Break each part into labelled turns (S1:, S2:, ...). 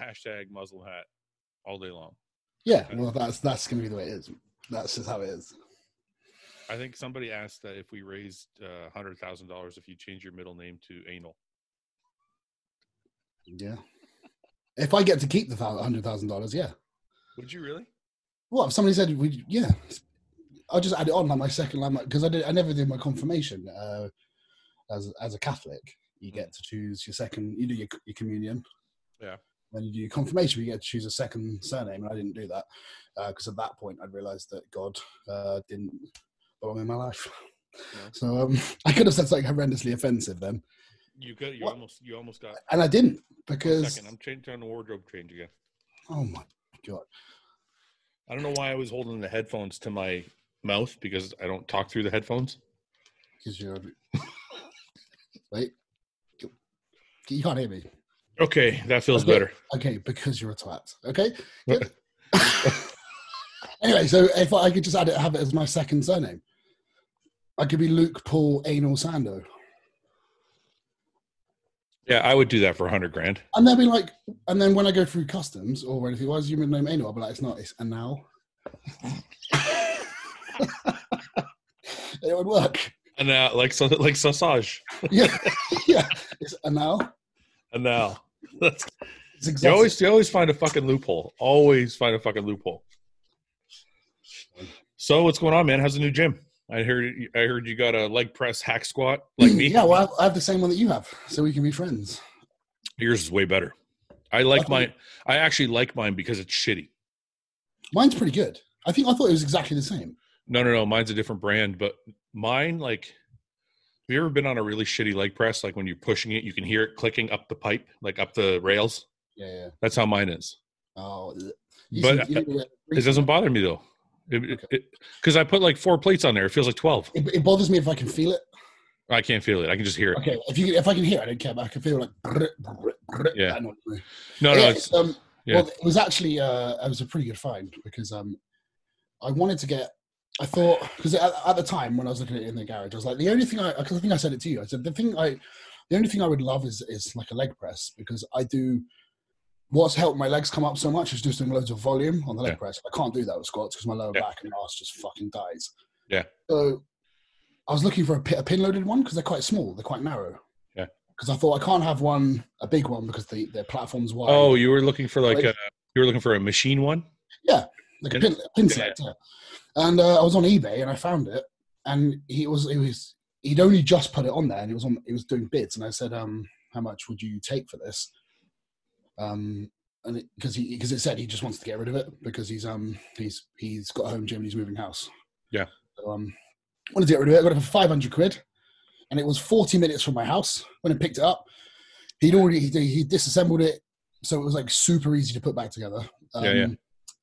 S1: hashtag muzzle hat all day long.
S2: Yeah, well, that's that's gonna be the way it is. That's just how it is.
S1: I think somebody asked that if we raised uh, hundred thousand dollars, if you change your middle name to anal.
S2: Yeah. If I get to keep the hundred thousand dollars, yeah.
S1: Would you really?
S2: Well, if somebody said, "Would you- yeah," I'll just add it on like my second line because I did. I never did my confirmation uh, as as a Catholic. You get to choose your second. You do your, your communion.
S1: Yeah.
S2: Then you do your confirmation. You get to choose a second surname, and I didn't do that because at that point I'd realised that God uh, didn't belong in my life.
S1: Yeah.
S2: So um, I could have said something horrendously offensive then,
S1: You could. You
S2: What?
S1: almost. You almost got.
S2: and I didn't because
S1: Second, I'm changing on the wardrobe change again.
S2: oh my god,
S1: I don't know why I was holding the headphones to my mouth because I don't talk through the headphones.
S2: because you're wait, you can't hear me.
S1: Okay, that feels
S2: Okay.
S1: better.
S2: Okay, because you're a twat. Okay. Good. anyway, so if I could just add it, have it as my second surname, I could be Luke Paul Anal Sando,
S1: Yeah, I would do that for a hundred grand.
S2: and they'll be like, and then when I go through customs or anything, why is your middle name Anal? I'll be like, it's not. It's Anal. it would work.
S1: And uh, like so, like sausage.
S2: Yeah, yeah. It's Anal.
S1: And now that's
S2: It's exactly.
S1: you always you always find a fucking loophole. Always find a fucking loophole. So what's going on, man? How's the new gym? I heard I heard you got a leg press hack squat like me.
S2: Mm, Yeah, well, I have the same one that you have, so we can be friends.
S1: Yours is way better. I like
S2: Okay.
S1: mine. I actually like mine because it's shitty.
S2: Mine's pretty good. I think I thought it was exactly the same.
S1: No, no, no. Mine's a different brand, but mine like. Have you ever been on a really shitty leg press? Like when you're pushing it, you can hear it clicking up the pipe, like up the rails.
S2: Yeah, yeah.
S1: That's how mine is.
S2: Oh,
S1: But-
S2: said you did it,
S1: It doesn't bother me though, because I put like four plates on there. It feels like twelve.
S2: it, it bothers me if I can feel it.
S1: I can't feel it. I can just hear it.
S2: Okay, if you if I can hear, it, I don't care. But I can feel like brr, brr, brr,
S1: Yeah.
S2: that annoys me.
S1: No, no,
S2: Yeah,
S1: it's,
S2: um,
S1: yeah.
S2: Well, it was actually uh, it was a pretty good find because um, I wanted to get. I thought because at, at the time when I was looking at it in the garage, I was like, the only thing I because I think I said it to you. I said the thing I, the only thing I would love is is like a leg press because I do. What's helped my legs come up so much is just doing loads of volume on the leg
S1: Yeah.
S2: press. I can't do that with squats because my lower
S1: Yeah.
S2: back and ass just fucking dies.
S1: Yeah.
S2: So I was looking for a, pi- a pin loaded one because they're quite small, they're quite narrow.
S1: Yeah.
S2: Because I thought I can't have one a big one because the, the platform's wide.
S1: oh, you were looking for like
S2: Like-
S1: a, you were looking for a machine one.
S2: like a pin, a pin select, yeah. And uh, I was on eBay and I found it, and he was it was he'd only just put it on there, and it was on it was doing bids, and I said, um, how much would you take for this? Um, and because he because it said he just wants to get rid of it because he's um he's he's got a home gym, and he's moving house.
S1: Yeah.
S2: So, um, wanted to get rid of it. I got it for five hundred quid, and it was forty minutes from my house when I picked it up. He'd already he, he disassembled it, so it was like super easy to put back together. Um,
S1: Yeah, yeah.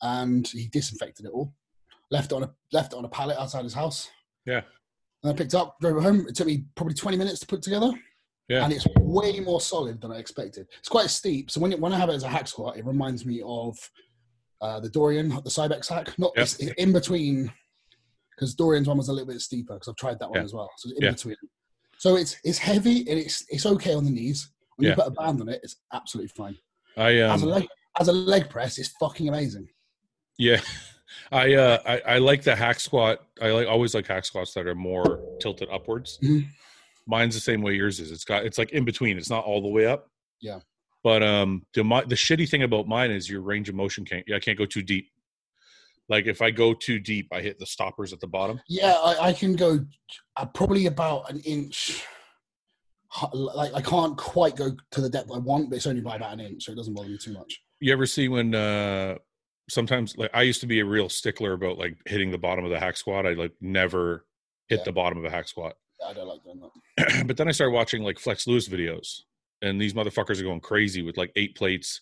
S2: And he disinfected it all, left it on a left it on a pallet outside his house.
S1: Yeah.
S2: And I picked it up, drove it home. It took me probably twenty minutes to put together.
S1: Yeah.
S2: And it's way more solid than I expected. It's quite steep, so when it, when I have it as a hack squat, it reminds me of uh, the Dorian, the Cybex hack. Not
S1: Yeah.
S2: it's in between, because Dorian's one was a little bit steeper. Because I've tried that one
S1: Yeah.
S2: as well. So it's in
S1: Yeah.
S2: between. So it's it's heavy and it's it's okay on the knees. When
S1: Yeah.
S2: you put a band on it, it's absolutely fine.
S1: I um,
S2: As a leg as a leg press, it's fucking amazing.
S1: Yeah. I, uh, I I like the hack squat. I like always like hack squats that are more tilted upwards.
S2: Mhm.
S1: Mine's the same way yours is. It's got it's like in between. It's not all the way up.
S2: Yeah.
S1: But um, the my, the shitty thing about mine is your range of motion can't. I can't go too deep. Like if I go too deep, I hit the stoppers at the bottom.
S2: Yeah, I, I can go uh, probably about an inch. hi- Like I can't quite go to the depth I want, but it's only by about an inch, so it doesn't bother me too much.
S1: You ever see when uh, sometimes like I used to be a real stickler about like hitting the bottom of the hack squat. I like never hit
S2: Yeah.
S1: the bottom of a hack squat.
S2: Yeah, I don't like doing that.
S1: but then I started watching like Flex Lewis videos, and these motherfuckers are going crazy with like eight plates,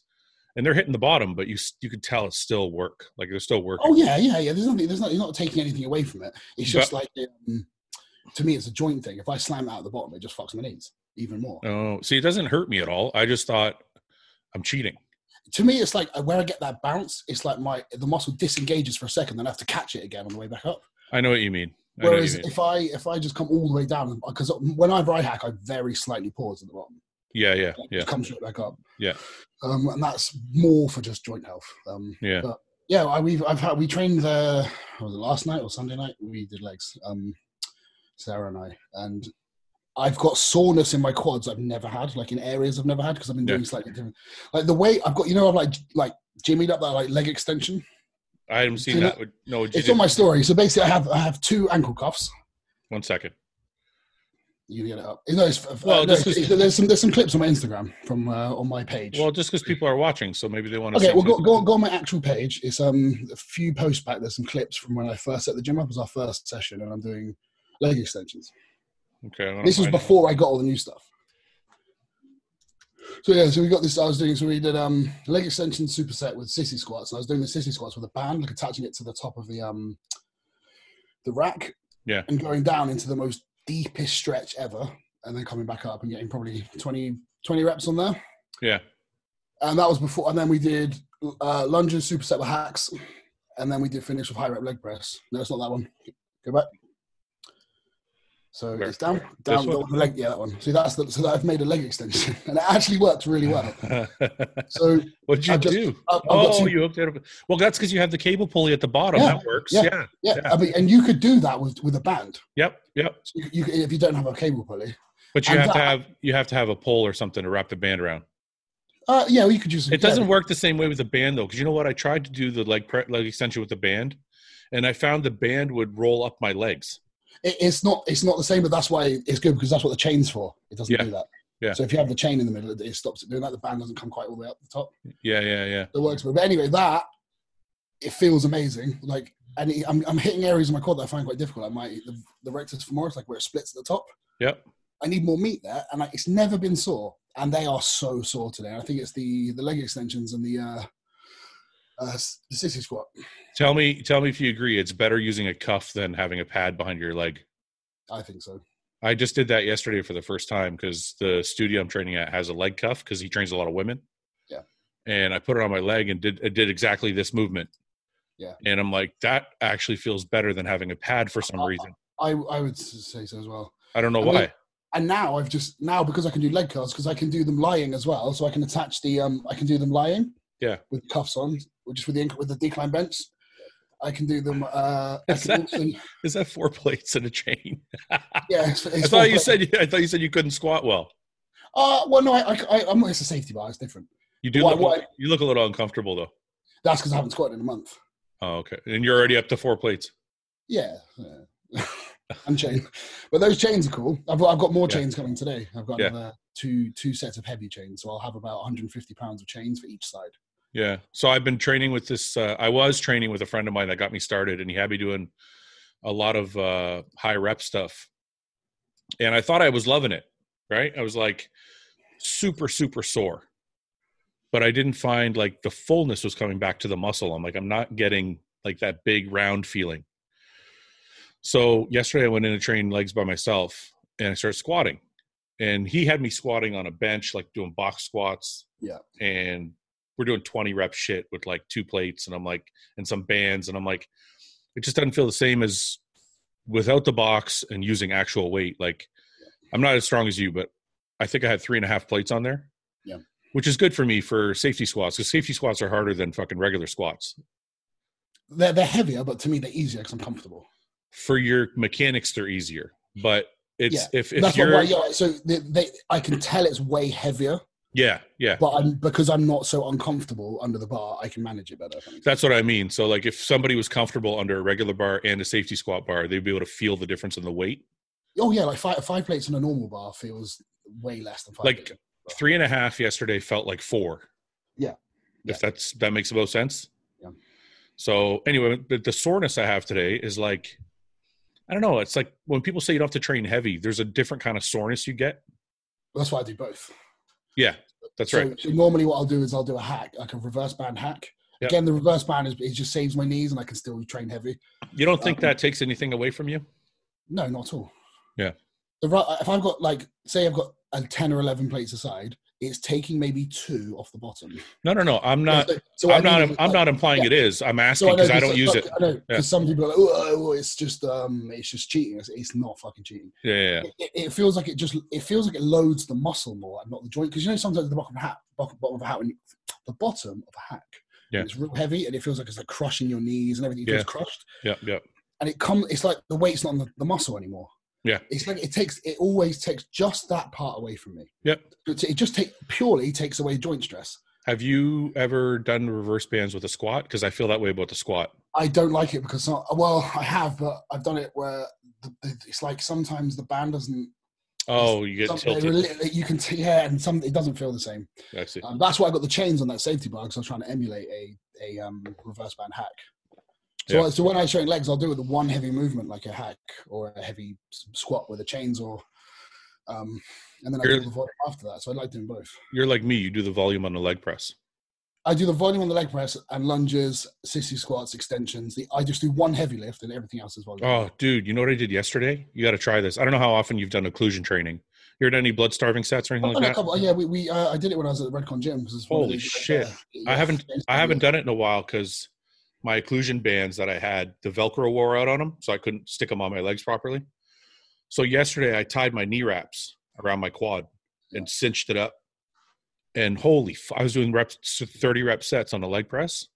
S1: and they're hitting the bottom, but you s- you could tell it's still work. Like they're still working.
S2: Oh yeah, yeah, yeah. There's nothing. There's not. You're not taking anything away from it. It's just like um, to me, it's a joint thing. If I slam it out the bottom, it just fucks my knees even more.
S1: Oh, see, it doesn't hurt me at all. I just thought I'm cheating.
S2: To me, it's like uh, where I get that bounce. It's like my the muscle disengages for a second, then I have to catch it again on the way back up.
S1: I know what you mean. I know what
S2: Whereas
S1: you mean.
S2: uh, um, if I if I just come all the way down, because whenever I hack, I very slightly pause at the bottom.
S1: Yeah, yeah, yeah,
S2: It comes straight back up.
S1: Yeah.
S2: Um, and that's more for just joint health. Um,
S1: yeah.
S2: yeah, I, we've I've had we trained uh, what was it last night or Sunday night? We did legs, um, Sarah and I, and I've got soreness in my quads I've never had, like in areas I've never had because I've been doing
S1: Yeah.
S2: slightly different. Like the way I've got, you know, I've like j- like jimmied up that like leg extension.
S1: I haven't seen
S2: You know,
S1: that. Would- No, you
S2: It's on
S1: did-
S2: my story. So basically, I have I have two ankle cuffs.
S1: one second.
S2: You can get it up. No, it's,
S1: Well,
S2: well,
S1: this is-
S2: there's some there's some clips on my Instagram from uh, on my page.
S1: Well, just because people are watching, so maybe they want to.
S2: Okay,
S1: see
S2: well, go,
S1: something.
S2: go, go on my actual page. It's um a few posts back. There's some clips from when I first set the gym up. It was our first session, and I'm doing leg extensions.
S1: Okay, I'm gonna
S2: This was
S1: find it.
S2: before I got all the new stuff. So yeah, so we got this. I was doing so we did um leg extension superset with sissy squats, and I was doing the sissy squats with a band, like attaching it to the top of the um the rack.
S1: Yeah.
S2: And going down into the most deepest stretch ever, and then coming back up and getting probably 20, 20 reps on there
S1: Yeah,
S2: and that was before. And then we did uh, lunges, superset with hacks, and then we did finish with high rep leg press. No, it's not that one. Go back. So
S1: Where?
S2: it's down, down the
S1: one?
S2: the leg. Yeah, that one. See, that's the, so that I've made a leg extension, and it actually works really well. So
S1: What'd you
S2: I just-
S1: do?
S2: I've, I've got
S1: Oh,
S2: two,
S1: you hooked it up. Well, that's because you have the cable pulley at the bottom.
S2: Yeah,
S1: That works. Yeah.
S2: yeah. yeah, I mean, and you could do that with with a band.
S1: Yep. Yep.
S2: So you, you, if you don't have a cable pulley,
S1: But you
S2: And
S1: have to
S2: that-
S1: have you have to have a pole or something to wrap the band around.
S2: uh, yeah, well, you could use.
S1: It doesn't work the same way with the band though, because you know what? I tried to do the leg pre- leg extension with the band, and I found the band would roll up my legs.
S2: It, it's not. It's not the same, but that's why it's good because that's what the chain's for. It doesn't
S1: Yeah.
S2: do that.
S1: Yeah.
S2: So if you have the chain in the middle, it, it stops it doing that. The band doesn't come quite all the way up the top.
S1: Yeah. Yeah. Yeah.
S2: that works for me. But anyway, that it feels amazing. Like, and it, I'm, I'm hitting areas of my quad that I find quite difficult. Like my the, the rectus femoris, like where it splits at the top.
S1: Yep.
S2: I need more meat there, and like, it's never been sore. And they are so sore today. I think it's the the leg extensions and the uh, uh s- the sissy squat.
S1: Tell me, tell me if you agree. It's better using a cuff than having a pad behind your leg.
S2: I think so.
S1: I just did that yesterday for the first time because the studio I'm training at has a leg cuff because he trains a lot of women.
S2: Yeah.
S1: And I put it on my leg and did it did exactly this movement.
S2: Yeah.
S1: And I'm like, that actually feels better than having a pad for some
S2: Uh,
S1: reason.
S2: I I would s- say so as well.
S1: I don't know
S2: I
S1: why.
S2: mean- And now I've just now because I can do leg curls because I can do them lying as well. So I can attach the um I can do them lying.
S1: Yeah.
S2: With cuffs on, or just with the inc- with the decline bench. I can do them. Uh, I
S1: Is
S2: can
S1: that-
S2: also-
S1: Is that four plates and a chain?
S2: Yeah, it's, it's
S1: I
S2: four
S1: thought you
S2: plates.
S1: said I thought you said you couldn't squat well.
S2: Uh, well, no, I, I, I'm not. It's a safety bar. It's different.
S1: You do
S2: Why-
S1: look
S2: why-
S1: you look a little uncomfortable though.
S2: That's because I haven't squatted in a month.
S1: Oh, okay. And you're already up to four plates.
S2: Yeah, yeah. and chain, but those chains are cool. I've, I've got more
S1: Yeah.
S2: chains coming today. I've got
S1: Yeah.
S2: another two two sets of heavy chains, so I'll have about 150 pounds of chains for each side.
S1: Yeah. So I've been training with this. Uh, I was training with a friend of mine that got me started, and he had me doing a lot of uh, high rep stuff. And I thought I was loving it, right? I was like super, super sore. But I didn't find like the fullness was coming back to the muscle. I'm like, I'm not getting like that big round feeling. So yesterday I went in and trained legs by myself and I started squatting. And he had me squatting on a bench, like doing box squats.
S2: Yeah.
S1: And we're doing 20 rep shit with like two plates and I'm like and some bands and I'm like it just doesn't feel the same as without the box and using actual weight like I'm not as strong as you but I think I had three and a half plates on there
S2: Yeah.
S1: which is good for me for safety squats because safety squats are harder than fucking regular squats
S2: They're they're heavier, but to me they're easier because I'm comfortable.
S1: for your mechanics they're easier but it's if, if
S2: That's
S1: you're
S2: what, why, yeah. So they, they, I can tell it's way heavier,
S1: yeah yeah
S2: but I'm because I'm not so uncomfortable under the bar. I can manage it better. if that makes
S1: That's what I mean. So, like, if somebody was comfortable under a regular bar and a safety squat bar, they'd be able to feel the difference in the weight.
S2: Oh yeah, like five five plates in a normal bar feels way less than five.
S1: Like-
S2: plates.
S1: Three and a half yesterday felt like four.
S2: Yeah. Yeah.
S1: If that's that makes about sense.
S2: Yeah.
S1: So anyway, but the soreness I have today is like, I don't know. It's like when people say you don't have to train heavy. There's a different kind of soreness you get.
S2: that's why I do both.
S1: Yeah, that's
S2: so,
S1: right.
S2: so normally what I'll do is I'll do a hack, like a reverse band hack.
S1: Yep.
S2: Again, the reverse band is it just saves my knees and I can still train heavy.
S1: You don't think
S2: um,
S1: that takes anything away from you?
S2: No, not at all.
S1: Yeah.
S2: The ru- if I've got like say I've got a ten or eleven plates aside, it's taking maybe two off the bottom.
S1: No, no, no. I'm not.
S2: So- so
S1: I'm
S2: what
S1: not.
S2: I mean
S1: I'm
S2: is, like,
S1: not implying
S2: yeah.
S1: it is. I'm
S2: So
S1: asking because I,
S2: know
S1: don't
S2: some-
S1: use
S2: I
S1: it.
S2: know 'cause
S1: Yeah.
S2: some people are like, oh, oh, it's just um, it's just cheating. It's, it's not fucking cheating.
S1: Yeah, yeah, yeah.
S2: It, it feels like it just it feels like it loads the muscle more and not the joint because you know sometimes the bottom of a hat, bottom, bottom of a hat, when you, the bottom of a hack, when
S1: Yeah.
S2: it's real heavy and it feels like it's like crushing your knees and everything. It feels
S1: Yeah.
S2: crushed
S1: yeah, yeah.
S2: and it comes. It's like the weight's not on the, the muscle anymore.
S1: Yeah.
S2: it's like it takes. It always takes just that part away from me.
S1: Yep.
S2: It, it just take purely takes away joint stress.
S1: Have you ever done reverse bands with a squat? Because I feel that way about the squat.
S2: I don't like it because some- well, I have, but I've done it where the, the, it's like sometimes the band doesn't.
S1: Oh, you get
S2: some- they're
S1: tilted.
S2: li- You can t- yeah, and some it doesn't feel the same.
S1: I see.
S2: Um, that's why I got the chains on that safety bar because I was trying to emulate a a um, reverse band hack. So,
S1: Yeah.
S2: so when I train legs, I'll do it with one heavy movement like a hack or a heavy s- squat with the chains or. Um, and then I do
S1: Really?
S2: the volume after that, so I like doing both.
S1: You're like me. You do the volume on the leg press.
S2: I do the volume on the leg press and lunges, sissy squats, extensions. The, I just do one heavy lift and everything else is volume.
S1: Oh, dude, you know what I did yesterday? You got to try this. I don't know how often you've done occlusion training. You ever done any blood starving sets or
S2: I've
S1: anything
S2: done a
S1: like that?
S2: couple- yeah, we, we uh, I did it when I was at the Redcon gym. 'cause it's one of
S1: Holy
S2: these, uh,
S1: shit.
S2: yeah,
S1: I haven't-
S2: things
S1: I
S2: to
S1: haven't
S2: do.
S1: done it in a while because my occlusion bands that I had, the Velcro wore out on them, so I couldn't stick them on my legs properly. So yesterday, I tied my knee wraps around my quad and cinched it up. And holy, f- I was doing reps, thirty rep sets on a leg press.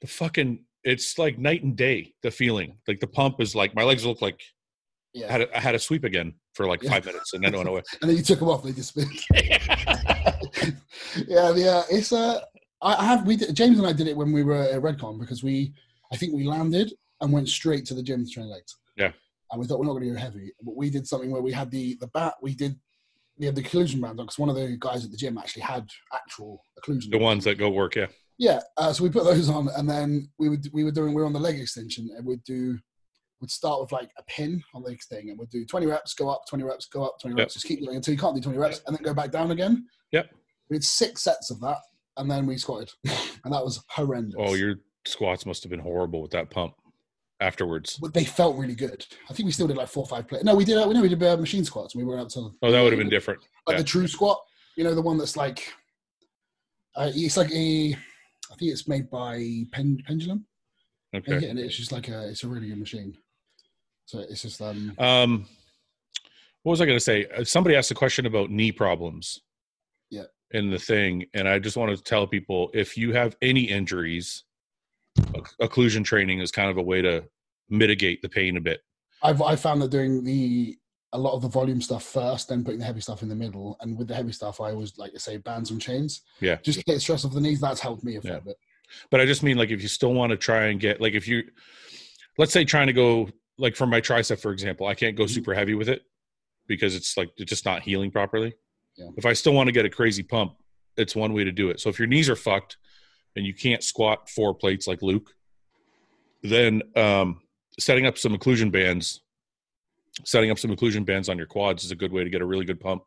S1: The fucking, it's like night and day. The feeling, like the pump is like my legs look like I
S2: Yeah.
S1: had a, I had a sweep again for like five minutes, and then it went away.
S2: And then you took them off, they disappeared. yeah, the, uh, it's uh, I I have we did, James and I did it when we were at Redcon because we, I think we landed and went straight to the gym to train legs.
S1: Yeah.
S2: And we thought we're not going to go heavy, but we did something where we had the the bat. We did we had the occlusion band because one of the guys at the gym actually had actual occlusion.
S1: The ones that go work, yeah.
S2: Yeah, uh, so we put those on, and then we would we were doing we were on the leg extension, and we'd do we'd start with like a pin on the thing, and we'd do twenty reps, go up, twenty reps, go up, twenty
S1: Yep.
S2: reps, just keep going until you can't do twenty reps, and then go back down again.
S1: Yep.
S2: We did six sets of that, and then we squatted, and that was horrendous.
S1: Oh, your squats must have been horrible with that pump afterwards.
S2: But they felt really good. I think we still did like four or five plates. No, we did. uh, We know we did uh, machine squats. and We went up to
S1: Oh, that would have been different.
S2: like
S1: yeah.
S2: the true squat. You know the one that's like, uh, it's like a, I think it's made by Pen, Pendulum.
S1: Okay.
S2: Yeah, and it's just like a it's a really good machine. So it's just um
S1: Um, what was I going to say? Uh, Somebody asked a question about knee problems.
S2: Yeah.
S1: In the thing, and I just want to tell people if you have any injuries, occ- occlusion training is kind of a way to mitigate the pain a bit.
S2: I've I found that doing the a lot of the volume stuff first, then putting the heavy stuff in the middle, and with the heavy stuff, I always like to say bands and chains.
S1: Yeah.
S2: just to get stress off the knees. That's helped me a fair
S1: Yeah.
S2: bit.
S1: But I just mean like if you still want to try and get like if you, let's say trying to go like for my tricep for example, I can't go
S2: Mhm.
S1: super heavy with it because it's like it's just not healing properly.
S2: Yeah.
S1: If I still want to get a crazy pump, it's one way to do it. So if your knees are fucked and you can't squat four plates like Luke, then um, setting up some occlusion bands, setting up some occlusion bands on your quads is a good way to get a really good pump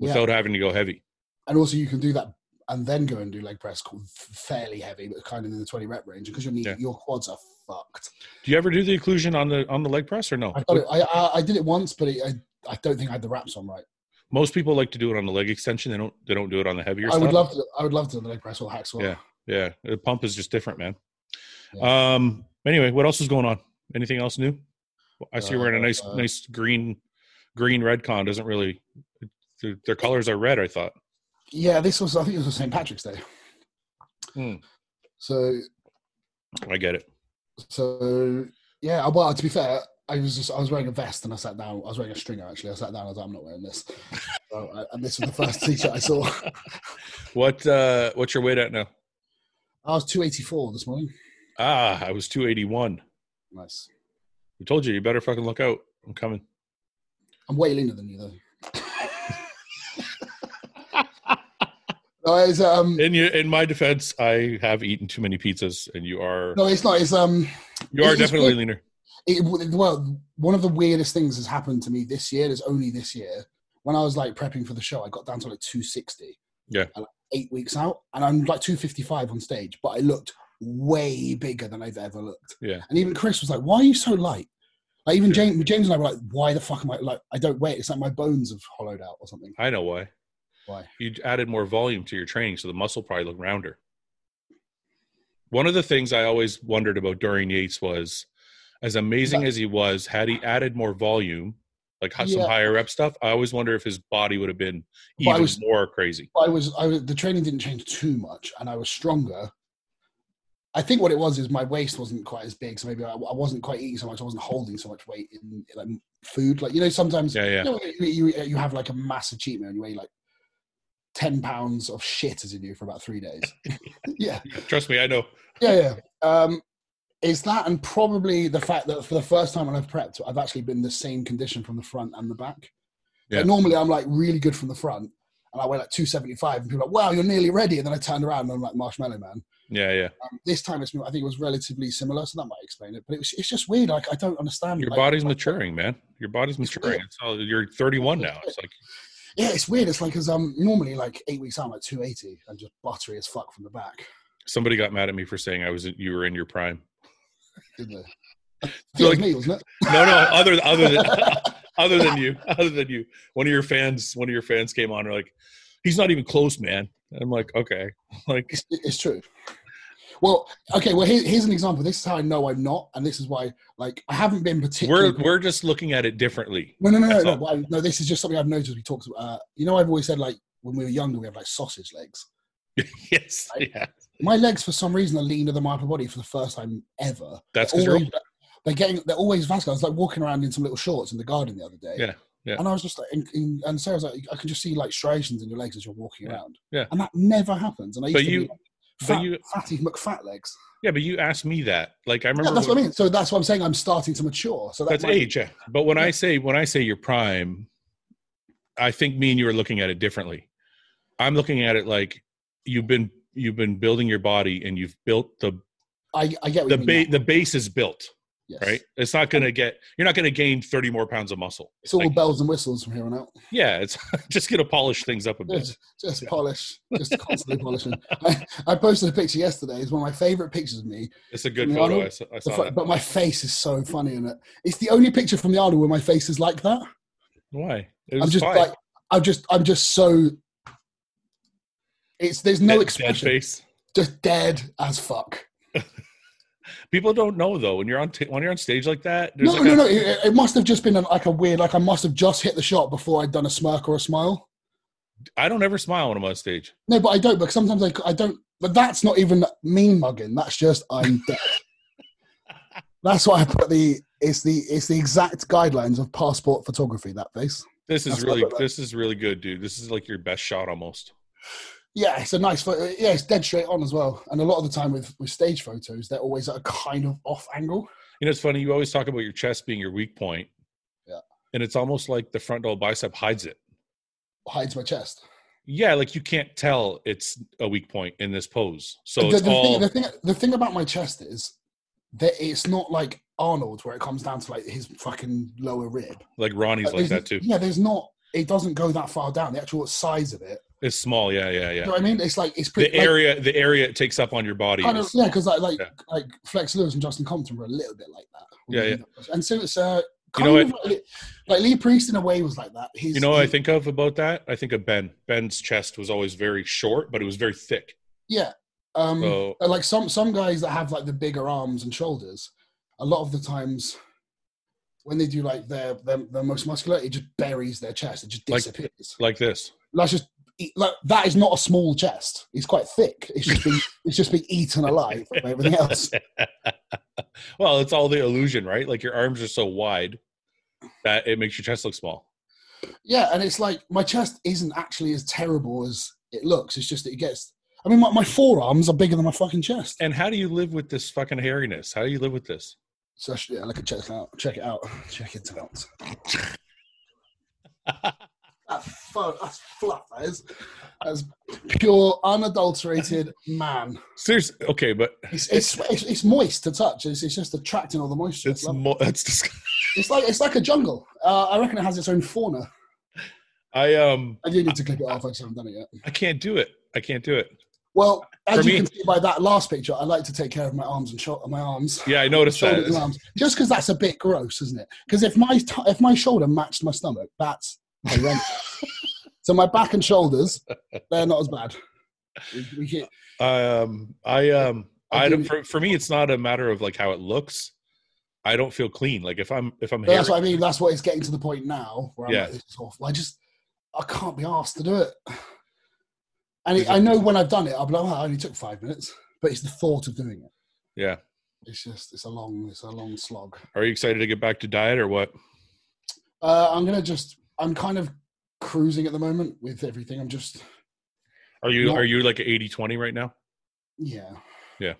S2: Yeah.
S1: without having to go heavy.
S2: And also, you can do that and then go and do leg press called fairly heavy, but kind of in the twenty rep range because your knee,
S1: Yeah.
S2: your quads are fucked.
S1: Do you ever do the occlusion on the on the leg press or no?
S2: I, thought it, I I I did it once, but it, I I don't think I had the wraps on right.
S1: most people like to do it on the leg extension. They don't. They don't do it on the heavier
S2: I
S1: stuff.
S2: would love to I would love to do the leg press or hack squat.
S1: yeah, the pump is just different, man. Um. Anyway, what else is going on? Anything else new? I see you're wearing a nice,
S2: Uh,
S1: nice green, green red con. Doesn't really. Their, their colors are red. I thought.
S2: Yeah, this was I think this was St Patrick's Day.
S1: Hmm.
S2: So
S1: I get it.
S2: so yeah. uh, Well, to be fair, I was just I was wearing a vest and I sat down. I was wearing a stringer actually. I sat down. I was like, I'm not wearing this. so, I- and this was the first t-shirt I saw.
S1: What uh What's your weight at now?
S2: I was 284 this morning.
S1: Ah, I was 281.
S2: Nice.
S1: We told you. You better fucking look out. I'm coming.
S2: I'm way leaner than you though. no, it's um.
S1: In you, in my defense, I have eaten too many pizzas, and you are
S2: No, it's not. It's um.
S1: you are
S2: it's- it's
S1: definitely
S2: weird.
S1: leaner.
S2: it, well, one of the weirdest things that's happened to me this year is only this year. When I was like prepping for the show, I got down to like 260.
S1: Yeah.
S2: And, like, eight weeks out, and I'm like 255 on stage, but I looked way bigger than I've ever looked.
S1: Yeah.
S2: And even Chris was like, "Why are you so light?" Like even
S1: Yeah.
S2: James, James and I were like, "Why the fuck am I like? I don't weigh. it. It's like my bones have hollowed out or something."
S1: I know why.
S2: Why?
S1: You added more volume to your training, so the muscle probably looked rounder. One of the things I always wondered about Dorian Yates was, as amazing
S2: Yeah.
S1: as he was, had he added more volume, like h- some
S2: Yeah.
S1: higher rep stuff, I always wonder if his body would have been
S2: Well, I
S1: even
S2: was-
S1: more crazy.
S2: I was, I was, the training didn't change too much, and I was stronger. I think what it was is my waist wasn't quite as big, so maybe I, I wasn't quite eating so much. I wasn't holding so much weight in like food. Like you know, sometimes
S1: Yeah, yeah.
S2: you, know, you, you- you have like a massive cheat meal and you weigh like ten pounds of shit as you do for about three days. yeah,
S1: Trust me, I know.
S2: yeah, yeah. Um, it's that, and probably the fact that for the first time when I've prepped, I've actually been the same condition from the front and the back.
S1: Yeah.
S2: Like, normally, I'm like really good from the front, and I weigh like 275, and people are like, "Wow, you're nearly ready," and then I turned around and I'm like Marshmallow Man.
S1: Yeah, yeah.
S2: Um, this time, it's I think it was relatively similar, so that might explain it. But it was, it's just weird. Like I don't understand.
S1: Your
S2: like-
S1: body's maturing, man. Your body's
S2: It's
S1: maturing.
S2: weird.
S1: It's all, you're 31 now. It's like
S2: Yeah, it's weird. It's like because um normally like eight weeks out, I'm like 280 and just buttery as fuck from the back.
S1: somebody got mad at me for saying I was you were in your prime.
S2: Didn't they?
S1: So,
S2: Yeah, it
S1: like-
S2: was me, wasn't it?
S1: No, no, other other than other than you, other than you. One of your fans, one of your fans came on and were like, he's not even close, man. I'm like, okay, like
S2: It's, it's true. Well, okay. Well, here, here's an example. This is how I know I'm not, and this is why, like, I haven't been particularly.
S1: we're we're just looking at it differently.
S2: no, no, no, no,
S1: That's
S2: no.
S1: all.
S2: but I- no, this is just something I've noticed. We talked. About, uh, you know, I've always said like when we were younger, we had like sausage legs.
S1: Yes, yeah,
S2: My legs, for some reason, are leaner than my upper body for the first time ever.
S1: that's because
S2: They're
S1: you're
S2: always,
S1: old.
S2: they're getting. They're always vascular. I was like walking around in some little shorts in the garden the other day.
S1: Yeah, yeah.
S2: And I was just like, in, in, and Sarah's like, I can just see like striations in your legs as you're walking
S1: Yeah,
S2: around.
S1: yeah.
S2: And that never happens. And I used
S1: But
S2: to
S1: you-
S2: be like,
S1: but
S2: fat,
S1: you-
S2: fatty McFat legs.
S1: Yeah, but you asked me that. Like I remember
S2: Yeah, that's
S1: when-
S2: what I mean. So that's what I'm saying. I'm starting to mature. So that
S1: that's
S2: might-
S1: age. yeah. But when I
S2: Yeah.
S1: say when I say your prime, I think me and you are looking at it differently. I'm looking at it like you've been you've been building your body and you've built the
S2: I, I get what
S1: the
S2: you mean.
S1: ba- the base is built,
S2: Yes.
S1: right? It's not going to get you're not going to gain 30 more pounds of muscle.
S2: It's all
S1: Like-
S2: bells and whistles from here on out.
S1: Yeah, it's just going to polish things up a bit.
S2: Just, just polish, just constantly polishing. I, I posted a picture yesterday. It's one of my favorite pictures of me.
S1: It's a good
S2: Yeah, I
S1: photo.
S2: don't-
S1: I saw, I
S2: The
S1: saw
S2: fa-
S1: that.
S2: but my face is so funny in it. It's the only picture from the Arnold where my face is like that.
S1: Why? It
S2: I'm
S1: was
S2: just
S1: fine.
S2: like, I'm just, I'm just so. It's there's no
S1: Dead- dead
S2: expression.
S1: face.
S2: Just dead as fuck.
S1: People don't know though. When you're on t- when you're on stage like that, there's
S2: No,
S1: like
S2: no,
S1: a-
S2: no. It, it must have just been like a weird. Like I must have just hit the shot before I'd done a smirk or a smile.
S1: I don't ever smile when I'm on stage.
S2: No, but I don't. Because sometimes I, I don't. But that's not even mean mugging. That's just I'm dead. that's why I put the. It's the it's the exact guidelines of passport photography. That face.
S1: This is
S2: That's
S1: really
S2: not bad.
S1: this is really good, dude. This is like your best shot almost.
S2: Yeah, it's a nice photo. Yeah, it's dead straight on as well. And a lot of the time with with stage photos, they're always at a kind of off angle.
S1: You know, it's funny. You always talk about your chest being your weak point.
S2: Yeah.
S1: And it's almost like the front double bicep hides it.
S2: Hides my chest.
S1: Yeah, like you can't tell it's a weak point in this pose. So
S2: the,
S1: it's
S2: the
S1: all
S2: thing, the thing the thing about my chest is that it's not like Arnold where it comes down to like his fucking lower rib.
S1: like Ronnie's like
S2: There's-
S1: that too.
S2: Yeah, there's not. It doesn't go that far down. The actual size of it.
S1: It's small. Yeah, yeah,
S2: You
S1: yeah.
S2: know what I mean? It's like it's
S1: The
S2: pretty. like,
S1: area the area it takes up on your body.
S2: Kind of-
S1: is-
S2: yeah, because like like,
S1: Yeah.
S2: like Flex Lewis and Justin Compton were a little bit like that.
S1: Yeah, yeah.
S2: And so it's uh,
S1: You
S2: kind
S1: know
S2: of like, like Lee Priest in a way was like that. He's,
S1: You know what I
S2: he-
S1: think of about that? I think of Ben. Ben's chest was always very short, but it was very thick.
S2: Yeah. Um,
S1: So-
S2: and, like some some guys that have like the bigger arms and shoulders, a lot of the times when they do like their their, their most muscular, it just buries their chest. It just
S1: Like-
S2: disappears.
S1: Like this.
S2: that's just e, like that is not a small chest. It's quite thick. It's just been it's just been eaten alive by everything else.
S1: Well, it's all the illusion, right? Like your arms are so wide that it makes your chest look small.
S2: Yeah, and it's like my chest isn't actually as terrible as it looks. It's just that it gets. I mean, my, my forearms are bigger than my fucking chest.
S1: And how do you live with this fucking hairiness? How do you live with this?
S2: So I should- yeah, look at check it out. Check it out. Check it out. That fun, that's flat. That is. That's pure, unadulterated man.
S1: Seriously, okay, but
S2: It's it's, it's, it's moist to touch. It's, it's just attracting all the moisture. It's,
S1: it's
S2: lovely.
S1: mo- that's disgusting.
S2: it's like it's like a jungle. Uh, I reckon it has its own fauna.
S1: I um
S2: I do need to click it off. I just haven't done it yet.
S1: I can't do it. I can't do it.
S2: Well, as
S1: For
S2: you
S1: me-
S2: can see by that last picture, I like to take care of my arms and shou- my arms.
S1: Yeah, I noticed
S2: shoulders and
S1: that.
S2: arms. Just because that's a bit gross, isn't it? Because if my t- if my shoulder matched my stomach, that's horrendous. So my back and shoulders, they're not as bad. We, we get-
S1: Um, I um,
S2: I
S1: I
S2: do-
S1: don't, for, for me, it's not a matter of like how it looks. I don't feel clean. Like if I'm if I'm
S2: but
S1: hairy,
S2: that's what I mean. That's what it's getting to the point now where I'm
S1: Yeah.
S2: like, this is awful. I just, I can't be asked to do it. And
S1: Is
S2: it,
S1: it-
S2: I know when I've done it, I'll be like, oh, I only took five minutes. But it's the thought of doing it.
S1: yeah.
S2: It's just, it's a long, it's a long slog.
S1: Are you excited to get back to diet or what?
S2: Uh, I'm gonna just, I'm kind of cruising at the moment with everything. I'm just,
S1: Are you
S2: No.
S1: are you like 80-20 right now?
S2: yeah,
S1: Yeah.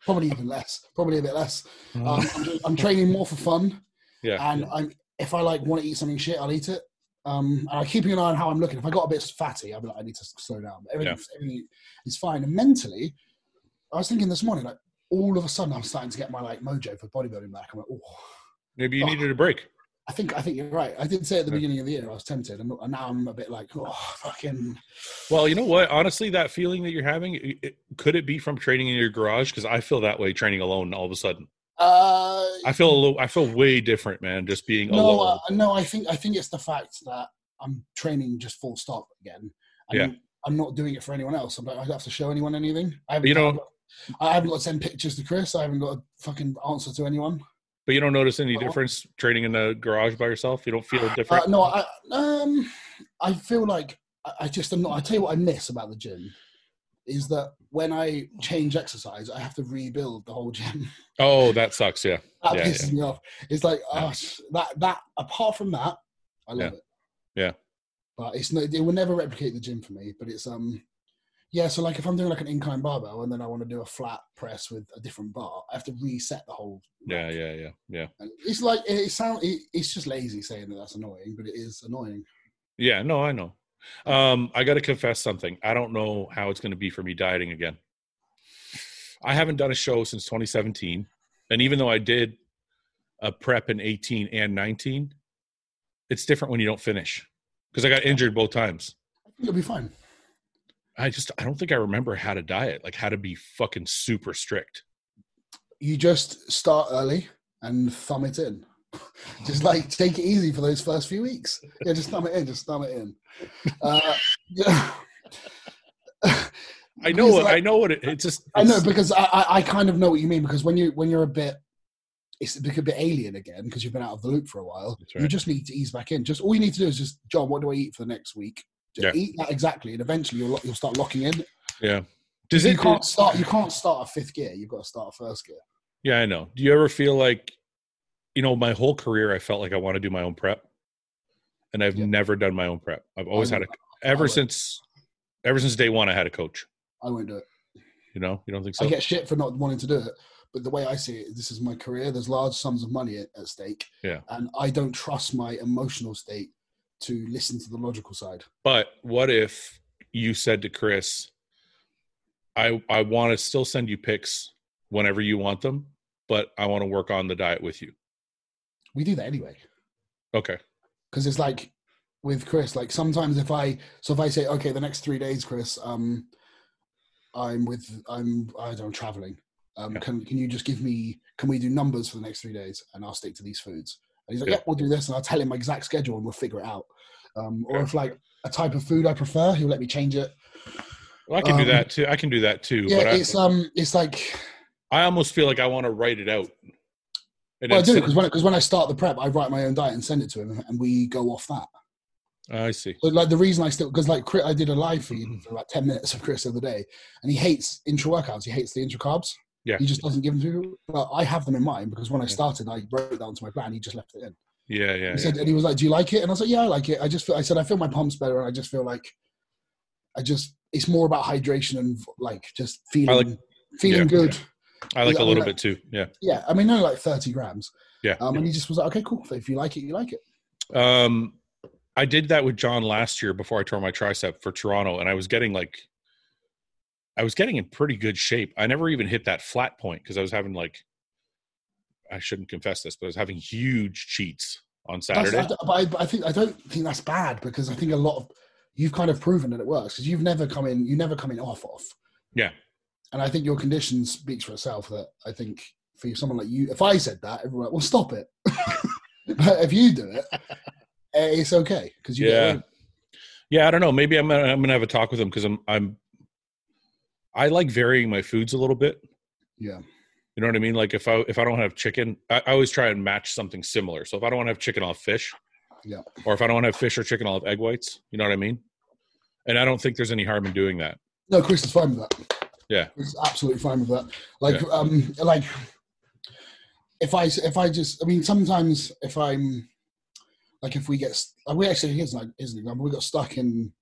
S2: probably even less, probably a bit less.
S1: Uh,
S2: Um, I'm, ju- I'm training more for fun.
S1: Yeah.
S2: And I'm if I like want to eat something shit, I'll eat it. Um, and I'm keeping an eye on how I'm looking. If I got a bit fatty, I'll be like, I need to slow down. But everything, everything is fine. And mentally, I was thinking this morning, like all of a sudden, I'm starting to get my like mojo for bodybuilding back. I'm like, oh,
S1: Maybe you
S2: Oh.
S1: needed a break.
S2: I think I think you're right. I did say at the
S1: Yeah.
S2: beginning of the year I was tempted, and and now I'm a bit like, oh, fucking.
S1: Well, you know what? Honestly, that feeling that you're having, it, it- could it be from training in your garage? Because I feel that way training alone. All of a sudden,
S2: Uh,
S1: I feel a little, I feel way different, man. Just being
S2: no,
S1: alone.
S2: uh, no, I think I think it's the fact that I'm training just full stop again. I
S1: Yeah.
S2: mean, I'm not doing it for anyone else. I'm not, I don't have to show anyone anything. I haven't,
S1: You don't-
S2: I haven't got to send pictures to Chris. I haven't got a fucking answer to anyone.
S1: but you don't notice any
S2: Uh,
S1: difference training in the garage by yourself. You don't feel
S2: Uh,
S1: different.
S2: no, I um, I feel like I, I just am not. I tell you what I miss about the gym is that when I change exercise, I have to rebuild the whole gym.
S1: oh, that sucks. Yeah.
S2: that
S1: Yeah,
S2: pisses me off. It's like
S1: Yeah.
S2: ah, sh that that apart from that, I love it.
S1: Yeah.
S2: But it's no it will never replicate the gym for me, but it's um yeah, so like if I'm doing like an incline barbell and then I want to do a flat press with a different bar, I have to reset the whole
S1: Yeah. Yeah. Yeah. Yeah.
S2: and it's like it, it sound it, it's just lazy saying that that's annoying, but it is annoying.
S1: Yeah. No, I know. Um, I got to confess something. I don't know how it's going to be for me dieting again. I haven't done a show since 2017, and even though I did a prep in 18 and 19, it's different when you don't finish because I got injured both times.
S2: I think it'll be fine.
S1: I just I don't think I remember how to diet, like how to be fucking super strict.
S2: You just start early and thumb it in. Just like take it easy for those first few weeks. Yeah, just thumb it in, just thumb it in. Uh,
S1: I know,
S2: Because,
S1: what
S2: like,
S1: I know what it, it's just.
S2: I know
S1: it's-
S2: because I, I, I kind of know what you mean because when you when you're a bit it's a bit a bit alien again because you've been out of the loop for a while.
S1: That's
S2: You
S1: right.
S2: just need to ease back in. Just all you need to do is just John, what do I eat for the next week? Just
S1: Yeah.
S2: Eat that exactly, and eventually you'll lo- you'll start locking in.
S1: does
S2: You
S1: it?
S2: can't start. You can't start a fifth gear. You've got to start a first gear.
S1: yeah, I know. Do you ever feel like, you know, my whole career I felt like I want to do my own prep, and I've
S2: Yeah.
S1: never done my own prep. I've always
S2: I
S1: had a
S2: won't-
S1: ever
S2: would.
S1: since ever since day one I had a coach.
S2: I won't do it.
S1: You know, you don't think so?
S2: I get shit for not wanting to do it, but the way I see it, this is my career. There's large sums of money at, at stake.
S1: Yeah.
S2: And I don't trust my emotional state to listen to the logical side.
S1: But what if you said to Chris, I I want to still send you pics whenever you want them, but I want to work on the diet with you.
S2: We do that anyway.
S1: Okay.
S2: because it's like with Chris, like sometimes if I so if I say okay, the next three days, Chris, um, I'm with I'm I don't know, traveling. Um,
S1: Yeah.
S2: can can you just give me can we do numbers for the next three days and I'll stick to these foods? And he's like,
S1: Yeah.
S2: yeah, we'll do this, and I'll tell him my exact schedule and we'll figure it out. Um, or
S1: Yeah.
S2: if like a type of food I prefer, he'll let me change it.
S1: Well, I can do
S2: Um,
S1: that too. I can do that too.
S2: Yeah,
S1: but I,
S2: it's um, it's like
S1: I almost feel like I want to write it out. And
S2: well, I
S1: then
S2: do
S1: send-
S2: because when because when I start the prep, I write my own diet and send it to him, and we go off that.
S1: I see.
S2: But like the reason I still because like Chris, I did a live
S1: Mm-hmm.
S2: feed for about ten minutes of Chris the other day, and he hates intra workouts. He hates the intra carbs.
S1: Yeah.
S2: He just doesn't give them to people. But I have them in mind because when I
S1: Yeah.
S2: started, I wrote it down to my plan. He just left it in.
S1: Yeah, yeah.
S2: He said, and he was like, "Do you like it?" And I was like, "Yeah, I like it. I just feel, I said I feel my pumps better, and I just feel like I just it's more about hydration and like just feeling
S1: like-
S2: feeling
S1: yeah.
S2: good."
S1: yeah. I like
S2: I
S1: a little
S2: like-
S1: bit too. Yeah.
S2: Yeah, I mean, only like thirty grams.
S1: Yeah.
S2: Um, and he just was like, "Okay, cool. If you like it, you like it."
S1: Um, I did that with John last year before I tore my tricep for Toronto, and I was getting like, I was getting in pretty good shape. I never even hit that flat point because I was having like, I shouldn't confess this, but I was having huge cheats on
S2: That's-
S1: Saturday.
S2: I, but I, but I think I don't think that's bad because I think a lot of you've kind of proven that it works because you've never come in you never come in off off.
S1: Yeah.
S2: And I think your condition speaks for itself. That I think for you, someone like you, if I said that, everyone will stop it. but if you do it, eh, it's okay because you. get
S1: Yeah.
S2: away with it.
S1: Yeah, I don't know. Maybe I'm gonna, I'm gonna have a talk with him because I'm I'm I like varying my foods a little bit.
S2: Yeah.
S1: You know what I mean? Like if I if I don't have chicken, I, I always try and match something similar. So if I don't want to have chicken, I'll have fish.
S2: Yeah.
S1: Or if I don't want to have fish or chicken, I'll have egg whites. You know what I mean? And I don't think there's any harm in doing that.
S2: No, Chris is fine with that.
S1: Yeah.
S2: He's absolutely fine with that. Like,
S1: Yeah.
S2: um, like if I if I just, I mean, sometimes if I'm like if we get, st- uh, we actually here's an, here's an example. We got stuck in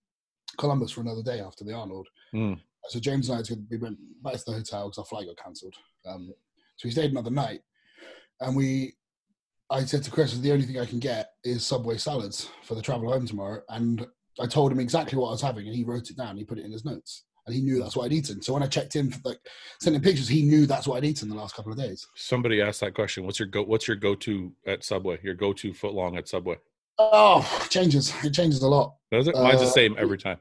S2: Columbus for another day after the Arnold.
S1: Mm.
S2: So James and I had to- we went back to the hotel because our flight got cancelled. Um, so we stayed another night, and we. I said to Chris, the only thing I can get is Subway salads for the travel home tomorrow. And I told him exactly what I was having, and he wrote it down. He put it in his notes, and he knew that's what I'd eaten. So when I checked in, for, like sent him pictures, he knew that's what I'd eaten the last couple of days.
S1: Somebody asked that question. What's your go? What's your go-to at Subway? Your go-to footlong at Subway?
S2: Oh, changes! It changes a lot.
S1: Does it? Mine's the
S2: Uh,
S1: same every time.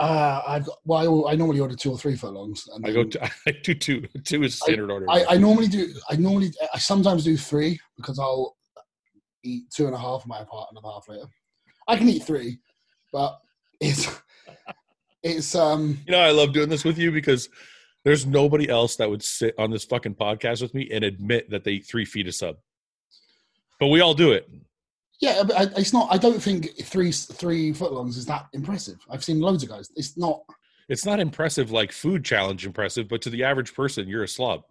S2: Uh, I've got, well, I, al- I normally order two or three footlongs. And
S1: I go.
S2: then
S1: To, I do two. Two is standard order.
S2: I, I normally do. I normally. I sometimes do three because I'll eat two and a half of my part and a half later. I can eat three, but it's it's um
S1: you know, I love doing this with you because there's nobody else that would sit on this fucking podcast with me and admit that they eat three feet of sub. But we all do it.
S2: yeah. but I, it's not. I don't think three three footlongs is that impressive. I've seen loads of guys. It's not.
S1: It's not impressive like food challenge impressive, but to the average person, you're a slob.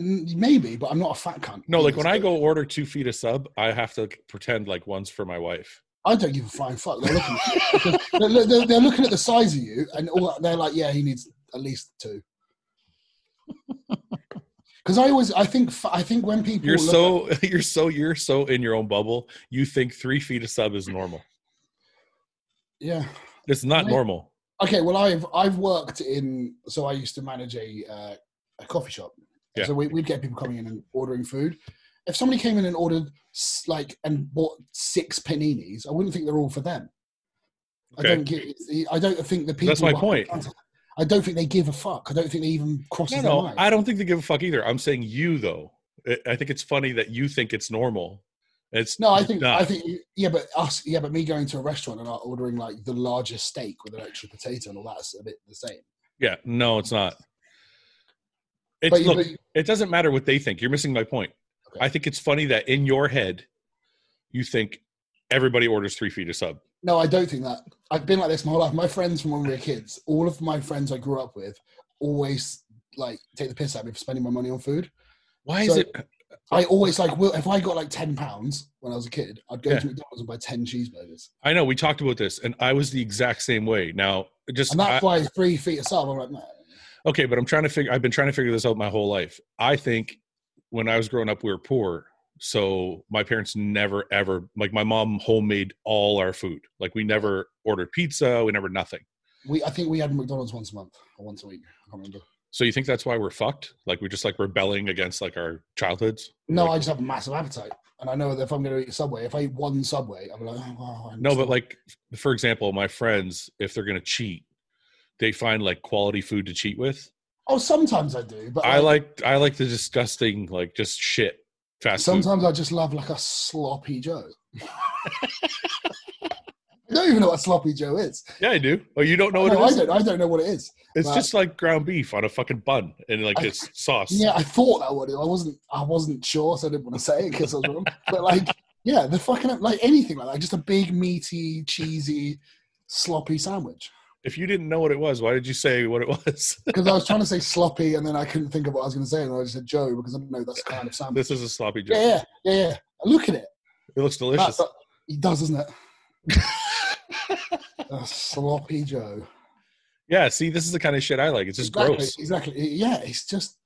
S2: Mm, Maybe, but I'm not a fat cunt.
S1: No, like when I go order two feet of sub, I have to pretend like one's for my wife.
S2: I don't give a flying fuck. They're looking, they're, they're, they're looking at the size of you, and all that, they're like, yeah, he needs at least two. Because I always, I think, f- I think when people
S1: You're
S2: look-
S1: so you're so you're so in your own bubble. You think three feet of sub is normal.
S2: yeah.
S1: It's not
S2: Right.
S1: normal.
S2: Okay, well, I've I've worked in. So I used to manage a uh, a coffee shop.
S1: Yeah.
S2: So we, we'd get people coming in and ordering food. If somebody came in and ordered s- like and bought six paninis, I wouldn't think they're all for them.
S1: Okay.
S2: I don't get. I don't think the people.
S1: That's my
S2: behind
S1: point.
S2: the counter- I don't think they give a fuck. I don't think they even cross
S1: No,
S2: their
S1: no,
S2: mind.
S1: I don't think they give a fuck either. I'm saying you though. I- I think it's funny that you think it's normal. It's
S2: No, I think
S1: not.
S2: I think yeah, but us yeah, but me going to a restaurant and ordering like the largest steak with an extra potato and all that's a bit the same.
S1: Yeah, no, it's not. It's,
S2: But, you-
S1: look,
S2: but you-
S1: it doesn't matter what they think. You're missing my point.
S2: Okay.
S1: I think it's funny that in your head, you think everybody orders three feet of sub.
S2: no, I don't think that. I've been like this my whole life. My friends from when we were kids, all of my friends I grew up with, always like take the piss out of me for spending my money on food.
S1: Why is
S2: So-
S1: it?
S2: I always like will if I got like ten pounds when I was a kid, I'd go
S1: Yeah.
S2: to McDonald's and buy ten cheeseburgers,
S1: I know we talked about this, and I was the exact same way. Now, just
S2: and that's
S1: I-
S2: why three feet of sub. I'm like, no,
S1: okay, but I'm trying to figure. I've been trying to figure this out my whole life. I think when I was growing up, we were poor, so my parents never ever like my mom homemade all our food. Like we never ordered pizza, we never nothing.
S2: we. I think we had McDonald's once a month or once a week. I can't remember.
S1: So you think that's why we're fucked? Like we're just like rebelling against like our childhoods?
S2: No,
S1: Like-
S2: I just have a massive appetite, and I know that if I'm going to eat Subway, if I eat one Subway, I'm like, oh, wow, I'm
S1: No,
S2: still-
S1: but like for example, my friends, if they're gonna cheat, they find like quality food to cheat with.
S2: oh, sometimes I do, but
S1: I like I like the disgusting like just shit fast food.
S2: sometimes I just love like a sloppy Joe. I don't even know what sloppy Joe is.
S1: Yeah, I do. Oh, you don't know what
S2: No,
S1: it
S2: I
S1: is?
S2: don't. I don't know what it is.
S1: It's
S2: but-
S1: just like ground beef on a fucking bun and like it's sauce.
S2: Yeah, I thought that would. I wasn't. I wasn't sure, so I didn't want to say it because I was wrong. But like, yeah, the fucking like anything like that, just a big meaty, cheesy, sloppy sandwich.
S1: If you didn't know what it was, why did you say what it was?
S2: Because I was trying to say sloppy, and then I couldn't think of what I was going to say, and I just said Joe because I know that's the kind of sandwich.
S1: this is a sloppy joke.
S2: Um, Yeah, yeah, yeah, yeah. Look at it.
S1: It looks delicious.
S2: That's he does, doesn't it? A sloppy Joe.
S1: yeah, see, this is the kind of shit I like. It's just
S2: exactly,
S1: gross.
S2: Exactly. Yeah, it's just,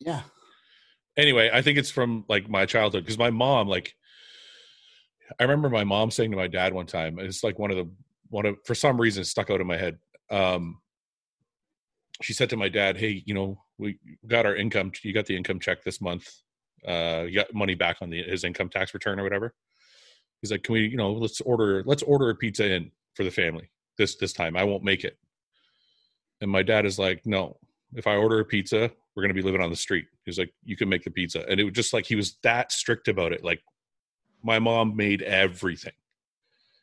S2: yeah.
S1: anyway, I think it's from like my childhood because my mom, like, I remember my mom saying to my dad one time, and it's like one of the one of for some reason it stuck out in my head. Um, she said to my dad, "Hey, you know, we got our income. You got the income check this month. Uh, you got money back on the his income tax return or whatever." He's like, "Can we, you know, let's order let's order a pizza in for the family this this time. I won't make it." And my dad is like, "No, if I order a pizza, we're gonna be living on the street. He was like, you can make the pizza, and it was just like he was that strict about it. Like, my mom made everything,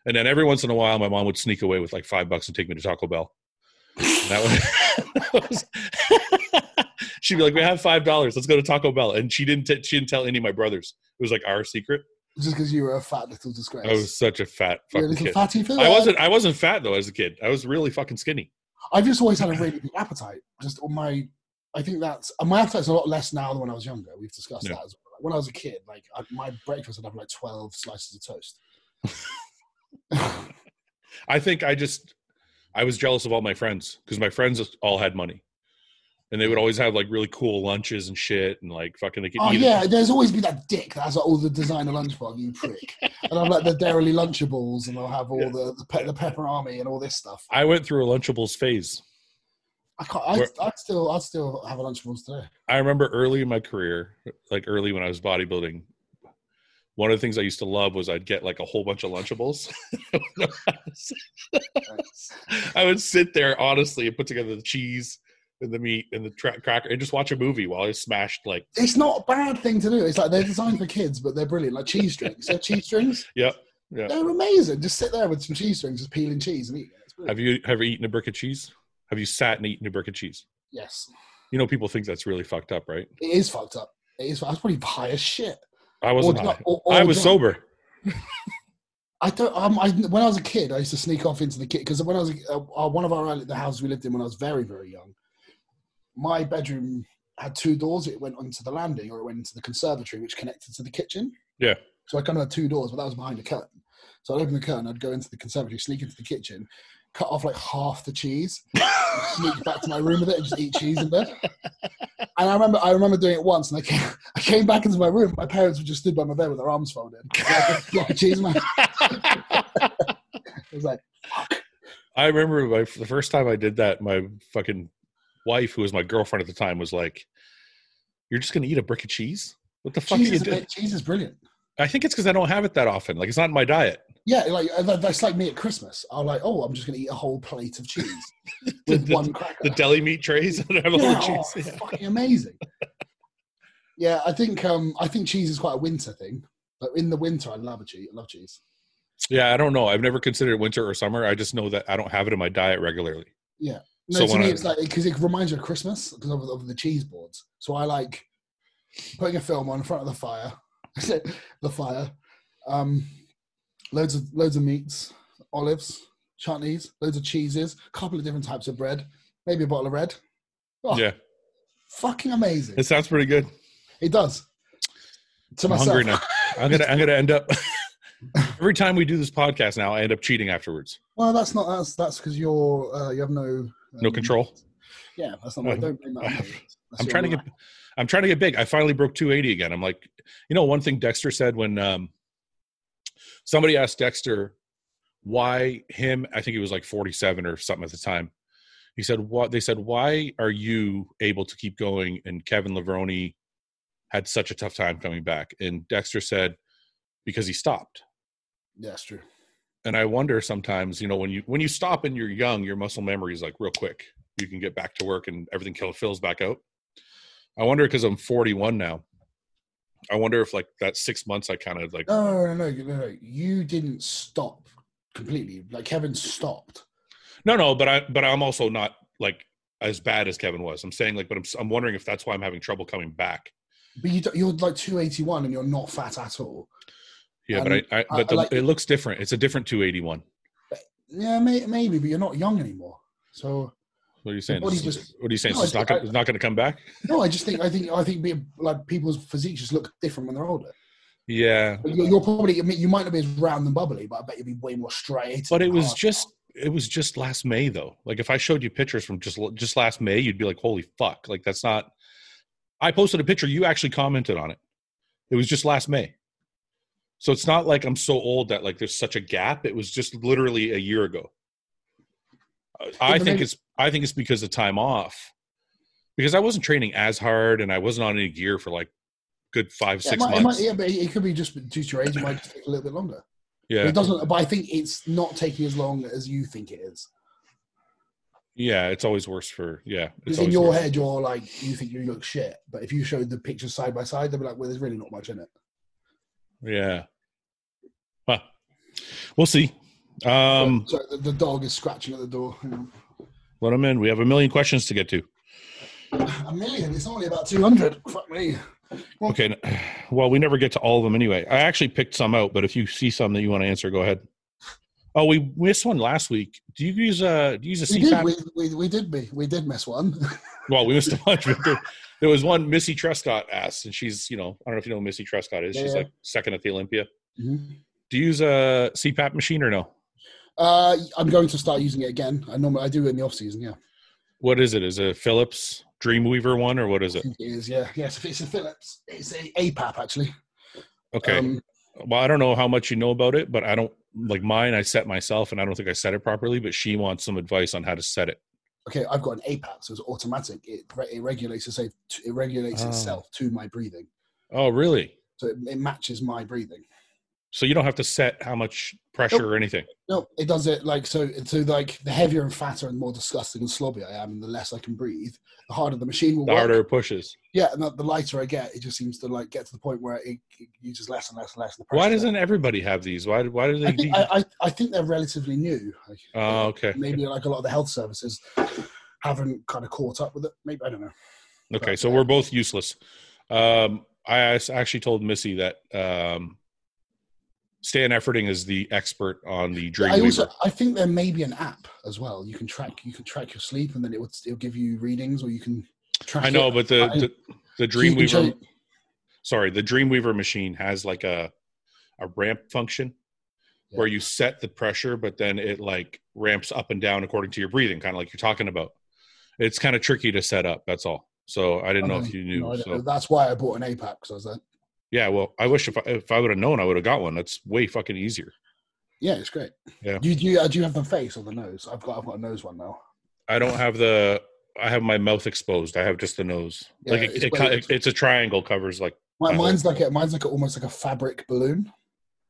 S1: And then every once in a while, my mom would sneak away with like five bucks and take me to Taco Bell. And that was, she'd be like, "We have five dollars. Let's go to Taco Bell." And she didn't. T- she didn't tell any of my brothers. It was like our secret.
S2: Just because you were a fat little disgrace.
S1: I was such a fat
S2: You're
S1: fucking
S2: a little
S1: kid.
S2: fatty fella.
S1: I wasn't. I wasn't fat though as a kid. I was really fucking skinny.
S2: I've just always had a really big appetite. Just all my, I think that's and my appetite's a lot less now than when I was younger. We've discussed
S1: Yeah.
S2: that as well. When I was a kid, like I, my breakfast, I'd have like twelve slices of toast.
S1: I think I just I was jealous of all my friends because my friends all had money, and they would always have like really cool lunches and shit, and like fucking they could
S2: oh
S1: eat.
S2: yeah, there's always been that dick that has like, all the designer lunchbox, you prick. and I'll like the Dairy Lunchables, and I'll have all
S1: Yeah.
S2: the the, pe- the pepper army and all this stuff.
S1: I went through a Lunchables phase.
S2: I can't. I,
S1: Where-
S2: I'd still, I'd still have a Lunchables today.
S1: I remember early in my career, like early when I was bodybuilding, one of the things I used to love was I'd get like a whole bunch of Lunchables. I would sit there honestly and put together the cheese and the meat and the tra- cracker and just watch a movie while I smashed like,
S2: It's not a bad thing to do. It's like they're designed for kids, but they're brilliant. Like cheese strings. They're cheese strings.
S1: yep. Yeah.
S2: They're amazing. Just sit there with some cheese strings, just peeling cheese and eating it. It's brilliant.
S1: Have you ever eaten a brick of cheese? Have you sat and eaten a brick of cheese?
S2: Yes,
S1: You know, people think that's really fucked up, right?
S2: it is fucked up. It is. I was probably high as shit.
S1: I wasn't
S2: Or
S1: high.
S2: drunk- or- or
S1: I was
S2: drunk.
S1: sober.
S2: I don't. Um, I, when I was a kid, I used to sneak off into the kid because when I was a- uh, uh, one of our the house we lived in when I was very very young, my bedroom had two doors. It went onto the landing or it went into the conservatory, which connected to the kitchen.
S1: Yeah.
S2: So I kind of had two doors, but that was behind a curtain. So I'd open the curtain, I'd go into the conservatory, sneak into the kitchen, cut off like half the cheese, sneak back to my room with it, and just eat cheese in bed. And I remember, I remember doing it once, and I came, I came back into my room. My parents were just stood by my bed with their arms folded, like, like a cheese man. It was like,
S1: I remember my, the first time I did that, my fucking wife, who was my girlfriend at the time, was like, You're just going to eat a brick of cheese? What the fuck are
S2: cheese
S1: you
S2: is, a
S1: doing?
S2: bit, cheese is brilliant.
S1: I think it's because I don't have it that often. Like, it's not in my diet.
S2: Yeah, like uh, that- that's like me at Christmas. I'm like, oh, I'm just gonna eat a whole plate of cheese with
S1: The-
S2: one cracker.
S1: The deli meat trays and I have a
S2: yeah,
S1: whole
S2: oh,
S1: cheese. Yeah.
S2: fucking amazing. yeah, I think um, I think cheese is quite a winter thing. Like in the winter, I love a cheese. I love cheese.
S1: Yeah, I don't know. I've never considered it winter or summer. I just know that I don't have it in my diet regularly.
S2: No,
S1: So uh,
S2: to
S1: when
S2: me,
S1: I-
S2: it's like because it reminds you of Christmas because of, of the cheese boards. So I like putting a film on in front of the fire, the fire, um, loads of loads of meats, olives, chutneys, loads of cheeses, a couple of different types of bread, maybe a bottle of red. Oh,
S1: Yeah,
S2: fucking amazing!
S1: it sounds pretty good.
S2: It does. To
S1: I'm
S2: myself,
S1: hungry now. I'm gonna I'm gonna end up every time we do this podcast now. I end up cheating afterwards.
S2: well, that's not that's that's because you're uh, you have no um,
S1: No control.
S2: Yeah, that's not.
S1: No,
S2: don't blame that. on
S1: I-
S2: me. That's
S1: I'm
S2: your
S1: trying to get
S2: lack.
S1: I'm trying to get big. I finally broke 280 again. I'm like, you know, one thing Dexter said when um, somebody asked Dexter why him. I think he was like 47 or something at the time. He said, "What?" They said, "Why are you able to keep going?" And Kevin Lavroni had such a tough time coming back. And Dexter said, "Because he stopped."
S2: Yeah, that's true.
S1: and I wonder sometimes, you know, when you when you stop and you're young, your muscle memory is like real quick. You can get back to work and everything kill fills back out. I wonder because I'm 41 now. I wonder if like that six months I kind of like
S2: No, no, no, no, no, no. You didn't stop completely. Like Kevin stopped.
S1: no no, but I but I'm also not like as bad as Kevin was. I'm saying like, but I'm s- I'm wondering if that's why I'm having trouble coming back.
S2: But you, don't- you're like 281 and you're not fat at all.
S1: Yeah,
S2: Um,
S1: but I, I
S2: I-
S1: but
S2: I
S1: the,
S2: like-
S1: it looks different. It's a different 281.
S2: Yeah, may, maybe, but you're not young anymore. So
S1: What are you saying?
S2: body
S1: This is-
S2: just-
S1: what are you saying?
S2: No,
S1: So it's
S2: I-
S1: not gonna, it's not going to come back.
S2: no, I just think I think I think being, like people's physiques just look different when they're older.
S1: Yeah,
S2: But You're, you're probably I mean, you might not be as round and bubbly, but I bet you'd be way more straight.
S1: But
S2: and
S1: it was
S2: hard.
S1: just it was just last May though. Like if I showed you pictures from just just last May, you'd be like, "Holy fuck!" Like that's not. I posted a picture. You actually commented on it. It was just last May. So it's not like I'm so old that like there's such a gap. It was just literally a year ago. I- I
S2: but
S1: think
S2: maybe-
S1: it's I think it's because of time off, because I wasn't training as hard and I wasn't on any gear for like good five
S2: Yeah, it
S1: six
S2: might- it
S1: months.
S2: might- yeah, but it could be just due to your age. It might just take a little bit longer.
S1: yeah,
S2: It doesn't. But I think it's not taking as long as you think it is.
S1: yeah. It's always worse for yeah. It's
S2: Because in
S1: always
S2: your
S1: worse.
S2: head, you're like, you think you look shit. But if you showed the pictures side by side, they'd be like, well, there's really not much in it.
S1: Yeah. Huh. We'll see. Um,
S2: So the, the dog is scratching at the door. Hang on.
S1: let them in. We have a million questions to get to.
S2: A million. It's only about two hundred. Fuck me.
S1: Okay. n- Well, we never get to all of them anyway. I actually picked some out, but if you see some that you want to answer, go ahead. Oh, we missed one last week. Do you use a do you use a
S2: We did.
S1: CPAP?
S2: We, we, we did. Be, we did miss one.
S1: well, we missed a bunch. But there, there was one Missy Trescott asked, and she's you know I don't know if you know who Missy Trescott is. She's
S2: Yeah.
S1: like second at the Olympia.
S2: Mhm.
S1: Do you use a CPAP machine or no?
S2: Uh, I'm going to start using it again. I normally I do in the off season. Yeah,
S1: What is it? Is it a Philips Dreamweaver one or what is
S2: I
S1: it?
S2: think it is. Yeah, yes. It's a Philips. It's a APAP actually.
S1: Okay.
S2: Um,
S1: well, I don't know how much you know about it, but I don't like mine. I set myself, and I don't think I set it properly. But she wants some advice on how to set it.
S2: okay, I've got an APAP, so it's automatic. It, re- it regulates itself. It regulates
S1: Oh.
S2: itself to my breathing,
S1: Oh, really?
S2: so it, it matches my breathing.
S1: So you don't have to set how much pressure or anything.
S2: No, it does it like so. So like the heavier and fatter and more disgusting and slobby I am, and the less I can breathe, the harder the machine will
S1: The
S2: work.
S1: harder it pushes.
S2: Yeah, and the, the lighter I get, it just seems to like get to the point where it, it uses less and less and less. And the
S1: Why
S2: pressure-
S1: doesn't everybody have these? Why? Why do
S2: I
S1: they?
S2: think
S1: need-
S2: I, I, I think they're relatively new. Like,
S1: oh, okay.
S2: Maybe like a lot of the health services haven't kind of caught up with it. Maybe I don't know.
S1: Okay, so we're both useless. Um, I as- actually told Missy that um, Stan Efforting is the expert on the
S2: I
S1: Dreamweaver.
S2: also I think there may be an app as well. You can track you can track your sleep, and then it would still give you readings, or you can track.
S1: I know,
S2: it.
S1: but the
S2: I-
S1: the, the
S2: So you can
S1: Dreamweaver.
S2: change-
S1: sorry, the Dreamweaver machine has like a a ramp function where you set the pressure, but then it like ramps up and down according to your breathing, kind of like you're talking about. It's kind of tricky to set up. That's all. So I didn't know if
S2: Okay.
S1: you knew.
S2: No, I don't
S1: so
S2: know. That's why I bought an APAP because I was like,
S1: yeah, well, I wish if I, if I would have known, I would have got one. That's way fucking easier.
S2: yeah, it's great.
S1: Yeah.
S2: Do you do you, uh, do you have the face or the nose? I've got I've got a nose one now.
S1: I don't have the. I have my mouth exposed. I have just the nose.
S2: Yeah,
S1: like it,
S2: it's
S1: it,
S2: way-
S1: co- it, it's a triangle covers. Like
S2: My,
S1: I hope.
S2: mine's like a, mine's like a, almost like a fabric balloon.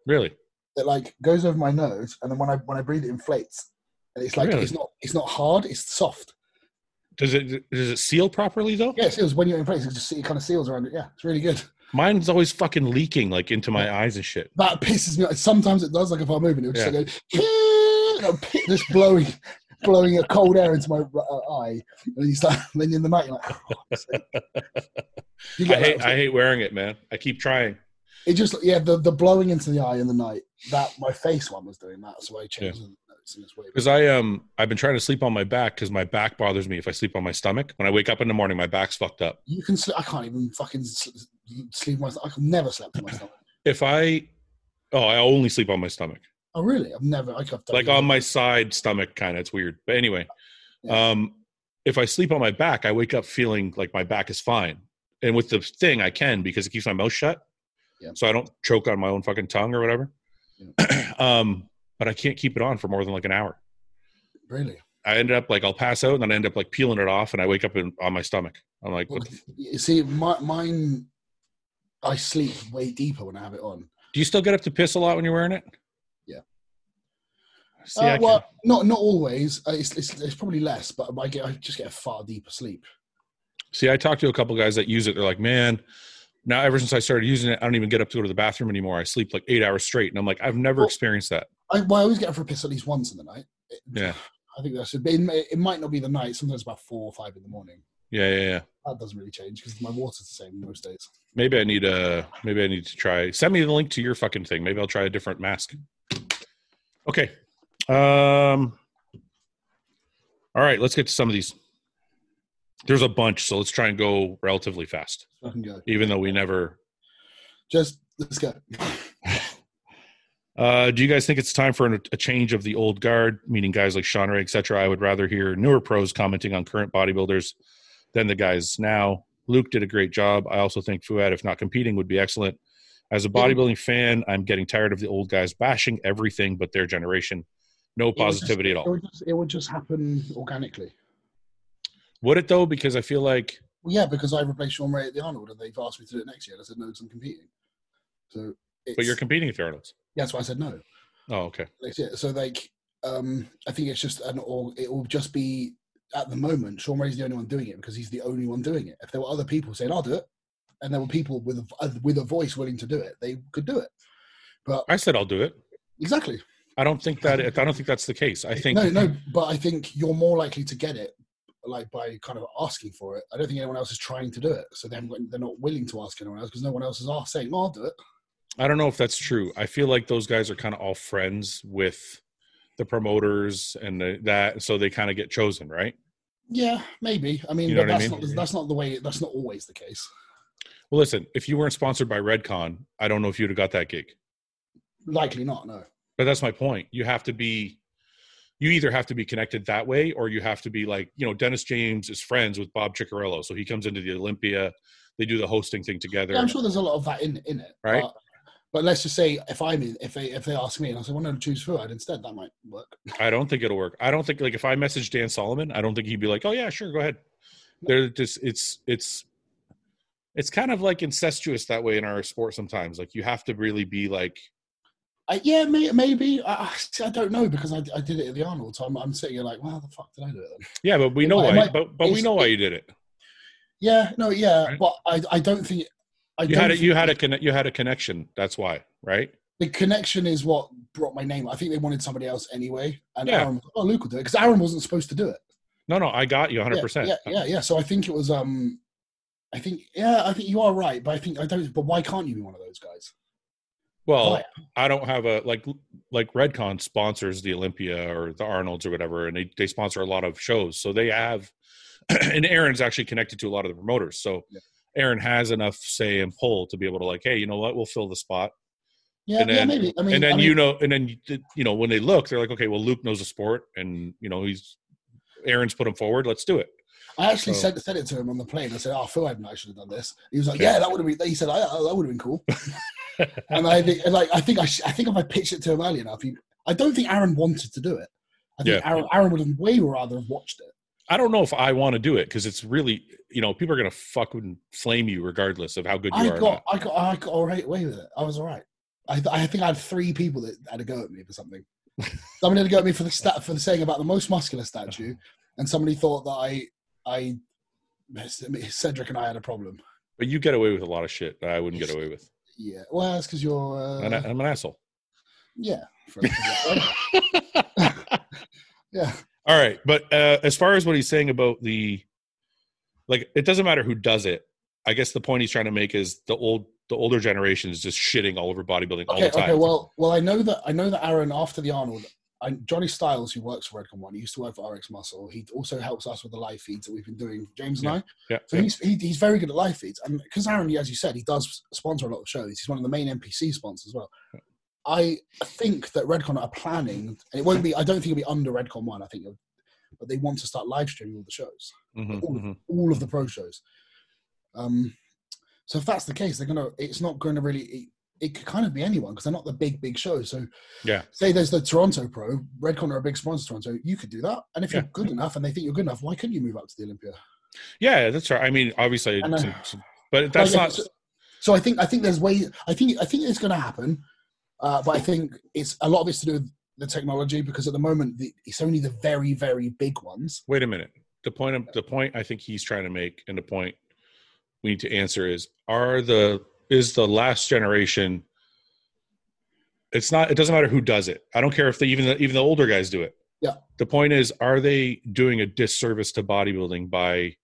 S1: really,
S2: that like goes over my nose, and then when I when I breathe, it inflates, and it's like
S1: Really?
S2: it's not it's not hard, it's soft.
S1: does it does it seal properly though?
S2: Yeah, it seals when you inflate, it just it kind of seals around it. Yeah, it's really good.
S1: Mine's always fucking leaking like into my eyes and shit.
S2: That pisses me. off. Sometimes it does. Like if I'm moving, it'll just like go, and I'll pi- just blowing blowing a cold air into my uh, eye, and then you start. Then in the night, you're like. Oh, it's like- you
S1: I
S2: get
S1: hate,
S2: that.
S1: I hate wearing it, man. I keep trying.
S2: it just yeah the, the blowing into the eye in the night that my face one was doing that so I changed the notes and it's way
S1: because I um I've been trying to sleep on my back because my back bothers me if I sleep on my stomach. When I wake up in the morning, my back's fucked up.
S2: you can sleep I can't even fucking s- sleep myself I can never sleep on my stomach
S1: If I oh I only sleep on my stomach,
S2: Oh really? I've never. Like, I've done
S1: like um, on my side stomach, kind of. It's weird, but anyway,
S2: Yeah.
S1: um if I sleep on my back, I wake up feeling like my back is fine, and with the thing I can because it keeps my mouth shut,
S2: Yeah.
S1: so I don't choke on my own fucking tongue or whatever. um, but I can't keep it on for more than like an hour.
S2: really.
S1: I ended up like I'll pass out and then I end up like peeling it off, and I wake up in, on my stomach. I'm like, what
S2: Well, you see, my, mine, I sleep way deeper when I have it on.
S1: Do you still get up to piss a lot when you're wearing it?
S2: Yeah.
S1: See,
S2: Uh,
S1: I
S2: well, not not always. Uh, It's, it's it's probably less, but I get I just get a far deeper sleep.
S1: can- see, I talked to a couple guys that use it. They're like, man, now ever since I started using it, I don't even get up to go to the bathroom anymore. I sleep like eight hours straight, and I'm like, I've never
S2: Well-
S1: experienced that.
S2: I, well, I always get up for a piss at least once in the night. It-
S1: Yeah.
S2: I think that's it. It, may- it might not be the night. Sometimes about four or five in the morning.
S1: Yeah, yeah, yeah.
S2: That doesn't really change because my water's the same most days.
S1: Maybe I need a. Maybe I need to try. Send me the link to your fucking thing. Maybe I'll try a different mask. Okay. Um. All right, let's get to some of these. There's a bunch, so let's try and go relatively fast,
S2: I can go.
S1: even though we never
S2: Just let's go.
S1: Uh, do you guys think it's time for an, a change of the old guard, meaning guys like Sean Ray, etc.? I would rather hear newer pros commenting on current bodybuilders than the guys now. Luke did a great job. I also think Fuad, if not competing, would be excellent. As a bodybuilding fan, I'm getting tired of the old guys bashing everything but their generation. No
S2: was just-
S1: positivity at
S2: It
S1: all.
S2: would just, it would just happen organically.
S1: Would it though? Because I feel like
S2: Well, yeah, because I replaced Sean Ray at the Arnold, and they've asked me to do it next year. And I said no, 'cause I'm competing. So, it's,
S1: but you're competing at the Arnold's.
S2: yeah, that's why I said no
S1: Oh, okay.
S2: next year. So, like, um, I think it's just an or it will just be at the moment. Sean Ray's the only one doing it because he's the only one doing it. If there were other people saying I'll do it, and there were people with a, with a voice willing to do it, they could do it. But
S1: I said I'll do it.
S2: exactly,
S1: I don't think that I don't think that's the case. I think
S2: no, no, but I think you're more likely to get it like by kind of asking for it. I don't think anyone else is trying to do it, so then they're not willing to ask anyone else because no one else is asked saying, oh, "I'll do it."
S1: I don't know if that's true. I feel like those guys are kind of all friends with the promoters and the, that, so they kind of get chosen, right?
S2: Yeah, maybe. I mean,
S1: You know
S2: but
S1: what I
S2: that's
S1: mean?
S2: not that's not the way. That's not always the case.
S1: Well, listen, if you weren't sponsored by Redcon, I don't know if you'd have got that gig.
S2: Likely not. No.
S1: But that's my point. You have to be, you either have to be connected that way, or you have to be like, you know, Dennis James is friends with Bob Ciccarello, so he comes into the Olympia. They do the hosting thing together.
S2: Yeah, I'm sure there's a lot of that in in it.
S1: Right.
S2: But, but let's just say if I'm in, if they if they ask me and I say, "Well, no, choose Fuad instead," that might work.
S1: I don't think it'll work. I don't think like if I message Dan Solomon, I don't think he'd be like, "Oh yeah, sure, go ahead." They're just it's it's it's kind of like incestuous that way in our sport sometimes. Like you have to really be like,
S2: Uh, yeah, may, maybe. I, I- see, I don't know because I, I did it at the Arnold, so I'm, I'm sitting here like, "Wow, the fuck did I do it?" Then?
S1: yeah, but we
S2: It
S1: know
S2: might- it
S1: why,
S2: might-
S1: but but we
S2: it's-
S1: know why you did it.
S2: Yeah, no, yeah,
S1: Right.
S2: but I I don't think I
S1: You
S2: don't
S1: had a,
S2: think
S1: you had a conne- you had a connection. That's why, right?
S2: the connection is what brought my name. I think they wanted somebody else anyway, and
S1: Yeah.
S2: Aaron, oh, Luke will do it because Aaron wasn't supposed to do it.
S1: No, no, I got you 100.
S2: yeah,
S1: percent
S2: Yeah, yeah, yeah. So I think it was. Um, I think yeah, I think you are right, but I think I don't. But why can't you be one of those guys?
S1: Well,
S2: Why?
S1: I don't have a like like Redcon sponsors the Olympia or the Arnold's or whatever, and they, they sponsor a lot of shows. So they have, and Aaron's actually connected to a lot of the promoters. So
S2: Yeah.
S1: Aaron has enough say and pull to be able to like, hey, you know what, we'll fill the spot,
S2: Yeah,
S1: And
S2: yeah,
S1: then-
S2: maybe. I mean,
S1: and then
S2: I mean,
S1: you know, and then you- you know when they look, they're like, okay, well Luke knows the sport, and you know he's Aaron's put him forward. Let's do it.
S2: I actually
S1: so-
S2: said said it to him on the plane. I said, "Oh, Phil hadn't actually done this." He was like,
S1: Yeah.
S2: "Yeah, that would have been." He said, "Oh, yeah, "That would have been cool." and I think, and like, I think I, sh- I think if I pitched it to him early enough, he, I don't think Aaron wanted to do it. I think
S1: Yeah.
S2: Aaron, Aaron would have way rather have watched it.
S1: I don't know if I want to do it because it's really, you know, people are gonna fucking flame you regardless of how good you
S2: I
S1: are. or
S2: got,
S1: not.
S2: I got, I got all right away with it. I was all right. I, th- I think I had three people that had a go at me for something. somebody had a go at me for the stat for the saying about the most muscular statue,
S1: Uh-huh.
S2: and somebody thought that I, I, Cedric and I had a problem.
S1: But you get away with a lot of shit that I wouldn't get away with.
S2: Yeah, well, that's because you're. Uh,
S1: I'm an- I'm an asshole.
S2: Yeah. for- yeah.
S1: All right, but uh, as far as what he's saying about the, like, it doesn't matter who does it. I guess the point he's trying to make is the old, the older generation is just shitting all over bodybuilding all
S2: Okay.
S1: the time.
S2: Okay. Well, well, I know that I know that Aaron after the Arnold, I, Johnny Styles, who works for Redcon One, he used to work for RX Muscle. He also helps us with the live feeds that we've been doing, James and I.
S1: yeah,
S2: So
S1: yeah.
S2: he's he, he's very good at live feeds, and because Aaron, as you said, he does sponsor a lot of shows. He's one of the main NPC sponsors as well. I think that Redcon are planning, and it won't be. I don't think it'll be under Redcon One. I think, it'll, but they want to start live streaming all the shows.
S1: Mhm,
S2: all-
S1: mhm.
S2: all of the pro shows. Um, so if that's the case, they're gonna. It's not going to really. It, it could kind of be anyone because they're not the big big shows. So
S1: Yeah.
S2: say there's the Toronto Pro, Redcon are a big sponsor. to Toronto, you could do that, and if you're
S1: Yeah.
S2: good enough, and they think you're good enough, why couldn't you move up to the Olympia?
S1: yeah, that's right. I mean, obviously,
S2: And, uh,
S1: some- some- but that's
S2: Like,
S1: not.
S2: So, so I think I think there's way. I think I think it's going to happen, uh, but I think it's a lot of it's to do with the technology because at the moment the, it's only the very very big ones.
S1: Wait a minute. The point, of- the point I think he's trying to make, and the point we need to answer is: Are the is the last generation? It's not. It doesn't matter who does it. I don't care if they even the, even the older guys do it.
S2: Yeah.
S1: The point is, are they doing a disservice to bodybuilding by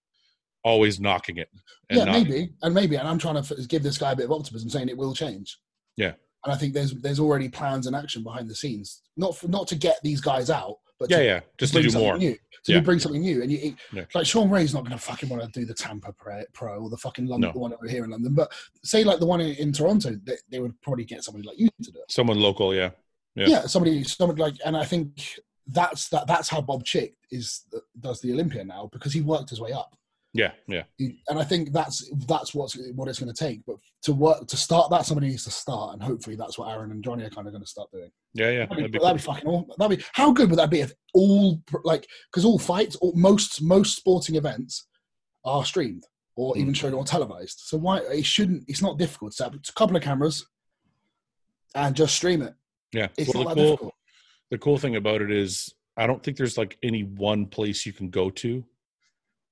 S1: always knocking it?
S2: yeah,
S1: not,
S2: maybe, and maybe, and I'm trying to f- give this guy a bit of optimism, saying it will change.
S1: Yeah.
S2: and I think there's there's already plans and action behind the scenes, not for, not to get these guys out, but
S1: Yeah,
S2: to
S1: yeah. Just to
S2: bring
S1: do
S2: something
S1: more.
S2: New. So
S1: Yeah.
S2: you bring something new, and you it-
S1: Yeah.
S2: like Sean Ray's not going to fucking want to do the Tampa Pro, Pro or the fucking London,
S1: No.
S2: the one over here in London, but say like the one in, in Toronto, they, they would probably get somebody like you to do it.
S1: Someone local, yeah. Yeah.
S2: Yeah. somebody, somebody like, and I think that's that that's how Bob Chick is does the Olympia now because he worked his way up
S1: Yeah, yeah.
S2: and I think that's that's what's what it's going to take. But to work to start that, somebody needs to start, and hopefully that's what Aaron and Johnny are kind of going to start doing.
S1: Yeah, yeah.
S2: That'd be,
S1: That'd be
S2: that'd be fucking awesome. That'd be how good would that be if all like because all fights or most most sporting events are streamed or
S1: Hmm.
S2: even shown or televised. So why it shouldn't? It's not difficult. So it's a couple of cameras and just stream it.
S1: yeah.
S2: It's
S1: Well,
S2: not
S1: the
S2: that
S1: cool
S2: difficult.
S1: the cool thing about it is I don't think there's like any one place you can go to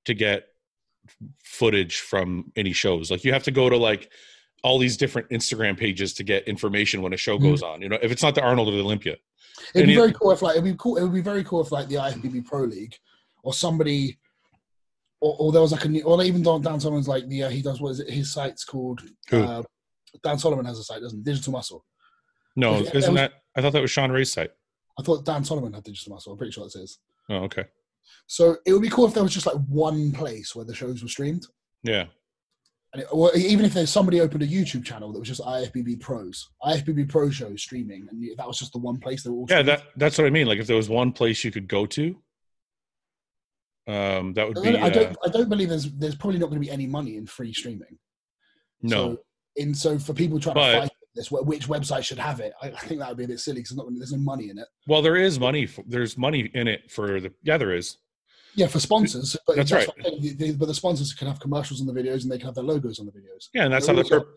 S1: to get footage from any shows. Like you have to go to like all these different Instagram pages to get information when a show
S2: Mm-hmm.
S1: goes on. You know, if it's not the Arnold or the Olympia,
S2: It'd be
S1: Any-
S2: very cool if like it'd be cool. It would be very cool if like the IFBB Pro League or somebody, or, or there was like a new, or like, even down, down someone's like the uh, he does what is it? His site's called.
S1: Who?
S2: Uh, Dan Solomon has a site, doesn't he? Digital Muscle.
S1: no,
S2: If- if
S1: isn't
S2: that
S1: that? I thought that was Sean Ray's site.
S2: I thought Dan Solomon had Digital Muscle. I'm pretty sure that's his.
S1: Oh, okay,
S2: So it would be cool if there was just like one place where the shows were streamed,
S1: yeah,
S2: and it, or even if there's somebody opened a YouTube channel that was just IFBB Pros, IFBB Pro shows streaming, and you- that was just the one place they were all.
S1: yeah.
S2: streamed.
S1: That that's what I mean. Like, if there was one place you could go to, um, that would
S2: I
S1: be
S2: don't, I
S1: uh,
S2: don't. I don't believe there's. There's probably not going to be any money in free streaming.
S1: no.
S2: So, and so for people trying
S1: But-
S2: to fight this, wh- which website should have it, I, I think that would be a bit silly because there's no money in it.
S1: Well, there is money. For, there's money in it for the. Yeah, there is.
S2: Yeah, for sponsors. But
S1: That's right.
S2: what I'm saying, the- the- but the sponsors can have commercials on the videos and they can have their logos on the videos.
S1: Yeah, and that's how
S2: They're
S1: the
S2: also-
S1: pur-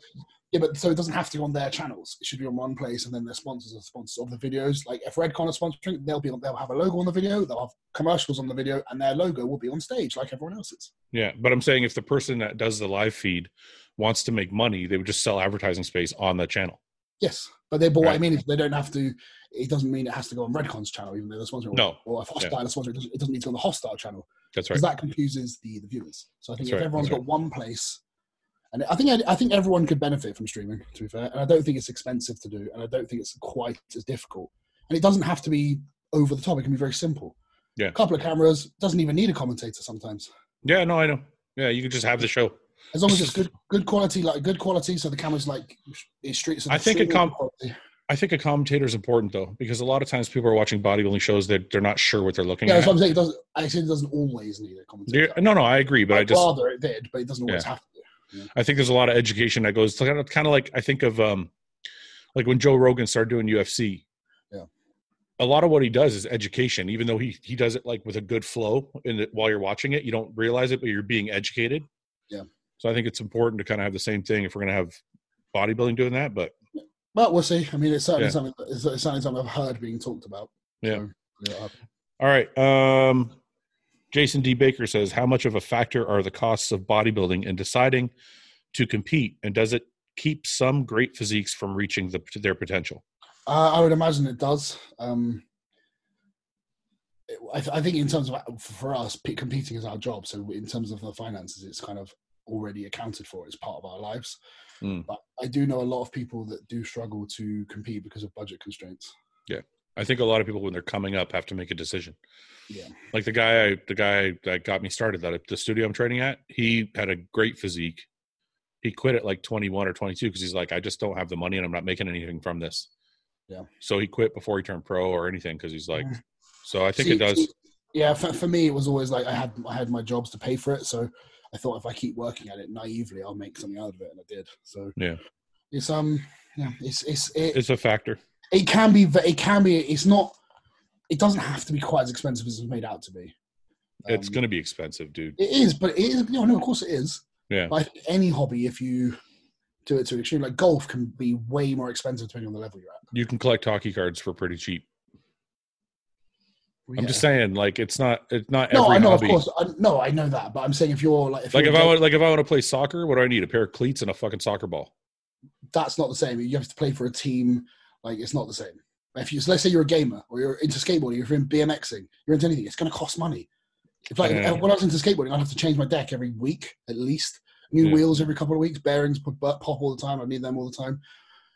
S2: Yeah, but so it doesn't have to go on their channels. It should be on one place, and then their sponsors are sponsors of the videos. Like if Redcon are sponsoring, they'll be on, they'll have a logo on the video, they'll have commercials on the video, and their logo will be on stage like everyone else's.
S1: Yeah, but I'm saying if the person that does the live feed wants to make money, they would just sell advertising space on the channel.
S2: Yes, but they. But what
S1: Right.
S2: I mean is they don't have to. It doesn't mean it has to go on Redcon's channel, even though they're sponsoring.
S1: No,
S2: Or if Hostile is sponsoring, it doesn't- it doesn't need to go on the Hostile channel.
S1: that's right.
S2: because that confuses the, the viewers. So I think
S1: That's
S2: if
S1: right,
S2: everyone's
S1: that's
S2: got one place, and I think I think everyone could benefit from streaming. To be fair, and I don't think it's expensive to do, and I don't think it's quite as difficult. And it doesn't have to be over the top; it can be very simple.
S1: Yeah.
S2: a couple of cameras doesn't even need a commentator sometimes,
S1: Yeah, no, I know. Yeah, you could just have the show.
S2: as long as it's good good quality, like good quality, so the camera's like it's street. So
S1: I
S2: the
S1: think a
S2: streaming
S1: com-
S2: quality-
S1: I think a commentator is important though, because a lot of times people are watching bodybuilding shows that they're not sure what they're looking
S2: Yeah,
S1: at.
S2: that's what I'm saying. It doesn't actually it doesn't always need a
S1: They're-
S2: commentator.
S1: no, no, I agree, but I
S2: I'd
S1: just
S2: rather it did, but it doesn't always have to.
S1: I think there's a lot of education that goes. It's kind of, kind of like I think of um, like when Joe Rogan started doing UFC.
S2: Yeah.
S1: A lot of what he does is education, even though he he does it like with a good flow and it- while you're watching it, you don't realize it, but you're being educated.
S2: Yeah.
S1: So I think it's important to kind of have the same thing if we're gonna have bodybuilding doing that. But
S2: But we'll see. I mean, it's certainly
S1: Yeah.
S2: something. It's certainly something I've heard being talked about.
S1: Yeah.
S2: So, yeah,
S1: all right. Um Jason D. Baker says, How much of a factor are the costs of bodybuilding in deciding to compete? And does it keep some great physiques from reaching the, their potential?
S2: Uh, I would imagine it does. Um, it- I, th- I think in terms of for us, p- competing is our job. So in terms of the finances, it's kind of already accounted for. It's part of our lives.
S1: Mm.
S2: But I do know a lot of people that do struggle to compete because of budget constraints.
S1: I think a lot of people when they're coming up have to make a decision.
S2: Yeah.
S1: Like the guy, I, the guy that got me started that at the studio I'm training at, he had a great physique. He quit at like 21 or 22 because he's like, I just don't have the money and I'm not making anything from this.
S2: Yeah.
S1: So he quit before he turned pro or anything because he's like,
S2: Mhm.
S1: so I think
S2: See-
S1: it does.
S2: see- yeah, for, for me, it was always like I had I had my jobs to pay for it, so I thought if I keep working at it naively, I'll make something out of it, and I did. So
S1: Yeah.
S2: it's um, yeah, it's it's it,
S1: it's a factor.
S2: it can be ve- it can be it's not it doesn't have to be quite as expensive as it's made out to be.
S1: it's
S2: Um,
S1: going to be expensive, dude.
S2: It is, but it is. No, no, of course it is.
S1: Yeah.
S2: But I think any hobby, if you do it to an extreme, like golf, can be way more expensive depending on the level you're at.
S1: You can collect hockey cards for pretty cheap. I'm
S2: Yeah.
S1: just saying, like, it's not, it's not
S2: No,
S1: every
S2: I know,
S1: hobby.
S2: of course. I, no, I know that, but I'm saying if you're like, if
S1: Like
S2: you're
S1: if
S2: a
S1: I
S2: golf-
S1: want, like if I want to play soccer, what do I need? A pair of cleats and a fucking soccer ball.
S2: that's not the same. You have to play for a team. Like it's not the same. If you so let's say you're a gamer or you're into skateboarding, if you're in BMXing, you're into anything, it's going to cost money. If like
S1: Yeah.
S2: when I was into skateboarding, I'd have to change my deck every week at least. New
S1: Yeah.
S2: wheels every couple of weeks, bearings pop, pop all the time. I need them all the time.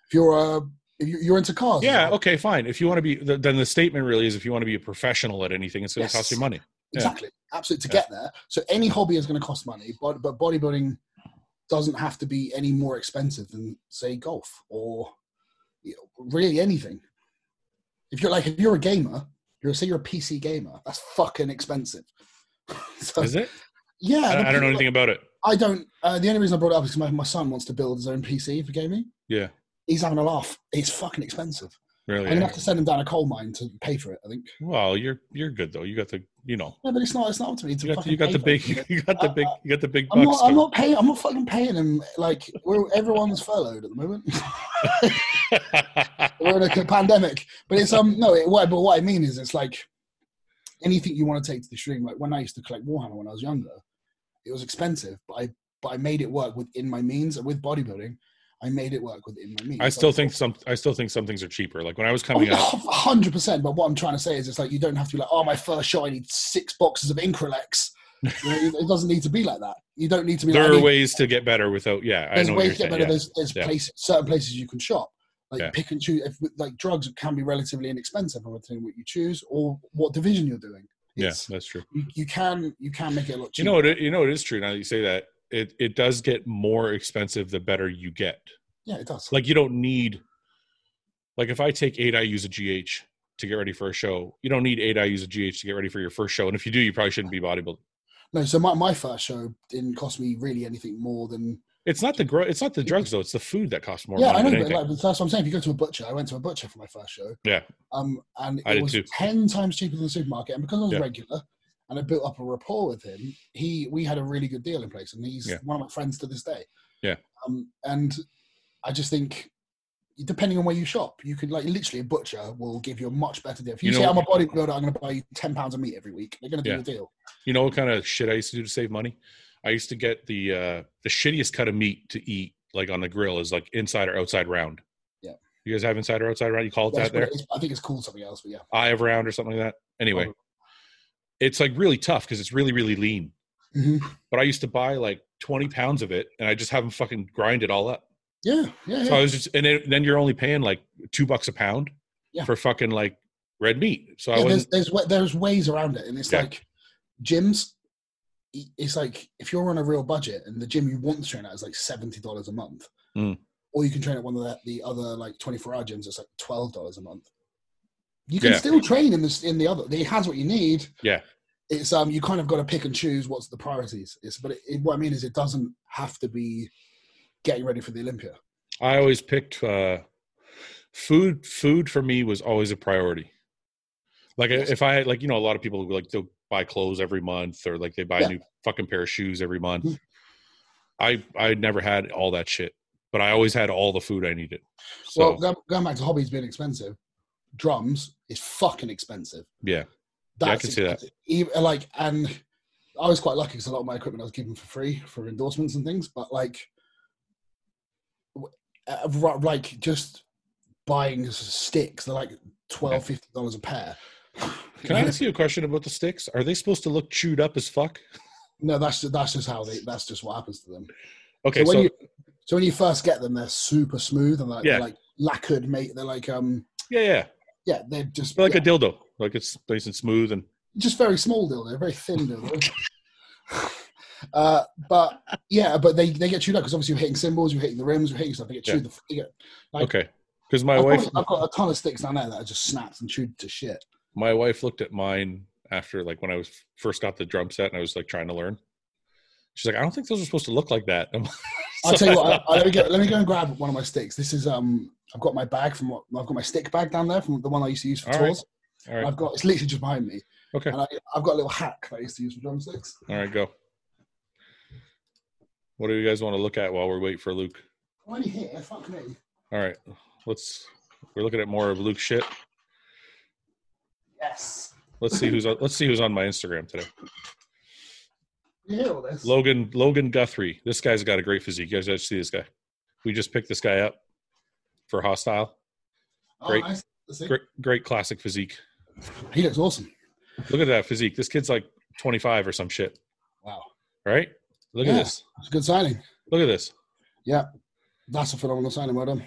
S2: If you're uh, if you- you're into cars,
S1: Yeah. Okay. Fine. If you want to be, th- then the statement really is if you want to be a professional at anything, it's going to
S2: Yes.
S1: cost you money. yeah.
S2: exactly, absolutely to
S1: Yeah.
S2: get there. So any hobby is going to cost money, but but bodybuilding doesn't have to be any more expensive than say golf or you know, really anything. If you're like if you're a gamer, you're say you're a PC gamer. That's fucking expensive. so,
S1: Is it?
S2: Oh, yeah,
S1: I,
S2: the
S1: I don't know
S2: people-
S1: anything about it.
S2: I don't. Uh, the only reason I brought it up is 'cause my, my son wants to build his own PC for gaming.
S1: Yeah. Oh,
S2: He's having a laugh. It's fucking expensive. I'm
S1: Really.
S2: gonna have to send him down a coal mine to pay for it. I think.
S1: Well, you're you're good though. You got the you know
S2: No, but it's not. It's not up to me to
S1: you got the,
S2: fucking
S1: you got
S2: pay
S1: the
S2: for
S1: big
S2: it.
S1: you got the big you got the big
S2: I'm
S1: bucks.
S2: not, I'm
S1: though.
S2: not paying. I'm not fucking paying him. Like we're, everyone's furloughed at the moment. we're in a pandemic, but it's um no. It, what, but what I mean is, it's like anything you want to take to the stream. Like when I used to collect Warhammer when I was younger, it was expensive, but I but I made it work within my means and with bodybuilding. I made it work within my means.
S1: I still think some. I still think some things are cheaper. Like when
S2: Oh,
S1: I was coming up,
S2: hundred percent. But what I'm trying to say is, it's like you don't have to be like, oh, my first shot, I need six boxes of Increlex. You know, it doesn't need to be like that. You don't need to be.
S1: there
S2: like, I
S1: are
S2: need-
S1: ways to get better without. Yeah, I
S2: there's
S1: know what
S2: ways
S1: you're saying.
S2: to get better.
S1: Yeah.
S2: There's, there's
S1: Yeah.
S2: places, certain places you can shop. Like
S1: Yeah.
S2: pick and choose. If, like drugs can be relatively inexpensive, and depending what you choose or what division you're doing.
S1: yeah,
S2: It's-
S1: that's true.
S2: You, you can you can make it a lot
S1: You
S2: cheaper.
S1: know what? It, you know it is true. Now that you say that, it it does get more expensive the better you get.
S2: yeah, it does.
S1: Like you don't need. Like if I take eight, I use a GH to get ready for a show. You don't need eight, I use a GH to get ready for your first show. And if you do, you probably shouldn't be bodybuilding.
S2: no, so my, my first show didn't cost me really anything more than
S1: It's not the gr- It's not the drugs though. It's the food that costs more
S2: yeah,
S1: money
S2: I know,
S1: than
S2: but
S1: anything.
S2: like, that's what I'm saying. If you go to a butcher, I went to a butcher for my first show.
S1: Yeah.
S2: Um, and
S1: I
S2: it
S1: did
S2: was
S1: too.
S2: ten times cheaper than the supermarket, and because I was
S1: Yeah.
S2: regular and I built up a rapport with him, he we had a really good deal in place, and he's
S1: Yeah.
S2: one of my friends to this day.
S1: Yeah.
S2: Um, and I just think. Depending on where you shop, you could like literally a butcher will give you a much better deal. If you,
S1: You know
S2: say I'm a
S1: what-
S2: bodybuilder, I'm going to buy you ten pounds of meat every week. They're going to do
S1: Yeah.
S2: you a deal.
S1: You know what kind of shit I used to do to save money? I used to get the uh the shittiest cut of meat to eat, like on the grill, is like inside or outside round.
S2: Yeah.
S1: You guys have inside or outside round? You call it
S2: That's
S1: that
S2: what
S1: there?
S2: it is. I think it's called something else, but yeah,
S1: Eye of round or something like that. Anyway,
S2: Uh-huh.
S1: it's like really tough because it's really really lean.
S2: Mhm.
S1: But I used to buy like twenty pounds of it, and I just have them fucking grind it all up.
S2: yeah, yeah,
S1: So I
S2: yeah.
S1: was just, and then- then you're only paying like two bucks a pound
S2: Yeah.
S1: for fucking like red meat. So I
S2: yeah
S1: wasn't.
S2: there's, there's wa- there's ways around it, and it's
S1: Yeah.
S2: like gyms. i- It's like if you're on a real budget, and the gym you want to train at is like seventy dollars a month,
S1: Mm.
S2: or you can train at one of the, the other like twenty four hour gyms. It's like twelve dollars a month. You can
S1: Yeah.
S2: still train in this in the other. It has what you need.
S1: Yeah.
S2: It's um you kind of got to pick and choose what's the priorities. It's but it, it- what I mean is it doesn't have to be getting ready for the Olympia.
S1: I always picked uh, food. Food for me was always a priority. Like
S2: Yes.
S1: if I like, you know, a lot of people like they'll buy clothes every month, or like they buy
S2: Yeah.
S1: a new fucking pair of shoes every month.
S2: Mhm.
S1: I I never had all that shit, but I always had all the food I needed. So
S2: well, go- going back to hobbies being expensive, drums is fucking expensive.
S1: yeah, Yeah, I can see that.
S2: expensive. Even, uh, like, and I was quite lucky because a lot of my equipment I was given for free for endorsements and things. But like, w- uh, ri- like just buying s- sticks, they're like twelve, fifty dollars a pair.
S1: can I ask you a question about the sticks? Are they supposed to look chewed up as fuck?
S2: No, that's just, that's just how they. That's just what happens to them.
S1: Okay, so,
S2: when you so when you first get them, they're super smooth and like,
S1: Yeah.
S2: they're like lacquered, mate. They're like um
S1: yeah, yeah,
S2: yeah, they're just
S1: They're like
S2: yeah,
S1: a dildo, like it's nice and smooth and
S2: just very small dildo, very thin dildo. uh, but yeah, but they, they get chewed up because obviously you're hitting cymbals, you're hitting the rims, you're hitting stuff. They get
S1: Yeah.
S2: chewed. The, they get, Like-
S1: okay. Because my
S2: I've,
S1: wife,
S2: got, I've got a ton of sticks down there that are just snapped and chewed to shit.
S1: my wife looked at mine after like when I was first got the drum set and I was like trying to learn. She's like, I don't think those are supposed to look like that. I'm-
S2: I'll
S1: So
S2: tell you what. I, I, let me go. Let me go and grab one of my sticks. This is um. I've got my bag from what I've got my stick bag down there from the one I used to use for
S1: All right.
S2: tours.
S1: all right,
S2: I've got it's literally just behind me,
S1: okay,
S2: and I, I've got a little hack that I used to use for drumsticks.
S1: all right, go. What do you guys want to look at while we're waiting for Luke?
S2: I'm only here. Fuck me.
S1: All right, let's. We're looking at more of Luke shit.
S2: Yes.
S1: Let's see who's on, let's see who's on my Instagram today.
S2: You hear all this?
S1: Logan Logan Guthrie. This guy's got a great physique. You guys gotta see this guy. We just picked this guy up for hostile.
S2: Oh,
S1: great.
S2: nice. Let's see.
S1: Great great classic physique.
S2: He looks awesome.
S1: Look at that physique. This kid's like 25 or some shit.
S2: Wow.
S1: right? Look at
S2: Yeah.
S1: this.
S2: It's a good signing.
S1: Look at this.
S2: That's a phenomenal signing, well done.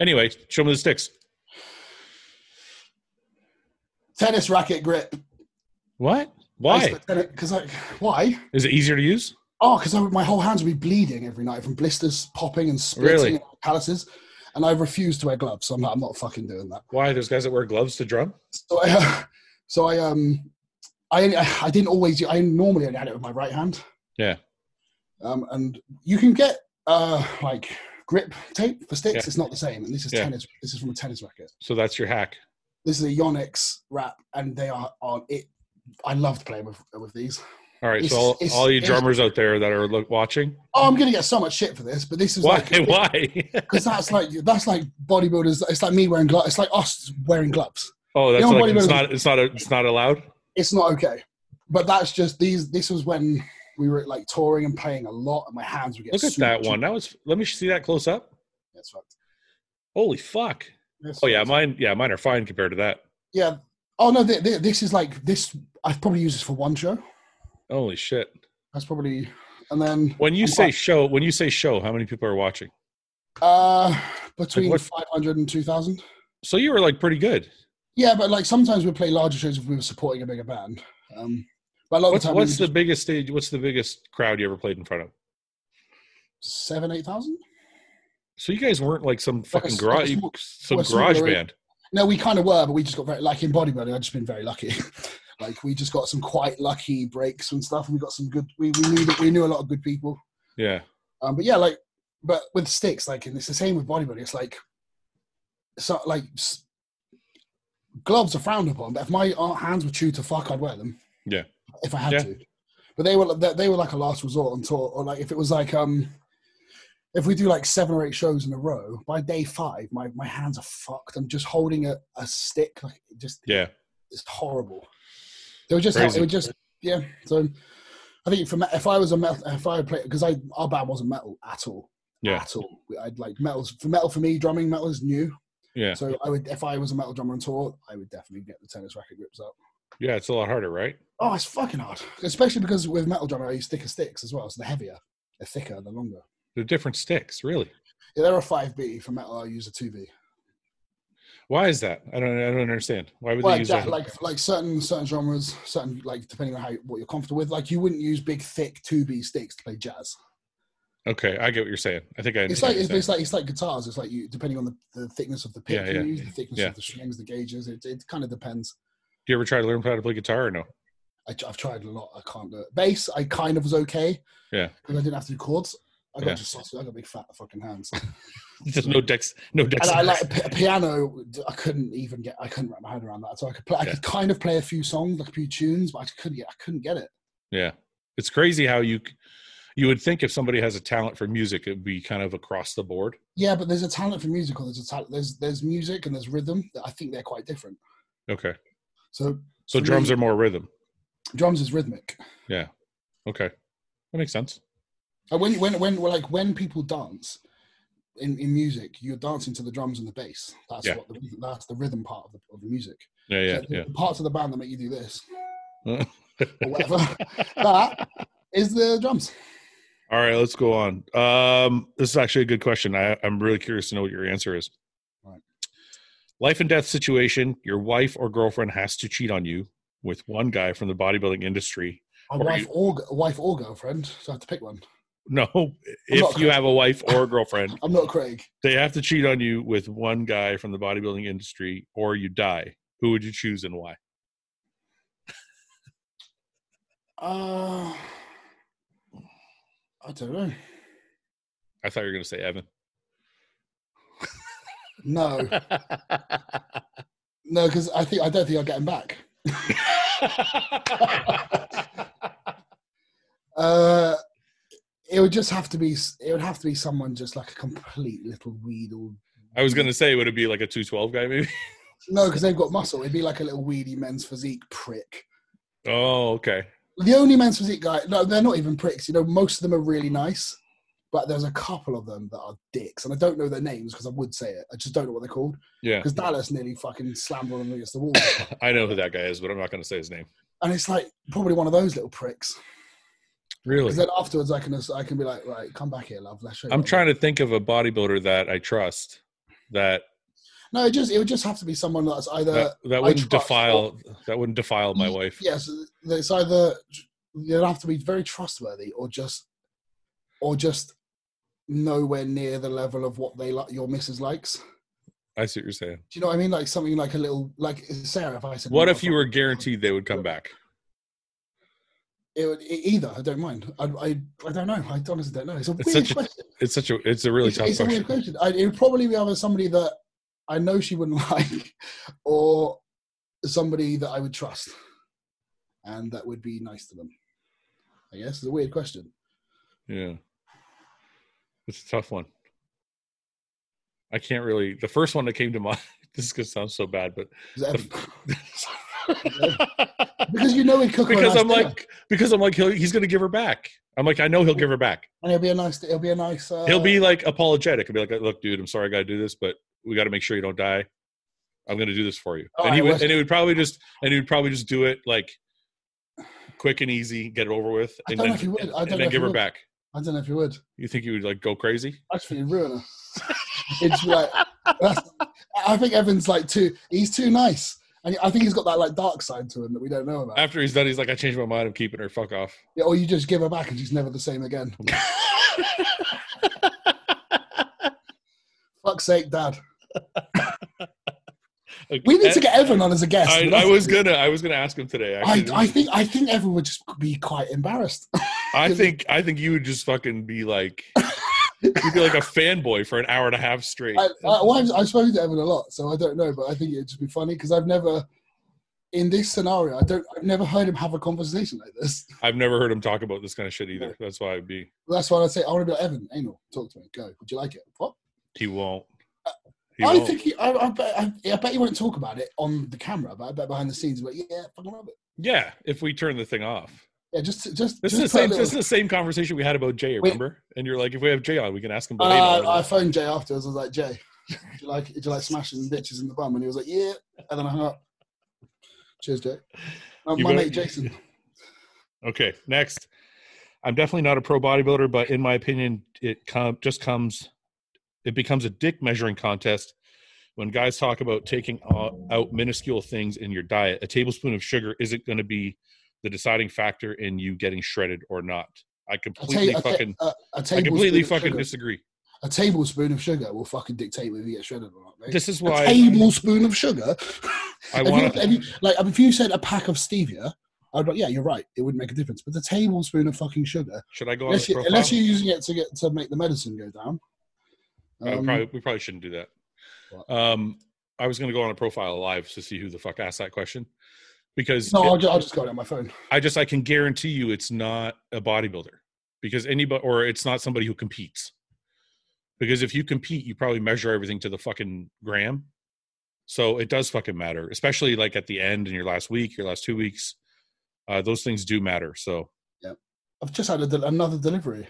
S1: Anyway, show me the sticks.
S2: Tennis racket grip.
S1: What? Why?
S2: Because I, why?
S1: Is it easier to use?
S2: Oh, because my whole hands would be bleeding every night from blisters popping and splitting
S1: Really?
S2: and calluses, and I refuse to wear gloves. So I'm like, I'm not fucking doing that.
S1: Why? There's guys that wear gloves to drum?
S2: So I, uh, so I um, I I didn't always. I normally only had it with my right hand.
S1: Yeah.
S2: Um, and you can get uh like grip tape for sticks.
S1: Yeah.
S2: It's not the same, and this is
S1: Yeah.
S2: tennis. This is from a tennis racket.
S1: So that's your hack.
S2: This is a Yonex wrap, and they are on it. I loved playing with with these.
S1: All right. So
S2: It's-
S1: all,
S2: it's-
S1: all you
S2: it's-
S1: drummers out there that are look, watching,
S2: Oh, I'm gonna get so much shit for this, but this is
S1: why?
S2: like
S1: why?
S2: Because that's like that's like bodybuilders. It's like me wearing gloves. It's like us wearing gloves.
S1: oh, that's
S2: You know,
S1: like it's
S2: bodybuilders-
S1: not. It's not. A, it's not allowed.
S2: It's not okay. But that's just these. This was when we were like touring and playing a lot, and my hands were getting.
S1: Look at
S2: super
S1: that one.
S2: cheap.
S1: That was. Let me see that close up.
S2: That's fucked.
S1: Holy fuck!
S2: That's
S1: Oh yeah,
S2: fucked.
S1: mine. Yeah, mine are fine compared to that.
S2: yeah. Oh no, th- th- this is like this. I've probably used this for one show.
S1: Holy shit!
S2: That's probably, and then
S1: When you
S2: I'm
S1: say
S2: back.
S1: show, when you say show, how many people are watching?
S2: uh between
S1: what-
S2: 500 and 2,000.
S1: So you were like pretty good.
S2: Yeah, but like sometimes we play larger shows if we were supporting a bigger band. Um, but a lot of
S1: What's,
S2: the time,
S1: what's
S2: what's
S1: the biggest stage? What's the biggest crowd you ever played in front of?
S2: seven, eight thousand?
S1: So you guys weren't like some fucking
S2: s-
S1: garage,
S2: like a small-
S1: some
S2: like a small
S1: garage
S2: garage.
S1: band.
S2: No, we kind of were, but we just got very like in bodybuilding. I've just been very lucky. like we just got some quite lucky breaks and stuff, and we got some good. We, we knew that we knew a lot of good people.
S1: Yeah,
S2: Um, but yeah, like, but with sticks, like, and it's the same with bodybuilding. It's like, so like, s- gloves are frowned upon. But if my uh, hands were chewed to fuck, I'd wear them.
S1: Yeah.
S2: If I had
S1: Yeah.
S2: to, but they were they, they were like a last resort on tour, or like if it was like um, if we do like seven or eight shows in a row, by day five, my my hands are fucked. I'm just holding a, a stick, like it just
S1: yeah.
S2: it's horrible. They were just,
S1: Crazy.
S2: it was just, yeah. So I think for me, if I was a metal, if I played because I our band wasn't metal at all,
S1: Yeah.
S2: at all. We- I'd like metals for metal for me. Drumming metal is new,
S1: Yeah,
S2: so I would if I was a metal drummer on tour, I would definitely get the tennis racket grips up.
S1: yeah. It's a lot harder, right?
S2: Oh, it's fucking hard, especially because with metal drummer I use thicker sticks as well, so they're heavier, they're thicker, they're longer.
S1: They're different sticks, really.
S2: Yeah, they're a five B for metal. I use a two B.
S1: Why is that? I don't. I don't understand. Why would they
S2: Like
S1: use
S2: that,
S1: that?
S2: like like certain certain genres, certain like depending on how what you're comfortable with. Like you wouldn't use big thick two B sticks to play jazz.
S1: okay, I get what you're saying. I think I.
S2: it's
S1: Understand
S2: like it's,
S1: what you're
S2: it's like it's like guitars. It's like you depending on the, the thickness of the pick
S1: Yeah,
S2: you
S1: yeah.
S2: use, the thickness
S1: Yeah.
S2: of the strings, the gauges. It, it kind of depends.
S1: saying. Do you ever try to learn how to play guitar or no?
S2: I, have tried a lot. I can't do it. Bass, I kind of was okay.
S1: Yeah.
S2: because I didn't have to do chords. I got
S1: Yeah.
S2: just I got big fat fucking hands.
S1: There's no decks. No decks.
S2: and I like p- piano. I couldn't even get. I couldn't wrap my head around that. So I could play. I
S1: Yeah.
S2: could kind of play a few songs, like a few tunes, but I just couldn't get. I couldn't get it.
S1: Yeah, it's crazy how you c- you would think if somebody has a talent for music, it'd be kind of across the board.
S2: Yeah, but there's a talent for musical. There's a talent. There's there's music and there's rhythm. I think they're quite different.
S1: Okay,
S2: So
S1: so
S2: For
S1: drums
S2: me-
S1: are more rhythm.
S2: drums is rhythmic.
S1: Okay, that makes sense.
S2: Like when when when well, like when people dance in, in music, you're dancing to the drums and the bass. That's
S1: Yeah.
S2: what the, that's the rhythm part of the, of the music.
S1: Yeah, yeah,
S2: So the,
S1: yeah.
S2: the parts of the band that make you do this
S1: Uh.
S2: or whatever. that is the drums.
S1: All right, let's go on. Um, this is actually a good question. I, I'm really curious to know what your answer is.
S2: Right.
S1: Life and death situation: Your wife or girlfriend has to cheat on you with one guy from the bodybuilding industry.
S2: A
S1: Or
S2: wife
S1: you-
S2: or g- wife or girlfriend, so I have to pick one.
S1: No,
S2: not-
S1: if you have a wife or a girlfriend,
S2: I'm not Craig.
S1: they have to cheat on you with one guy from the bodybuilding industry or you die who would you choose and why
S2: Uh, I don't know.
S1: i thought you were going to say evan
S2: No, no, because I think I don't think I'll get him back. Uh, it would just have to be. s- It would have to be someone just like a complete little weedle.
S1: i was going to say would it be like a 212 guy maybe
S2: No, because they've got muscle. It'd be like a little weedy men's physique prick.
S1: oh okay
S2: The only men's physique guy. No, they're not even pricks. You know, most of them are really nice, but there's a couple of them that are dicks, and I don't know their names because I would say it. I just don't know what they're called.
S1: yeah
S2: Because Dallas nearly fucking slammed one of them against the wall,
S1: i know who that guy is but i'm not going to say his name
S2: and it's like probably one of those little pricks.
S1: really
S2: Because then afterwards, I can I can be like, right, come back here, love. Let's show. you
S1: i'm
S2: what
S1: trying to think of a bodybuilder that i trust that
S2: No, it just it would just have to be someone that's either.
S1: that, that
S2: I
S1: wouldn't
S2: trust-
S1: defile that wouldn't defile my
S2: Ye-
S1: wife
S2: Yes, it's either you'll have to be very trustworthy, or just, or just nowhere near the level of what they like your missus likes. Do
S1: i see what you're saying
S2: you know what I mean? Like something like a little like Sarah. If I said,
S1: what
S2: no,
S1: if you were guaranteed they would come back
S2: It would, it, either I don't mind. I, I I don't know. I honestly don't know. It's a
S1: It's
S2: weird
S1: such a
S2: question.
S1: it's such a it's a really
S2: it's,
S1: tough
S2: it's a
S1: question
S2: weird question. I, it would probably be either somebody that I know she wouldn't like, or somebody that I would trust, and that would be nice to them. I guess it's a weird question.
S1: Yeah. It's a tough one. I can't really. The first one that came to mind, this is going to sound so bad, but
S2: Is that- because you know he'd cook her a
S1: because
S2: nice
S1: I'm
S2: dinner.
S1: like because I'm like he'll, he's gonna give her back. I'm like I know he'll give her back.
S2: and it'll be a nice, it'll be a nice. Uh,
S1: he'll be like apologetic and be like, "Look, dude, I'm sorry I got to do this, but we got to make sure you don't die. I'm gonna do this for you."
S2: Oh,
S1: and he
S2: I
S1: would
S2: wish-
S1: and he would probably just and he would probably just do it like quick and easy, get it over with,
S2: I
S1: and
S2: don't
S1: then,
S2: know if he would. I
S1: and-
S2: don't
S1: and
S2: know
S1: then
S2: if
S1: give
S2: he
S1: her
S2: would.
S1: back.
S2: I don't know if you would.
S1: You think he would like go crazy?
S2: Actually, it'd ruin her. it's like that's, I think Evan's like too. He's too nice, and I think he's got that like dark side to him that we don't know about.
S1: After he's done, he's like, "I changed my mind. I'm keeping her. Fuck off."
S2: Yeah, or you just give her back, and she's never the same again. Fuck's sake, Dad. We need to get Evan on as a guest.
S1: I,
S2: but
S1: I
S2: that's-
S1: was gonna. I was gonna ask him today.
S2: I,
S1: Actually.
S2: I think I think Evan would just be quite embarrassed.
S1: I
S2: Cause-
S1: think I think you would just fucking be like you'd be like a fanboy for an hour and a half straight.
S2: I, uh, I, well, I've, I've spoken to Evan a lot, so I don't know, but I think it'd just be funny because I've never, in this scenario, I don't, I've never heard him have a conversation like this.
S1: I've never heard him talk about this kind of shit either. That's why I'd be
S2: That's why I say I want to be like Evan. Anal, talk to me. Go. Would you like it? What?
S1: he won't. He
S2: Uh, I
S1: won't.
S2: think he, I, I, bet, I, I bet he won't talk about it on the camera, but I bet behind the scenes, but yeah, I fucking love it.
S1: yeah, if we turn the thing off.
S2: Yeah, just just
S1: This
S2: just
S1: is
S2: put
S1: the
S2: a
S1: same
S2: little-
S1: this is the same conversation we had about Jay, remember? and you're like, if we have Jay on, we can ask him about
S2: Uh,
S1: anal.
S2: I phoned Jay afterwards. I was like, Jay, did you like did you like smashing bitches in the bum? And he was like, yeah. And then I hung up. Cheers, Jay. Uh,
S1: You
S2: my
S1: got-
S2: mate Jason.
S1: Okay, next. I'm definitely not a pro bodybuilder, but in my opinion, it com- just comes, it becomes a dick measuring contest when guys talk about taking o- out minuscule things in your diet. A tablespoon of sugar isn't going to be the deciding factor in you getting shredded or not. I
S2: A ta-
S1: completely
S2: a ta-
S1: fucking,
S2: a- a
S1: I completely
S2: tablespoon of
S1: fucking
S2: sugar-
S1: disagree.
S2: A tablespoon of sugar will fucking dictate whether you get shredded or not. Mate.
S1: This is
S2: a
S1: why
S2: tablespoon of sugar.
S1: I
S2: If you-
S1: want
S2: if you, like if you said a pack of stevia, I'd be like, yeah, you're right. It wouldn't make a difference. But a tablespoon of fucking sugar,
S1: Should I go on
S2: unless,
S1: this
S2: you,
S1: profile?
S2: unless you're using it to get to make the medicine go down.
S1: I
S2: Um,
S1: probably, we probably shouldn't do that.
S2: What?
S1: Um, I was going to go on a profile live to see who the fuck asked that question because
S2: no,
S1: it-
S2: I'll just, I'll just go on my phone.
S1: I just I can guarantee you it's not a bodybuilder because anybody or it's not somebody who competes. Because if you compete, you probably measure everything to the fucking gram. So it does fucking matter, especially like at the end in your last week, your last two weeks. Uh, those things do matter. So
S2: I've just had a del- another delivery.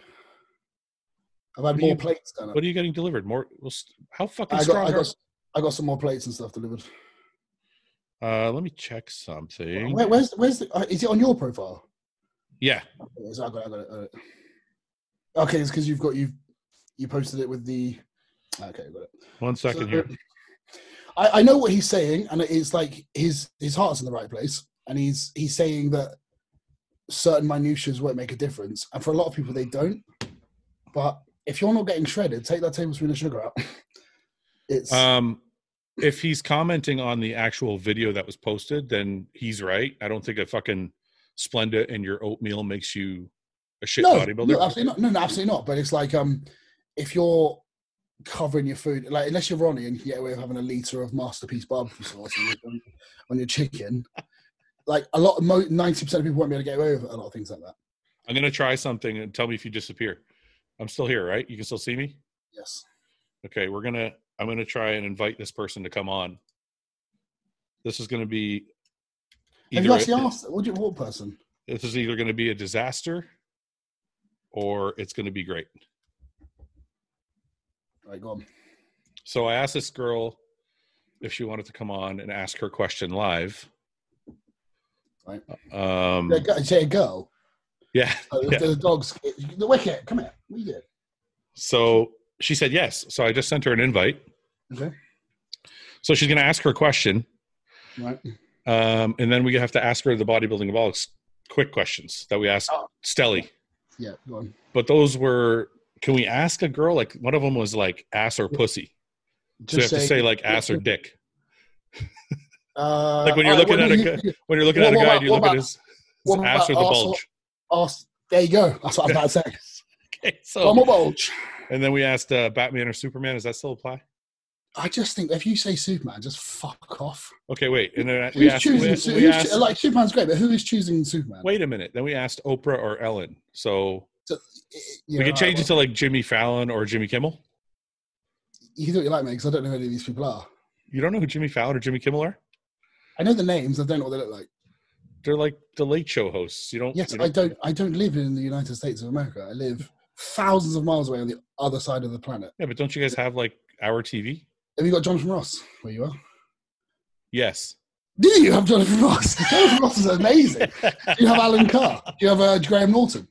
S2: I've had
S1: do
S2: more
S1: you-
S2: plates done.
S1: what are you getting delivered? More? well, s- How fucking
S2: I got,
S1: strong?
S2: I,
S1: are-
S2: got, I got some more plates and stuff delivered.
S1: uh, let me check something.
S2: Where, where's where's the? Uh, is it on your profile?
S1: Yeah,
S2: Yes, I got it, I got it, I got it. Okay, it's because you've got you you posted it with the. Okay, got it.
S1: one second
S2: So-
S1: here.
S2: I, I know what he's saying, and it's like his his heart's in the right place, and he's he's saying that certain minutiae won't make a difference, and for a lot of people they don't. But if you're not getting shredded, take that tablespoon of sugar out. It's
S1: Um, if he's commenting on the actual video that was posted, then he's right. I don't think a fucking Splenda and your oatmeal makes you a shit
S2: no,
S1: bodybuilder.
S2: no, absolutely not. No, no, absolutely not. But it's like um, if you're covering your food, like unless you're Ronnie and you can get away with having a liter of masterpiece barbecue sauce on your, on your chicken, like a lot, ninety percent of people won't be able to get away with a lot of things like that.
S1: I'm gonna try something and tell me if you disappear. I'm still here, right? You can still see me.
S2: Yes.
S1: Okay, we're gonna. I'm gonna try and invite this person to come on. This is gonna be.
S2: Have you
S1: a-
S2: actually asked? What, do you, what person?
S1: This is either gonna be a disaster, or it's gonna be great.
S2: Right, go on.
S1: So I asked this girl if she wanted to come on and ask her question live.
S2: Right.
S1: Um,
S2: Yeah, go- say a girl.
S1: yeah.
S2: Uh,
S1: Yeah.
S2: The dogs. The wicket. Come here. What you
S1: So she said yes. So I just sent her an invite.
S2: did. Okay.
S1: So she's going to ask her question,
S2: Right.
S1: um, and then we have to ask her the bodybuilding bollocks quick questions that we asked
S2: Oh.
S1: Stelly.
S2: Yeah. Go on.
S1: But those were, can we ask a girl? Like one of them was like ass or pussy. So you have to say like ass or dick.
S2: uh,
S1: like when you're
S2: alright,
S1: looking
S2: uh, what
S1: at
S2: do
S1: a
S2: you-
S1: When you're looking
S2: What-
S1: at a
S2: what
S1: guy,
S2: about-
S1: do you
S2: what
S1: look at
S2: about-
S1: his, his
S2: what
S1: ass or the
S2: about arse or-
S1: bulge?
S2: arse- There you go. That's what I'm about to say.
S1: Okay, so
S2: I'm a bulge.
S1: And then we asked uh, Batman or Superman. Does that still apply?
S2: I just think if you say Superman, just fuck off.
S1: Okay, wait. And then we
S2: Who's
S1: asked.
S2: choosing?
S1: We,
S2: Su-
S1: we
S2: who's
S1: asked-
S2: cho- like Superman's great, but who is choosing Superman?
S1: wait a minute. Then we asked Oprah or Ellen. So
S2: You
S1: we
S2: know,
S1: could change it to like Jimmy Fallon or Jimmy Kimmel.
S2: You can do what you like, mate, because I don't know who any of these people are.
S1: You don't know who Jimmy Fallon or Jimmy Kimmel are?
S2: I know the names. I don't know what they look like.
S1: They're like the late show hosts. You don't.
S2: Yes,
S1: Oh, you
S2: I don't. I don't live in the United States of America. I live thousands of miles away on the other side of the planet.
S1: Yeah, but don't you guys have like our TV?
S2: Have you got Jonathan Ross where you are?
S1: Yes.
S2: Do you have Jonathan Ross? Jonathan Ross is amazing. Do you have Alan Carr? Do you have uh, Graham Norton?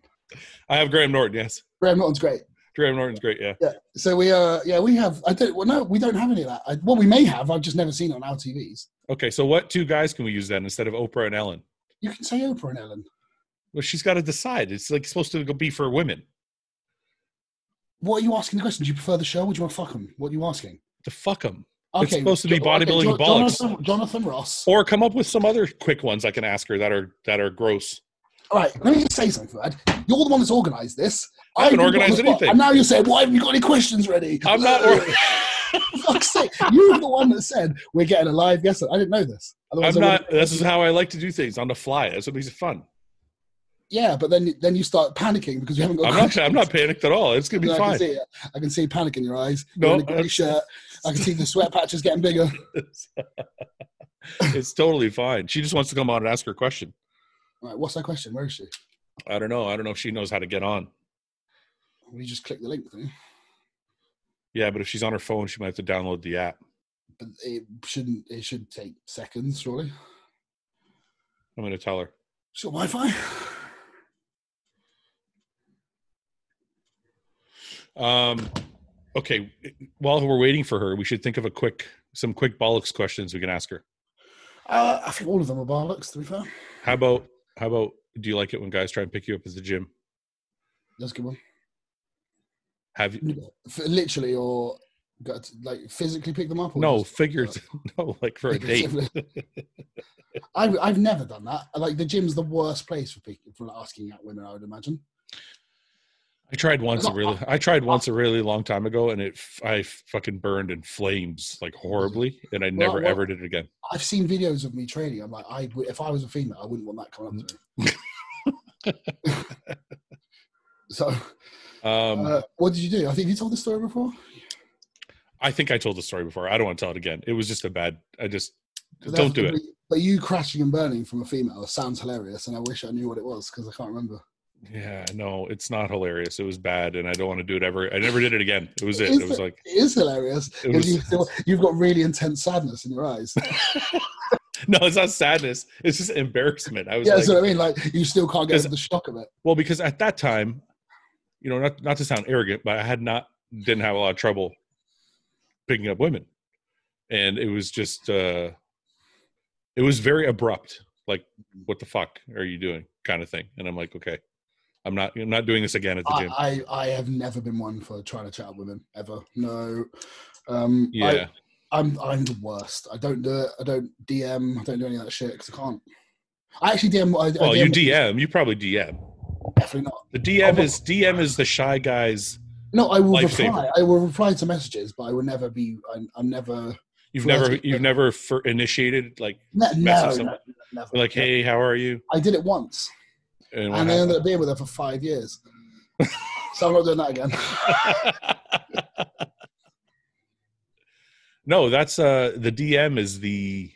S1: I have Graham Norton. Yes.
S2: Graham Norton's great.
S1: Graham Norton's great. Yeah.
S2: Yeah. So we uh yeah we have I don't well no we don't have any of that. I, well we may have I've just never seen it on our TVs.
S1: Okay. So what two guys can we use then instead of Oprah and Ellen?
S2: You can say Oprah and Ellen.
S1: Well, she's got to decide. It's like supposed to be for women.
S2: What are you asking the question? Do you prefer the show? Would you want to fuck them? What are you asking?
S1: To fuck them. it's
S2: Okay.
S1: supposed to be
S2: Jo- okay,
S1: bodybuilding
S2: Jo-
S1: bollocks.
S2: Jonathan, Jonathan Ross.
S1: Or come up with some other quick ones I can ask her that are that are gross.
S2: All right. Let me just say something, Brad. You're the one that's organised this.
S1: I haven't
S2: I'm the one
S1: organised
S2: that's got-
S1: anything.
S2: And now you're saying, why haven't you got any questions ready?
S1: I'm not.
S2: Uh, fuck's sake. You're the one that said we're getting a live guest. I didn't know this.
S1: I'm
S2: Otherwise I would've-
S1: not. This is how I like to do things on the fly. That's what makes it fun.
S2: Yeah, but then then you start panicking because you haven't got.
S1: I'm not. I'm not panicked at all. It's gonna be
S2: I can
S1: fine.
S2: see it. I can see panic in your eyes.
S1: No,
S2: You're in a grey
S1: I'm-
S2: shirt. I can see the sweat patches getting bigger.
S1: It's totally fine. She just wants to come on and ask her question.
S2: All right, what's that question? Where is she?
S1: I don't know. I don't know if she knows how to get on.
S2: We just click the link thing,
S1: Yeah, but if she's on her phone, she might have to download the app.
S2: but it shouldn't. It should take seconds, surely.
S1: I'm gonna tell her.
S2: She got Wi-Fi.
S1: Um, okay. While we're waiting for her, we should think of a quick, some quick bollocks questions we can ask her.
S2: Uh, I think all of them are bollocks. To be fair,
S1: How about how about do you like it when guys try and pick you up at the gym?
S2: that's a good one.
S1: Have you
S2: F- Literally, or got to, like physically pick them up. Or
S1: no
S2: just-
S1: figures? No, like for a date.
S2: I've I've never done that. Like the gym's the worst place for picking for asking out women. I would imagine.
S1: I tried once a
S2: uh,
S1: really. I tried once a really long time ago, and it f- I fucking burned in flames like horribly, and I never
S2: Well, well-
S1: ever did it again.
S2: I've seen videos of me training. I'm like, I w- if I was a female, I wouldn't want that coming up to me. so,
S1: Mm. Um,
S2: uh, what did you do? I think you told this story before.
S1: I think I told the story before. I don't want to tell it again. It was just a bad. I just don't do it.
S2: But you crashing and burning from a female sounds hilarious, and I wish I knew what it was because I can't remember.
S1: Yeah, no, it's not hilarious. It was bad, and I don't want to do it ever. I never did it again. It was it.
S2: Is
S1: It was
S2: it-
S1: like
S2: It is hilarious
S1: It
S2: because
S1: was-
S2: you feel- you've got really intense sadness in your eyes.
S1: no, it's not sadness. It's just embarrassment. I was
S2: yeah,
S1: like,
S2: that's what I mean. Like you still can't get
S1: Because-
S2: over the shock of it.
S1: well, because at that time, you know, not not to sound arrogant, but I had not didn't have a lot of trouble picking up women, and it was just uh it was very abrupt. Like, what the fuck are you doing? Kind of thing. And I'm like, okay, I'm not. I'm not doing this again at the gym.
S2: Uh, I, I I have never been one for trying to chat with women ever. No. Um, I-
S1: yeah.
S2: I'm I'm the worst. I don't do it. I don't DM. I don't do any of that shit because I can't. I actually DM. I, I
S1: Well, you
S2: DM
S1: DM. You probably DM.
S2: definitely not.
S1: The DM
S2: Oh,
S1: is DM is the shy guys.
S2: No, I will
S1: Lifesaver.
S2: reply. I will reply to messages, but I will never be. I'm, I'm never.
S1: You've
S2: Well,
S1: never
S2: that's-
S1: you've never fir- initiated like
S2: Ne- no,
S1: Message
S2: no,
S1: someone.
S2: never.
S1: like hey how are you
S2: I did it once,
S1: and, what
S2: and I ended
S1: happened?
S2: up being with her for five years. so I'm not doing that again.
S1: no that's uh the DM is the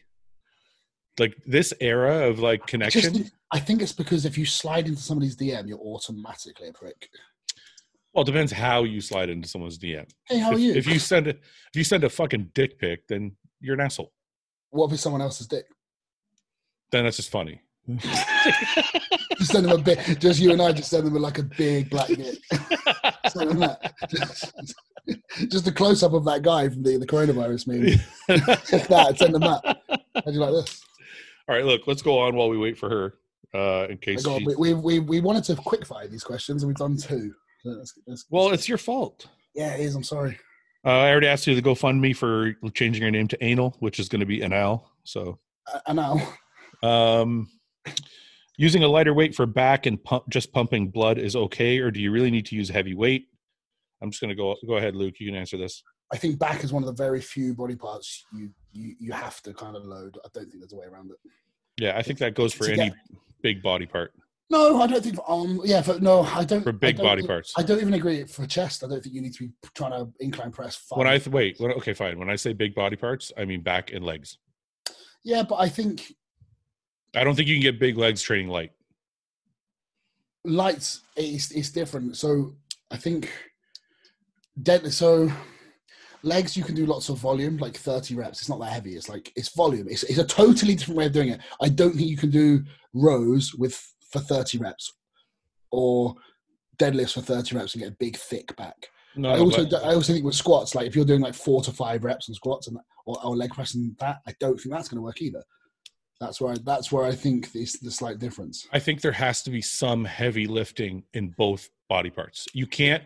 S1: like this era of like connection.
S2: Just- I think it's because if you slide into somebody's DM, you're automatically a prick.
S1: well, it depends how you slide into someone's DM.
S2: Hey, how
S1: if,
S2: are you?
S1: if you send a, if you send a fucking dick pic, then you're an asshole.
S2: what if it's someone else's dick?
S1: Then that's just funny.
S2: Just send them a big. Just you and I just send them like a big black dick. Send them that. Just, just a close up of that guy from the, the coronavirus meme. Just that. Send them that. How do you like this?
S1: All right, look, let's go on while we wait for her. Uh, in case
S2: Like, oh,
S1: she-
S2: we, we, we, we wanted to quick fire these questions and we've done two. So that's- that's-
S1: well, it's your fault.
S2: yeah, it is. I'm sorry.
S1: Uh, I already asked you to go fund me for changing your name to Anal, which is going to be an Al. So,
S2: I- I know.
S1: um, using a lighter weight for back and pump, just pumping blood is okay, or do you really need to use heavy weight? I'm just going to go go ahead, Luke. You can answer this.
S2: I think back is one of the very few body parts you, you, you have to kind of load. I don't think there's a way around it.
S1: Yeah, I think that goes for
S2: To
S1: any big body part,
S2: No, I don't think. Um, yeah, for, no, I don't.
S1: for
S2: I
S1: big
S2: don't
S1: body
S2: think-
S1: parts.
S2: I don't even agree for chest. I don't think you need to be trying to incline press. Five.
S1: When I th- wait, when, okay, fine. When I say big body parts, I mean back and legs.
S2: Yeah, but I think
S1: I don't think you can get big legs training light.
S2: lights it's it's different. So I think dead so legs you can do lots of volume, like thirty reps. It's not that heavy. It's like it's volume. It's it's a totally different way of doing it. I don't think you can do rows with for thirty reps or deadlifts for thirty reps and get a big thick back.
S1: No,
S2: I also
S1: but-
S2: do- I also think with squats, like if you're doing like four to five reps on squats and or, or leg press and that, I don't think that's going to work either. That's where I, that's where I think there's the slight difference.
S1: I think there has to be some heavy lifting in both body parts. You can't,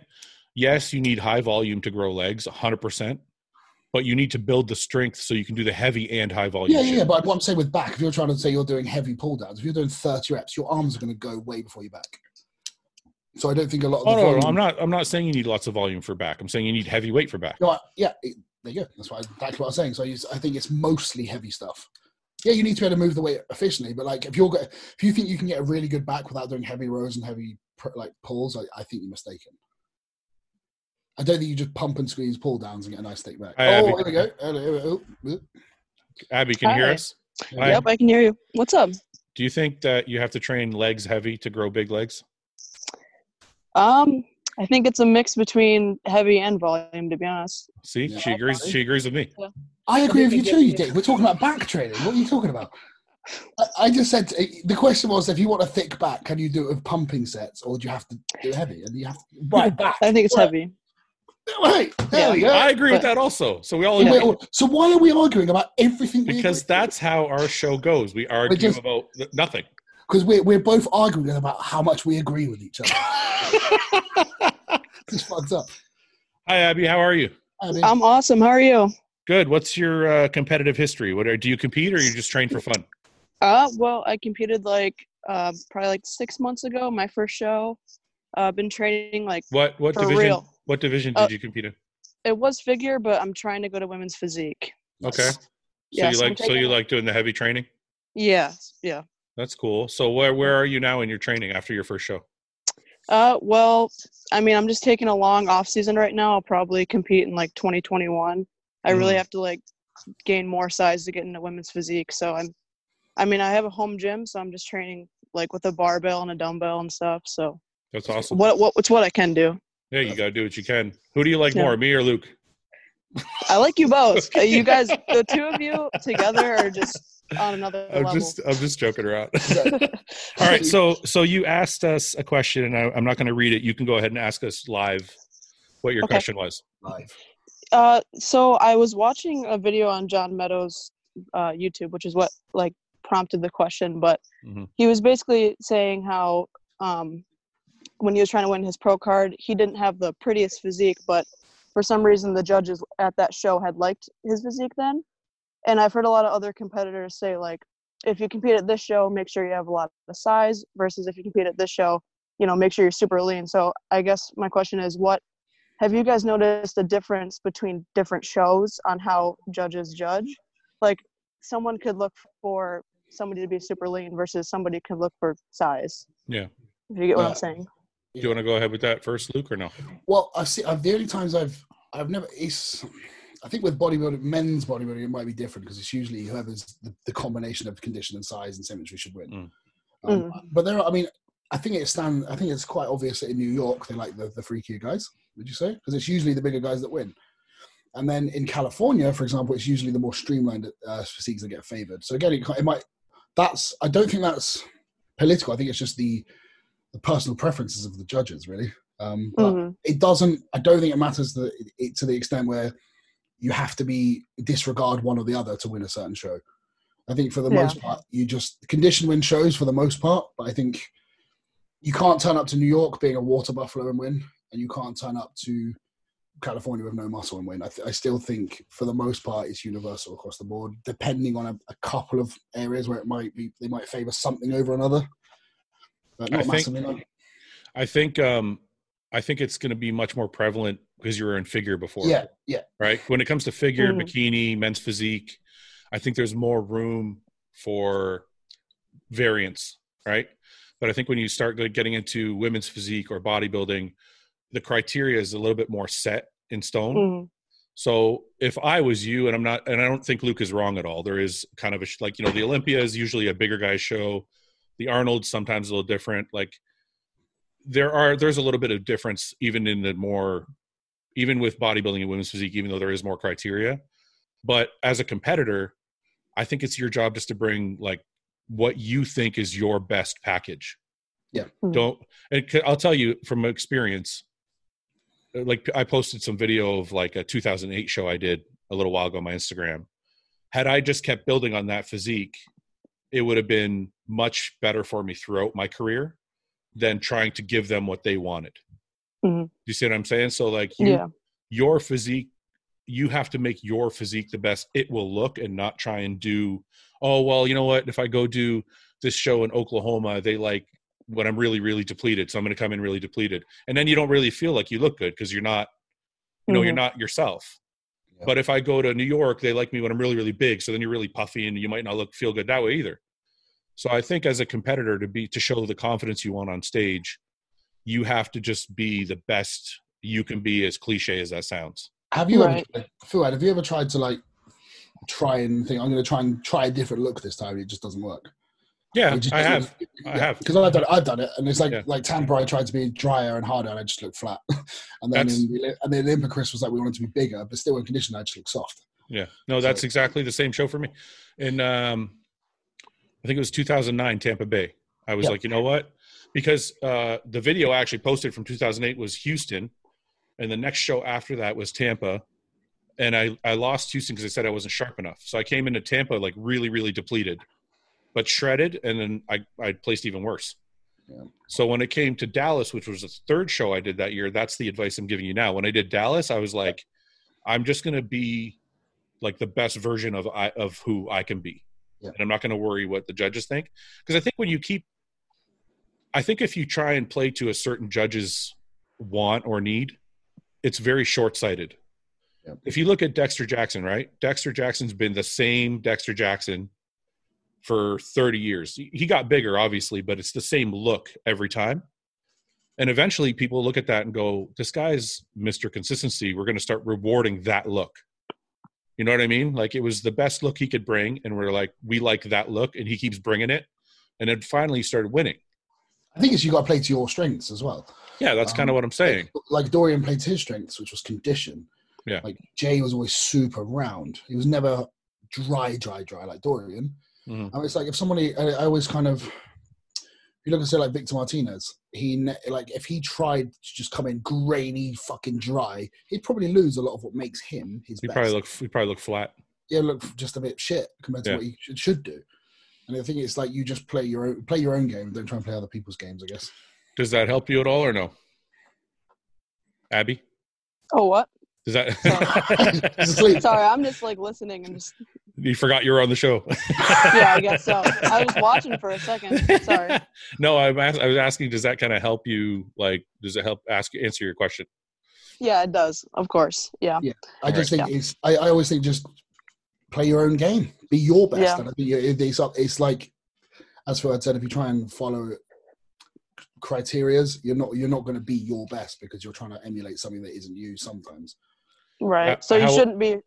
S1: yes, you need high volume to grow legs, 100%, but you need to build the strength so you can do the heavy and high volume.
S2: Yeah, yeah,
S1: shit.
S2: yeah. But what I'm saying with back, if you're trying to say you're doing heavy pull downs, if you're doing 30 reps, your arms are going to go way before your back. So I don't think a lot of the
S1: Oh, no,
S2: volume-
S1: no, I'm not, I'm not saying you need lots of volume for back. I'm saying you need heavy weight for back.
S2: No, I- yeah, it, there you go. That's what I, that's what I was saying. So I, use, I think it's mostly heavy stuff. Yeah, you need to be able to move the weight efficiently, but like if you're go- if you think you can get a really good back without doing heavy rows and heavy pr- like pulls, I, I think you're mistaken. I don't think you just pump and squeeze pull downs and get a nice thick back.
S1: Hi, Abby.
S2: oh, there we go. Oh, there we go. Oh,
S1: Abby, can you hear
S3: Hi.
S1: us?
S2: Hi.
S1: Hi.
S3: Yep, I can hear you. What's up?
S1: Do you think that you have to train legs heavy to grow big legs?
S3: Um, I think it's a mix between heavy and volume, to be honest.
S1: See,
S2: Yeah.
S1: she agrees. She agrees with me.
S2: I agree with you
S3: Yeah.
S2: too, you dick. We're talking about back training. What are you talking about? I, I just said eh, the question was if you want a thick back, can you do it with pumping sets or do you have to do heavy? And you have to right back.
S3: I think it's
S2: Right.
S3: heavy.
S2: Right. There we go.
S1: I agree with
S3: But-
S1: that also. So we all
S3: Yeah.
S1: agree.
S2: Wait, hold- so why are we arguing about everything?
S1: Because that's how our show goes. We argue
S2: just-
S1: about th- nothing.
S2: because we're we're both arguing about how much we agree with each other. This fucks up.
S1: Hi, Abby. How are you?
S2: I mean,
S3: I'm awesome. How are you?
S1: Good. What's your uh, competitive history? What are, do you compete or you just train for fun?
S3: Uh, well, I competed like uh, probably like six months ago, my first show. uh, been training like
S1: What what
S3: For
S1: division?
S3: real.
S1: What division
S3: Uh,
S1: did you compete in?
S3: it was figure, but I'm trying to go to women's physique.
S1: Okay. So
S3: yeah,
S1: you
S3: so I'm
S1: like so you
S3: taking-
S1: like doing the heavy training?
S3: Yeah, yeah.
S1: That's cool. So where where are you now in your training after your first show?
S3: Uh, well, I mean, I'm just taking a long off season right now. I'll probably compete in like 2021. I really
S1: Mm.
S3: have to like gain more size to get into women's physique. So I'm, I mean, I have a home gym, so I'm just training like with a barbell and a dumbbell and stuff. So
S1: That's awesome.
S3: what what it's what I can do.
S1: Yeah, you gotta do what you can. Who do you like
S3: Yeah.
S1: more, me or Luke?
S3: I like you both. Uh, you guys, the two of you together are just on another
S1: I'm
S3: level.
S1: just I'm just joking around.
S2: Yeah.
S1: All right, so so you asked us a question, and I, I'm not going to read it. You can go ahead and ask us live what your
S3: Okay.
S1: question was.
S2: live.
S3: Uh, so I was watching a video on John Meadows' uh, YouTube, which is what like prompted the question. But
S1: Mhm.
S3: he was basically saying how um, when he was trying to win his pro card, he didn't have the prettiest physique, but for some reason the judges at that show had liked his physique then. And I've heard a lot of other competitors say like, if you compete at this show, make sure you have a lot of size. Versus if you compete at this show, you know, make sure you're super lean. So I guess my question is, what have you guys noticed a difference between different shows on how judges judge? Like someone could look for somebody to be super lean versus somebody could look for size.
S1: Yeah. Uh,
S3: If you get what
S2: Yeah.
S3: I'm saying.
S1: Do you want to go ahead with that first, Luke, or no?
S2: Well, I've seen. I've, the only times I've I've never. It's. I think with bodybuilding, men's bodybuilding, it might be different because it's usually whoever's the, the combination of condition and size and symmetry should win.
S1: Mm.
S2: Um, But there are. I mean, I think it's stand. I think it's quite obvious that in New York they like the the freakier guys. Would you say? Because it's usually the bigger guys that win. And then in California, for example, it's usually the more streamlined uh, physiques that get favored. So again, it, ki- it might. That's. I don't think that's political. I think it's just the the personal preferences of the judges, really. Um,
S1: uh,
S2: but
S3: Mhm.
S2: it doesn't i don't think it matters that it, it, to the extent where you have to be disregard one or the other to win a certain show i think for the
S3: Yeah.
S2: most part you just condition win shows for the most part but i think you can't turn up to new york being a water buffalo and win and you can't turn up to california with no muscle and win i, th- I still think for the most part it's universal across the board depending on a, a couple of areas where it might be they might favor something over another but
S1: I
S2: not
S1: think-
S2: massively no.
S1: I think um I think it's going to be much more prevalent because you were in figure before.
S2: yeah yeah
S1: Right. When it comes to figure,
S3: Mhm.
S1: bikini, men's physique, I think there's more room for variance. Right. But I think when you start like, getting into women's physique or bodybuilding, the criteria is a little bit more set in stone.
S3: Mhm.
S1: So if I was you, and I'm not, and I don't think Luke is wrong at all. There is kind of a sh- like you know the Olympia is usually a bigger guy show. The Arnold sometimes a little different. Like there are there's a little bit of difference even in the more even with bodybuilding and women's physique, even though there is more criteria. But as a competitor, I think it's your job just to bring like what you think is your best package.
S2: Yeah.
S1: Don't. And c- I'll tell you from experience. uh, Like I posted some video of like a 2008 show I did a little while ago on my Instagram. Had I just kept building on that physique, it would have been much better for me throughout my career than trying to give them what they wanted.
S3: Mhm.
S1: You see what I'm saying? So like you,
S3: Yeah.
S1: your physique you have to make your physique the best it will look and not try and do oh well you know what if i go do this show in oklahoma they like when i'm really really depleted so i'm going to come in really depleted and then you don't really feel like you look good because you're not you know you're
S3: Mhm.
S1: not yourself
S2: Yeah.
S1: but if i go to new york they like me when i'm really really big so then you're really puffy and you might not look feel good that way either so i think as a competitor to be to show the confidence you want on stage you have to just be the best you can be as cliche as that sounds
S2: Have you
S3: Right.
S2: ever, Fuad, have you ever tried to like try and think I'm going to try and try a different look this time? It just doesn't work.
S1: yeah
S2: It just
S1: i
S2: doesn't-
S1: have i have
S2: because I've done it. I've done it, and it's like
S1: Yeah.
S2: like Tampa. I tried to be drier and harder, and I just looked flat. and then
S1: That's-
S2: in, the- and then Olympic Chris was like, we wanted to be bigger, but still in condition, I just looked soft.
S1: Yeah. No, that's
S2: So-
S1: exactly the same show for me. And um, I think it was 2009 Tampa Bay. I was
S2: Yeah.
S1: like, you know what? Because uh, the video I actually posted from 2008 was Houston, and the next show after that was Tampa. And I, I lost Houston because I said I wasn't sharp enough. So I came into Tampa like really, really depleted, but shredded, and then I, I placed even worse.
S2: Yeah.
S1: So when it came to Dallas, which was the third show I did that year, that's the advice I'm giving you now. When I did Dallas, I was like, I'm just gonna be like the best version of I of who I can be.
S2: Yeah.
S1: And I'm not gonna worry what the judges think. Because I think when you keep I think if you try and play to a certain judge's want or need, it's very short sighted.
S2: Yeah.
S1: If you look at Dexter Jackson, right? Dexter Jackson's been the same Dexter Jackson for 30 years. He he got bigger, obviously, but it's the same look every time. And eventually people look at that and go, this guy's Mr. Consistency. We're going to start rewarding that look. You know what I mean? Like it was the best look he could bring. And we're like, we like that look. And he keeps bringing it. And then finally he started winning.
S2: I think it's you got to play to your strengths as well.
S1: Yeah, that's kind of
S2: Um,
S1: what I'm saying.
S2: Like Dorian played to his strengths, which was condition.
S1: Yeah.
S2: Like Jay was always super round. He was never dry, dry, dry like Dorian.
S1: Mhm.
S2: And it's like if somebody, I, I always kind of, if you look at say like Victor Martinez, he ne- like if he tried to just come in grainy, fucking dry, he'd probably lose a lot of what makes him his
S1: He
S2: best.
S1: probably look he probably look flat.
S2: yeah, look just a bit shit compared to
S1: Yeah.
S2: what he should, should do. And I think it's like you just play your own, play your own game. Don't try and play other people's games. I guess.
S1: Does that help you at all or no? Abby,
S3: Oh, what?
S1: does
S2: He's
S1: that?
S2: asleep.
S3: Sorry, I'm just like listening and just.
S1: you forgot you were on the show.
S3: Yeah, I guess so. I was watching for a second. Sorry.
S1: no, I'm ask, I was asking. Does that kind of help you? Like, does it help ask answer your question?
S3: Yeah, it does. Of course. Yeah.
S2: I just
S3: Right.
S2: think it's. I, I always think just play your own game, be your best.
S3: Yeah.
S2: And I think it- it's, it's like, as for I said, if you try and follow criterias, you're not you're not going to be your best because you're trying to emulate something that isn't you. Sometimes
S1: Uh,
S3: Right. So you
S1: how-
S3: shouldn't be.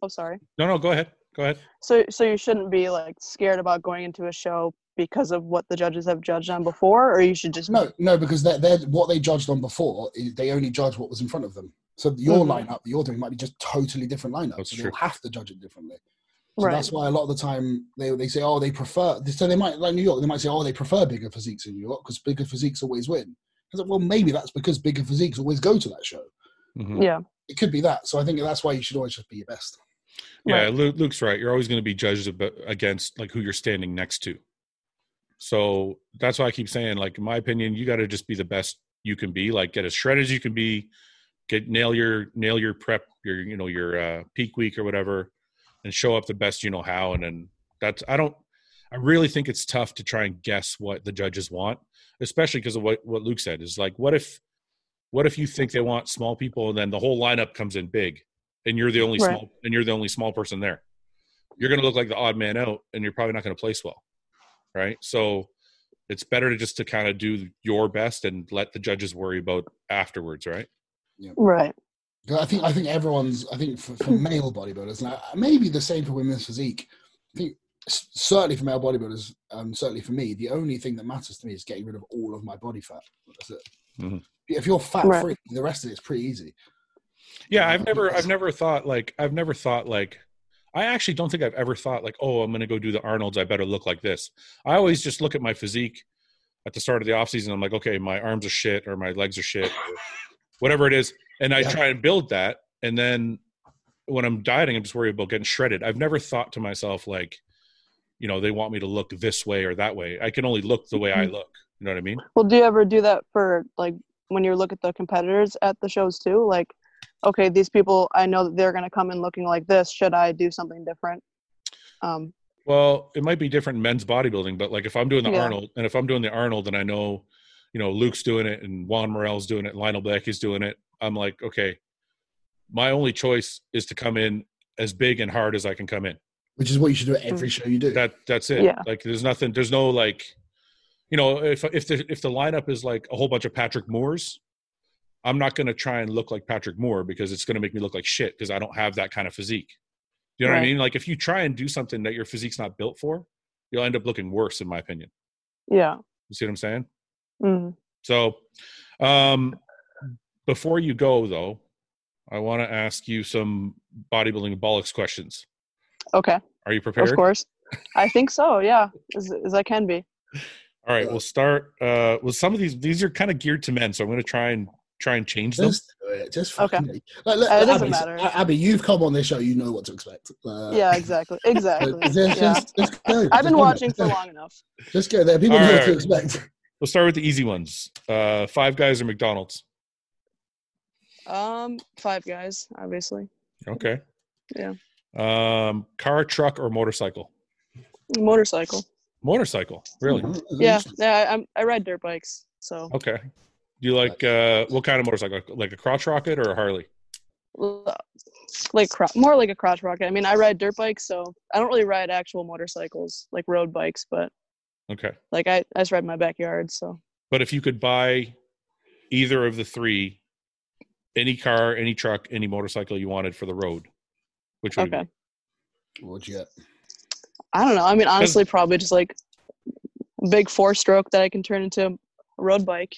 S3: Oh, sorry.
S1: No, no. Go ahead. Go ahead.
S3: So so you shouldn't be like scared about going into a show because of what the judges have judged on before, or you should just.
S2: no, no, because they're, they're what they judged on before. Is they only judge what was in front of them. So your
S3: Mhm.
S2: lineup that you're doing might be just totally different lineup.
S1: That's
S2: so
S1: true.
S2: you'll have to judge it differently. So
S3: Right.
S2: that's why a lot of the time they, they say, oh, they prefer. So they might, like New York, they might say, oh, they prefer bigger physiques in New York because bigger physiques always win. I was like, well, maybe that's because bigger physiques always go to that show.
S1: Mhm.
S3: Yeah.
S2: It could be that. So I think that's why you should always just be your best.
S1: Yeah,
S3: Right.
S1: Luke, Luke's right. You're always going to be judged ab- against like who you're standing next to. So that's why I keep saying, like, in my opinion, you got to just be the best you can be. Like, get as shredded as you can be. Get nail your nail your prep, your you know your uh, peak week or whatever, and show up the best you know how. And then that's I don't. I really think it's tough to try and guess what the judges want, especially because of what what Luke said is like, what if, what if you think they want small people, and then the whole lineup comes in big, and you're the only
S3: Right.
S1: small and you're the only small person there. You're going to look like the odd man out, and you're probably not going to place well, right? So it's better to just to kind of do your best and let the judges worry about afterwards, right?
S3: Right.
S2: 'Cause I think I think everyone's I think for,
S3: Hmm.
S2: for male bodybuilders now maybe the same for women's physique. I think s- certainly for male bodybuilders, um, certainly for me, the only thing that matters to me is getting rid of all of my body fat. That's it.
S1: Mhm.
S2: If you're fat
S3: Right.
S2: free, the rest of it's pretty easy.
S1: Yeah, I've never I've never thought like I've never thought like I actually don't think I've ever thought like, oh, I'm gonna go do the Arnold's, I better look like this. I always just look at my physique at the start of the off season, I'm like, okay, my arms are shit or my legs are shit or whatever it is. And I
S2: Yeah.
S1: try and build that. And then when I'm dieting, I'm just worried about getting shredded. I've never thought to myself like, you know, they want me to look this way or that way. I can only look the way I look. You know what I mean?
S3: Well, do you ever do that for like when you look at the competitors at the shows too? Like, okay, these people, I know that they're gonna come in looking like this. Should I do something different? Um,
S1: Well, it might be different in men's bodybuilding, but like if I'm doing the
S3: Yeah.
S1: Arnold, and if I'm doing the Arnold, and I know, you know, Luke's doing it, and Juan Morel's doing it, Lionel Blacky's doing it, I'm like, okay, my only choice is to come in as big and hard as I can come in.
S2: Which is what you should do at every
S3: Hmm.
S2: show you do.
S1: That that's it.
S3: Yeah.
S1: Like there's nothing. There's no like, you know, if if the if the lineup is like a whole bunch of Patrick Moores, I'm not going to try and look like Patrick Moore because it's going to make me look like shit because I don't have that kind of physique. You know what I
S3: Right.
S1: mean? Like if you try and do something that your physique's not built for, you'll end up looking worse, in my opinion.
S3: yeah.
S1: You see what I'm saying?
S3: Mm.
S1: So, um, before you go though, I want to ask you some bodybuilding bollocks questions.
S3: Okay.
S1: Are you prepared?
S3: Of course. I think so. Yeah, as, as I can be.
S1: All right, we'll start. Uh, well, some of these these are kind of geared to men, so I'm going to try and try and change them.
S2: Just do it. Just
S3: Okay.
S2: fucking do it. Like, look,
S3: Uh, it doesn't
S2: Abby,
S3: matter.
S2: Abby, you've come on this show. You know what to expect. Uh,
S3: yeah. Exactly. Exactly.
S2: Just,
S3: yeah.
S2: just, just go.
S3: I've
S2: Just
S3: been
S2: go.
S3: watching for long enough.
S2: Just go there. People
S1: All
S2: know
S1: right.
S2: what to expect.
S1: We'll start with the easy ones. Uh, five Guys or McDonald's?
S3: Um, Five Guys, obviously.
S1: Okay.
S3: Yeah.
S1: Um, car, truck, or motorcycle?
S3: Motorcycle.
S1: Motorcycle, really?
S2: Mhm.
S3: Yeah. Yeah. I, I'm, I ride dirt bikes, so
S1: Okay. Do you like uh, what kind of motorcycle? Like a crotch rocket or a Harley?
S3: like cro- more like a crotch rocket. I mean, I ride dirt bikes, so I don't really ride actual motorcycles like road bikes, but
S1: Okay.
S3: like I, I just ride in my backyard. So
S1: But if you could buy either of the three, any car, any truck, any motorcycle you wanted for the road, which would
S3: okay,
S1: it
S2: What'd you get?
S3: I don't know. I mean, honestly, probably just like a big four stroke that I can turn into a road bike.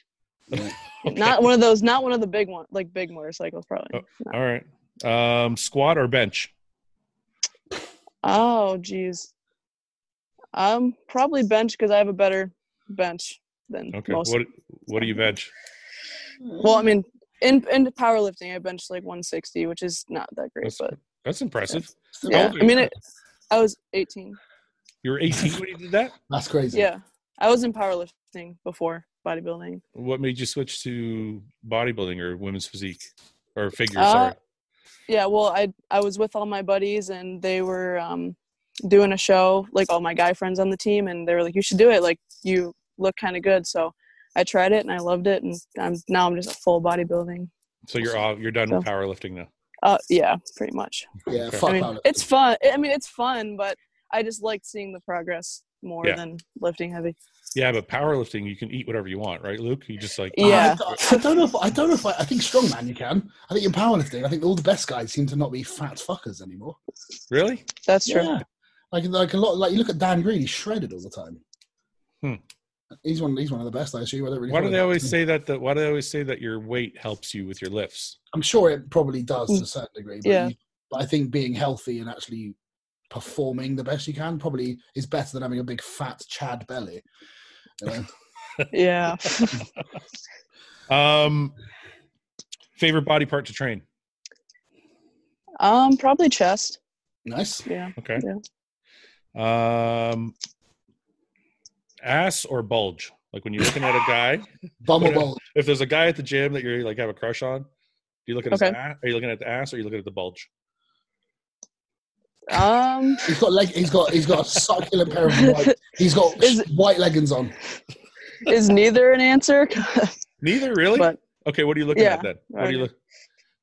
S1: be? Okay. Oh.
S3: Not one of those. Not one of the big one, like big motorcycles, probably.
S1: All right. Um, squat or bench?
S3: Oh, geez. Um, probably bench because I have a better bench than
S1: Okay.
S3: most.
S1: What What do you bench?
S3: well, I mean, in in powerlifting, I bench like 160, which is not that great,
S1: That's
S3: but
S1: That's impressive.
S3: yeah.
S1: old are
S3: I mean,
S1: you?
S3: it, I was 18.
S1: You were 18 when you did that.
S2: That's crazy.
S3: Yeah, I was in powerlifting before bodybuilding.
S1: What made you switch to bodybuilding or women's physique or figure?
S3: Uh,
S1: sorry.
S3: Yeah, well, I I was with all my buddies and they were um, doing a show, like all my guy friends on the team, and they were like, "You should do it. Like you look kind of good." So I tried it and I loved it, and I'm now I'm just a full bodybuilding.
S1: So you're off, you're done with powerlifting now.
S3: Uh, yeah, pretty much.
S2: Yeah,
S1: Okay.
S2: fuck
S3: I mean,
S2: about it.
S3: it's fun. I mean, it's fun, but I just liked seeing the progress more
S1: Yeah.
S3: than lifting heavy.
S1: Yeah, but powerlifting you can eat whatever you want, right, Luke? You just like
S3: Yeah.
S2: I, I don't know if I don't know if I, I think strongman you can. I think in powerlifting, I think all the best guys seem to not be fat fuckers anymore.
S1: really.
S3: That's true.
S2: Yeah. Like like a lot like you look at Dan Green, he's shredded all the time.
S1: Hmm.
S2: He's one he's one of the best, I assume. I don't really
S1: Why do
S2: follow
S1: they
S2: him.
S1: always say that? That why do they always say that your weight helps you with your lifts?
S2: I'm sure it probably does to a certain degree, but,
S3: Mm. Yeah.
S2: you- but I think being healthy and actually performing the best you can probably is better than having a big fat Chad belly. you know?
S3: Yeah.
S1: Um, favorite body part to train?
S3: Um, probably chest.
S2: nice.
S3: Yeah.
S1: Okay. Um, ass or bulge? Like when you're looking at a guy,
S2: Bumble
S1: Whatever.
S2: bulge.
S1: if there's a guy at the gym that you're like have a crush on, do you look at his
S3: Okay.
S1: ass? Are you looking at the ass or are you looking at the bulge?
S3: Um.
S2: He's got leg he's got he's got a succulent pair of white he's got
S3: Is-
S2: white leggings on.
S3: is neither an answer,
S1: Neither really.
S3: but
S1: okay, what are you looking
S3: Yeah,
S1: at then? What do you
S3: okay.
S1: look?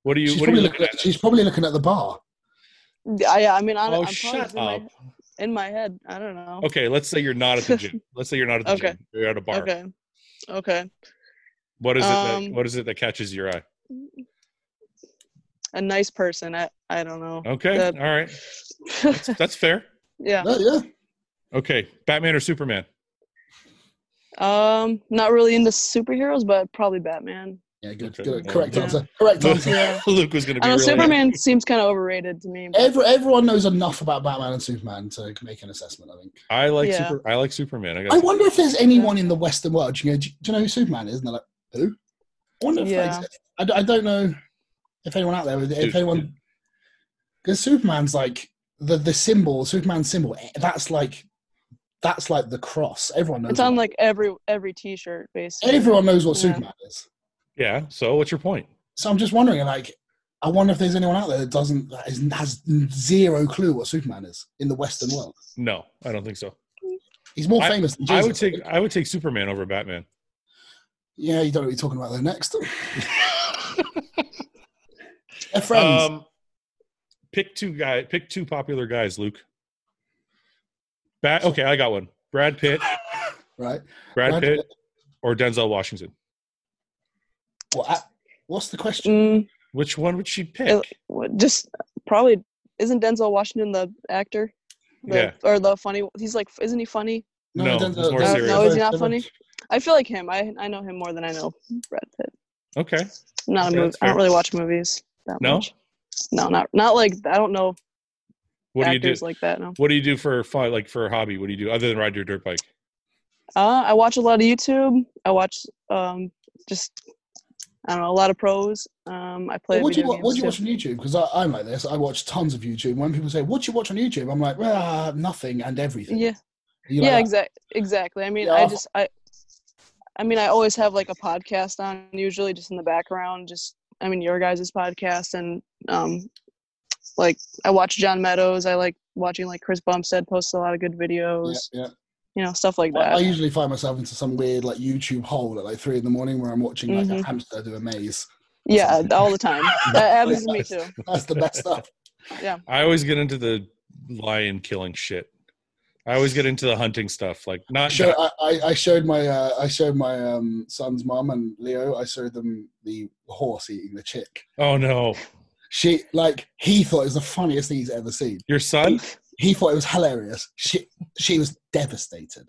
S1: What do you?
S2: She's
S1: what are
S2: probably
S1: you
S2: looking
S1: looking at?
S2: at, she's probably looking at the bar.
S3: I, I mean, I,
S1: oh,
S3: I'm probably
S1: shut
S3: just in,
S1: up.
S3: My, in my head. I don't know.
S1: Okay, let's say you're not at the gym. Let's say you're not at the
S3: Okay.
S1: gym. You're at a bar.
S3: Okay. Okay.
S1: What is it?
S3: Um,
S1: that, what is it that catches your eye?
S3: a nice person. I I don't know.
S1: Okay.
S3: That-
S1: All right. Oh, That's fair.
S3: yeah.
S2: No, yeah.
S1: Okay. Batman or Superman?
S3: Um, not really into superheroes, but probably Batman.
S2: Yeah, good.
S1: Okay.
S2: good. Correct
S3: Yeah.
S2: answer. Correct
S1: Luke,
S2: answer.
S3: Yeah.
S1: Luke was going to be
S3: I know
S1: really.
S3: Superman seems kind of overrated to me. But
S2: Every, everyone knows enough about Batman and Superman to make an assessment, I think.
S1: I like
S3: Yeah.
S1: super. I like Superman. I got.
S2: I wonder if there's anyone in the Western world. Do you know, do you know who Superman is? And they're like, who? I wonder if
S3: Yeah.
S2: yeah. I, d- I don't know if anyone out there, if
S1: Dude.
S2: anyone. Because Superman's like the, the symbol, Superman's symbol, eh, that's like that's like the cross. Everyone knows.
S3: it's on
S2: what-
S3: like every every T-shirt basically.
S2: Everyone knows what
S3: Yeah.
S2: Superman is.
S1: yeah. So what's your point?
S2: So I'm just wondering, like, I wonder if there's anyone out there that doesn't, that is, has zero clue what Superman is in the Western world.
S1: No, I don't think so.
S2: He's more famous than Jesus.
S1: I would take. I would take Superman over Batman.
S2: Yeah, you don't know what you're talking about there next. They're friends.
S1: Um, pick two guy. Pick two popular guys, Luke. Bat. Okay, I got one. Brad Pitt.
S2: right?
S1: Brad
S2: Brad
S1: Pitt or Denzel Washington.
S2: What, I- what's the question?
S3: Mm,
S1: Which one would she pick?
S3: it, what- just probably isn't Denzel Washington the actor? The,
S1: Yeah.
S3: Or the funny? He's like, isn't he funny?
S1: No,
S2: Denzel-
S1: it's more
S2: Denzel-
S3: No,
S1: serious.
S3: Oh, no, is he not
S2: Denzel-
S3: funny? I feel like him. I I know him more than I know Brad Pitt.
S1: okay.
S3: I'm not a
S1: Yeah,
S3: movie.
S1: that's
S3: I don't
S1: fair.
S3: really watch movies. That
S1: No?
S3: Much. No, not not like I don't know
S1: What do you do?
S3: actors like that. No.
S1: What do you do for fun? Like for a hobby? What do you do other than ride your dirt bike?
S3: Uh, I watch a lot of YouTube. I watch um, just I don't know a lot of pros. Um, I play
S2: What do you,
S3: video
S2: wa- what do you watch
S3: games too.
S2: on YouTube? Because I'm like this. I watch tons of YouTube. When people say, "What do you watch on YouTube?" I'm like, "Well, nothing and everything."
S3: Yeah,
S2: You
S3: yeah,
S2: like that?
S3: exactly. Exactly. I mean,
S2: Yeah,
S3: I
S2: I'll-
S3: just I, I mean, I always have like a podcast on, usually just in the background. Just I mean, your guys' podcast, and um, like I watch John Meadows. I like watching like Chris Bumstead posts a lot of good videos.
S2: Yeah, yeah.
S3: You know, stuff like
S2: I, I
S3: that.
S2: usually find myself into some weird like YouTube hole at like three in the morning where I'm watching like
S3: Mhm.
S2: a hamster do a maze.
S3: yeah, all the time. That happens to me
S2: Nice.
S3: too.
S2: That's the best stuff.
S1: I always get into the lion killing shit. I always get into the hunting stuff. Like not.
S2: Show, I, I- I showed my uh, I showed my um, son's mum and Leo. I showed them the horse eating the chick.
S1: oh no,
S2: She like he thought it was the funniest thing he's ever seen.
S1: your son.
S2: He thought it was hilarious. She she was devastated.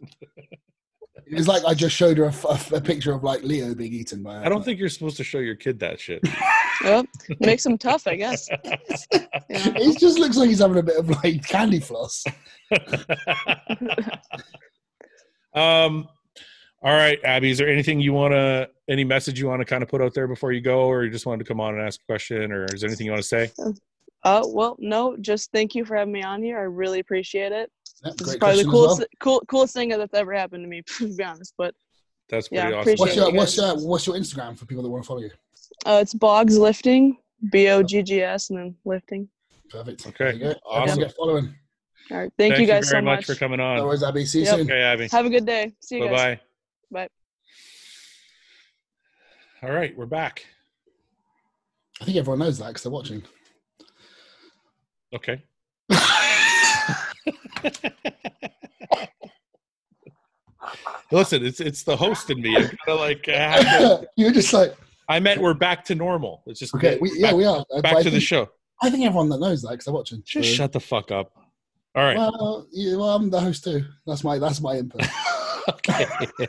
S2: It was like I just showed her a, f- a picture of like Leo being eaten by. a-
S1: I don't think you're supposed to show your kid that shit.
S3: Yep. Makes them tough, I guess. You know?
S2: It just looks like he's having a bit of like candy floss.
S1: um. All right, Abby. Is there anything you wanna, any message you wanna kind of put out there before you go, or you just wanted to come on and ask a question, or is there anything you want to say?
S3: Uh, well, no, just thank you for having me on here. I really appreciate it.
S2: Yep,
S3: This is
S2: great
S3: probably
S2: question
S3: the
S2: as
S3: coolest,
S2: well.
S3: cool, coolest thing that's ever happened to me, to be honest. But
S1: That's
S3: Yeah,
S1: pretty
S3: appreciate
S2: What's
S1: awesome.
S3: it.
S2: your what's your what's your Instagram for people that want to follow you?
S3: uh, it's Boggs Lifting, B O G G S, and then lifting.
S2: Perfect.
S1: Okay,
S2: There you go.
S1: awesome.
S2: Everyone get following.
S3: All right. Thank you guys
S1: very
S3: so
S1: much
S3: much.
S1: for coming on.
S2: No worries, Abby. See you
S3: Yep.
S2: soon.
S1: Okay, Abby.
S3: Have a good day. See you
S1: Bye
S3: guys.
S1: bye.
S3: Bye.
S1: All right, we're back.
S2: I think everyone knows that because they're watching.
S1: Okay. Listen, it's it's the host in me. I'm kind of like uh,
S2: You're just like
S1: I meant we're back to normal. It's just
S2: okay. We, yeah,
S1: back,
S2: we are. But I
S1: back to the
S2: think-
S1: show.
S2: I think everyone that knows that because they're watching.
S1: Just
S2: So-
S1: shut the fuck up. All right.
S2: Well, yeah, well, I'm the host too. That's my that's my input.
S1: okay.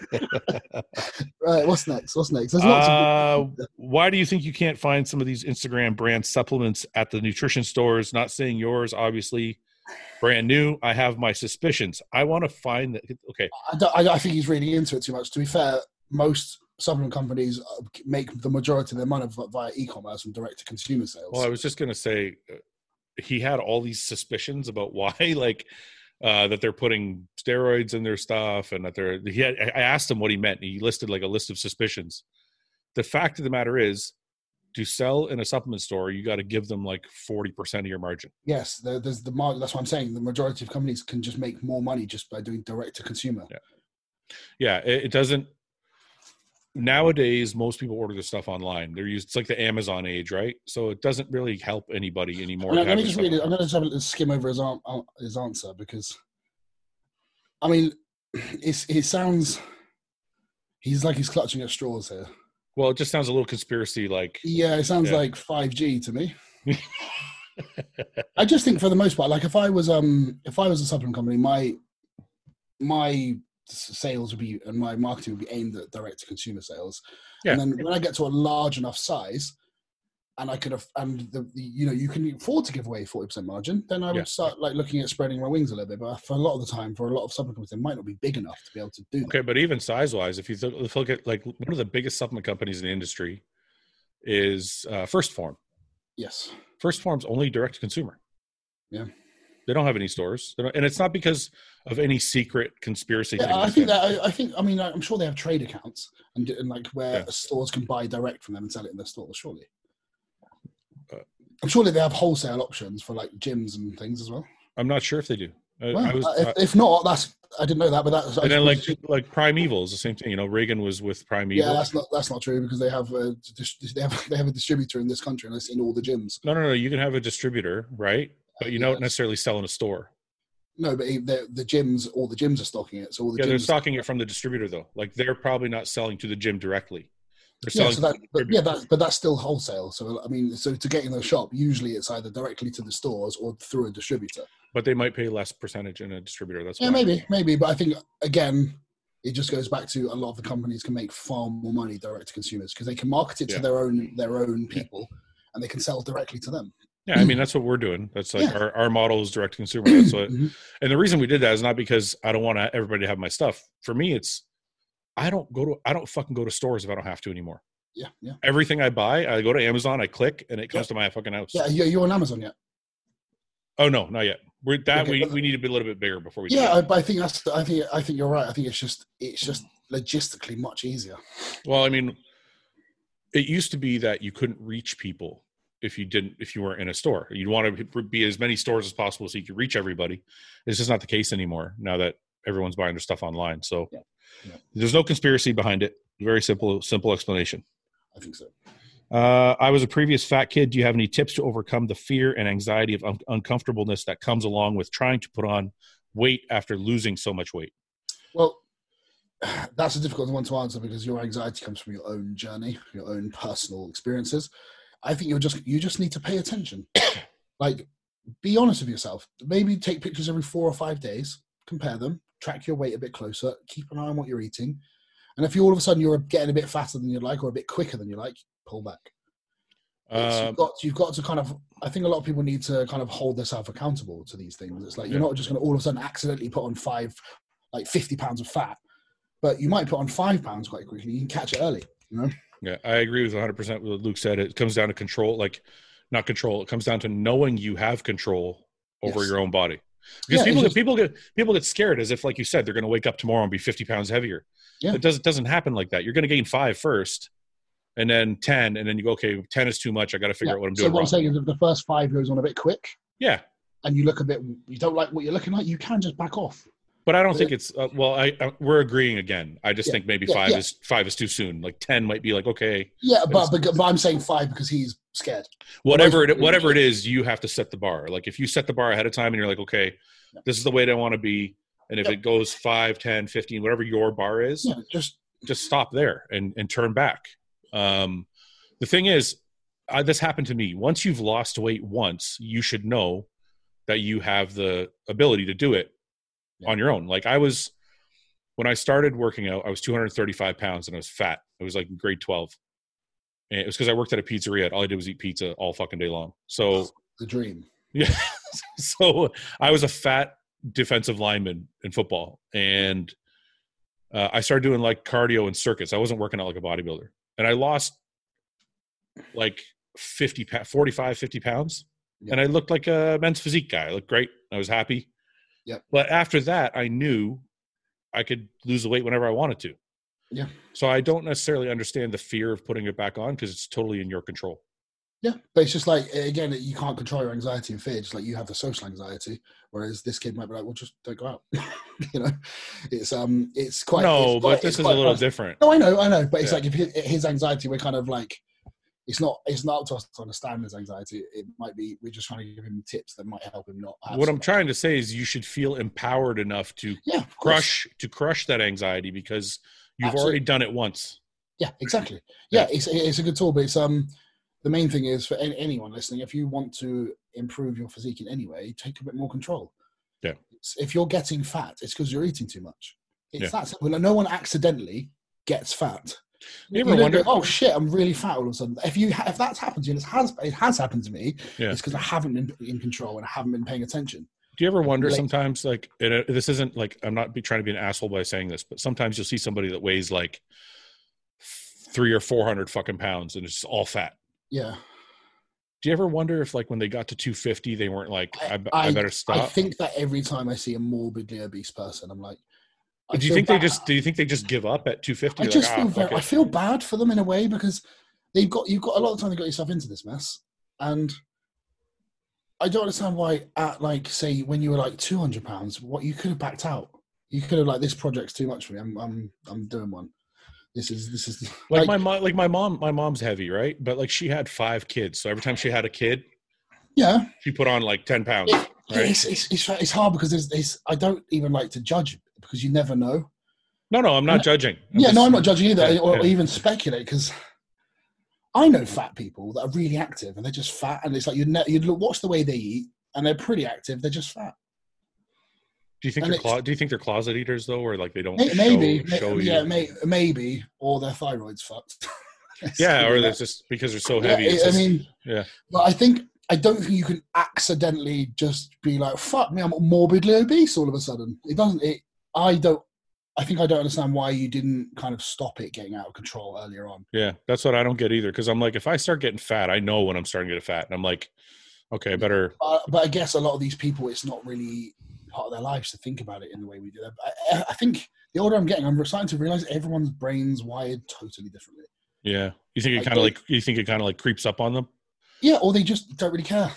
S2: right, what's next? What's next? There's lots
S1: Uh,
S2: of.
S1: why do you think you can't find some of these Instagram brand supplements at the nutrition stores? Not saying yours, obviously, brand new. I have my suspicions. I want to find the okay.
S2: I, don't, I, I think he's really into it too much. To be fair, most supplement companies uh, make the majority of their money vi- via e-commerce and direct-to-consumer sales.
S1: Well, I was just gonna say, uh, he had all these suspicions about why, like, uh, that they're putting steroids in their stuff, and that they're. He had, I asked him what he meant. And he listed like a list of suspicions. The fact of the matter is, to sell in a supplement store, you got to give them like forty percent of your margin.
S2: yes, there, there's the market. That's what I'm saying. The majority of companies can just make more money just by doing direct-to-consumer.
S1: Yeah. Yeah, it, it doesn't. Nowadays, most people order their stuff online. They're used. It's like the Amazon age, right? So it doesn't really help anybody anymore.
S2: Let-
S1: to
S2: let
S1: have
S2: me
S1: their
S2: just
S1: stuff
S2: read it.
S1: online.
S2: I'm going to just have a skim over his, an- uh, his answer because, I mean, it's, it sounds. He's like he's clutching at straws here.
S1: Well, it just sounds a little conspiracy, like
S2: Yeah, it sounds
S1: Yeah.
S2: like 5G to me. I just think for the most part, like if I was um if I was a supplement company, my my s- sales would be and my marketing would be aimed at direct to consumer sales.
S1: Yeah.
S2: And then when I get to a large enough size, and I could have and the, the you know you can afford to give away forty percent margin, then I would
S1: Yeah.
S2: start like looking at spreading my wings a little bit. But for a lot of the time, for a lot of supplement companies, they might not be big enough to be able to do that.
S1: Okay, but even size wise, if you th- if you look at like one of the biggest supplement companies in the industry is uh, First Form.
S2: Yes.
S1: First Form's only direct to consumer.
S2: Yeah.
S1: They don't have any stores. They don't, and it's not because of any secret conspiracy thing.
S2: Yeah, I
S1: like
S2: think that I, I think I mean I'm sure they have trade accounts and, and like where
S1: Yeah.
S2: stores can buy direct from them and sell it in their stores. Surely,
S1: Uh,
S2: I'm surely they have wholesale options for like gyms and things as well.
S1: I'm not sure if they do. I,
S2: Well,
S1: I was,
S2: uh, if, if not, that's I didn't know that, but that's I
S1: and then like
S2: suppose-
S1: like Primeval is the same thing. You know, Reagan was with Primeval.
S2: yeah, that's not that's not true because they have a dis- they have they have a distributor in this country and it's in all the gyms.
S1: no, no, no. You can have a distributor, right? But you
S2: Yeah.
S1: don't necessarily sell in a store.
S2: No, but he- the the gyms all the gyms are stocking it, so all the
S1: yeah, they're
S2: gyms.
S1: stocking it from the distributor though. Like they're probably not selling to the gym directly. They're
S2: yeah,
S1: selling.
S2: so that, but, yeah, that, but that's still wholesale. So I mean, so to get in the shop, usually it's either directly to the stores or through a distributor.
S1: but they might pay less percentage in a distributor. That's
S2: Yeah,
S1: why.
S2: maybe, maybe, but I think again, it just goes back to a lot of the companies can make far more money direct to consumers because they can market it
S1: Yeah.
S2: to their own their own people, and they can sell directly to them.
S1: Yeah, I mean that's what we're doing. That's like
S2: Yeah.
S1: our, our model is direct to consumer. That's what,
S2: Mhm.
S1: and the reason we did that is not because I don't want to, everybody to have my stuff. For me, it's I don't go to I don't fucking go to stores if I don't have to anymore.
S2: Yeah, yeah,
S1: Everything I buy, I go to Amazon, I click, and it comes to my fucking house.
S2: yeah. You're, you're on Amazon yet?
S1: Oh no, not yet. We're that
S2: Okay,
S1: we,
S2: but-
S1: we need to be a little bit bigger before we. do that.
S2: Yeah, I, but I think that's. I think I think you're right. I think it's just it's just logistically much easier.
S1: Well, I mean, it used to be that you couldn't reach people if you didn't if you weren't in a store. You'd want to be as many stores as possible so you could reach everybody. It's just not the case anymore now that everyone's buying their stuff online. So
S2: Yeah. Yeah.
S1: there's no conspiracy behind it. Very simple simple explanation.
S2: I think so.
S1: Uh, I was a previous fat kid. Do you have any tips to overcome the fear and anxiety of un- uncomfortableness that comes along with trying to put on weight after losing so much weight?
S2: Well, that's a difficult one to answer because your anxiety comes from your own journey, your own personal experiences. I think you're just you just need to pay attention. like, be honest with yourself. Maybe take pictures every four or five days, compare them, track your weight a bit closer, keep an eye on what you're eating. And if you all of a sudden you're getting a bit fatter than you'd like or a bit quicker than you like, pull back. It's-
S1: Um,
S2: you've got you've got to kind of I think a lot of people need to kind of hold themselves accountable to these things. It's like you're
S1: Yeah.
S2: not just going to all of a sudden accidentally put on five like fifty pounds of fat, but you might put on five pounds quite quickly. You can catch it early.
S1: Yeah, I agree with 100% with what Luke said. It comes down to control, like not control. It comes down to knowing you have control over
S2: Yes.
S1: your own body. Because
S2: Yeah,
S1: people
S2: it's
S1: get
S2: just-
S1: people get people get scared as if, like you said, they're going to wake up tomorrow and be 50 pounds heavier.
S2: Yeah.
S1: It doesn't doesn't happen like that. You're going to gain five first, and then 10, and then you go, okay, 10 is too much. I got to figure out what I'm
S2: so
S1: doing
S2: what
S1: wrong.
S2: I'm saying is, if the first five goes on a bit quick,
S1: yeah,
S2: and you look a bit, you don't like what you're looking like, you can just back off.
S1: but I don't
S2: But
S1: think it's uh, well. I, I we're agreeing again. I just
S2: Yeah,
S1: think maybe
S2: yeah,
S1: five
S2: yeah.
S1: is five is too soon. Like 10 might be like okay,
S2: Yeah,
S1: Yes.
S2: but, but but I'm saying five because he's scared.
S1: whatever
S2: Most
S1: it
S2: people
S1: whatever it is, you have to set the bar. Like if you set the bar ahead of time and you're like, okay,
S2: Yeah.
S1: this is the weight I want to be, and if
S2: Yeah.
S1: it goes 5, 10, 15, whatever your bar is,
S2: Yeah, just
S1: just stop there and and turn back. Um, the thing is, I, this happened to me. Once you've lost weight once, you should know that you have the ability to do it
S2: Yeah.
S1: on your own. Like I was when I started working out, I was 235 pounds and I was fat. I was like in grade 12. And it was because I worked at a pizzeria. All I did was eat pizza all fucking day long. So
S2: the dream.
S1: yeah. so I was a fat defensive lineman in football, and uh, I started doing like cardio and circuits. I wasn't working out like a bodybuilder, and I lost like 50, pa- 45, 50 pounds,
S2: Yeah.
S1: and I looked like a men's physique guy. I looked great. I was happy.
S2: Yep.
S1: But after that, I knew I could lose the weight whenever I wanted to.
S2: Yeah.
S1: So I don't necessarily understand the fear of putting it back on because it's totally in your control.
S2: Yeah, but it's just like again, you can't control your anxiety and fear. Just like you have the social anxiety, whereas this kid might be like, "Well, just don't go out." you know, it's um, it's quite.
S1: no,
S2: it's
S1: but
S2: quite-
S1: this
S2: it's
S1: is a
S2: quite
S1: little
S2: personal.
S1: different.
S2: No, I know, I know, but it's
S1: Yeah.
S2: like if his, his anxiety, we're kind of like, it's not, it's not up to us to understand his anxiety. It might be we're just trying to give him tips that might help him not. have
S1: what
S2: some-
S1: I'm trying to say is you should feel empowered enough to
S2: yeah, of course.
S1: crush to crush that anxiety because you've
S2: Absolutely.
S1: already done it once.
S2: Yeah, exactly. Yeah, it's it's a good tool, but it's um, the main thing is for any, anyone listening, if you want to improve your physique in any way, take a bit more control.
S1: Yeah.
S2: It's, if you're getting fat, it's because you're eating too much. It's
S1: Yeah.
S2: that simple. And no one accidentally gets fat.
S1: You ever
S2: don't
S1: wonder-
S2: go, oh shit, I'm really fat all of a sudden. If you ha- if that's happened to you, and it has it has happened to me,
S1: Yeah.
S2: it's because I haven't been in control and I haven't been paying attention.
S1: Do you ever wonder
S2: Like-
S1: sometimes, like, and uh, this isn't like I'm not be trying to be an asshole by saying this, but sometimes you'll see somebody that weighs like three or four hundred fucking pounds and it's all fat.
S2: Yeah.
S1: Do you ever wonder if, like, when they got to 250, they weren't like, I, I,
S2: I-
S1: better
S2: I
S1: stop?
S2: think that every time I see a morbidly obese person, I'm like, I
S1: do you
S2: feel
S1: think they
S2: bad.
S1: just? Do you think they just give up at 250?
S2: I
S1: Like,
S2: just
S1: "Ah,
S2: feel
S1: fuck
S2: very,
S1: it."
S2: I feel bad for them in a way because they've got you've got a lot of time to get yourself into this mess, and I don't understand why at like say when you were like two hundred pounds, what you could have backed out. You could have like this project's too much for me. I'm I'm I'm doing one. This is this is
S1: like, my mom, like my mom, my mom's heavy, right? But like she had five kids, so every time she had a kid,
S2: yeah.
S1: she put on like 10 pounds.
S2: It-
S1: Right.
S2: It's, it's it's it's hard because there's it's I don't even like to judge because you never know.
S1: No, no, I'm not judging.
S2: yeah, no,
S1: just-
S2: I'm not judging either,
S1: yeah,
S2: or
S1: yeah.
S2: even speculate because I know fat people that are really active and they're just fat, and it's like you ne- you look watch the way they eat, and they're pretty active. They're just fat.
S1: Do you think
S2: and
S1: they're clo- do you think they're closet eaters though, or like they don't
S2: May-
S1: show,
S2: Maybe, may-
S1: show you?
S2: yeah, may- maybe, or their thyroid's fucked.
S1: Yeah, or
S2: they're
S1: that's just because they're so heavy.
S2: Yeah,
S1: it's
S2: I
S1: just-
S2: mean,
S1: yeah.
S2: But I think I don't think you can accidentally just be like, "Fuck me, I'm morbidly obese." All of a sudden, it doesn't. It. I don't. I think I don't understand why you didn't kind of stop it getting out of control earlier on.
S1: yeah, that's what I don't get either. Because I'm like, if I start getting fat, I know when I'm starting to get fat, and I'm like, okay, I better.
S2: But, but I guess a lot of these people, it's not really part of their lives to think about it in the way we do. that. I- I, I think the older I'm getting, I'm starting to realize everyone's brain's wired totally differently.
S1: Yeah, you think
S2: I
S1: it kind of
S2: think-
S1: like you think it kind of like creeps up on them,
S2: Yeah, or they just don't really care.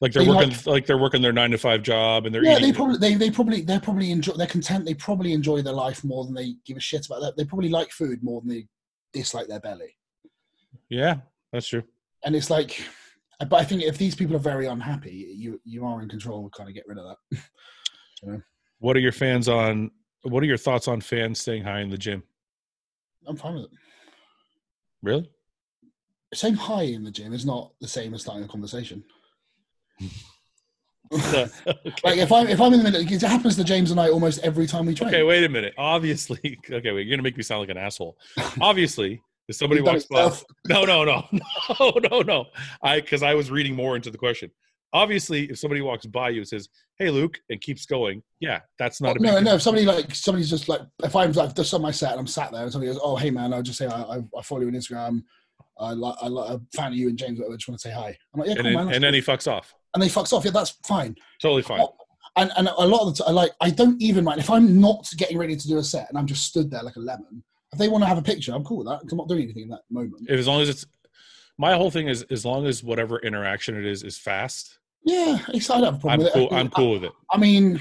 S1: like they're
S2: They like-
S1: working like, they're working their nine to five job and they're
S2: yeah,
S1: eating.
S2: they probably they, they probably they're probably enjoy they're content. They probably enjoy their life more than they give a shit about that. They probably like food more than they dislike their belly.
S1: yeah, that's true.
S2: And it's like, but I think if these people are very unhappy, you you are in control. Kind of get rid of that.
S1: What are your fans on? What are your thoughts on fans staying high in the gym?
S2: I'm fine with it.
S1: Really?
S2: Same high in the gym is not the same as starting a conversation.
S1: okay.
S2: Like if I'm if I'm in the middle, it happens to James and I almost every time we train.
S1: okay, wait a minute. Obviously, okay, wait, you're gonna make me sound like an asshole. Obviously, if somebody
S2: We've done
S1: walks
S2: it
S1: by,
S2: self-
S1: no, no, no, no, no, no. I because I was reading more into the question. Obviously, if somebody walks by you and says, "Hey, Luke," and keeps going, yeah, that's not a big
S2: Oh, no,
S1: deal.
S2: no. If somebody like somebody's just like, if I'm like just on my set and I'm sat there, and somebody goes, "Oh, hey man," I'll just say, "I, I, I follow you on Instagram. I like, I like, I'm a fan of you and James. I just want to say hi." I'm like, "Yeah,
S1: and, then,
S2: cool, man." that's
S1: and then he
S2: cool."
S1: fucks off.
S2: and they fucks off. Yeah, that's fine.
S1: Totally fine.
S2: Oh. And and a lot of the time, like, I don't even mind if I'm not getting ready to do a set and I'm just stood there like a lemon. If they want to have a picture, I'm cool with that. 'cause I'm not doing anything in that moment.
S1: If, as long as it's my whole thing is as long as whatever interaction it is is fast,
S2: Yeah, it's, I don't have a problem
S1: I'm
S2: with
S1: cool.
S2: it.
S1: I'm cool with it.
S2: I, I mean,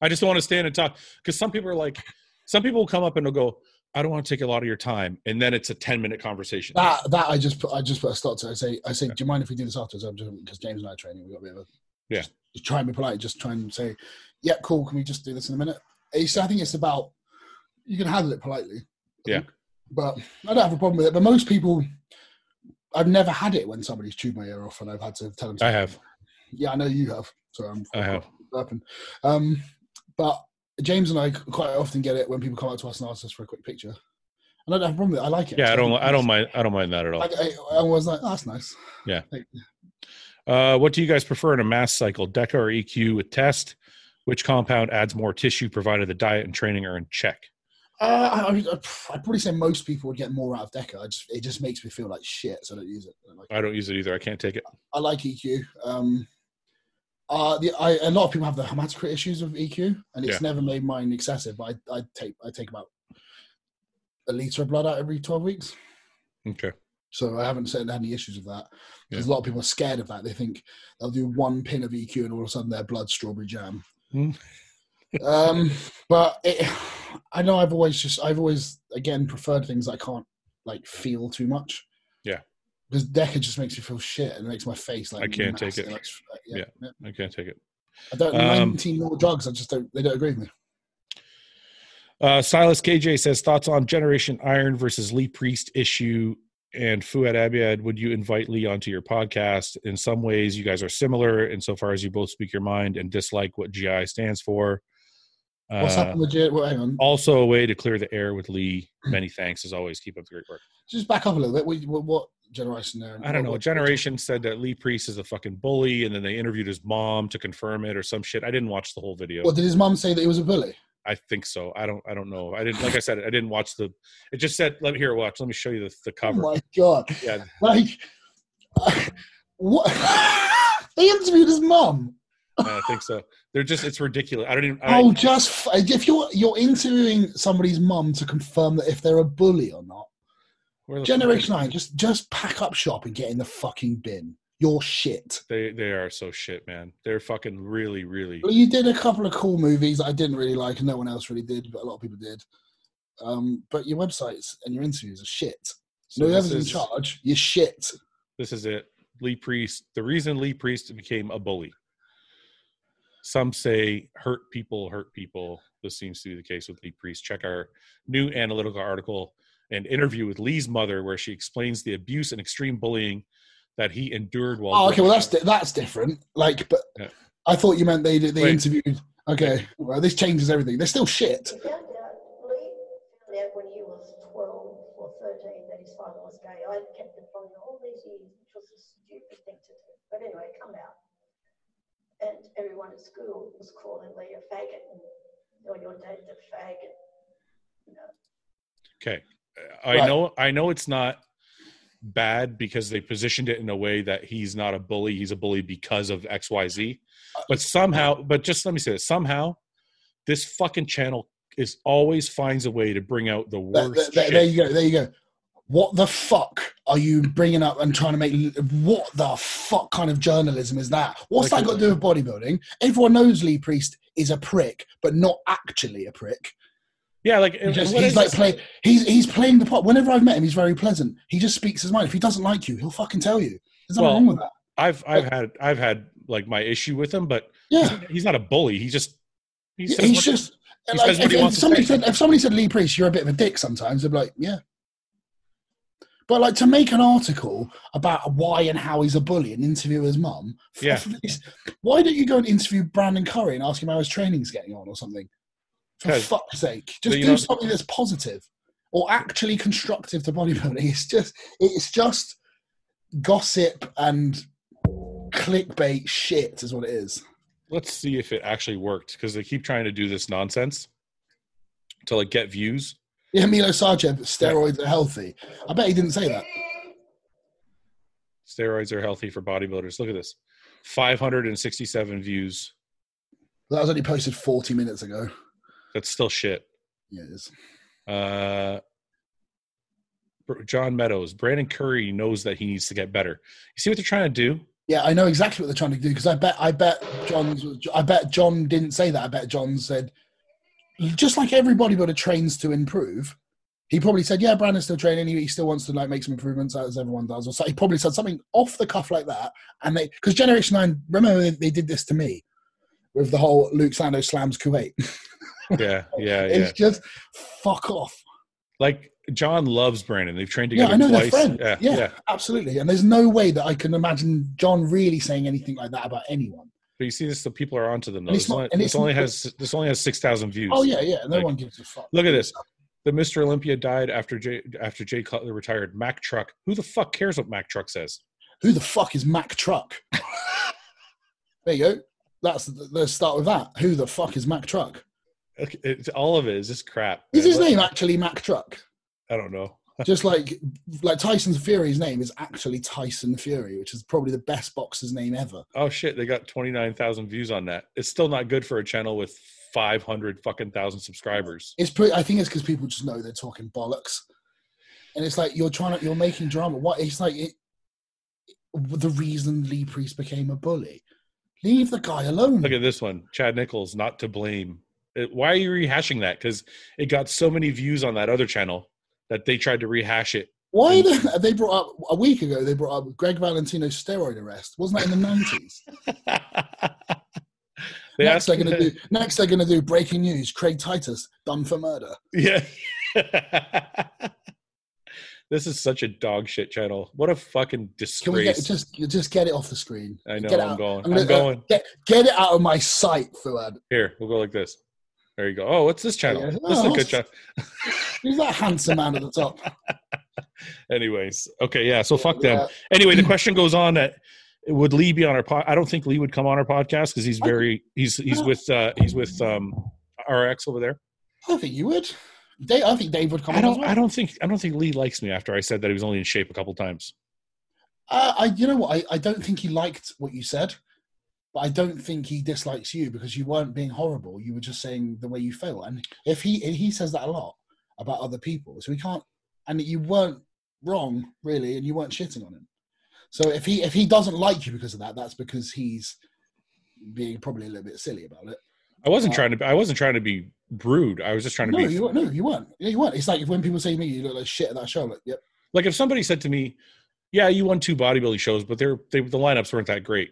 S1: I just don't want to stand and talk because some people are like, some people will come up and they'll go, "I don't want to take a lot of your time," and then it's a ten minute conversation.
S2: that that I just put I just put a stop to. I say I say, do you mind if we do this afterwards? I'm just because James and I are training. We got a bit of a
S1: Yeah.
S2: Just, just try and be polite. Just try and say, yeah, cool. Can we just do this in a minute? It's, I think it's about you can handle it politely. I
S1: Yeah.
S2: think. But I don't have a problem with it. But most people, I've never had it when somebody's chewed my ear off and I've had to tell them.
S1: I have.
S2: Yeah, I know you have. So I'm
S1: I have.
S2: burping. Um, but James and I quite often get it when people come up to us and ask us for a quick picture. And I don't have a problem with it. I like it.
S1: Yeah, I don't.
S2: It's-
S1: I don't mind. I don't mind that at all.
S2: like, I, I was like, "Oh, that's nice.
S1: Uh, what do you guys prefer in a mass cycle, DECA or EQ with test? Which compound adds more tissue, provided the diet and training are in check?
S2: Uh, I, I, would- I'd probably say most people would get more out of Deca. I just, it just makes me feel like shit, so I don't use it. I don't like, it.
S1: I don't use it either. I can't take it.
S2: I like EQ. Um, uh, the, I, a lot of people have the hematocrit issues of EQ, and it's
S1: Yeah.
S2: never made mine excessive. But I, I take, I take about a liter of blood out every twelve weeks,
S1: Okay.
S2: so I haven't certainly had any issues with that. Because a lot of people are scared of that. They think they'll do one pin of EQ, and all of a sudden their blood's strawberry jam.
S1: Hmm.
S2: um, but it, I know I've always just I've always again preferred things I can't like feel too much.
S1: Yeah.
S2: Because Decker just makes me feel shit and makes my face like
S1: I can't take
S2: nasty,
S1: it.
S2: like, yeah, yeah.
S1: I can't take it.
S2: I don't
S1: Um,
S2: nineteen more drugs. I just don't. They don't agree with me.
S1: Uh, Silas KJ says thoughts on Generation Iron versus Lee Priest issue and Fuad Abiad, would you invite Lee onto your podcast? In some ways, you guys are similar insofar as you both speak your mind and dislike what GI stands for.
S2: What's
S1: Uh,
S2: happened with J? Well, hang on.
S1: Also, a way to clear the air with Lee. Many thanks, as always. Keep up the great work.
S2: Just back up a little bit. What, what, what generation? There?
S1: I don't know. Generation said that Lee Priest is a fucking bully, and then they interviewed his mom to confirm it or some shit. I didn't watch the whole video.
S2: What did his mum say that he was a bully?
S1: I think so. I don't. I don't know. I didn't. Like I said, I didn't watch the. It just said, "Let me here. Watch. Let me show you the, the
S2: Oh
S1: cover."
S2: my god!
S1: yeah,
S2: Like, what? they interviewed his mum.
S1: I think so. They're just. It's ridiculous. I don't even. I,
S2: Oh, just f- if you're you're interviewing somebody's mum to confirm that if they're a bully or not.
S1: where the fuck-
S2: Generation Nine, just just pack up shop and get in the fucking bin. You're shit.
S1: They they are so shit, man. They're fucking really really.
S2: Well, you did a couple of cool movies that I didn't really like, and no one else really did, but a lot of people did. Um, but your websites and your interviews are shit.
S1: So
S2: no
S1: this
S2: one's in
S1: is
S2: charge. You're shit.
S1: this is it. Lee Priest. The reason Lee Priest became a bully. Some say hurt people hurt people. This seems to be the case with Lee Priest. Check our new analytical article and interview with Lee's mother, where she explains the abuse and extreme bullying that he endured while.
S2: Oh, okay.
S1: growing
S2: Well, that's
S1: up.
S2: di- that's different. Like, but
S1: Yeah.
S2: I thought you meant they did- they
S1: Wait.
S2: interviewed. Okay. Well, this changes everything. They're still shit.
S4: He found out, Lee found out when he was 12 or 13 that his father was gay. I kept it from him all these years, which was a stupid thing to do. But anyway, come out. And everyone at school was calling Lee a faggot and oh, your dad's a faggot. You know,
S1: Okay. I
S2: Right.
S1: know I know it's not bad because they positioned it in a way that he's not a bully, he's a bully because of XYZ.
S2: Uh,
S1: But somehow, but just let me say this, somehow this fucking channel is always finds a way to bring out the
S2: There,
S1: worst
S2: there-
S1: shit.
S2: there you go. There you go. What the fuck are you bringing up and trying to make? What the fuck kind of journalism is that? What's
S1: Like-
S2: that got to do with bodybuilding? Everyone knows Lee Priest is a prick, but not actually a prick.
S1: yeah, like
S2: He just-
S1: what
S2: he's
S1: is
S2: like
S1: this?
S2: play, he's he's playing the part. Whenever I've met him, he's very pleasant. He just speaks his mind. If he doesn't like you, he'll fucking tell you. There's nothing
S1: Well-
S2: wrong with that.
S1: I've I've had I've had like my issue with him, but
S2: Yeah.
S1: he's, he's not a bully. He just he
S2: Yeah,
S1: says
S2: he's
S1: what-
S2: just
S1: he
S2: like,
S1: says what
S2: if,
S1: he
S2: if
S1: wants to
S2: somebody
S1: say.
S2: said if somebody said Lee Priest, you're a bit of a dick sometimes, they'd be like, Yeah. But like to make an article about why and how he's a bully and interview his mum, f-
S1: Yeah.
S2: f- it's- why don't you go and interview Brandon Curry and ask him how his training's getting on or something? For
S1: 'Cause-
S2: fuck's sake.
S1: But
S2: Just
S1: you
S2: do
S1: know-
S2: something that's positive or actually constructive to bodybuilding. It's just it's just gossip and clickbait shit is what it is.
S1: let's see if it actually worked because they keep trying to do this nonsense to like get views.
S2: Yeah, Milo Sargent, steroids are healthy. I bet he didn't say that.
S1: steroids are healthy for bodybuilders. Look at this 567 views.
S2: That was only posted 40 minutes ago.
S1: That's still shit.
S2: Yeah, it is.
S1: Uh, Br- John Meadows, Brandon Curry knows that he needs to get better. You see what they're trying to do?
S2: Yeah, I know exactly what they're trying to do because I bet I bet John's I bet John didn't say that. I bet John said just like every bodybuilder trains to improve. He probably said, "Yeah, Brandon's still training. He, he still wants to like make some improvements as everyone does." Or so he probably said something off the cuff like that. And they because Generation Nine, remember they, they did this to me with the whole Luke Sando slams Kuwait.
S1: Yeah, yeah, yeah.
S2: It's just fuck off.
S1: Like John loves Brandon. They've trained
S2: Yeah,
S1: together
S2: I know they're
S1: twice.
S2: friends.
S1: Yeah, yeah,
S2: Yeah. Absolutely. And there's no way that I can imagine John really saying anything like that about anyone.
S1: But you see, this the people are onto them though.
S2: And it's
S1: This,
S2: not-
S1: only,
S2: and
S1: this
S2: it's
S1: only
S2: not-
S1: has this only has six thousand views.
S2: Oh, yeah, yeah. No
S1: Like-
S2: one gives a fuck.
S1: Look at this. The Mr. Olympia died after Jay after Jay Cutler retired. Mac Truck. Who the fuck cares what Mac Truck says?
S2: Who the fuck is Mac Truck? there you go. That's let's start with that. Who the fuck is Mac Truck?
S1: Okay, It's, all of it is just crap.
S2: Is
S1: man.
S2: his name actually Mac Truck?
S1: I don't know.
S2: Just like like Tyson Fury's name is actually Tyson Fury, which is probably the best boxer's name ever.
S1: Oh shit, they got 29,000 views on that. It's still not good for a channel with 500 fucking thousand subscribers.
S2: It's pretty, I think it's because people just know they're talking bollocks, and it's like you're trying to you're making drama. What it's like it, the reason Lee Priest became a bully. Leave the guy alone.
S1: Look at this one. Chad Nichols, not to blame. It- why are you rehashing that? Because it got so many views on that other channel that they tried to rehash it.
S2: Why the, they brought up a week ago? They brought up Greg Valentino's steroid arrest. Wasn't that in the nineties?
S1: they
S2: next
S1: asked
S2: they're
S1: him
S2: going
S1: to-
S2: to do next they're going to do breaking news: Craig Titus done for murder.
S1: Yeah. This is such a dog shit channel. What a fucking
S2: Can we get,
S1: disgrace.
S2: just just get it off the screen?
S1: I know
S2: Get
S1: I'm
S2: out.
S1: going.
S2: I'm
S1: I'm,
S2: gonna- uh,
S1: going.
S2: Get, get it out of my sight, Fuad.
S1: Here, we'll go like this. There you go. Oh, what's this channel?
S2: Yeah.
S1: This is a
S2: Oh,
S1: good channel.
S2: Who's that handsome man at the top?
S1: Anyways, okay, yeah. So fuck them.
S2: Yeah.
S1: Anyway, the question goes on that would Lee be on our pod? I don't think Lee would come on our podcast because he's very he's he's with uh he's with um RX over there.
S2: I think you would. Dave, I think Dave would come
S1: I
S2: on as
S1: don't
S2: well.
S1: I don't think I don't think Lee likes me after I said that he was only in shape a couple times.
S2: Uh, I, you know what? I, I don't think he liked what you said, but I don't think he dislikes you because you weren't being horrible. You were just saying the way you feel, and if he and he says that a lot about other people, so we can't. And you weren't wrong really, and you weren't shitting on him. So if he if he doesn't like you because of that, that's because he's being probably a little bit silly about it.
S1: I wasn't
S2: Uh,
S1: trying to be- I wasn't trying to be rude. I was just trying to
S2: No,
S1: be
S2: you weren't. No, you weren't. Yeah, you weren't. It's like when people say to me, "You look like shit at that show." I'm like, yep.
S1: like if somebody said to me, "Yeah, you won two bodybuilding shows, but they're they, the lineups weren't that great."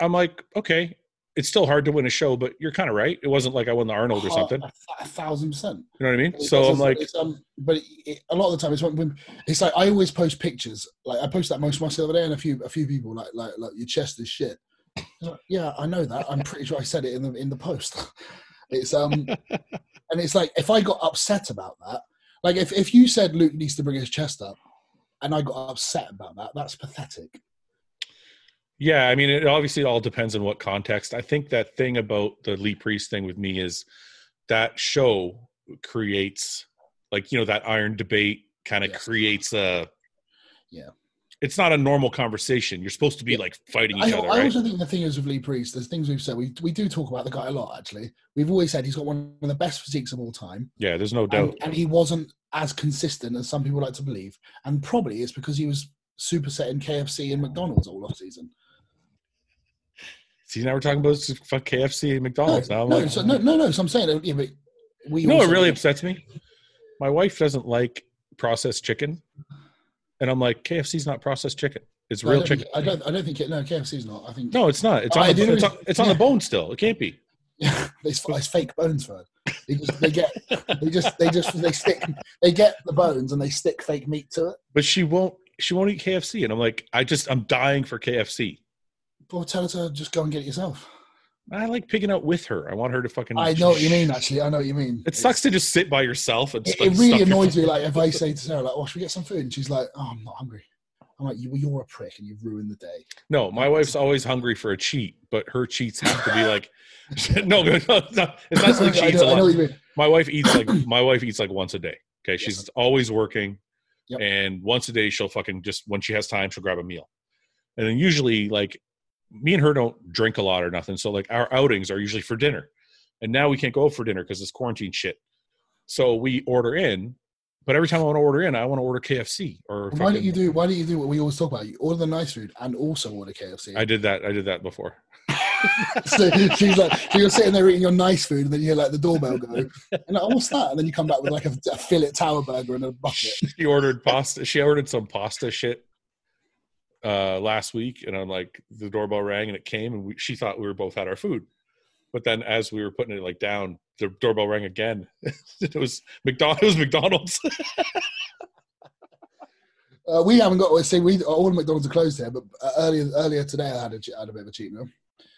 S1: I'm like, okay, it's still hard to win a show, but you're kind of right. It wasn't like I won the Arnold or
S2: Uh,
S1: something.
S2: a th- a thousand percent.
S1: You know what I mean?
S2: It's-
S1: So I'm
S2: it's-
S1: like,
S2: it's, um, but it, it, a lot of the time, it's when, when it's like I always post pictures. Like I posted that most muscle the other day, and a few a few people like like like your chest is shit. It's like, yeah, I know that. I'm pretty sure I said it in the in the post. It's um, and it's like if I got upset about that, like if if you said Luke needs to bring his chest up, and I got upset about that, that's pathetic.
S1: yeah, I mean, it obviously all depends on what context. I think that thing about the Lee Priest thing with me is that show creates, like, you know, that iron debate kind of
S2: Yes.
S1: creates a.
S2: Yeah.
S1: It's not a normal conversation. You're supposed to be
S2: Yeah.
S1: like fighting
S2: I,
S1: each other,
S2: I
S1: right?
S2: also think the thing is with Lee Priest, there's things we've said. We we do talk about the guy a lot. Actually, we've always said he's got one of the best physiques of all time.
S1: yeah, there's no doubt.
S2: and, and he wasn't as consistent as some people like to believe. And probably it's because he was supersetting KFC and McDonald's all off season.
S1: See, now we're talking about fuck KFC and
S2: No,
S1: McDonald's. now I'm
S2: no,
S1: Oh, like,
S2: so, no, no, no. So I'm saying, yeah, but we
S1: You know what
S2: also-
S1: really upsets me? My wife doesn't like processed chicken. And I'm like, KFC's not processed chicken. It's
S2: No, I
S1: real
S2: don't
S1: chicken.
S2: think- I don't. I don't think it. No, KFC's not. I think
S1: No, it's not. It's
S2: Oh,
S1: on,
S2: I
S1: the,
S2: didn't
S1: it's on,
S2: really-
S1: it's on the
S2: yeah.
S1: bone still. It can't be.
S2: it's, it's fake bones for it. They just they get they just they just they stick they get the bones and they stick fake meat to it.
S1: But she won't she won't eat KFC. And I'm like, I just I'm dying for KFC.
S2: Or tell her to just go and get it yourself.
S1: I like picking out with her. I want her to fucking
S2: I know what you mean. Actually, I know what you mean.
S1: It sucks to just sit by yourself and
S2: It,
S1: fucking
S2: it really
S1: stuff your-
S2: annoys me. Like if I say to Sarah, like, "Oh, should we get some food?" and she's like, "Oh, I'm not hungry." I'm like, you, well, "You're a prick, and you've ruined the day."
S1: No, my wife's always hungry for a cheat, but her cheats have to be like no, no, no, it's not like she
S2: I,
S1: eats a
S2: know, I
S1: lot.
S2: know what you mean.
S1: my wife eats like my wife eats like once a day. Okay, she's always working,
S2: Yep.
S1: and once a day she'll fucking just when she has time she'll grab a meal, and then usually like me and her don't drink a lot or nothing, so like our outings are usually for dinner, and now we can't go for dinner because it's quarantine shit, so we order in. But every time I want to order in, I want to order KFC or
S2: Why don't
S1: fucking-
S2: you do? Why don't you do what we always talk about? You order the nice food and also order KFC.
S1: I did that. I did that before.
S2: so she's like, so you're sitting there eating your nice food, and then you hear like the doorbell go, and like, oh, what's that? And then you come back with like a, a fillet tower burger and a bucket.
S1: she ordered pasta. She ordered some pasta shit uh, last week, and I'm like, the doorbell rang and it came, and we, she thought we were both had our food. But then, as we were putting it like down, the doorbell rang again. it was McDonald's. It was McDonald's.
S2: Uh, we haven't got. See, we all the McDonald's are closed here, but uh, earlier earlier today I had a, che- had a bit of a cheat meal.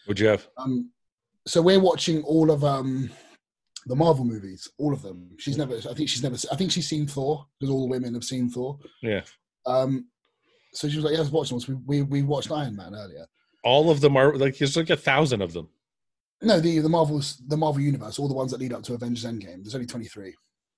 S1: Would you have?
S2: um, so we're watching all of um, the Marvel movies, all of them. She's never, I think she's never, I think she's seen Thor because all the women have seen Thor.
S1: Yeah.
S2: Um, so she was like, "Yeah, let's watch them." So we, we we watched Iron Man earlier.
S1: All of them are like there's like a thousand of them.
S2: No, the the Marvels, the Marvel universe, all the ones that lead up to Avengers Endgame. There's only 23.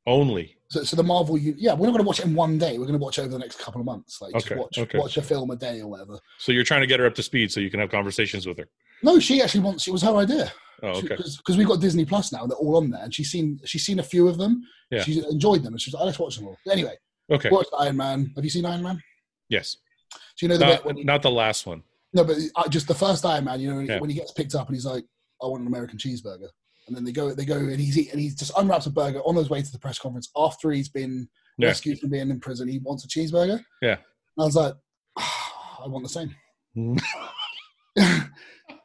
S1: Only
S2: So, so the Marvel, u- yeah, we're not going to watch it in one day. We're going to watch it over the next couple of months. Like, just
S1: Okay,
S2: watch
S1: okay.
S2: watch a film a day or whatever.
S1: so you're trying to get her up to speed so you can have conversations with her.
S2: No, she actually wants. It was her idea.
S1: Oh, okay.
S2: because we've got Disney Plus now, and they're all on there, and she's seen she's seen a few of them.
S1: Yeah.
S2: She's enjoyed them, and she's like, oh, let's watch them all. Anyway,
S1: Okay.
S2: watch Iron Man. Have you seen Iron Man?
S1: Yes.
S2: Do you know the bit
S1: Not,
S2: when he,
S1: not the last one.
S2: no, but uh, just the first Iron Man. You know when,
S1: Yeah.
S2: when he gets picked up and he's like, I want an American cheeseburger, and then they go they go and he's eat, and he just unwraps a burger on his way to the press conference after he's been
S1: Yeah.
S2: rescued from being in prison. He wants a cheeseburger.
S1: Yeah.
S2: and I was like, "Ah, I want the same.
S1: Mm.
S2: and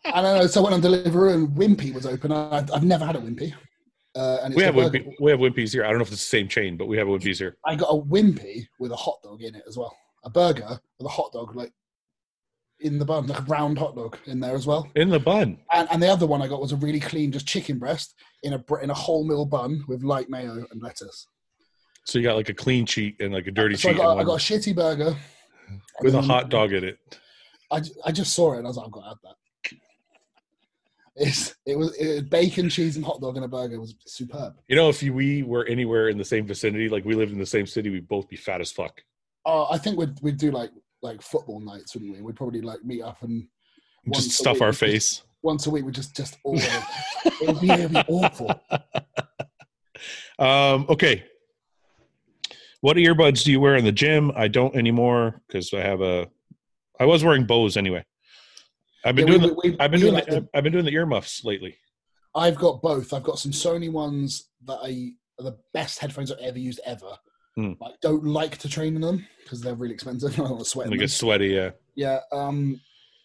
S2: I know, so when on Deliveroo and Wimpy was open, I, I've never had a Wimpy. Uh, and it's
S1: We
S2: the
S1: have
S2: burger.
S1: Wimpy, we have Wimpy's here. I don't know if it's the same chain, but we have Wimpy's here.
S2: I got a wimpy with a hot dog in it as well. A burger with a hot dog like in the bun, like a round hot dog in there as well.
S1: In the bun.
S2: And, and the other one I got was a really clean, just chicken breast in a br- in a wholemeal bun with light mayo and lettuce.
S1: So you got like a clean cheat and like a dirty
S2: So I
S1: cheat and
S2: got, I
S1: one
S2: got a shitty burger and
S1: with a
S2: then-
S1: hot dog in it.
S2: I, ju- I just saw it and I was like, I've got to add that. It's, it was it, bacon, cheese, and hot dog in a burger was superb.
S1: You know, if you, we were anywhere in the same vicinity, like we lived in the same city, we'd both be fat as fuck.
S2: Uh, I think we'd we'd do like like football nights, wouldn't we? We'd probably like meet up and Once
S1: just
S2: a
S1: stuff
S2: week,
S1: our
S2: just-
S1: face.
S2: once a week we'd just just all it would be, it'd be awful.
S1: Um, okay. What earbuds do you wear in the gym? I don't anymore because I have a. I was wearing Bose anyway. I've been
S2: Yeah, we-
S1: doing.
S2: we- we-
S1: the, I've been
S2: we
S1: doing.
S2: like
S1: The,
S2: the-
S1: I've been doing the earmuffs lately.
S2: I've got both. I've got some Sony ones that I are the best headphones I've ever used ever.
S1: Hmm.
S2: I don't like to train in them because they're really expensive. I don't want to sweat.
S1: And
S2: in
S1: they
S2: them.
S1: get sweaty. Yeah,
S2: Yeah, um,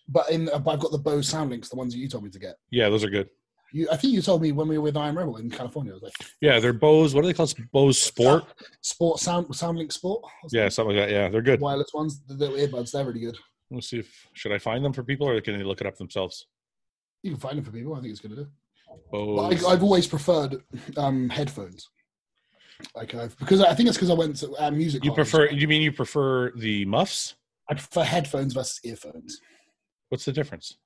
S2: but in uh, but I've got the Bose Soundlinks, the ones that you told me to get.
S1: yeah, those are good.
S2: You, I think you told me when we were with Iron Rebel in California. It was like
S1: Yeah, they're Bose. What do they call Bose Sport?
S2: Sport Sound Soundlink Sport. or something.
S1: Yeah, something like that. Yeah, they're good.
S2: wireless ones, the little earbuds. They're really good.
S1: Let's see if should I find them for people or can they look it up themselves?
S2: You can find them for people. I think it's good to do. Well,
S1: Bose.
S2: I, I've always preferred um, headphones. Like I've, because I think it's because I went to uh, music.
S1: you
S2: college.
S1: prefer? You mean you prefer the muffs?
S2: I prefer headphones versus earphones.
S1: What's the difference?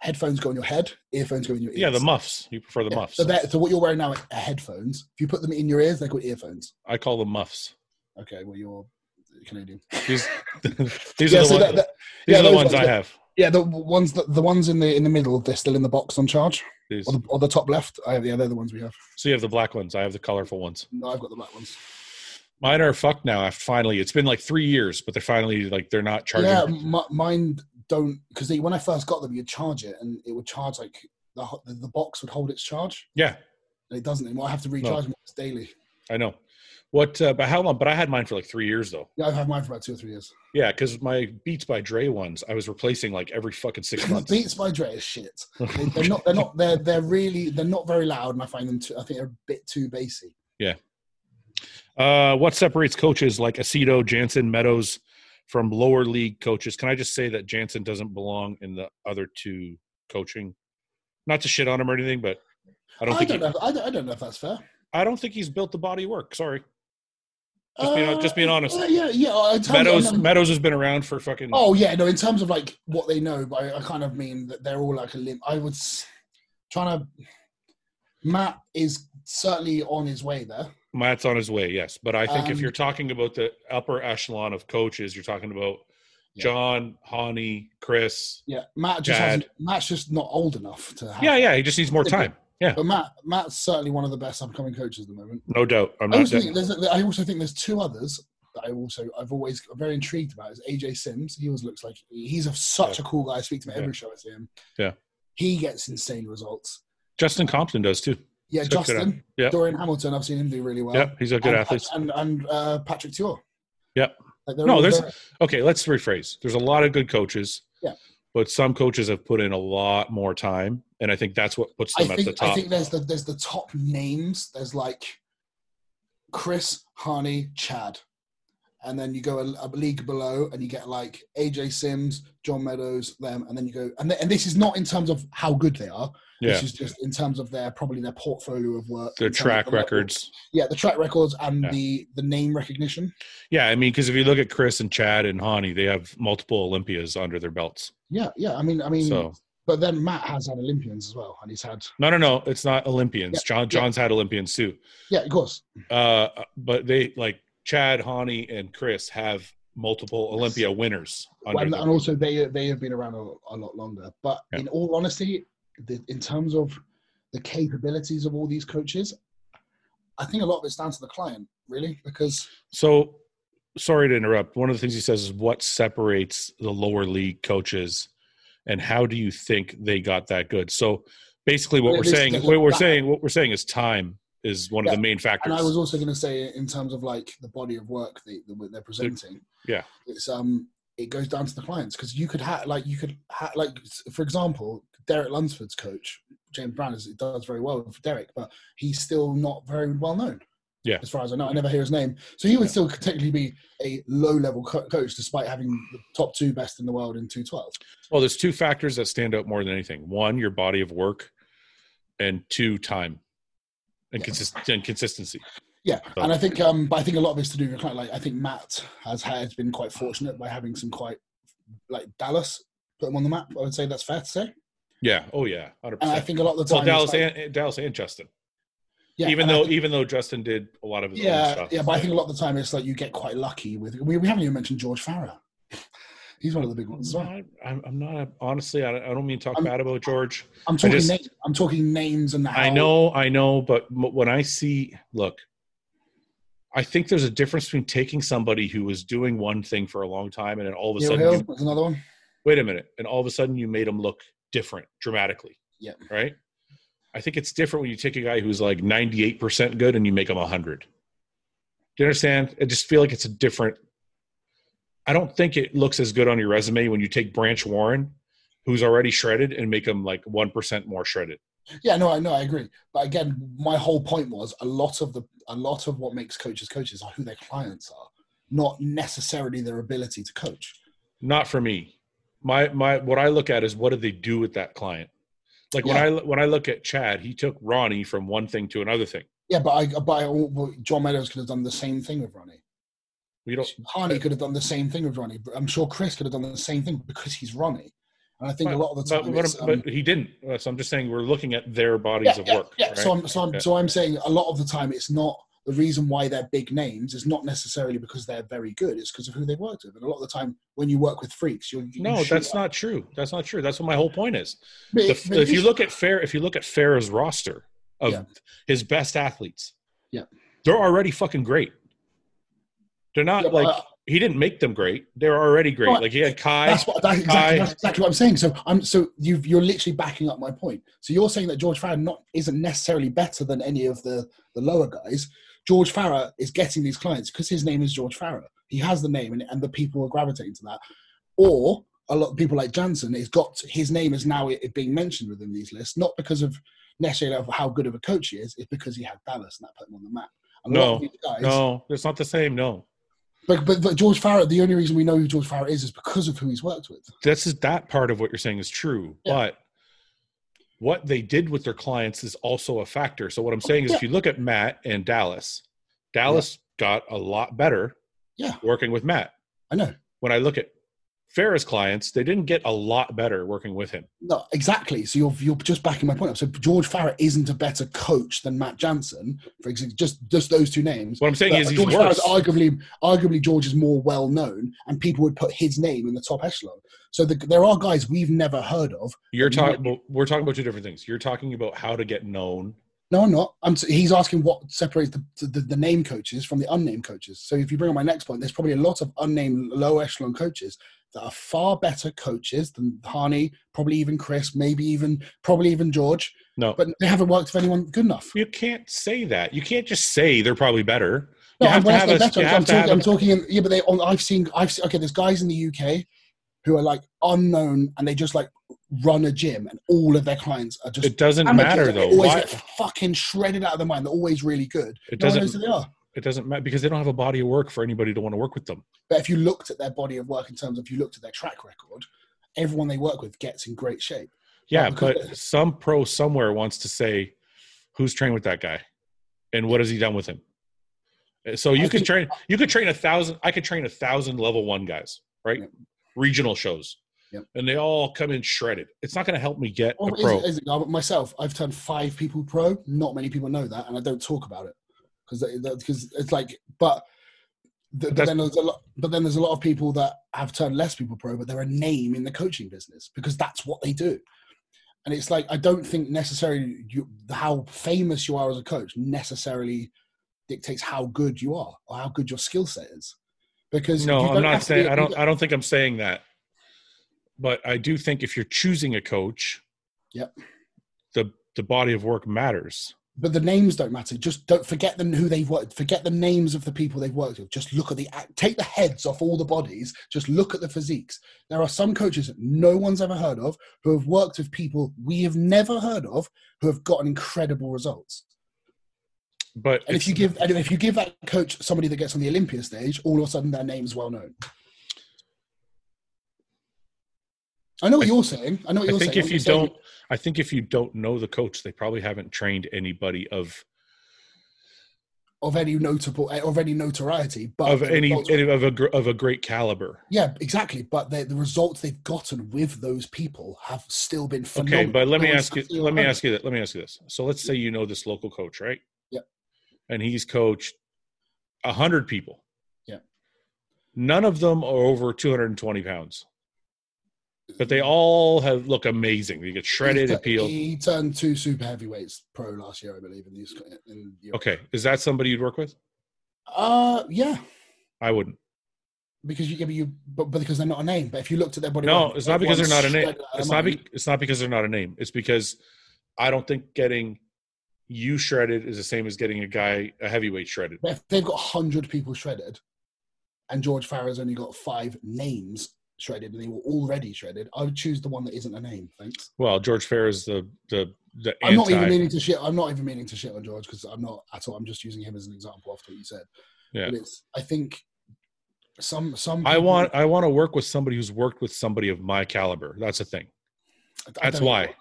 S2: Headphones go in your head. Earphones go in your ears.
S1: Yeah, the muffs. You prefer the
S2: Yeah,
S1: muffs?
S2: So, that, so what you're wearing now are headphones. If you put them in your ears, they're called earphones.
S1: I call them muffs.
S2: Okay, well you're Canadian.
S1: These, these
S2: yeah,
S1: are the
S2: so
S1: ones.
S2: that- that-
S1: these
S2: yeah,
S1: are the
S2: those
S1: ones
S2: ones
S1: I
S2: that-
S1: have.
S2: yeah, the ones that the ones in the in the middle, they're still in the box on charge,
S1: These.
S2: or the, or the top left. I have, yeah, they're the ones we have.
S1: So you have the black ones. I have the colorful ones.
S2: No, I've got the black ones.
S1: Mine are fucked now. I've finally. It's been like three years, but they're finally like they're not charging.
S2: Yeah, m- mine don't because when I first got them, you'd charge it and it would charge like the ho- the, the box would hold its charge.
S1: Yeah.
S2: and it doesn't anymore. I have to recharge them daily.
S1: I know. What? Uh, but how long? But I had mine for like three years though.
S2: Yeah, I've had mine for about two or three years.
S1: Yeah, because my Beats by Dre ones, I was replacing like every fucking six
S2: The
S1: months.
S2: Beats by Dre is shit. They, they're not. They're not. They're they're really. They're not very loud, and I find them. Too, I think they're a bit too bassy.
S1: Uh, what separates coaches like Aceto, Jansen, Meadows from lower league coaches? Can I just say that Jansen doesn't belong in the other two coaching? Not to shit on him or anything, but I
S2: I
S1: don't
S2: don't,
S1: think he-
S2: know. if- I don't, I don't know if that's fair.
S1: I don't think he's built the body of work. Sorry, Just being hon- just being honest.
S2: Uh, yeah, yeah. uh, in terms of-
S1: Meadows.
S2: no,
S1: Meadows has been around for fucking.
S2: oh yeah, no. In terms of like what they know, but I, I kind of mean that they're all like a limb. I would s- trying to. Matt is certainly on his way there.
S1: Matt's on his way, yes. But I think if
S2: Um,
S1: you're talking about the upper echelon of coaches, you're talking about
S2: Yeah.
S1: John, Hani, Chris.
S2: Yeah, Matt just
S1: Dad.
S2: hasn't, Matt's just not old enough to. Have
S1: Yeah, yeah. He just needs more
S2: Yeah, but-
S1: time.
S2: But Matt, Matt's certainly one of the best upcoming coaches at the moment.
S1: No doubt. I'm
S2: I
S1: not.
S2: also,
S1: That,
S2: think there's, I also think there's two others that I also I've always got very intrigued about is AJ Sims. He always looks like he's a, such a cool guy. I speak to him every
S1: Yeah.
S2: show I see him.
S1: Yeah.
S2: he gets insane results.
S1: Justin Compton does too.
S2: Yeah,
S1: He's a good
S2: Justin,
S1: Yeah.
S2: Dorian Hamilton, I've seen him do really well.
S1: Yep, he's a good
S2: and,
S1: athlete.
S2: And and uh, Patrick Tuor.
S1: Yep.
S2: Like they're
S1: No,
S2: all
S1: there's-
S2: very-
S1: Okay, let's rephrase. There's a lot of good coaches.
S2: Yeah.
S1: But some coaches have put in a lot more time, and I think that's what puts
S2: I
S1: them at the
S2: think I
S1: top.
S2: think there's the there's the top names. There's like Chris, Harney, Chad, and then you go a, a league below, and you get like AJ Sims, John Meadows, them, and then you go and th- and this is not in terms of how good they are.
S1: yeah,
S2: This is just in terms of their probably their portfolio of work,
S1: their
S2: in terms of
S1: track
S2: the level-
S1: records.
S2: yeah, the track records and
S1: Yeah.
S2: the the name recognition.
S1: Yeah, I mean, because if you look at Chris and Chad and Hani, they have multiple Olympias under their belts.
S2: Yeah, yeah. I mean, I mean,
S1: so
S2: but then Matt has had Olympians as well, and he's had
S1: no, no, no, it's not Olympians. John John's had Olympians too.
S2: yeah, of course.
S1: Uh, but they like Chad, Hani, and Chris have multiple Olympia winners under
S2: and,
S1: them.
S2: and also they they have been around a, lot- a lot longer. But
S1: Yeah.
S2: in all honesty, the, in terms of the capabilities of all these coaches, I think a lot of it's down to the client, really, because
S1: So, sorry to interrupt. One of the things he says is what separates the lower league coaches, and how do you think they got that good? So, basically, what
S2: Well,
S1: we're
S2: it is
S1: saying,
S2: because
S1: what
S2: of
S1: we're
S2: that.
S1: saying, what we're saying is time is one of
S2: Yeah,
S1: the main factors.
S2: and I was also going to say in terms of like the body of work that, that they're presenting.
S1: yeah.
S2: it's um it goes down to the clients because you could ha- like you could ha- like for example Derek Lunsford's coach James Brown is, does very well with Derek, but he's still not very well known.
S1: Yeah.
S2: As far as I know, I never hear his name. So he would
S1: Yeah.
S2: still technically be a low level co- coach despite having the top two best in the world in 212.
S1: Well, there's two factors that stand out more than anything. One, your body of work, and two, time and,
S2: Yes.
S1: consist- and consistency.
S2: Yeah,
S1: So-
S2: and I think, um, but I think a lot of it's to do with kind of like I think Matt has had been quite fortunate by having some quite like Dallas put him on the map. I would say that's fair to say,
S1: Yeah. Oh yeah. Hundred
S2: and I
S1: percent.
S2: think a lot of the
S1: Well,
S2: time it's
S1: Dallas
S2: like-
S1: and Dallas and Justin.
S2: yeah,
S1: even
S2: and I
S1: though
S2: think-
S1: even though Justin did a lot of his own
S2: yeah,
S1: stuff.
S2: yeah, but I think a lot of the time it's like you get quite lucky with. We, we haven't even mentioned George Farah. He's one of the big ones. as well.
S1: I'm not, I'm- I'm not a- honestly. I don't- I don't mean to talk
S2: I'm-
S1: bad about George.
S2: I'm talking
S1: just-
S2: names. I'm talking names and how.
S1: I know, I know, but m- when I see, look, I think there's a difference between taking somebody who was doing one thing for a long time and then all of a
S2: Neil
S1: sudden,
S2: Hill
S1: you,
S2: was another one.
S1: wait a minute, and all of a sudden you made them look different dramatically.
S2: Yeah.
S1: Right. I think it's different when you take a guy who's like 98% good and you make him 100. Do you understand? I just feel like it's a different. I don't think it looks as good on your resume when you take Branch Warren, who's already shredded, and make him like 1% more shredded.
S2: Yeah, no, I know, I agree. But again, my whole point was a lot of the a lot of what makes coaches coaches are who their clients are, not necessarily their ability to coach.
S1: not for me my my what i look at is what did they do with that client like when
S2: Yeah.
S1: i when i look at chad he took ronnie from one thing to another thing
S2: Yeah, but I, but I, well, John Meadows could have done the same thing with Ronnie.
S1: we don't
S2: Harney could have done the same thing with Ronnie. I'm sure Chris could have done the same thing because he's Ronnie. And I think a lot of the
S1: but,
S2: time,
S1: but-
S2: it's, um,
S1: but he didn't Uh, so i'm just saying we're looking at their bodies
S2: yeah,
S1: of
S2: yeah,
S1: work
S2: yeah.
S1: right?
S2: So I'm so I'm
S1: Yeah.
S2: so I'm saying a lot of the time it's not the reason why they're big names is not necessarily because they're very good. It's because of who they worked with. And a lot of the time, when you work with freaks, you're you
S1: no
S2: shoot
S1: that's
S2: up.
S1: not true that's not true that's what my whole point is
S2: But
S1: The-
S2: it- but
S1: if you
S2: it's-
S1: look at fair if you look at fair's roster of
S2: Yeah.
S1: his best athletes
S2: Yeah.
S1: they're already fucking great they're not
S2: Yeah, uh, but
S1: like
S2: I-
S1: he didn't make them great they're already great
S2: Right.
S1: like he had kai
S2: That's what that's exactly,
S1: I-
S2: that's exactly what I'm saying. So I'm so you you're literally backing up my point. So you're saying that George Farah not isn't necessarily better than any of the the lower guys. George Farah is getting these clients because his name is George Farah. He has the name, and, and the people are gravitating to that. Or a lot of people like Jansen has got his name is now i- being mentioned within these lists, not because of necessarily of how good of a coach he is, it's because he had Dallas and that put him on the map. And a lot
S1: No,
S2: of these guys-
S1: no it's not the same no
S2: But, but but George Farah, the only reason we know who George Farah is is because of who he's worked with.
S1: this is that part of what you're saying is true
S2: Yeah.
S1: but what they did with their clients is also a factor so what i'm saying is if you look at matt and dallas dallas got a lot better
S2: Yeah.
S1: working with matt
S2: I know.
S1: when i look at ferris clients they didn't get a lot better working with him
S2: No, exactly. So you're you're just backing my point up. So George Farah isn't a better coach than Matt Jansen, for example. Just just those two names.
S1: what i'm saying
S2: But
S1: is he's
S2: George Farah's
S1: worse
S2: arguably arguably George is more well known, and people would put his name in the top echelon. So the, there are guys we've never heard of.
S1: you're
S2: you might
S1: talking we're talking about two different things you're talking about how to get known
S2: No, I'm not. I'm, s- he's asking what separates the, the the name coaches from the unnamed coaches. So if you bring up my next point, there's probably a lot of unnamed low echelon coaches that are far better coaches than Harney, probably even Chris, maybe even probably even George,
S1: no
S2: but they haven't worked with anyone good enough.
S1: you can't say that you can't just say they're probably better
S2: No,
S1: you have to
S2: when I
S1: have
S2: say
S1: a-
S2: better,
S1: you
S2: I'm,
S1: have to
S2: talking,
S1: have a-
S2: I'm talking. In, yeah, but they. On, I've seen. I've seen, okay. There's guys in the UK who are like unknown, and they just like run a gym, and all of their clients are just.
S1: it doesn't
S2: amateurs,
S1: matter
S2: and they
S1: though
S2: Always
S1: Why-
S2: get fucking shredded out of their mind. They're always really good.
S1: It
S2: no one
S1: doesn't-
S2: knows who they are.
S1: it doesn't matter because they don't have a body of work for anybody to want to work with them.
S2: But if you looked at their body of work in terms of if you looked at their track record, everyone they work with gets in great shape.
S1: Yeah,
S2: because-
S1: but some pro somewhere wants to say, "Who's trained with that guy, and what has he done with him?" Uh, So you
S2: I
S1: could
S2: think-
S1: train, you could train a thousand. I could train a thousand level one guys, right?
S2: Yep.
S1: Regional shows,
S2: Yep.
S1: and they all come in shredded. It's not going to help me get
S2: Or
S1: a
S2: is
S1: pro.
S2: it, is it, but myself, I've turned five people pro. Not many people know that, and I don't talk about it because because it's like, but th- but
S1: that's-
S2: then there's a lot, but then there's a lot of people that have turned less people pro, but they're a name in the coaching business because that's what they do. And it's like I don't think necessarily you, how famous you are as a coach necessarily dictates how good you are or how good your skill set is. Because
S1: no,
S2: you
S1: I'm
S2: don't
S1: not
S2: have to
S1: saying.
S2: be-
S1: I don't. I don't think I'm saying that. But I do think if you're choosing a coach,
S2: Yep.
S1: the the body of work matters.
S2: but the names don't matter. Just don't forget them who they've worked. Forget the names of the people they've worked with. Just look at the act. Take the heads off all the bodies. Just look at the physiques. There are some coaches that no one's ever heard of who have worked with people we have never heard of who have gotten incredible results.
S1: But
S2: And if
S1: it's-
S2: you give and if you give that coach somebody that gets on the Olympia stage, all of a sudden their name's well known. I know what
S1: I-
S2: you're saying. I know what
S1: I
S2: you're
S1: think
S2: saying.
S1: if
S2: I'm
S1: you
S2: saying-
S1: don't, I think if you don't know the coach, they probably haven't trained anybody of
S2: of any notable of any notoriety, but
S1: of
S2: Oh, the
S1: any
S2: results-
S1: of a gr- of a great caliber.
S2: Yeah, exactly. But the, the results they've gotten with those people have still been phenomenal.
S1: Okay, but let me ask you. Let me ask you that. Let me ask you this. So let's say you know this local coach, right?
S2: Yeah.
S1: And he's coached a hundred people.
S2: Yeah.
S1: None of them are over 220 pounds, but they all have look amazing. They get shredded
S2: He-
S1: and peeled.
S2: He turned two super heavyweights pro last year, I believe, in the US. In Europe.
S1: Okay, is that somebody you'd work with?
S2: Uh, yeah,
S1: I wouldn't.
S2: because you, yeah, but you, but, but because they're not a name. But if you looked at their body,
S1: No,
S2: weight,
S1: it's not because they're not a name.
S2: one's shredded out of
S1: It's
S2: their
S1: not.
S2: mind.
S1: Be, it's not because they're not a name. It's because I don't think getting you shredded is the same as getting a guy a heavyweight shredded.
S2: But if they've got hundred people shredded, and George Farah's only got five names shredded, and they were already shredded, I would choose the one that isn't a name. Thanks.
S1: Well, George Fair is the the the
S2: I'm not
S1: anti.
S2: even meaning to shit. I'm not even meaning to shit on George because I'm not at all. I'm just using him as an example after what you said.
S1: Yeah.
S2: But it's, I think some some.
S1: I
S2: people-
S1: want I want to work with somebody who's worked with somebody of my caliber. That's the thing.
S2: I don't
S1: That's
S2: know.
S1: why.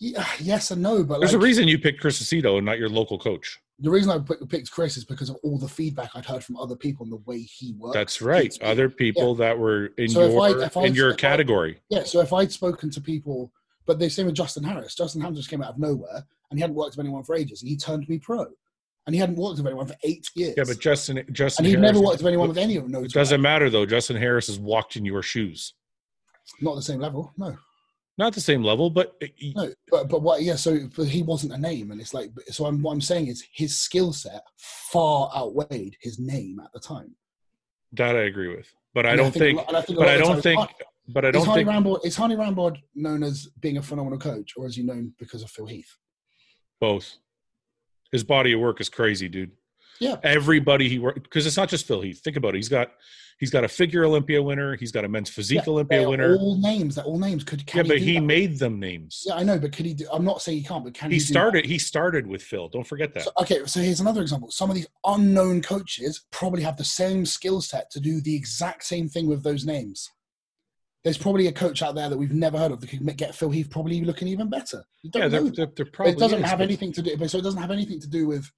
S2: Yeah, yes and no, but
S1: There's
S2: like,
S1: a reason you picked Chris Aceto and not your local coach.
S2: the reason I pick- picked Chris is because of all the feedback I'd heard from other people and the way he works.
S1: That's right.
S2: It's-
S1: Other people that were in
S2: So if
S1: your
S2: I- if I-
S1: in your
S2: if I-
S1: category.
S2: Yeah, so if I'd spoken to people, but the same with Justin Harris. Justin Harris just came out of nowhere and he hadn't worked with anyone for ages, and he turned me pro, and he hadn't worked with anyone for eight years.
S1: yeah, but Justin Justin
S2: and he
S1: Harris-
S2: never worked with anyone with any of no.
S1: It doesn't matter though. Justin Harris has walked in your shoes.
S2: Not the same level, no.
S1: Not the same level, but
S2: No, but but what? Yeah, so but he wasn't a name, and it's like so. I'm what I'm saying is his skill set far outweighed his name at the time.
S1: that I agree with. But I
S2: And
S1: don't think,
S2: a lot- and think a
S1: but
S2: lot
S1: I
S2: of
S1: don't
S2: times-
S1: think,
S2: Har-
S1: but I
S2: is
S1: don't
S2: Harley
S1: think
S2: Rambo is Harley Rambo known as being a phenomenal coach, or is he known because of Phil Heath?
S1: both. His body of work is crazy, dude.
S2: Yeah.
S1: Everybody he worked because it's not just Phil Heath. Think about it. He's got he's got a figure Olympia winner. He's got a men's physique
S2: Yeah,
S1: Olympia
S2: They're
S1: winner.
S2: all names. They're all names. Could
S1: yeah,
S2: can
S1: but
S2: do
S1: he
S2: that?
S1: made them names.
S2: Yeah, I know, but could he? Do, I'm not saying he can't, but can
S1: he
S2: he do that?
S1: started. He started with Phil. Don't forget that.
S2: So- okay, so here's another example. Some of these unknown coaches probably have the same skill set to do the exact same thing with those names. There's probably a coach out there that we've never heard of that could ma- get Phil Heath probably looking even better. You don't
S1: yeah,
S2: know.
S1: they're,
S2: that.
S1: they're, they're
S2: But
S1: probably.
S2: it doesn't
S1: is,
S2: have
S1: but-
S2: anything to do. But so it doesn't have anything to do with.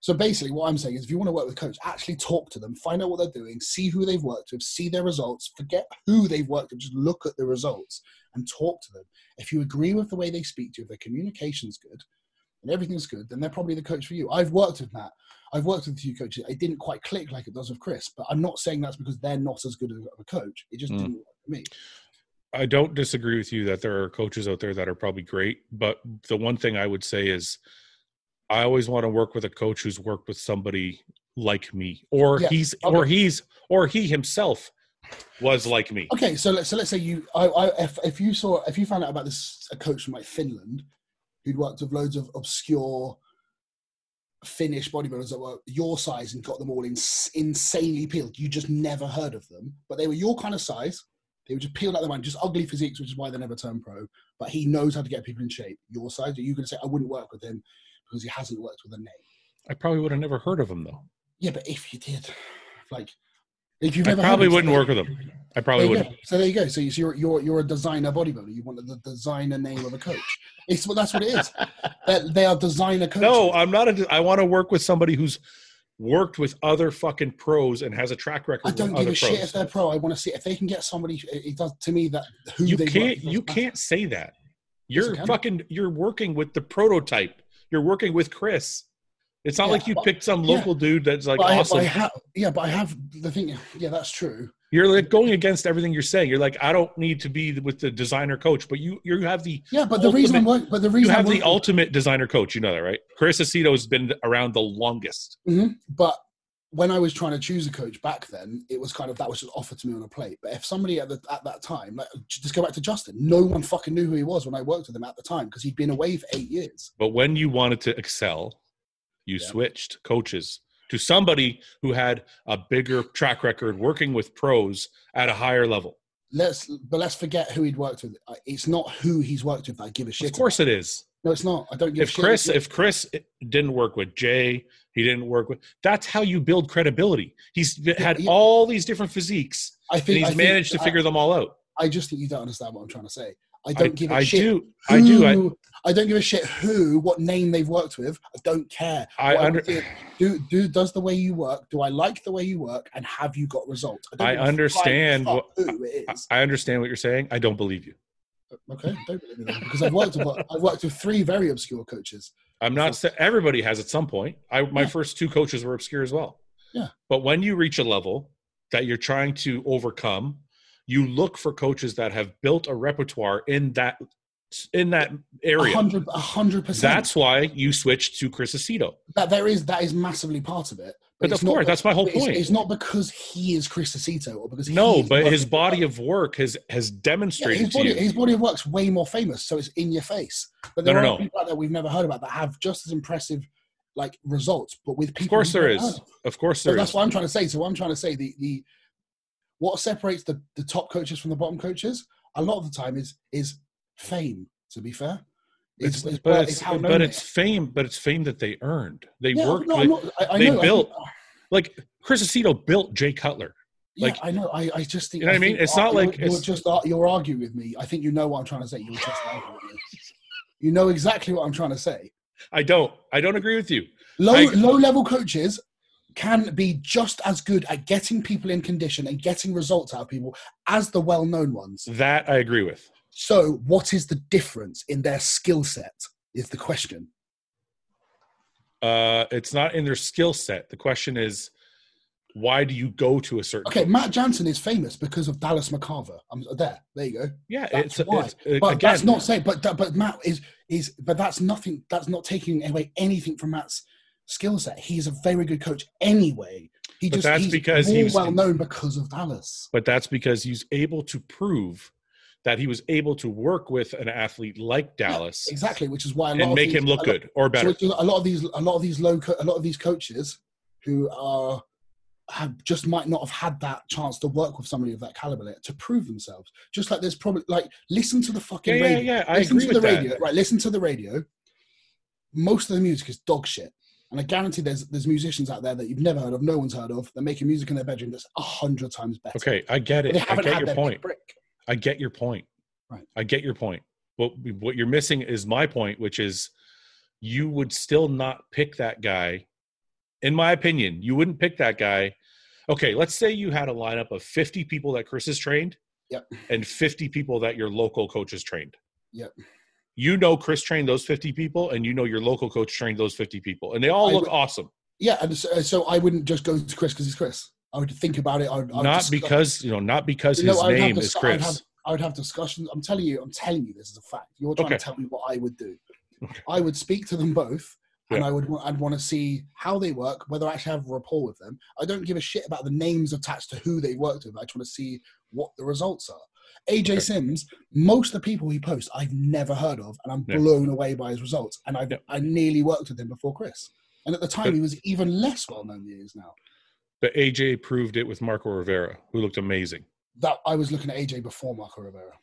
S2: So basically, what I'm saying is, if you want to work with a coach, actually talk to them, find out what they're doing, see who they've worked with, see their results. Forget who they've worked with, just look at the results and talk to them. If you agree with the way they speak to you, if their communication's good, and everything's good, then they're probably the coach for you. I've worked with Matt. I've worked with a few coaches. It didn't quite click like it does with Chris, but I'm not saying that's because they're not as good of a coach. It just
S1: Mm.
S2: didn't work for me.
S1: I don't disagree with you that there are coaches out there that are probably great, but the one thing I would say is I always want to work with a coach who's worked with somebody like me or
S2: Yeah,
S1: he's
S2: okay.
S1: or he's or he himself was like me.
S2: Okay, so let's so let's say you I, I if if you saw if you found out about this a coach from like Finland who'd worked with loads of obscure Finnish bodybuilders that were your size and got them all ins insanely peeled. You just never heard of them, but they were your kind of size. They were just peeled out of their mind, just ugly physiques, which is why they never turned pro. But he knows how to get people in shape. Your size, are you going to say I wouldn't work with him because he hasn't worked with a name?
S1: I probably would have never heard of him though.
S2: Yeah, but if you did, like, if you've
S1: I
S2: never heard
S1: probably
S2: of
S1: wouldn't
S2: somebody-
S1: work with him. I probably
S2: there you
S1: wouldn't.
S2: go. So there you go. So you- so you're you're you're a designer bodybuilder. You want the designer name of a coach. It's well, that's what it is. That they are designer coaches.
S1: No, I'm not a, I want to work with somebody who's worked with other fucking pros and has a track record
S2: I don't
S1: with
S2: give
S1: other
S2: a shit if
S1: pros.
S2: they're pro. I want to see if they can get somebody. It it does to me that who
S1: You
S2: they work
S1: can't
S2: with doesn't
S1: you
S2: matter.
S1: can't say that.
S2: Yes, I
S1: You're
S2: can.
S1: fucking you're working with the prototype. You're working with Chris. It's not
S2: Yeah,
S1: like you
S2: but-
S1: picked some
S2: yeah.
S1: local dude that's like
S2: But I,
S1: awesome.
S2: but I have, yeah, but I have the thing. Yeah, that's true.
S1: you're like going against everything you're saying. You're like, I don't need to be with the designer coach, but you you have the
S2: Yeah, but the reason I'm working, but the
S1: you
S2: reason
S1: have
S2: I'm
S1: the ultimate designer coach. You know that, right? Chris Aceto has been around the longest.
S2: hmm but when I was trying to choose a coach back then, it was kind of that was just offered to me on a plate. But if somebody at, the, at that time, like, just go back to Justin, no one fucking knew who he was when I worked with him at the time because he'd been away for eight years.
S1: But when you wanted to excel, you
S2: Yeah.
S1: switched coaches to somebody who had a bigger track record working with pros at a higher level.
S2: Let's but let's forget who he'd worked with. I- It's not who he's worked with that I give a shit.
S1: Of course,
S2: about.
S1: it is.
S2: no, it's not. I don't give a
S1: If
S2: shit.
S1: Chris, if Chris didn't work with Jay, he didn't work with. That's how you build credibility. He's had
S2: yeah.
S1: all these different physiques,
S2: I
S1: and
S2: think I
S1: he's
S2: think-
S1: managed to
S2: I-
S1: figure them all out.
S2: I, just think you don't understand what I'm trying to say. I
S1: I,
S2: don't give a
S1: I
S2: shit.
S1: do. I do. I,
S2: who- I don't give a shit who, what name they've worked with. I don't care.
S1: I
S2: What
S1: under-
S2: did- do do does the way you work. Do I like the way you work? And have you got results? don't
S1: I
S2: give a flying
S1: understand
S2: fuck
S1: what-
S2: who it
S1: I-
S2: is.
S1: I understand what you're saying. I don't believe you.
S2: Okay, don't believe me then, because I've worked with I've worked with three very obscure coaches.
S1: I'm not. sa- Everybody has at some point. I my
S2: Yeah.
S1: first two coaches were obscure as well.
S2: Yeah.
S1: But when you reach a level that you're trying to overcome, you look for coaches that have built a repertoire in that in that
S2: A
S1: area.
S2: hundred a hundred percent.
S1: That's why you switched to Chris Aceto.
S2: That there is that is massively part of it.
S1: But
S2: it's
S1: of
S2: not
S1: course,
S2: be-
S1: that's my whole
S2: but it's,
S1: point.
S2: it's not because he is Chris Aceto or because
S1: no,
S2: he's
S1: but
S2: worked
S1: his
S2: with-
S1: body of work has has
S2: Yeah,
S1: demonstrated
S2: his,
S1: to you.
S2: body, his body of work's way more famous, so it's in your face. But there
S1: No, no,
S2: are
S1: no.
S2: people out there we've never heard about that have just as impressive like results, but with people.
S1: of course,
S2: we've
S1: there
S2: never heard
S1: is.
S2: of.
S1: Of course,
S2: So
S1: there
S2: that's
S1: is.
S2: what I'm trying to say. So what I'm trying to say the the what separates the, the top coaches from the bottom coaches a lot of the time is is fame. To be fair,
S1: It's,
S2: it's
S1: but
S2: where-
S1: it's,
S2: how known
S1: but
S2: they
S1: it's
S2: are.
S1: fame. But it's fame that they earned. They
S2: Yeah,
S1: worked.
S2: no,
S1: like,
S2: I'm not, I, I
S1: they
S2: know, I-
S1: built- like Chris Aceto built Jay Cutler.
S2: yeah,
S1: like-
S2: I know. I, I just think
S1: You know what I mean?
S2: think
S1: It's not
S2: you're-
S1: like
S2: you're,
S1: it's-
S2: just ar- you're arguing with me. I think you know what I'm trying to say. You're just arguing with me. You know exactly what I'm trying to say.
S1: I don't. I don't agree with you.
S2: Low
S1: I-
S2: low level coaches can be just as good at getting people in condition and getting results out of people as the well known ones.
S1: That I agree with.
S2: So, what is the difference in their skill set? Is the question.
S1: Uh, it's not in their skill set. The question is, why do you go to a certain?
S2: Okay, Matt Jansen is famous because of Dallas McCarver. I'm uh, there. There you go.
S1: yeah,
S2: that's
S1: it's,
S2: why.
S1: it's it-
S2: But
S1: again.
S2: that's not saying. But that- but Matt is is. But that's nothing. That's not taking away anything from Matt's skill set. He's a very good coach anyway. He
S1: But
S2: just
S1: that's
S2: he's
S1: because he
S2: more
S1: was-
S2: well known because of Dallas.
S1: but that's because he's able to prove that he was able to work with an athlete like Dallas
S2: Exactly, which is why a lot
S1: and
S2: of
S1: make
S2: these-
S1: him
S2: a
S1: look
S2: lot-
S1: good or
S2: So
S1: better.
S2: which is a lot of these, a lot of these low, co- a lot of these coaches who are have just might not have had that chance to work with somebody of that caliber to prove themselves. Just like there's probably like listen to the
S1: Yeah,
S2: fucking
S1: yeah,
S2: radio.
S1: yeah. I
S2: listen
S1: agree
S2: to the
S1: with that.
S2: radio. Right, listen to the radio. Most of the music is dog shit. And I guarantee there's there's musicians out there that you've never heard of, no one's heard of, that making music in their bedroom that's a hundred times better.
S1: Okay, I get
S2: But
S1: it.
S2: they
S1: I
S2: haven't
S1: get
S2: had
S1: your
S2: their
S1: point.
S2: break.
S1: I get your point.
S2: Right.
S1: I get your point. What what you're missing is my point, which is you would still not pick that guy. In my opinion, you wouldn't pick that guy. Okay, let's say you had a lineup of 50 people that Chris has trained,
S2: Yep.
S1: and 50 people that your local coach has trained.
S2: Yep.
S1: You know Chris trained those 50 people, and you know your local coach trained those 50 people, and they all
S2: I
S1: look
S2: would-
S1: awesome.
S2: Yeah, and so, so I wouldn't just go to Chris because he's Chris. I would think about it. I would, I would
S1: not
S2: discuss-
S1: because you know, not because
S2: No,
S1: his
S2: I would have
S1: name is
S2: discu- I would
S1: Chris.
S2: have- I would have discussions. I'm telling you, I'm telling you, this is a fact. You're trying
S1: Okay.
S2: to tell me what I would do.
S1: Okay.
S2: I would speak to them both, and
S1: Yeah.
S2: I would, wa- I'd want to see how they work, whether I actually have rapport with them. I don't give a shit about the names attached to who they worked with. I just want to see what the results are. AJ
S1: Okay.
S2: Sims, most of the people he posts, I've never heard of, and I'm
S1: Yeah.
S2: blown away by his results. And I,
S1: Yeah.
S2: have I nearly worked with him before Chris, and at the time
S1: But-
S2: he was even less well known than he is now.
S1: but AJ proved it with Marco Rivera, who looked amazing.
S2: That I was looking at AJ before Marco Rivera.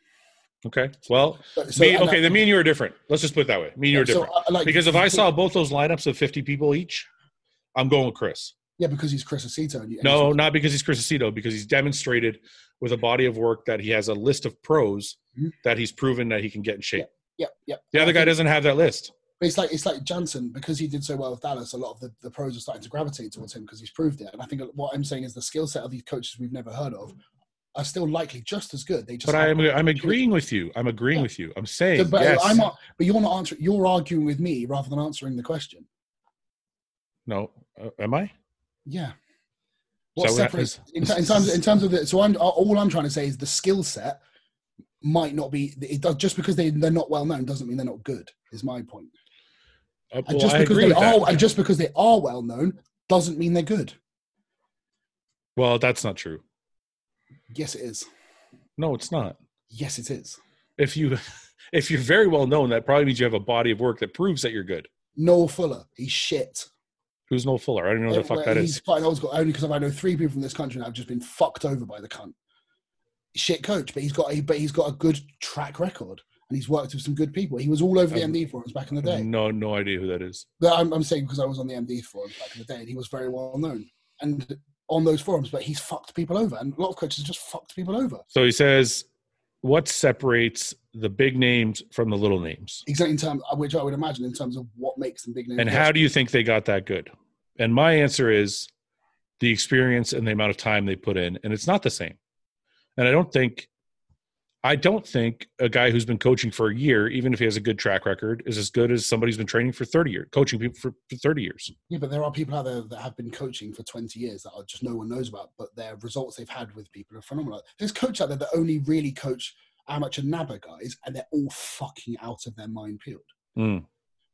S1: Okay. Well,
S2: So,
S1: me,
S2: and
S1: okay,
S2: that-
S1: then me and you are different. Let's just put it that way. Me and you are
S2: so, uh,
S1: different.
S2: I- like-
S1: because if I saw both those lineups of 50 people each, I'm going with Chris.
S2: Yeah, because he's Chris Aceto. And you, and
S1: No,
S2: he's-
S1: not because he's Chris Aceto, because he's demonstrated with a body of work that he has a list of pros
S2: Mhm.
S1: that he's proven that he can get in shape.
S2: Yep, yep.
S1: The other
S2: I
S1: guy
S2: think-
S1: doesn't have that list.
S2: But it's like it's like Johnson because he did so well with Dallas. A lot of the, the pros are starting to gravitate towards him because he's proved it. And I think what I'm saying is the skill set of these coaches we've never heard of are still likely just as good. They just.
S1: But I am,
S2: haven't-
S1: I'm agreeing with you. I'm agreeing
S2: Yeah.
S1: with you. I'm saying,
S2: So, but uh,
S1: yes.
S2: I'm not. But you're not answering. You're arguing with me rather than answering the question.
S1: no, uh, am I?
S2: Yeah. What
S1: that what
S2: separates in, in terms in terms of the so I'm uh, all I'm trying to say is the skill set might not be it does, just because they they're not well known doesn't mean they're not good is my point.
S1: Uh,
S2: And
S1: well,
S2: just
S1: I
S2: because
S1: agree
S2: they
S1: with that.
S2: are, and just because they are well known, doesn't mean they're good.
S1: Well, that's not true.
S2: Yes, it is.
S1: No, it's not.
S2: Yes, it is.
S1: If you if you're very well known, that probably means you have a body of work that proves that you're good.
S2: Noel Fuller, he's shit.
S1: Who's Noel Fuller? I don't know who the fuck
S2: Where
S1: that
S2: Oh, he's
S1: is.
S2: fighting old school only because I know three people from this country that have just been fucked over by the cunt. Shit coach, but he's got a but he's got a good track record and he's worked with some good people. He was all over the
S1: Um,
S2: MD forums back in the day.
S1: No, no idea who that is.
S2: No, I'm, I'm saying because I was on the MD forums back in the day, and he was very well known and on those forums. But he's fucked people over, and a lot of coaches just fucked people over.
S1: So he says, what separates the big names from the little names?
S2: Exactly in terms, which I would imagine in terms of what makes them big names.
S1: And how do you think they got that good? And my answer is the experience and the amount of time they put in, and it's not the same. And I don't think I don't think a guy who's been coaching for a year, even if he has a good track record, is as good as somebody who's been training for 30 years, coaching people for, for 30 years.
S2: Yeah, but there are people out there that have been coaching for 20 years that are just no one knows about, but their results they've had with people are phenomenal. There's coaches out there that only really coach amateur NABBA guys, and they're all fucking out of their mind peeled.
S1: Mm.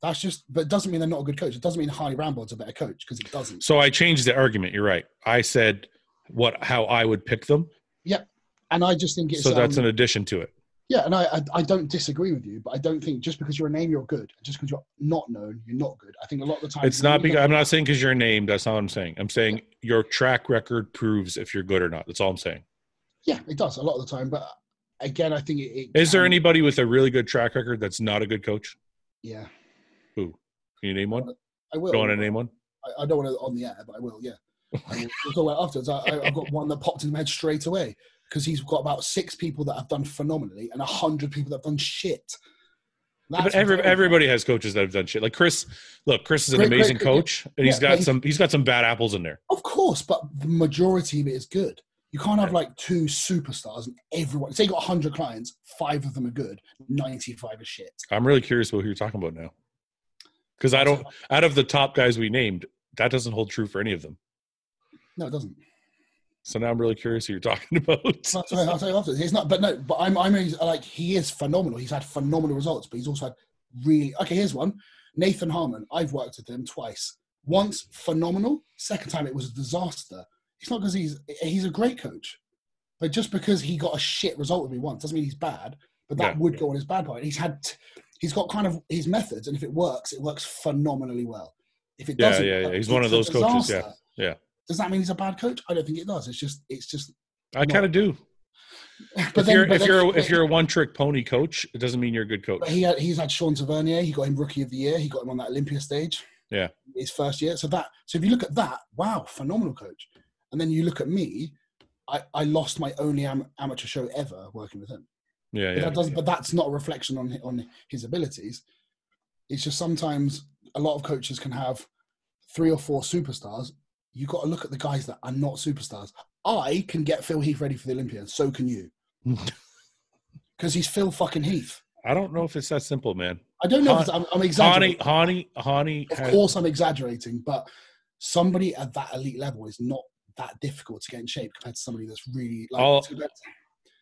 S2: That's just, but it doesn't mean they're not a good coach. It doesn't mean Harley Rambod's a better coach because it doesn't.
S1: So I changed the argument. You're right. I said what how I would pick them.
S2: And I just think it's
S1: So that's
S2: um,
S1: an addition to it.
S2: yeah, and I, I I don't disagree with you, but I don't think just because you're a name you're good, just because you're not known you're not good. I think a lot of the time
S1: It's not because I'm not saying because your name. That's not what I'm saying. I'm saying your track record proves if you're good or not. That's all I'm saying.
S2: yeah, it does a lot of the time, but again, I think it, it
S1: Is there
S2: can-
S1: anybody with a really good track record that's not a good coach?
S2: yeah
S1: Can you name one?
S2: I will
S1: Don't want to name one.
S2: I, I don't want to on the air, but I will. Yeah, I will. we'll talk about it afterwards. I, I, I've got one that popped in my head straight away because he's got about six people that have done phenomenally and a hundred people that have done shit.
S1: But every, everybody has coaches that have done shit. Like Chris, look, Chris is an
S2: Great, great,
S1: amazing
S2: great,
S1: coach, and he's
S2: Yeah,
S1: got
S2: but-
S1: some he's got some bad apples in there.
S2: Of course, but the majority of it is good. You can't have like two superstars and everyone. Say you got 100 clients, five of them are good, 95 are shit.
S1: I'm really curious what you're talking about now, because I don't. Out of the top guys we named, that doesn't hold true for any of them.
S2: No, it doesn't.
S1: So now I'm really curious who you're talking about.
S2: I'll tell you, I'll tell you after. It's not, but no, but I'm, I'm only- like, he is phenomenal. He's had phenomenal results, but he's also had really. Okay, here's one Nathan Harmon. I've worked with him twice. Once phenomenal, second time it was a disaster. It's not because he's he's a great coach, but just because he got a shit result with me once doesn't mean he's bad. But that
S1: Yeah.
S2: would go on his bad part. He's had, he's got kind of his methods, and if it works, it works phenomenally well. If it
S1: Yeah,
S2: doesn't,
S1: yeah, yeah. He's
S2: it's
S1: one of
S2: a
S1: those coaches, yeah,
S2: disaster.
S1: yeah.
S2: Does that mean he's a bad coach? I don't think it does. It's just, it's just.
S1: I kind of do. if
S2: But
S1: you're if
S2: then-
S1: you're if you're a one trick pony coach, it doesn't mean you're a good coach.
S2: But he had, he's had Sean Tavernier. He got him Rookie of the Year. He got him on that Olympia stage.
S1: Yeah.
S2: His first year. So that. So if you look at that, wow, phenomenal coach. And then you look at me. I, I lost my only am, amateur show ever working with him.
S1: Yeah,
S2: But,
S1: yeah.
S2: that does, but that's not a reflection on on his abilities. It's just sometimes a lot of coaches can have three or four superstars. You got to look at the guys that are not superstars. I can get Phil Heath ready for the Olympia. and So can you. Because he's Phil fucking Heath.
S1: I don't know if it's that simple, man.
S2: I don't know.
S1: Han-
S2: if it's- I'm, I'm exaggerating.
S1: Hani, Hani, Hani.
S2: Of
S1: had-
S2: course, I'm exaggerating, but somebody at that elite level is not that difficult to get in shape compared to somebody that's really like
S1: I'll-
S2: to-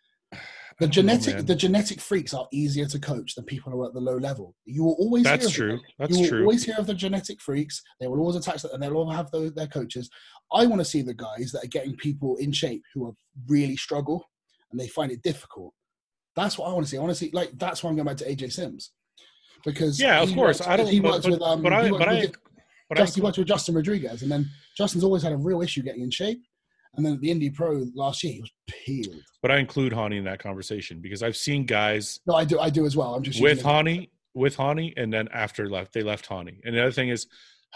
S1: know,
S2: the genetic
S1: Oh. man.
S2: the genetic freaks are easier to coach than people who are at the low level. You will always hear
S1: That's
S2: of them.
S1: true. That's
S2: you will
S1: true.
S2: always hear of the genetic freaks. They will always attach that, and they'll all have those, their coaches. I want to see the guys that are getting people in shape who are really struggle and they find it difficult. That's what I want to see. I want to see like that's why I'm going back to AJ Sims because
S1: Yeah, of
S2: he
S1: course.
S2: works-
S1: I don't.
S2: He
S1: but-
S2: works
S1: but-
S2: with um.
S1: But I.
S2: he works
S1: But
S2: with
S1: I.
S2: Ju-
S1: But I.
S2: Justin, he worked with Justin Rodriguez, and then Justin's always had a real issue getting in shape. And then at the Indie Pro last year, he was peeled.
S1: But I include Hani in that conversation because I've seen guys
S2: No, I do, I do as well. I'm just
S1: with
S2: using it.
S1: Hani, with Hani, and then after left they left Hani. And the other thing is,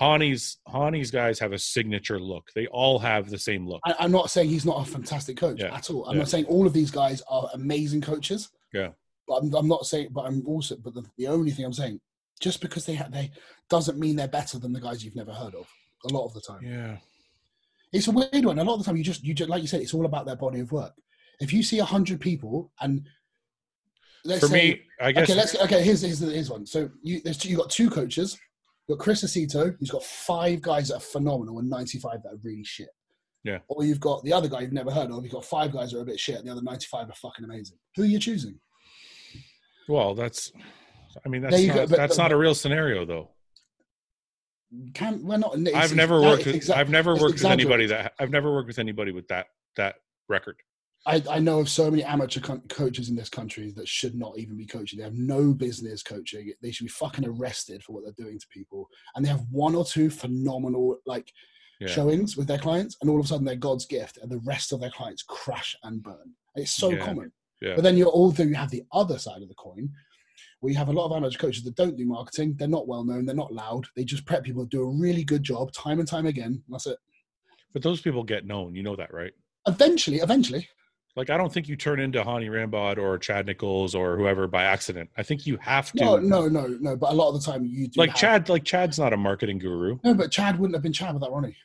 S1: Hani's Hani's guys have a signature look. They all have the same look.
S2: I, I'm not saying he's not a fantastic coach
S1: Yeah,
S2: at all. I'm
S1: yeah.
S2: not saying all of these guys are amazing coaches.
S1: Yeah.
S2: But I'm, I'm not saying. But I'm also. But the, the only thing I'm saying, just because they ha they doesn't mean they're better than the guys you've never heard of. A lot of the time,
S1: Yeah.
S2: it's a weird one. A lot of the time, you just you just like you said, it's all about their body of work. If you see hundred people and let's
S1: For
S2: say,
S1: me, I guess.
S2: okay, let's okay. Here's here's, the- here's one. So you there's two, you got two coaches. You've got Chris Aceto, who's got five guys that are phenomenal and 95 that are really shit.
S1: Yeah.
S2: Or you've got the other guy you've never heard of. You've got five guys that are a bit shit, and the other 95 are fucking amazing. Who are you choosing?
S1: Well, that's. I mean, that's
S2: There you
S1: not,
S2: go, but-
S1: that's
S2: but-
S1: not a real scenario though.
S2: Can we're not. it's-
S1: I've never
S2: it's-
S1: worked
S2: it's
S1: with
S2: exa-
S1: I've never
S2: it's
S1: worked with anybody
S2: exaggerated.
S1: that I've never worked with anybody with that that record.
S2: I, I know of so many amateur co- coaches in this country that should not even be coaching. They have no business coaching. They should be fucking arrested for what they're doing to people. And they have one or two phenomenal like
S1: Yeah.
S2: showings with their clients, and all of a sudden they're God's gift, and the rest of their clients crash and burn. It's so
S1: Yeah.
S2: common.
S1: Yeah.
S2: But then you're also you have the other side of the coin, where you have a lot of amateur coaches that don't do marketing. They're not well known. They're not loud. They just prep people, do a really good job, time and time again. And that's it.
S1: But those people get known, you know that, right?
S2: Eventually, eventually,
S1: Like I don't think you turn into Hani Rambod or Chad Nichols or whoever by accident. I think you have to
S2: no, no, no, no. But a lot of the time, you do
S1: like
S2: have-
S1: Chad like Chad's not a marketing guru.
S2: No, but Chad wouldn't have been Chad without Ronnie.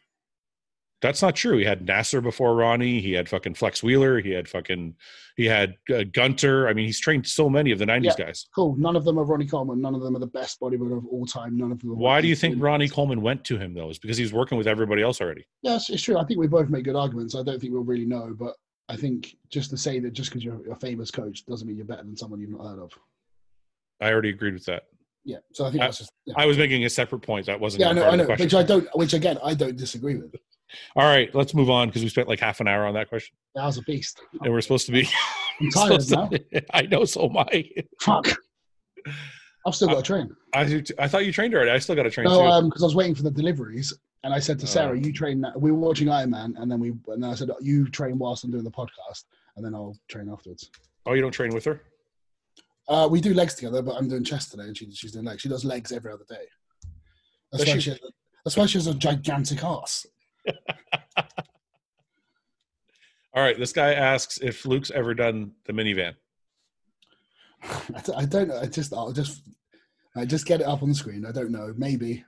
S1: That's not true. He had Nasser before Ronnie. He had fucking Flex Wheeler. He had fucking he had uh, Gunter. I mean, he's trained so many of the '90s guys.
S2: Cool. None of them are Ronnie Coleman. None of them are the best bodybuilder of all time. None of them. Are
S1: Why do you think Ronnie Coleman went to him though? Is because he's working with everybody else already.
S2: Yes, it's true. I think we both make good arguments. I don't think we'll really know, but I think just to say that just because you're a famous coach doesn't mean you're better than someone you've not heard of.
S1: I already agreed with that.
S2: Yeah. So I think that's just. Yeah,
S1: I was making a separate point that wasn't.
S2: yeah I
S1: even
S2: know.
S1: part
S2: I
S1: of the
S2: know.
S1: question.
S2: Which I don't. Which again, I don't disagree with.
S1: All right, let's move on because we spent like half an hour on that question,
S2: That was a beast.
S1: and we're supposed to be.
S2: I'm tired
S1: supposed
S2: now.
S1: to- I know, so am I.
S2: Fuck. I've
S1: Uh,
S2: still got a train.
S1: I, do t- I thought you trained already. I still got to train
S2: No,
S1: too.
S2: um, because I was waiting for the deliveries, and I said to Sarah,
S1: Oh.
S2: "You train." That. We were watching Iron Man, and then we and I said, "You train whilst I'm doing the podcast, and then I'll train afterwards."
S1: oh, you don't train with her?
S2: Uh, we do legs together, but I'm doing chest today, and she, she's doing legs. She does legs every other day. That's
S1: Does
S2: why
S1: she-
S2: she. has, that's why she has a gigantic ass.
S1: All right, this guy asks if Luke's ever done the minivan.
S2: I, d- I don't know. I just. I'll just. I just get it up on the screen. I don't know. Maybe.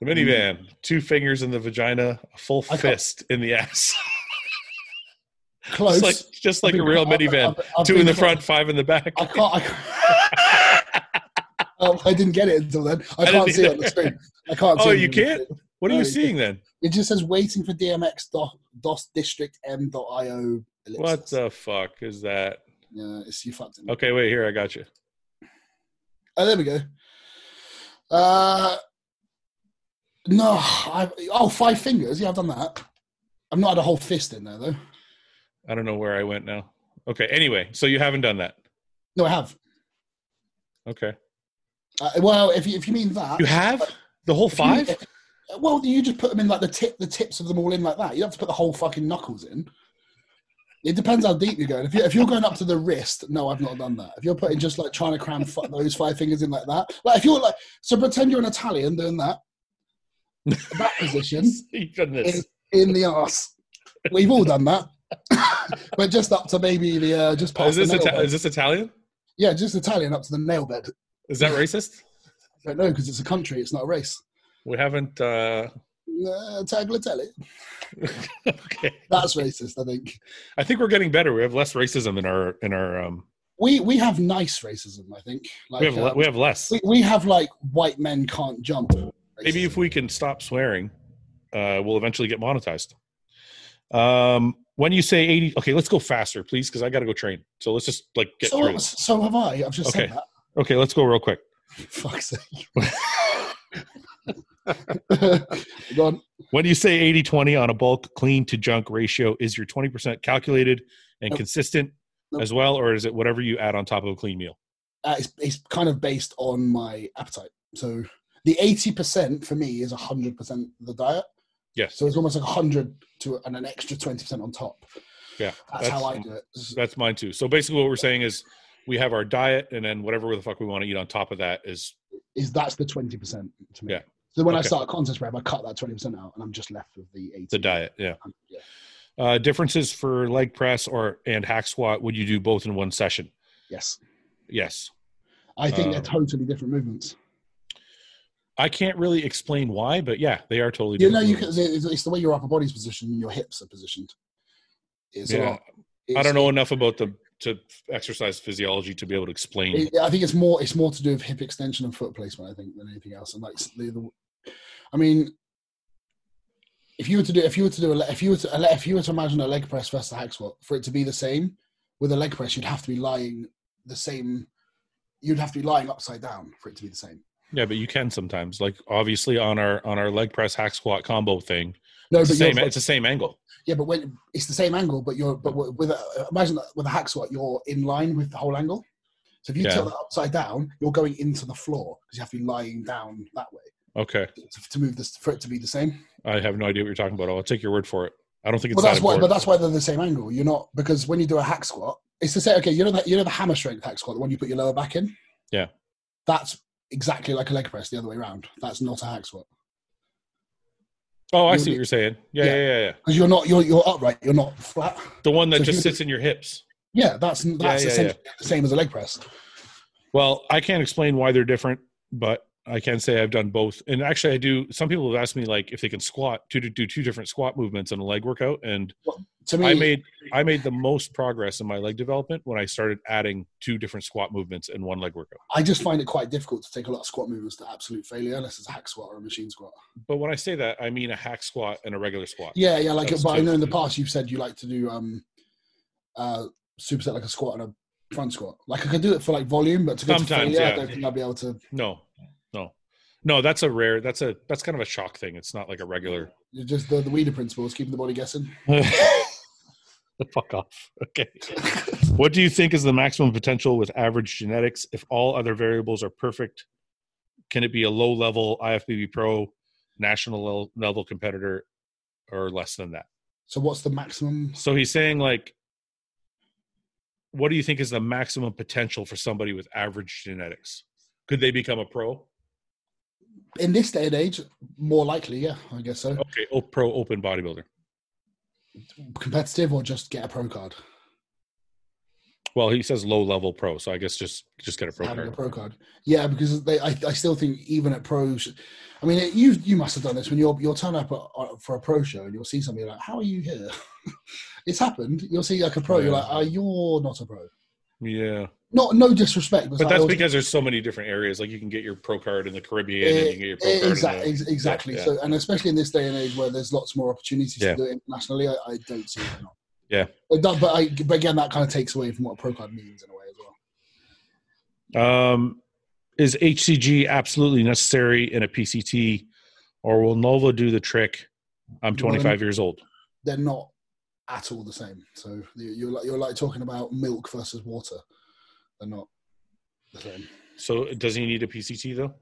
S1: The minivan, two fingers in the vagina, a full
S2: Mm. I can't-
S1: fist in the ass.
S2: Close.
S1: just like, just like
S2: I've
S1: a
S2: been-
S1: real
S2: I've-
S1: minivan.
S2: I've- I've
S1: Two
S2: been
S1: in the
S2: close.
S1: front, five in the back.
S2: I can't. I, can't Oh, I didn't get it until then. I,
S1: I
S2: can't
S1: didn't
S2: see it on the
S1: either.
S2: screen. I can't.
S1: Oh,
S2: see it
S1: you
S2: on the
S1: can't?
S2: screen.
S1: What are you
S2: Oh,
S1: seeing then?
S2: It just says waiting for DMX dot DOS district m.io. ellipsis.
S1: What the fuck is that?
S2: Yeah, it's you fucked it.
S1: Okay, wait here. I got you.
S2: Oh, there we go. Uh, no, I, oh, five fingers. Yeah, I've done that. I've not had a whole fist in there though.
S1: I don't know where I went now. Okay. Anyway, so you haven't done that.
S2: No, I have.
S1: Okay.
S2: Uh, well, if you, if you mean that,
S1: You have the whole
S2: if you mean-
S1: five.
S2: well, you just put them in like the tip, the tips of them all in like that. You don't have to put the whole fucking knuckles in. It depends how deep you're going. If, you, if you're going up to the wrist, no, I've not done that. If you're putting just like trying to cram f- those five fingers in like that, like if you're like, so pretend you're an Italian doing that, that position
S1: You've done
S2: in,
S1: this.
S2: in the arse. We've all done that. We're just up to maybe the uh, just
S1: Oh, Is
S2: past
S1: this
S2: the nail
S1: Ita-
S2: bed.
S1: is this Italian?
S2: Yeah, just Italian up to the nail bed.
S1: Is that racist?
S2: I don't know because it's a country, it's not a race.
S1: We haven't. uh
S2: Uh, tagliatelle.
S1: Okay.
S2: That's racist, I think.
S1: I think we're getting better. We have less racism in our in our. um
S2: We we have nice racism, I think. Like
S1: We have le-
S2: um,
S1: we have less.
S2: we, we have like white men can't jump.
S1: Maybe if we can stop swearing, uh, we'll eventually get monetized. Um, when you say eighty, okay, let's go faster, please, because I got to go train. So let's just like get
S2: so,
S1: through
S2: what-
S1: this.
S2: so have I. I've just
S1: Okay.
S2: said that.
S1: Okay, let's go real quick.
S2: Fuck's sake. Go on.
S1: When you say 80 20 on a bulk clean to junk ratio, is your 20% calculated and
S2: Nope.
S1: consistent
S2: Nope.
S1: as well, or is it whatever you add on top of a clean meal?
S2: Uh, it's, it's kind of based on my appetite. So the eighty percent for me is hundred percent the diet.
S1: Yes.
S2: So it's almost like hundred to and an extra twenty percent on top.
S1: Yeah,
S2: That's, how I
S1: that's-
S2: do it. S-
S1: That's mine too. So basically, what we're saying is we have our diet, and then whatever the fuck we want to eat on top of that is
S2: Is that's the twenty percent to me.
S1: Yeah.
S2: So when I
S1: Okay.
S2: start contest prep, I cut that twenty percent out, and I'm just left with the eighty.
S1: the diet. Yeah.
S2: Um, yeah.
S1: Uh, differences for leg press or and hack squat, would you do both in one session?
S2: Yes.
S1: Yes.
S2: I think they're
S1: Um,
S2: totally different movements.
S1: I can't really explain why, but yeah, they are totally
S2: You know, you can,
S1: movements.
S2: it's, it's the way your upper body's positioned, and your hips are positioned. It's a
S1: Yeah.
S2: lot.
S1: I
S2: It's-
S1: don't know enough about the to exercise physiology to be able to explain.
S2: It, I think it's more it's more to do with hip extension and foot placement, I think, than anything else. And like the, the I mean, if you were to do if you were to do a, le- if you were to a le- if you were to imagine a leg press versus a hack squat for it to be the same with a leg press, you'd have to be lying the same. You'd have to be lying upside down for it to be the same.
S1: Yeah, but you can sometimes. Like obviously on our on our leg press hack squat combo thing,
S2: No,
S1: it's the
S2: but you're,
S1: same. eh? It's the same angle.
S2: yeah, but when it's the same angle, but you're but with with a, imagine that with a hack squat, you're in line with the whole angle. So if you
S1: Yeah.
S2: tilt that upside down, you're going into the floor because you have to be lying down that way
S1: Okay,
S2: to, to move this for it to be the same.
S1: I have no idea what you're talking about. I'll take your word for it. I don't think it's
S2: Well, that's
S1: that
S2: why,
S1: important.
S2: but that's why they're the same angle. You're not because when you do a hack squat, it's the same. Okay, you know that you know the hammer strength hack squat, the one you put your lower back in.
S1: Yeah.
S2: that's exactly like a leg press the other way around. That's not a hack squat
S1: oh, I
S2: you-
S1: see what you're saying. Yeah, yeah,
S2: Yeah.
S1: yeah, yeah.
S2: because you're not you're you're upright. You're not flat.
S1: The one that
S2: So if
S1: just
S2: you-
S1: sits in your hips.
S2: Yeah, that's that's
S1: yeah, yeah.
S2: essentially the same as a leg press.
S1: Well, I can't explain why they're different, but I can say I've done both. And actually, I do. Some people have asked me like if they can squat to do two different squat movements in a leg workout, and
S2: To me,
S1: I made I made the most progress in my leg development when I started adding two different squat movements in one leg workout.
S2: I just find it quite difficult to take a lot of squat movements to absolute failure unless it's a hack squat or a machine squat.
S1: But when I say that, I mean a hack squat and a regular squat.
S2: Yeah, yeah, like
S1: That's
S2: but I
S1: good.
S2: know in the past you've said you like to do um uh superset like a squat and a front squat. Like I could do it for like volume, but to go
S1: Sometimes,
S2: to failure,
S1: yeah.
S2: I don't think I'll be able to
S1: No, no, no. That's a rare. That's a that's kind of a shock thing. It's not like a regular.
S2: It's just the, the Weeder principle is keeping the body guessing.
S1: Fuck off. Okay. What do you think is the maximum potential with average genetics if all other variables are perfect? Can it be a low level IFBB pro national le- level competitor or less than that?
S2: So what's the maximum?
S1: So he's saying like what do you think is the maximum potential for somebody with average genetics? Could they become a pro?
S2: In this day and age, more likely, yeah, I guess so.
S1: Okay, oh, pro open bodybuilder. Oh.
S2: Competitive or just get a pro card.
S1: Well, he says low level pro, so I guess just just get a pro
S2: having
S1: card.
S2: a pro card. Yeah, because they, I, I still think even at pros, I mean, you you must have done this when you're you'll turn up at, uh, for a pro show and you'll see somebody like, "How are you here?" it's happened. You'll see like a pro, you're
S1: Yeah.
S2: like, oh, "You're not a pro."
S1: Yeah.
S2: Not no disrespect,
S1: But that's
S2: because.
S1: because there's so many different areas. Like you can get your pro card in the Caribbean, and you can get your pro card. in
S2: Exactly,
S1: the-
S2: Eh, exactly.
S1: yeah.
S2: So, and especially in this day and age where there's lots more opportunities
S1: Yeah.
S2: to do it internationally, I, I don't see why not.
S1: Yeah.
S2: but, that, but, I, but again, that kind of takes away from what a pro card means in a way as well.
S1: Um, is HCG absolutely necessary in a PCT, or will Nova do the trick? I'm 25 years old.
S2: They're not at all the same. So you- you're like, you're like talking about milk versus water. They're not the same.
S1: So does he need a PCT though?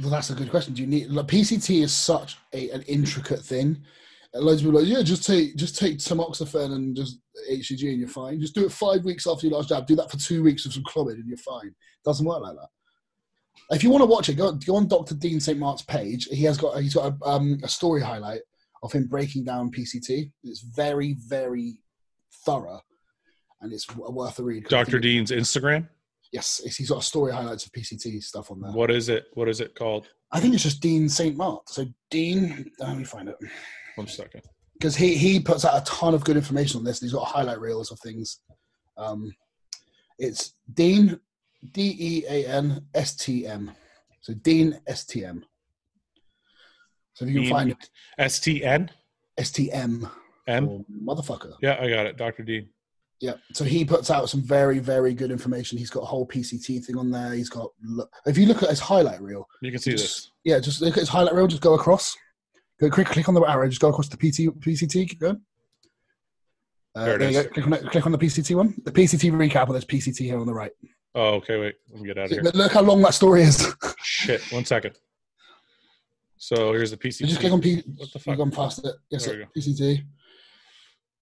S2: Well, that's a good question. Do you need like PCT is such a, an intricate thing. And Loads of people are like, yeah, just take just take tamoxifen and just HCG and you're fine. Just do it five weeks after your last jab. Do that for two weeks with some clomid and you're fine. Doesn't work like that. If you want to watch it, go, go on Dr. Dean St. Mark's page. He has got he's got a, um, a story highlight of him breaking down PCT. It's very very thorough, and it's w- worth a read.
S1: Dr. Dean's Instagram.
S2: Yes, it's, he's got story highlights of PCT stuff on there.
S1: What is it? What is it called?
S2: I think it's just Dean St. Mark. So Dean, uh, let me find it.
S1: One second.
S2: Because he, he puts out a ton of good information on this. And he's got highlight reels of things. Um, it's Dean, D E A N S T M. So Dean S T M. So if you can
S1: Dean-
S2: find it,
S1: S T N
S2: S T M, Oh.
S1: M.
S2: motherfucker.
S1: Yeah, I got it. Dr. Dean.
S2: Yeah. So he puts out some very, very good information. He's got a whole PCT thing on there. He's got, lo- if you look at his highlight reel,
S1: You can see this.
S2: yeah, just look at his highlight reel. Just go across. Go click, click on the arrow. Just go across the PT, PCT. Keep going. Uh,
S1: There
S2: there
S1: it
S2: you
S1: is.
S2: go. Click on, it, click on the PCT one. The PCT recap. And there's PCT here on the right.
S1: Oh, okay. Wait. Let me get out of here.
S2: But look how long that story is.
S1: Shit. One second. So here's the PCT.
S2: you just click on P.
S1: What the fuck?
S2: You've gone past it. Yes,
S1: There we go.
S2: PCT.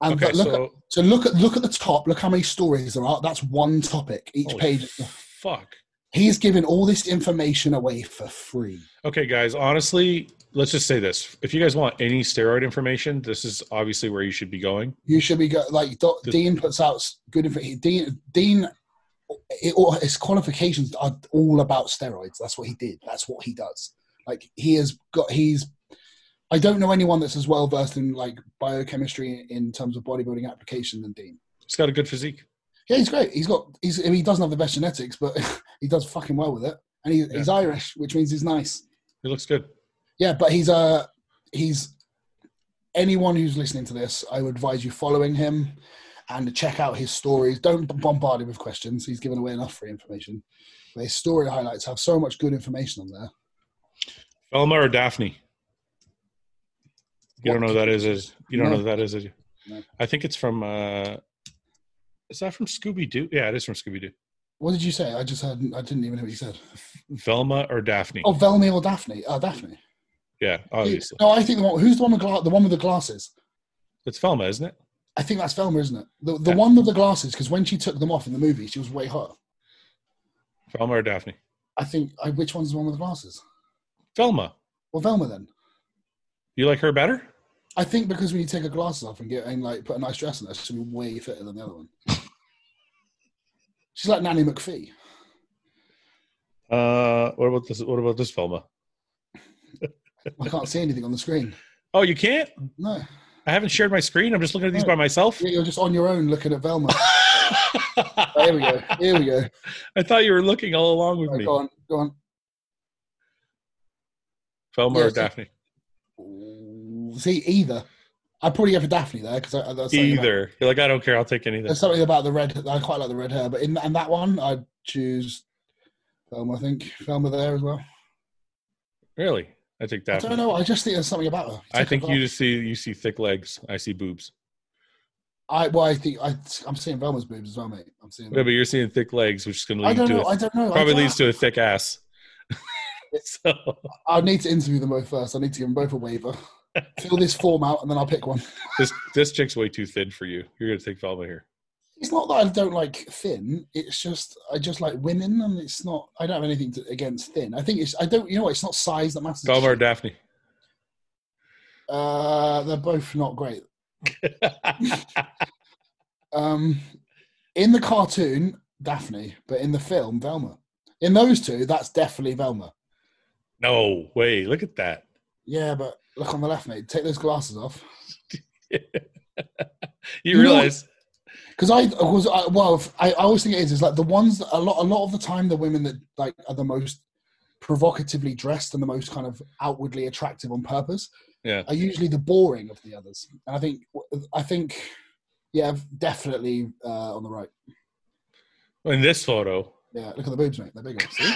S2: And
S1: Okay.
S2: but look,
S1: So
S2: so look at look at the top. Look how many stories there are. That's one topic. Each
S1: Holy
S2: page.
S1: Fuck.
S2: He's giving all this information away for free.
S1: Okay, guys, honestly, let's just say this. If you guys want any steroid information, this is obviously where you should be going.
S2: You should be go, like Doc,
S1: The-
S2: Dean puts out s- good information. Dean, Dean, it, all his qualifications are all about steroids. That's what he did. That's what he does. Like he has got. He's. I don't know anyone that's as well versed in like biochemistry in terms of bodybuilding application than Dean.
S1: It's got a good physique.
S2: Yeah, he's great. He's got. He's, I mean, he doesn't have the best genetics, but he does fucking well with it. And he, he's Irish, which means he's nice.
S1: It looks good.
S2: Yeah, but he's uh he's anyone who's listening to this, I would advise you following him and check out his stories. Don't b- bombard him with questions. He's given away enough free information. But his story highlights have so much good information on there.
S1: Velma or Daphne? You don't know who that is. Is you don't
S2: No.
S1: know who that is? is you?
S2: No.
S1: I think it's from. uh Is that from Scooby Doo? Yeah, it is from Scooby Doo.
S2: What did you say? I just heard. I didn't even hear what you said.
S1: Velma or Daphne?
S2: Oh, Velma or Daphne? Uh, Daphne.
S1: Yeah, obviously
S2: No, I think the one. Who's the one with gla- the one with the glasses?
S1: it's Velma, isn't it?
S2: I think that's Velma, isn't it? The the
S1: Yeah.
S2: one with the glasses, because when she took them off in the movie, she was way hot.
S1: Velma or Daphne?
S2: I think. I, which one's the one with the glasses?
S1: Velma.
S2: Well, Velma then.
S1: You like her better?
S2: I think because when you take her glasses off and get and like put a nice dress on her, she'll be way fitter than the other one. She's like Nanny McPhee.
S1: Uh, what about this? What about this Velma?
S2: I can't see anything on the screen.
S1: Oh, you can't.
S2: No,
S1: I haven't shared my screen. I'm just looking at these
S2: No.
S1: by myself.
S2: Yeah, you're just on your own looking at Velma. There we go. Here we go.
S1: I thought you were looking all along with
S2: Right,
S1: me.
S2: go on, go on.
S1: Velma
S2: Yeah,
S1: or
S2: it's a-
S1: Daphne?
S2: Ooh, See, either. I'd probably go for Daphne there because I, that's something about-
S1: Either. You're like, I don't care. I'll take anything.
S2: there's something about the red. I quite like the red hair, but in and that one, I'd choose Velma. I think Velma there as well.
S1: Really? I take
S2: I
S1: Daphne.
S2: don't know. I just think there's something about her.
S1: I
S2: Take
S1: think
S2: her
S1: you
S2: glasses-
S1: just see you see thick legs. I see boobs.
S2: I well, I think I, I'm seeing Velma's boobs as well, mate. I'm seeing.
S1: No, but you're seeing thick legs, which is going to
S2: I
S1: lead
S2: don't
S1: to
S2: know.
S1: a-
S2: I don't know. I
S1: probably
S2: don't-
S1: leads to a thick ass. so
S2: I need to interview them both first. I need to give them both a waiver. Fill this form out, and then I'll pick one.
S1: this this chick's way too thin for you. You're going to take Velma here.
S2: It's not that I don't like thin. It's just I just like women, and it's not. I don't have anything to, against thin. I think it's. I don't. You know what? It's not size that matters.
S1: Velma or Daphne?
S2: Uh, they're both not great. Um, in the cartoon, Daphne, but in the film, Velma. In those two, that's definitely Velma.
S1: no way. Look at that.
S2: Yeah, but look on the left, mate. Take those glasses off.
S1: You
S2: No.
S1: realize
S2: Because I was I, well, if- I, I always think it is is like the ones that a lot a lot of the time the women that like are the most provocatively dressed and the most kind of outwardly attractive on purpose
S1: Yeah.
S2: are usually the boring of the others. And I think I think yeah, definitely uh, on the right.
S1: in this photo.
S2: Yeah, look at the boobs, mate. They're bigger. See?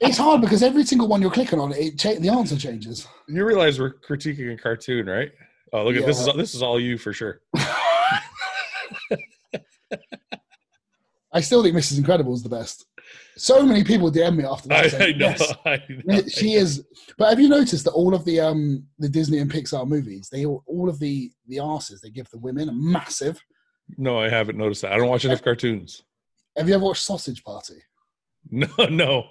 S2: it's hard because every single one you're clicking on, it cha- the answer changes.
S1: you realize we're critiquing a cartoon, right? Oh, look at this is
S2: Yeah.
S1: this is all you for sure.
S2: I still think Mrs. Incredible is the best. So many people DM me after that.
S1: I,
S2: saying,
S1: I know.
S2: "Yes,
S1: I know.
S2: she is. But have you noticed that all of the um the Disney and Pixar movies, they all, all of the the asses they give the women are massive.
S1: No, I haven't noticed that. I don't watch enough cartoons.
S2: Have you ever watched Sausage Party?
S1: No, no.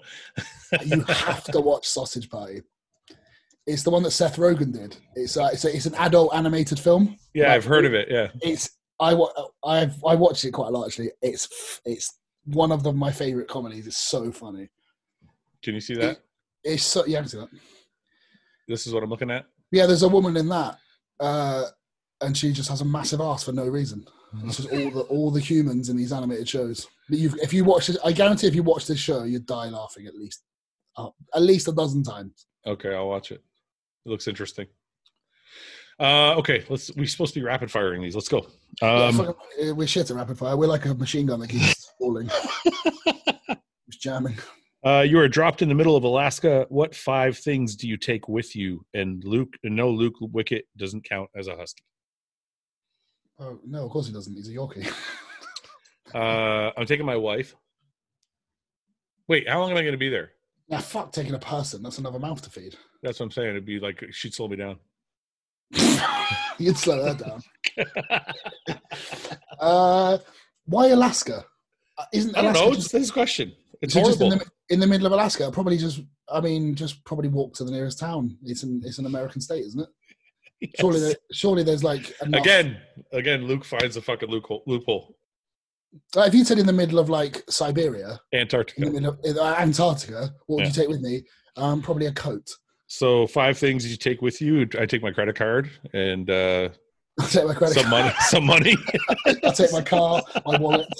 S2: You have to watch Sausage Party. It's the one that Seth Rogen did. It's uh, it's, a, it's an adult animated film.
S1: Yeah,
S2: Like,
S1: I've heard of it. Yeah.
S2: It's I wa- I've I watched it quite a lot actually. It's it's one of the, my favorite comedies. It's so funny.
S1: Can you see that?
S2: It's so yeah, I can see that.
S1: This is what I'm looking at.
S2: Yeah, there's a woman in that, uh, and she just has a massive ass for no reason. This is all the all the humans in these animated shows. But you've, if you watch this, I guarantee if you watch this show, you'd die laughing at least uh, at least a dozen times.
S1: Okay, I'll watch it. It looks interesting. Uh, okay, let's. We're supposed to be rapid firing these. Let's go.
S2: Yeah,
S1: Um,
S2: fucking- uh, we're shit at rapid fire. We're like a machine gun that keeps falling. It's jamming.
S1: uh, you are dropped in the middle of Alaska. What five things do you take with you? And Luke, no, Luke Wicket doesn't count as a husky.
S2: Oh no, of course he doesn't. He's a Yorkie.
S1: Uh, I'm taking my wife. Wait, how long am I going to be there?
S2: now fuck taking a person. That's another mouth to feed.
S1: That's what I'm saying. It'd be like she'd slow me down.
S2: You'd slow her down. Uh, why Alaska? Uh, Isn't
S1: I don't
S2: Alaska
S1: know.
S2: just-
S1: It's this question. It's
S2: So just in
S1: horrible.
S2: the, in the middle of Alaska, probably just I mean, just probably walk to the nearest town. It's an it's an American state, isn't it? Surely,
S1: Yes.
S2: there, surely there's like enough-
S1: again, again, Luke finds a fucking loophole. loophole.
S2: Like if you said in the middle of like Siberia, in the
S1: Antarctica.
S2: middle of in, uh, Antarctica, what would
S1: Yeah.
S2: you take with me? Um, probably a coat.
S1: So five things you take with you. I take my credit card and uh,
S2: I'll take my credit
S1: some money. Some money.
S2: card. I'll take my car, my wallet.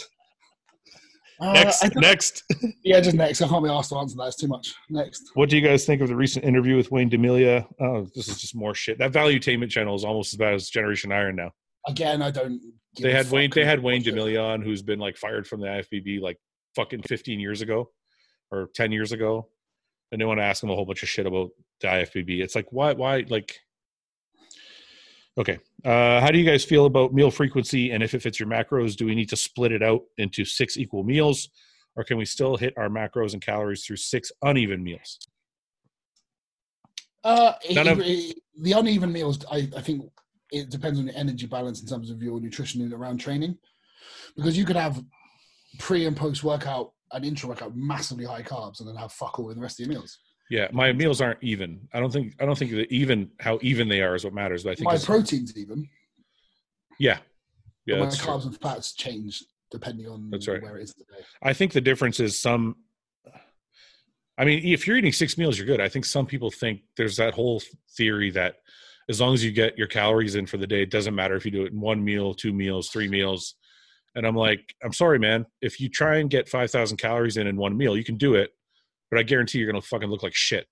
S2: Uh,
S1: next,
S2: I don't-
S1: next.
S2: yeah, just next. I can't be asked to answer that. It's too much. Next.
S1: What do you guys think of the recent interview with Wayne D'Amelia? Oh, this is just more shit. That Value Tainment channel is almost as bad as Generation Iron now.
S2: Again, I don't. give
S1: They
S2: a
S1: had Wayne.
S2: fuck.
S1: They had Wayne D'Amelia on, who's been like fired from the IFBB like fucking 15 years ago or 10 years ago and they want to ask him a whole bunch of shit about the IFBB. It's like why why like okay. Uh how do you guys feel about meal frequency and if it fits your macros, do we need to split it out into six equal meals or can we still hit our macros and calories through six uneven meals?
S2: Uh, it-
S1: None of-
S2: it- the uneven meals, I, I think it depends on your energy balance in terms of your nutrition and around training, because you could have pre and post workout and intra workout massively high carbs and then have fuck all in the rest of your meals.
S1: Yeah, my meals aren't even. I don't think I don't think that even how even they are is what matters, but I think
S2: My
S1: it's-
S2: proteins even,
S1: yeah. Yeah,
S2: but my
S1: that's true.
S2: carbs and fats change depending on
S1: That's right.
S2: where it is in the day.
S1: I think the difference is some. I mean, if you're eating six meals, you're good. I think some people think there's that whole theory that as long as you get your calories in for the day, it doesn't matter if you do it in one meal, two meals, three meals. And I'm like, I'm sorry, man. If you try and get 5,000 calories in in one meal, you can do it, but I guarantee you're going to fucking look like shit.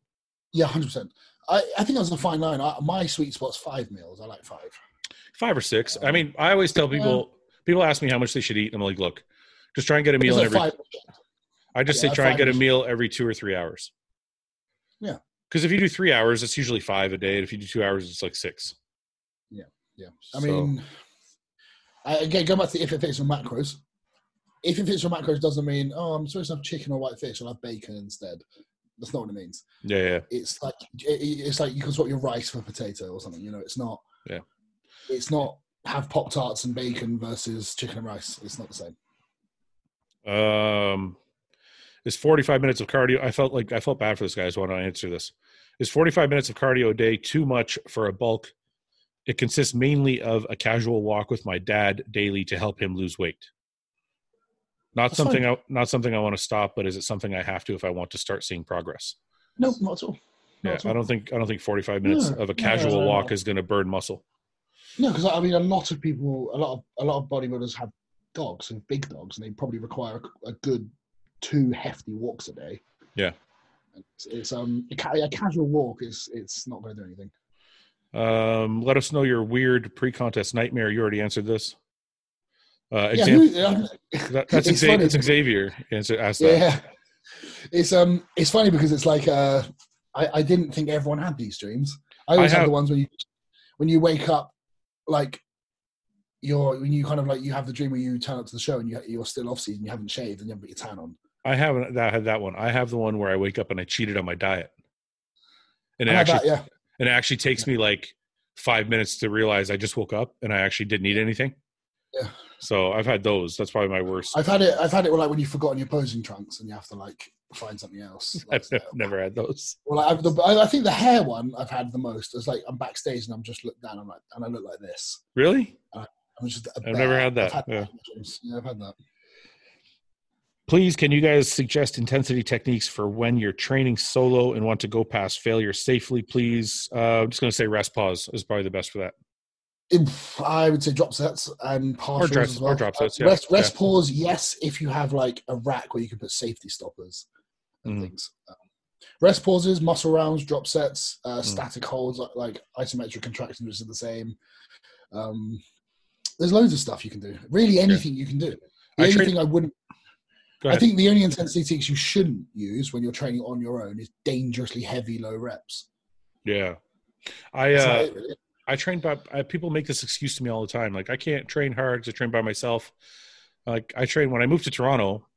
S2: Yeah, hundred percent. I, I think that's a fine line. I, my sweet spot's five meals. I like five.
S1: Five or six. I mean, I always tell people, people ask me how much they should eat. And I'm like, look, just try and get a meal
S2: Is
S1: in
S2: it
S1: every
S2: five?
S1: I just
S2: Yeah,
S1: say try and get a
S2: five is-
S1: meal every two or three hours.
S2: Yeah.
S1: Because if you do three hours, it's usually five a day. And if you do two hours, it's like six.
S2: Yeah,
S1: So-
S2: I mean, I, again, go back to if it fits your macros. If it fits your macros doesn't mean oh, I'm supposed to have chicken or white fish, I'll have bacon instead. That's not what it means.
S1: Yeah, yeah.
S2: It's like it, it- it's like you can swap your rice for potato or something. You know, it's not.
S1: Yeah.
S2: It's not have pop tarts and bacon versus chicken and rice. It's not the same.
S1: Um, is 45 minutes of cardio? I felt like I felt bad for this guy. So why don't I answer this? Is 45 minutes of cardio a day too much for a bulk? It consists mainly of a casual walk with my dad daily to help him lose weight. Not
S2: That's
S1: something I not something I want to stop, but is it something I have to if I want to start seeing progress?
S2: No, not at all. Not
S1: Yeah,
S2: at all.
S1: I don't think I don't think 45 minutes
S2: No,
S1: of a
S2: no,
S1: casual
S2: no,
S1: walk
S2: no.
S1: is going to burn muscle.
S2: No, because I mean, a lot of people, a lot of a lot of bodybuilders have dogs and big dogs, and they probably require a, a good two hefty walks a day.
S1: Yeah.
S2: it's, it's um a, ca- a casual walk is it's not going to do anything.
S1: Um, let us know your weird pre-contest nightmare. You already answered this. Uh,
S2: Yeah,
S1: exam-
S2: who- um,
S1: that- that's,
S2: It's
S1: Xavier,
S2: funny.
S1: that's Xavier answer, asked that.
S2: yeah. It's um it's funny because it's like uh I, I didn't think everyone had these dreams. I always
S1: I
S2: have,
S1: have-
S2: the ones when you when you wake up like you're when you kind of like you have the dream where you turn up to the show and you, you're still off season, you haven't shaved and you haven't put your tan on.
S1: I haven't that had that one. I have the one where I wake up and I cheated on my diet, and it
S2: I had
S1: actually
S2: that, Oh yeah.
S1: and it actually takes me like five minutes to realize I just woke up and I actually didn't eat anything.
S2: Yeah.
S1: So I've had those. That's probably my worst.
S2: I've had it. I've had it. Like when you've forgotten your posing trunks and you have to like find something else.
S1: I've
S2: Like,
S1: never had those.
S2: well, I've the, I I think the hair one I've had the most. It's like I'm backstage and I'm just looked down. I'm like, and I look like this.
S1: Really?
S2: I'm just. a
S1: I've
S2: bear.
S1: never had that,
S2: I've had,
S1: yeah.
S2: that. Yeah, I've had that.
S1: Please, can you guys suggest intensity techniques for when you're training solo and want to go past failure safely, please? Uh, I'm just going to say rest pause is probably the best for that.
S2: If- I would say drop sets and partials
S1: drop-
S2: as well.
S1: or drop sets, yeah,
S2: Rest, rest pause. Yes, if you have like a rack where you can put safety stoppers and
S1: Mm.
S2: things. Um, rest pauses, muscle rounds, drop sets, uh,
S1: Mm.
S2: static holds like, like isometric contractions, which are the same. Um, there's loads of stuff you can do. Really, anything you can do. The
S1: I
S2: only
S1: train-
S2: thing I wouldn't.
S1: Go
S2: I
S1: ahead.
S2: think the only intensity techniques you shouldn't use when you're training on your own is dangerously heavy low reps.
S1: yeah. I
S2: That's
S1: uh,
S2: about it, really.
S1: I train by I, people make this excuse to me all the time. Like I can't train hard because I train by myself. Like I train when I moved to Toronto,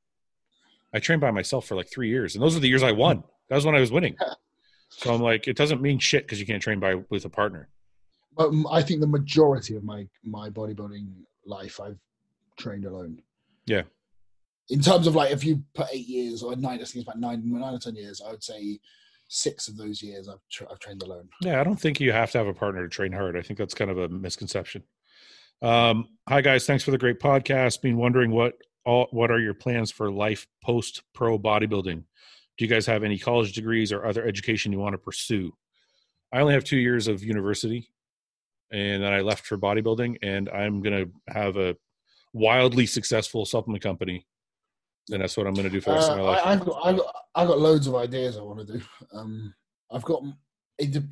S1: I trained by myself for like three years, and those are the years I won. That was when I was winning. So I'm like, it doesn't mean shit because you can't train by with a partner.
S2: But um, I think the majority of my my bodybuilding life, I've trained alone.
S1: Yeah.
S2: In terms of like, if you put eight years or nine, I think it's about nine, nine or ten years, I would say six of those years I've tra- I've trained alone.
S1: Yeah, I don't think you have to have a partner to train hard. I think that's kind of a misconception. Um, hi guys, thanks for the great podcast. Been wondering what all what are your plans for life post pro bodybuilding? Do you guys have any college degrees or other education you want to pursue? I only have two years of university, and then I left for bodybuilding, and I'm gonna have a wildly successful supplement company, and that's what I'm gonna do for the rest of my
S2: Uh,
S1: life.
S2: I, I've got, I've got, I've got loads of ideas I want to do. Um, I've got. It, de-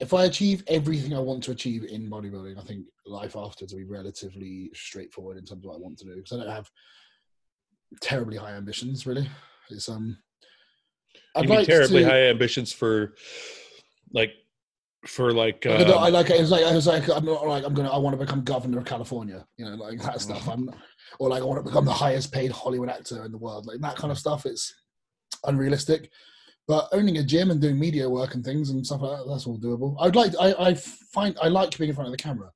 S2: if I achieve everything I want to achieve in bodybuilding, I think life afterwards will be relatively straightforward in terms of what I want to do because I don't have terribly high ambitions, really. It's um,
S1: You mean terribly high ambitions for, like, for like.
S2: Like, I don't-
S1: um,
S2: I like it's like it's like I'm not like I'm gonna I want to become governor of California, you know, like that
S1: Mm.
S2: stuff. I'm or like I want to become the highest paid Hollywood actor in the world, like that kind of stuff. It's unrealistic. But owning a gym and doing media work and things and stuff like that, that's all doable. I'd like I, I find I like being in front of the camera.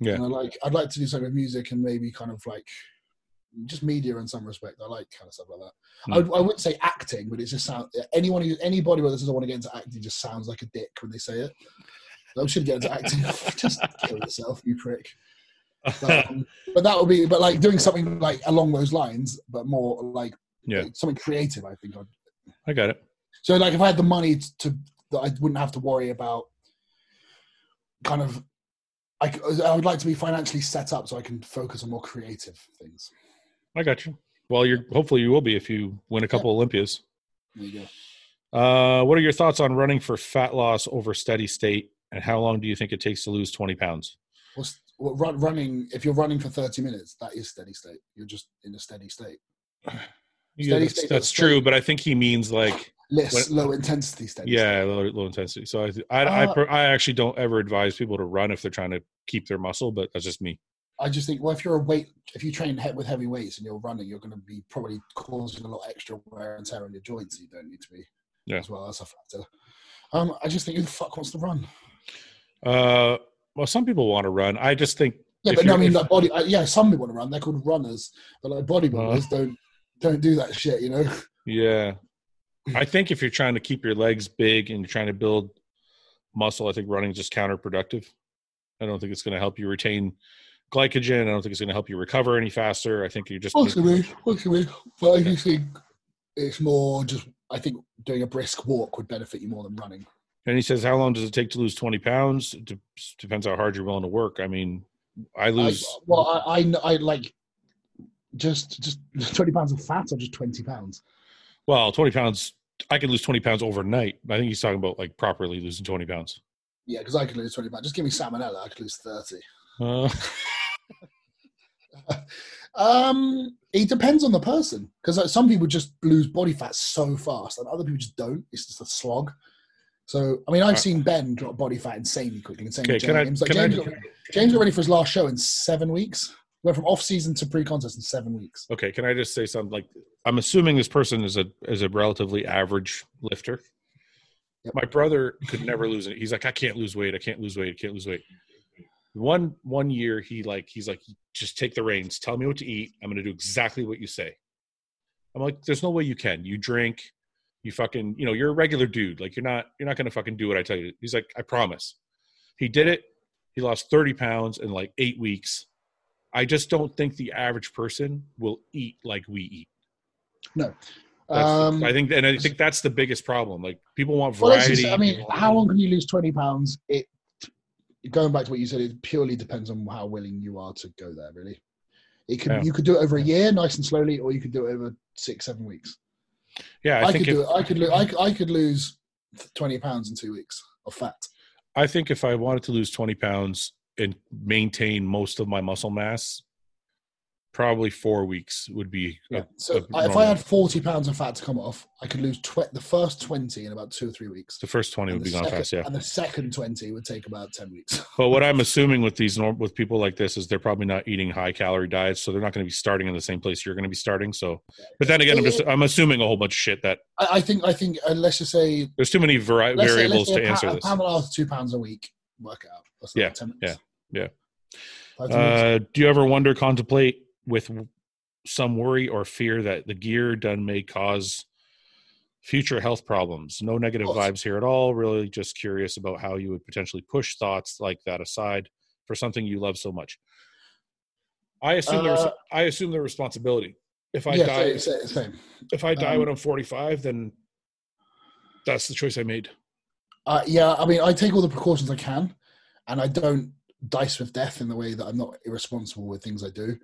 S1: Yeah.
S2: And I like I'd like to do something with music and maybe kind of like just media in some respect. I like kind of stuff like
S1: Mm.
S2: that. I would I, I wouldn't say acting, but it's just sound anyone who anybody that says I want to get into acting just sounds like a dick when they say it. I should get into acting. Just kill yourself, you prick. But, um, but that would be, but like doing something like along those lines, but more like
S1: Yeah.
S2: something creative. I think. I'd,
S1: I got it.
S2: so, like, if I had the money to, to that, I wouldn't have to worry about kind of. I, c- I would like to be financially set up so I can focus on more creative things.
S1: I got you. Well, you're hopefully you will be if you win a couple Olympias.
S2: There you go.
S1: Uh, what are your thoughts on running for fat loss over steady state, and how long do you think it takes to lose twenty pounds?
S2: What's what, run, running? If you're running for thirty minutes, that is steady state. You're just in a steady state.
S1: Yeah,
S2: Steady
S1: that's,
S2: state,
S1: that's
S2: steady-
S1: true, but I think he means like
S2: Less
S1: When-
S2: low intensity steady. state.
S1: yeah, low, low intensity. So I, I, I
S2: Uh,
S1: per- I actually don't ever advise people to run if they're trying to keep their muscle, but that's just me.
S2: I just think, well, if you're a weight, if you train he- with heavy weights and you're running, you're going to be probably causing a lot extra wear and tear on your joints. that You don't need to be.
S1: Yeah.
S2: As well, that's a factor. Um, I just think who the fuck wants to run?
S1: Uh, well, some people want to run. I just think
S2: Yeah,
S1: If
S2: but no, I
S1: you're-
S2: mean,
S1: if-
S2: like body. Uh, yeah, some people want to run. They're called runners, but like bodybuilders
S1: Uh-huh.
S2: don't don't do that shit. You know.
S1: Yeah. I think if you're trying to keep your legs big and you're trying to build muscle, I think running is just counterproductive. I don't think it's going to help you retain glycogen. I don't think it's going to help you recover any faster. I think you're just
S2: Possibly, possibly. But I just think it's more just. I think doing a brisk walk would benefit you more than running.
S1: And he says, how long does it take to lose 20 pounds? It de- depends how hard you're willing to work. I mean, I
S2: I,
S1: lose.
S2: well, I, I kn- I like just just twenty pounds of fat or just twenty pounds.
S1: well, 20 pounds. I could lose 20 pounds overnight. I think he's talking about like properly losing 20 pounds.
S2: Yeah, because I could lose 20 pounds. Just give me salmonella, I could lose 30.
S1: Uh,
S2: Um, it depends on the person. Because like, some people just lose body fat so fast, and other people just don't. It's just a slog. So, I mean, I've
S1: Uh,
S2: seen Ben drop body fat insanely quickly. Insanely
S1: okay. Can I,
S2: James. Like,
S1: can I,
S2: James, got, James got ready for his last show in seven weeks. Went from off season to pre contest in seven weeks.
S1: Okay, can I just say something? Like, I'm assuming this person is a is a relatively average lifter.
S2: Yep.
S1: My brother could never lose it. He's like, I can't lose weight. I can't lose weight. I can't lose weight. One one year, he like he's like, just take the reins. Tell me what to eat. I'm gonna do exactly what you say. I'm like, there's no way you can. You drink. You fucking, you know, you're a regular dude. Like, you're not you're not gonna fucking do what I tell you. He's like, I promise. He did it. He lost 30 pounds in like eight weeks. I just don't think the average person will eat like we eat. That's the-
S2: Um,
S1: I think, and I think that's the biggest problem. Like people want
S2: well, that's just-
S1: variety.
S2: I mean,
S1: people want-
S2: how long can you lose 20 pounds? It Going back to what you said, it purely depends on how willing you are to go there, really. It could,
S1: Yeah.
S2: You could do it over a year, nice and slowly, or you could do it over six, seven weeks.
S1: Yeah, I,
S2: I,
S1: think
S2: could
S1: if,
S2: do it. I could lose. I, could- I could lose twenty pounds in two weeks of fat.
S1: I think if I wanted to lose twenty pounds and maintain most of my muscle mass, probably four weeks would be.
S2: Yeah.
S1: Yeah,
S2: So
S1: uh,
S2: I- if
S1: normal.
S2: I had forty pounds of fat to come off, I could lose tw- the first twenty in about two or three weeks.
S1: the first twenty would
S2: And the
S1: be gone
S2: second-
S1: fast. Yeah,
S2: And the second twenty would take about ten weeks.
S1: but what I'm assuming with these norm with people like this is they're probably not eating high calorie diets, so they're not going to be starting in the same place you're going to be starting. So, but then again, I'm just I'm assuming a whole bunch of shit that
S2: I, I think. I think. Uh, let's just say.
S1: there's too many vari-
S2: Let's say,
S1: variables
S2: let's say
S1: to
S2: a,
S1: answer
S2: pa-
S1: this.
S2: a pound and a half to two pounds a week. Work out. That's
S1: Yeah,
S2: about 10
S1: yeah,
S2: weeks.
S1: yeah.
S2: Five, ten weeks.
S1: Uh, do you ever wonder, contemplate with w- some worry or fear that the gear done may cause future health problems? No negative
S2: Of course.
S1: vibes here at all. Really just curious about how you would potentially push thoughts like that aside for something you love so much. I assume the
S2: Uh,
S1: there's I assume the responsibility. If I
S2: yeah,
S1: die
S2: same, same.
S1: if I die
S2: um,
S1: when I'm 45, then that's the choice I made.
S2: Uh, yeah, I mean, I take all the precautions I can, and I don't dice with death in the way that I'm not irresponsible with things I do.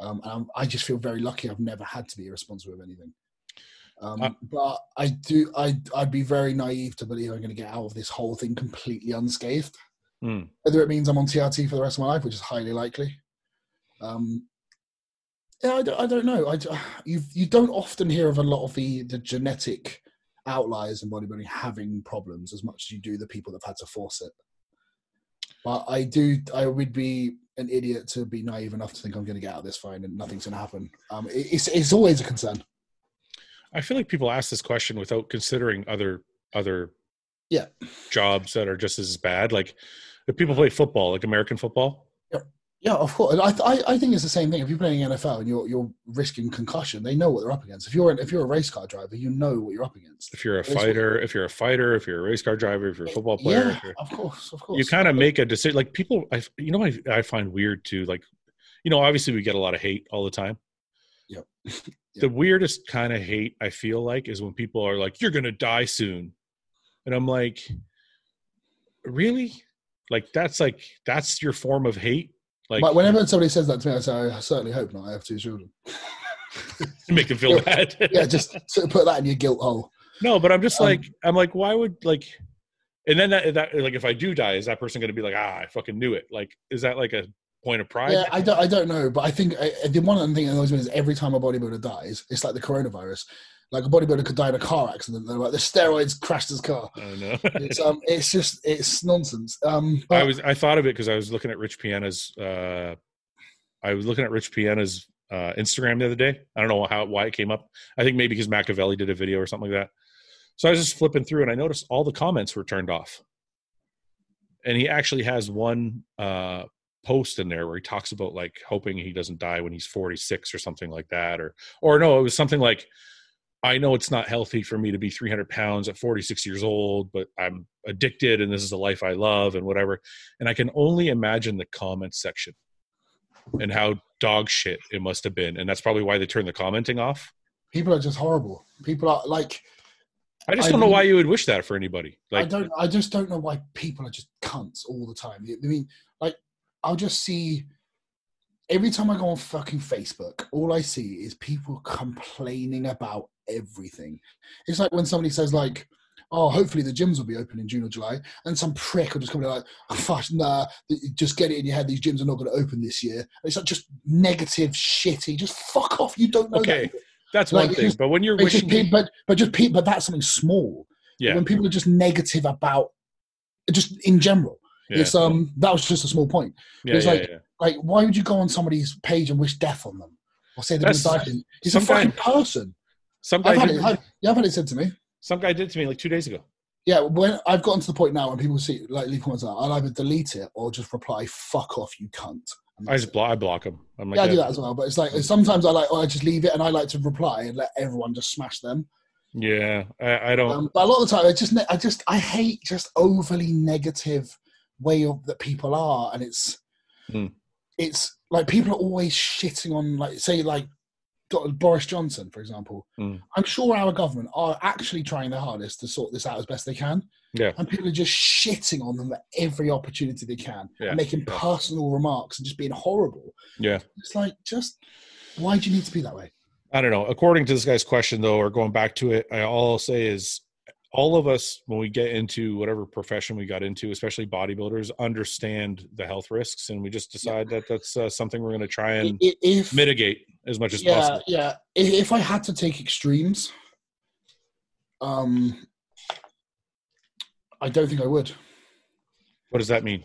S2: Um, and I'm, I just feel very lucky. I've never had to be irresponsible with anything. Um,
S1: Uh,
S2: but I do. I I'd be very naive to believe I'm going to get out of this whole thing completely unscathed.
S1: Hmm.
S2: Whether it means I'm on TRT for the rest of my life, which is highly likely. Um, Yeah, I don't, I don't know. I you you don't often hear of a lot of the the genetic outliers in bodybuilding having problems as much as you do the people that've had to force it. But I do. I would be an idiot to be naive enough to think I'm going to get out of this fine and nothing's going to happen. Um, it- it's it's always a concern.
S1: I feel like people ask this question without considering other other
S2: Yeah.
S1: jobs that are just as bad. Like if people play football, like American football,
S2: Yeah, of course. And I, th- I I think it's the same thing. If you're playing NFL and you're you're risking concussion, they know what they're up against. If you're an, if you're a race car driver, you know what you're up against.
S1: if you're a
S2: Baseball.
S1: fighter, if you're a fighter, if you're a race car driver, if you're a football player, if
S2: yeah,
S1: you're,
S2: of course, of course.
S1: you kind of make a decision. Like people, I you know, I I find weird too. Like you know, obviously we get a lot of hate all the time.
S2: Yep.
S1: The weirdest kind of hate I feel like is when people are like, "You're gonna die soon," and I'm like, "Really?" Like that's like that's your form of hate. Like
S2: but whenever somebody says that to me, I say, I certainly hope not. I have two children.
S1: make them feel bad.
S2: yeah, just sort of put that in your guilt hole.
S1: No, but I'm just
S2: Um,
S1: like I'm like, why would like, and then that that like if I do die, is that person going to be like, ah, I fucking knew it? Like, is that like a point of pride?
S2: yeah, I don't, I don't know, but I think I, I- the one other thing that annoys me is every time a bodybuilder dies, it's like the coronavirus. Like a bodybuilder could die in a car accident. They're like the steroids crashed his car.
S1: I don't know.
S2: It's um, it's just it's nonsense. Um, but
S1: I was I thought of it because I was looking at Rich Piana's. Uh, I was looking at Rich Piana's uh, Instagram the other day. I don't know how why it came up. I think maybe because Machiavelli did a video or something like that. So I was just flipping through and I noticed all the comments were turned off. And he actually has one uh, post in there where he talks about like hoping he doesn't die when he's 46 or something like that, or or no, it was something like. I know it's not healthy for me to be 300 pounds at 46 years old, but I'm addicted and this is the life I love and whatever and I can only imagine the comments section and how dog shit it must have been, and that's probably why they turned the commenting off.
S2: people are just horrible. People are like,
S1: I just
S2: I
S1: don't know
S2: mean-
S1: why you would wish that for anybody. Like,
S2: I don't, I just don't know why people are just cunts all the time. I mean, like, I'll just see every time I go on fucking Facebook, all I see is people complaining about everything. It's like when somebody says like. Oh, hopefully the gyms will be open in June or July, and some prick will just come in like, oh, "Fuck, nah, th- just get it in your head. These gyms are not going to open this year." And it's like just negative, shitty. Just fuck off. You don't know
S1: okay,
S2: that.
S1: that's
S2: Like,
S1: one
S2: it's
S1: thing,
S2: just-
S1: but when you're
S2: But, just,
S1: wishing,
S2: pe- but but just pe- but that's something small
S1: yeah,
S2: when people are just negative about just in general.
S1: yeah,
S2: It's um that was just a small point.
S1: yeah,
S2: it's
S1: yeah,
S2: like-
S1: yeah.
S2: Like, why would you go on somebody's page and wish death on them or say they're
S1: That's-
S2: going to die? He's a
S1: sometime-
S2: fucking person.
S1: Some
S2: I've
S1: guy,
S2: had
S1: did,
S2: it. I've, yeah, I've had it said to me.
S1: some guy did to me like two days ago.
S2: Yeah, when I've gotten to the point now when people see like leave comments, out, I'll either delete it or just reply "fuck off, you cunt." And
S1: I
S2: that's
S1: just
S2: it.
S1: block, I block him. I'm like,
S2: yeah, I do that as well. But it's like sometimes I like oh, I just leave it and I like to reply and let everyone just smash them.
S1: yeah, I, I don't.
S2: Um, but a lot of the time, I just, ne- I just, I hate just overly negative way of that people are, and it's,
S1: Hmm.
S2: it's like people are always shitting on, like say, like Do- Boris Johnson, for example.
S1: Hmm.
S2: I'm sure our government are actually trying their hardest to sort this out as best they can.
S1: Yeah.
S2: and people are just shitting on them at every opportunity they can,
S1: Yeah.
S2: and making
S1: Yeah.
S2: personal remarks and just being horrible.
S1: yeah,
S2: It's like, just why do you need to be that way?
S1: I don't know. According to this guy's question, though, or going back to it, I, all I'll say is all of us, when we get into whatever profession we got into, especially bodybuilders, understand the health risks and we just decide that that's uh, something we're going to try
S2: I-
S1: and
S2: i- If
S1: mitigate as much as
S2: yeah,
S1: possible.
S2: Yeah, I- If, I had to take extremes, um, I don't think I would.
S1: What does that mean?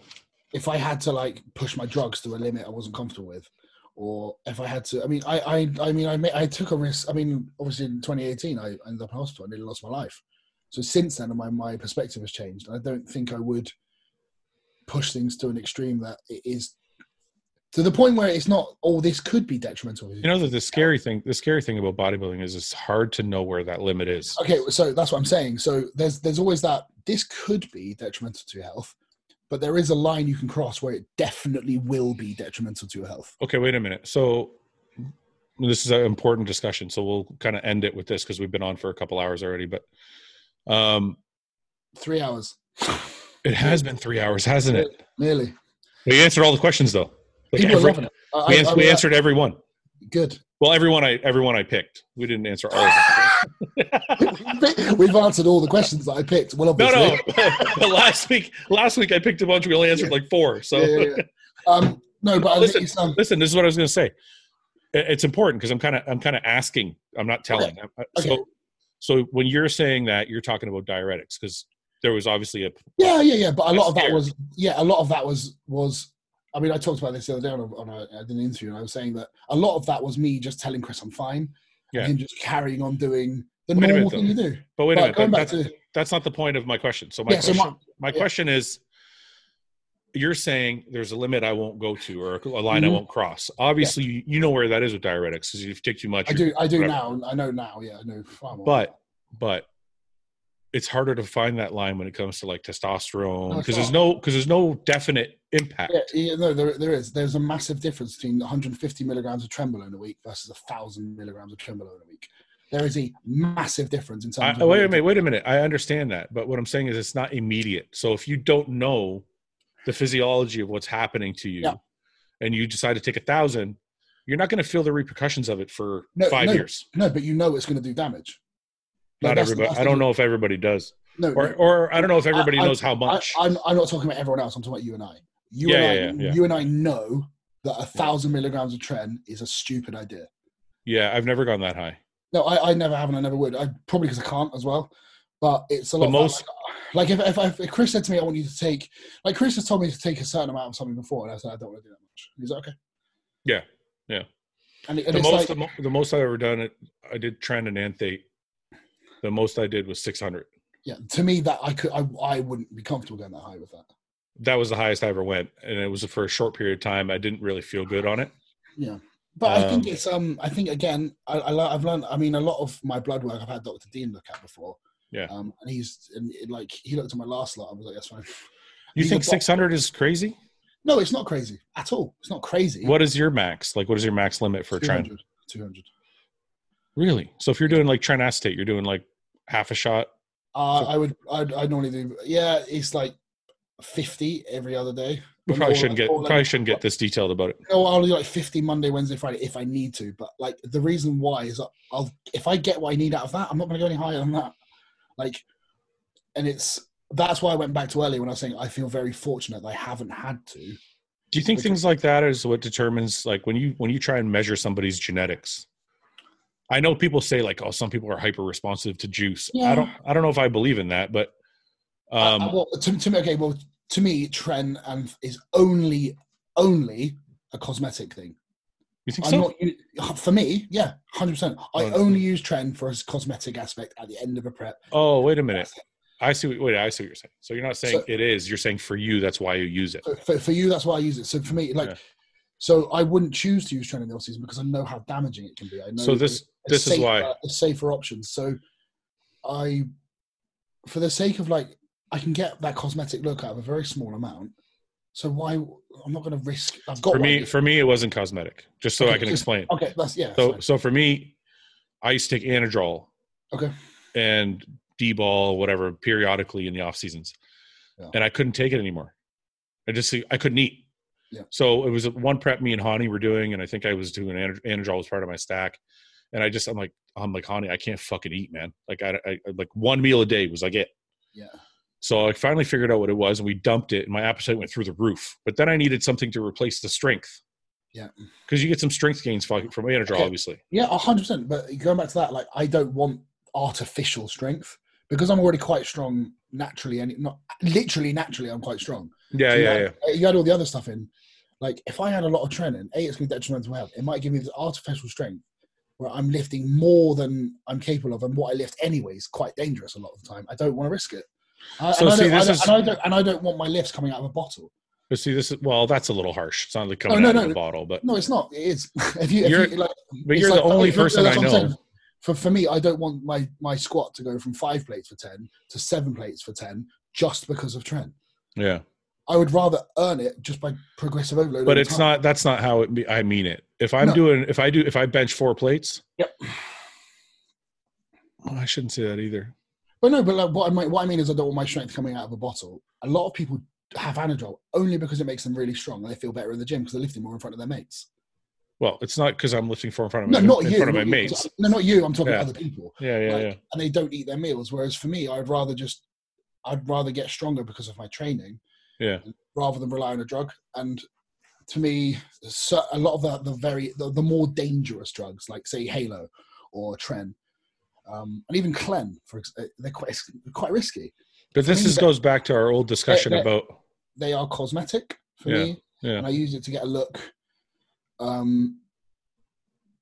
S2: If I had to like push my drugs to a limit I wasn't comfortable with, or if I had to, I mean, I, I, I mean, I, ma- I took a risk. I mean, obviously in 2018, I ended up in hospital. I nearly lost my life. So since then, my my perspective has changed. I don't think I would push things to an extreme that it is to the point where it's not. Oh, this could be detrimental.
S1: You know that the scary thing, the scary thing about bodybuilding is it's hard to know where that limit is.
S2: Okay, so that's what I'm saying. So there's there's always that this could be detrimental to your health, but there is a line you can cross where it definitely will be detrimental to your health.
S1: Okay, wait a minute. So this is an important discussion. So we'll kind of end it with this because we've been on for a couple hours already. But um,
S2: Three hours,
S1: it has been three hours, hasn't it?
S2: nearly.
S1: We answered all the questions though. Like
S2: People
S1: every-
S2: are loving it. I,
S1: we,
S2: I-
S1: ans-
S2: I-
S1: we answered every one.
S2: Good.
S1: Well, everyone I everyone I picked. We didn't answer all of them.
S2: We've answered all the questions that I picked. Well,
S1: no,
S2: obviously.
S1: no. but last week, last week I picked a bunch. We only answered like four. So
S2: Yeah, yeah, yeah. Um, no, but I think
S1: Listen.
S2: it's, um,
S1: listen, this is what I was going to say. it- it's important because I'm kind of I'm kind of asking. I'm not telling. I'm- I-
S2: Okay.
S1: So so when you're saying that, you're talking about diuretics because there was obviously a
S2: Yeah, yeah, yeah. But a lot of that
S1: That's
S2: was yeah, a lot of that was was. I mean, I talked about this the other day on, a, on a, I did an interview, and I was saying that a lot of that was me just telling Chris I'm fine,
S1: Yeah.
S2: and him just carrying on doing the
S1: Wait a minute,
S2: normal
S1: though.
S2: thing you do.
S1: But wait a
S2: But
S1: minute.
S2: going
S1: That,
S2: back
S1: that's,
S2: to
S1: that's not the point of my question. So my
S2: yeah, so
S1: question,
S2: my,
S1: my
S2: yeah.
S1: question is, you're saying there's a limit I won't go to or a line I
S2: Mhm.
S1: won't cross. Obviously, you, you know where that is with diuretics because if you take too much.
S2: I
S1: you're-
S2: do, I do
S1: whatever.
S2: now. I know now. Yeah, I know far more.
S1: But but it's harder to find that line when it comes to like testosterone
S2: No, it's
S1: because there's
S2: not.
S1: no because there's no definite impact.
S2: Oh, yeah, yeah, no, there, there is. There's a massive difference between 150 milligrams of trembolone a week versus a thousand milligrams of trembolone a week. There is a massive difference in
S1: I,
S2: terms.
S1: I-
S2: of
S1: wait a minute. Wait a minute. I understand that, but what I'm saying is it's not immediate. So if you don't know the physiology of what's happening to you,
S2: Yeah.
S1: and you decide to take a thousand, you're not going to feel the repercussions of it for
S2: No,
S1: five
S2: no.
S1: years.
S2: No, but you know it's going to do damage. Like,
S1: Not
S2: that's the-
S1: everybody.
S2: that's
S1: I
S2: the-
S1: don't know if everybody does,
S2: No,
S1: or or I don't know if everybody
S2: I-
S1: knows how much.
S2: I, I'm, I'm not talking about everyone else. I'm talking about you and I. You
S1: Yeah,
S2: and
S1: yeah,
S2: I,
S1: yeah, yeah.
S2: you and I know that a thousand milligrams of tren is a stupid idea.
S1: yeah, I've never gone that high.
S2: No, I, I never have and I never would. I probably because I can't as well. But it's a
S1: But
S2: lot. of that,
S1: most-
S2: like, like if, if, if Chris said to me, "I want you to take," like Chris has told me to take a certain amount of something before, and I said, "I don't want to do that much." He's like, "Okay."
S1: Yeah, yeah.
S2: And, it- and
S1: The
S2: it's
S1: most,
S2: like,
S1: the, mo- the most I've ever done it, I did trend and anthate. The most I did was 600.
S2: yeah, to me that I could, I, I wouldn't be comfortable going that high with that.
S1: That was the highest I ever went, and it was for a short period of time. I didn't really feel good on it.
S2: But I think
S1: Um,
S2: it's um I think again I, I lo- I've learned I mean a lot of my blood work I've had Dr. Dean look at before.
S1: Yeah.
S2: Um, and he's and it, like he looked at my last lot. I was like, that's fine.
S1: You
S2: He's a
S1: think
S2: doctor.
S1: 600 is crazy?
S2: No, it's not crazy at all. It's not crazy.
S1: What is your max? Like, what is your max limit for trend?
S2: 200, 200.
S1: Really? So if you're doing like trinacetate, you're doing like half a shot.
S2: Uh,
S1: So-
S2: I would I'd, I'd normally do yeah. It's like fifty every other day.
S1: We
S2: Or-
S1: probably
S2: or-
S1: shouldn't get
S2: or like-
S1: probably shouldn't get this detailed about it.
S2: No, I'll do like 50 Monday, Wednesday, Friday if I need to. But like the reason why is that I'll if I get what I need out of that, I'm not going to go any higher than that. Like, and it's that's why I went back to earlier when I was saying I feel very fortunate that I haven't had to.
S1: Do you think
S2: Which-
S1: things like that is what determines like when you when you try and measure somebody's genetics? I know people say like, oh, some people are hyper responsive to juice. I
S2: Yeah.
S1: don't I don't know if I believe in that, but
S2: I-
S1: um,
S2: I- Uh, well, to, to me, okay, well, to me, trend and is only only a cosmetic thing.
S1: you think
S2: I'm
S1: so?
S2: not for me, yeah, hundred percent. I
S1: Oh, no.
S2: only use trend for its cosmetic aspect at the end of a prep.
S1: oh, wait a minute. I see. What, wait, I see what you're saying. So you're not saying
S2: So- Uh,
S1: it is. You're saying for you, that's why you use it.
S2: for, for, for you, that's why I use it. So for me, like,
S1: Yeah.
S2: so I wouldn't choose to use trend in the off season because I know how damaging it can be. I know
S1: So this
S2: a
S1: this is
S2: safer,
S1: why.
S2: a safer options. So I, for the sake of like, I can get that cosmetic look out of a very small amount. So why I'm not going to risk? I've got
S1: For
S2: one.
S1: me, for me, it wasn't cosmetic. Just so
S2: Okay,
S1: I can
S2: just-
S1: explain.
S2: okay, that's yeah.
S1: So
S2: fine.
S1: so for me, I used to take Anadrol.
S2: Okay.
S1: And D ball, whatever, periodically in the off seasons.
S2: Yeah.
S1: And I couldn't take it anymore. I just I couldn't eat.
S2: Yeah.
S1: So it was one prep me and Hani were doing, and I think I was doing Anad- Anadrol was part of my stack. And I just I'm like I'm like Hani, I can't fucking eat, man. Like I, I like one meal a day was like it.
S2: yeah,
S1: So I finally figured out what it was, and we dumped it, and my appetite went through the roof. But then I needed something to replace the strength.
S2: Yeah.
S1: Because you get some strength gains from from Anadrol,
S2: Okay.
S1: obviously.
S2: yeah, hundred percent. But going back to that, like, I don't want artificial strength because I'm already quite strong naturally, and not literally naturally, I'm quite strong.
S1: Yeah,
S2: you
S1: yeah,
S2: had,
S1: yeah.
S2: You had all the other stuff in. Like, if I had a lot of training, A, it's going to be detrimental to health. It might give me this artificial strength where I'm lifting more than I'm capable of, and what I lift anyway is quite dangerous a lot of the time. I don't want to risk it. I,
S1: So,
S2: and, I
S1: see,
S2: don't, I
S1: this is-
S2: don't- and I don't and I don't want my lifts coming out of a bottle.
S1: But see, this is well, that's a little harsh. It's not like coming
S2: Oh, no,
S1: out of
S2: no.
S1: the bottle, but
S2: No, it's not. It is. if you, if
S1: You're-
S2: you like,
S1: but
S2: it's
S1: you're
S2: like-
S1: the only
S2: no, no,
S1: person I
S2: that's what I'm
S1: know.
S2: saying. For for me, I don't want my my squat to go from five plates for ten to seven plates for ten just because of trend.
S1: Yeah,
S2: I would rather earn it just by progressive overload.
S1: but
S2: over
S1: it's
S2: time.
S1: not. That's not how it. Be, I mean it. If I'm
S2: No.
S1: doing, if I do, if I bench four plates.
S2: Yep.
S1: Oh, I shouldn't say that either.
S2: But no, but like what I mean, what I mean is I don't want my strength coming out of a bottle. A lot of people have Anadrol only because it makes them really strong and they feel better in the gym because they're lifting more in front of their mates.
S1: Well, it's not because I'm lifting four in front of
S2: No,
S1: my,
S2: not
S1: in
S2: you.
S1: front of my
S2: not you.
S1: mates.
S2: No, not you. I'm talking
S1: Yeah.
S2: about other people.
S1: Yeah, yeah,
S2: Like,
S1: yeah.
S2: And they don't eat their meals. Whereas for me, I'd rather just, I'd rather get stronger because of my training
S1: Yeah.
S2: rather than rely on a drug. And to me, so, a lot of the, the very the, the more dangerous drugs, like say Halo or Tren, um, and even Clen, for ex- uh, they're quite quite risky.
S1: But this
S2: mean,
S1: is,
S2: but-
S1: goes back to our old discussion
S2: Yeah,
S1: about
S2: They are cosmetic for
S1: Yeah,
S2: me,
S1: yeah.
S2: and I use it to get a look. Um,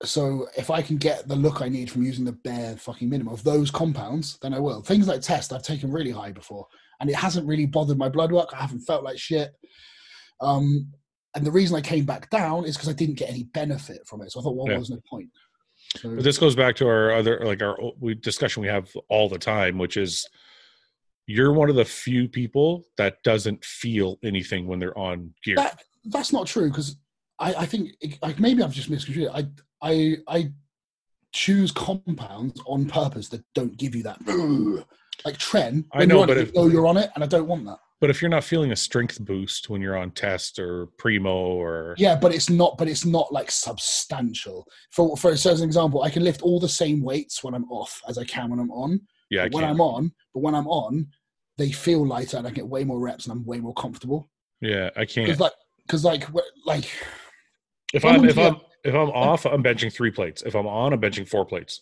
S2: so if I can get the look I need from using the bare fucking minimum of those compounds, then I will. Things like test, I've taken really high before, and it hasn't really bothered my blood work. I haven't felt like shit. Um, and the reason I came back down is because I didn't get any benefit from it. So I thought, well,
S1: Yeah.
S2: there's no point. So,
S1: But this goes back to our other, like our o- we, discussion we have all the time, which is you're one of the few people that doesn't feel anything when they're on gear.
S2: That- that's not true because I, I think it, like maybe I've just misconstrued. it. I I I choose compounds on purpose that don't give you that like tren.
S1: I
S2: when
S1: know,
S2: you're on
S1: but
S2: it,
S1: if-
S2: you know you're on it, and I don't want that.
S1: but if you're not feeling a strength boost when you're on test or primo or
S2: Yeah, but it's not. But it's not like substantial. For for as an example, I can lift all the same weights when I'm off as I can when I'm on.
S1: yeah, I
S2: when
S1: can't.
S2: I'm on, but when I'm on, they feel lighter and I get way more reps and I'm way more comfortable.
S1: yeah, I
S2: Because
S1: can't.
S2: like, because like, wh- like
S1: If
S2: when
S1: I'm
S2: I'm
S1: if
S2: here-
S1: I'm if I'm off, I'm benching three plates. If I'm on, I'm benching four plates.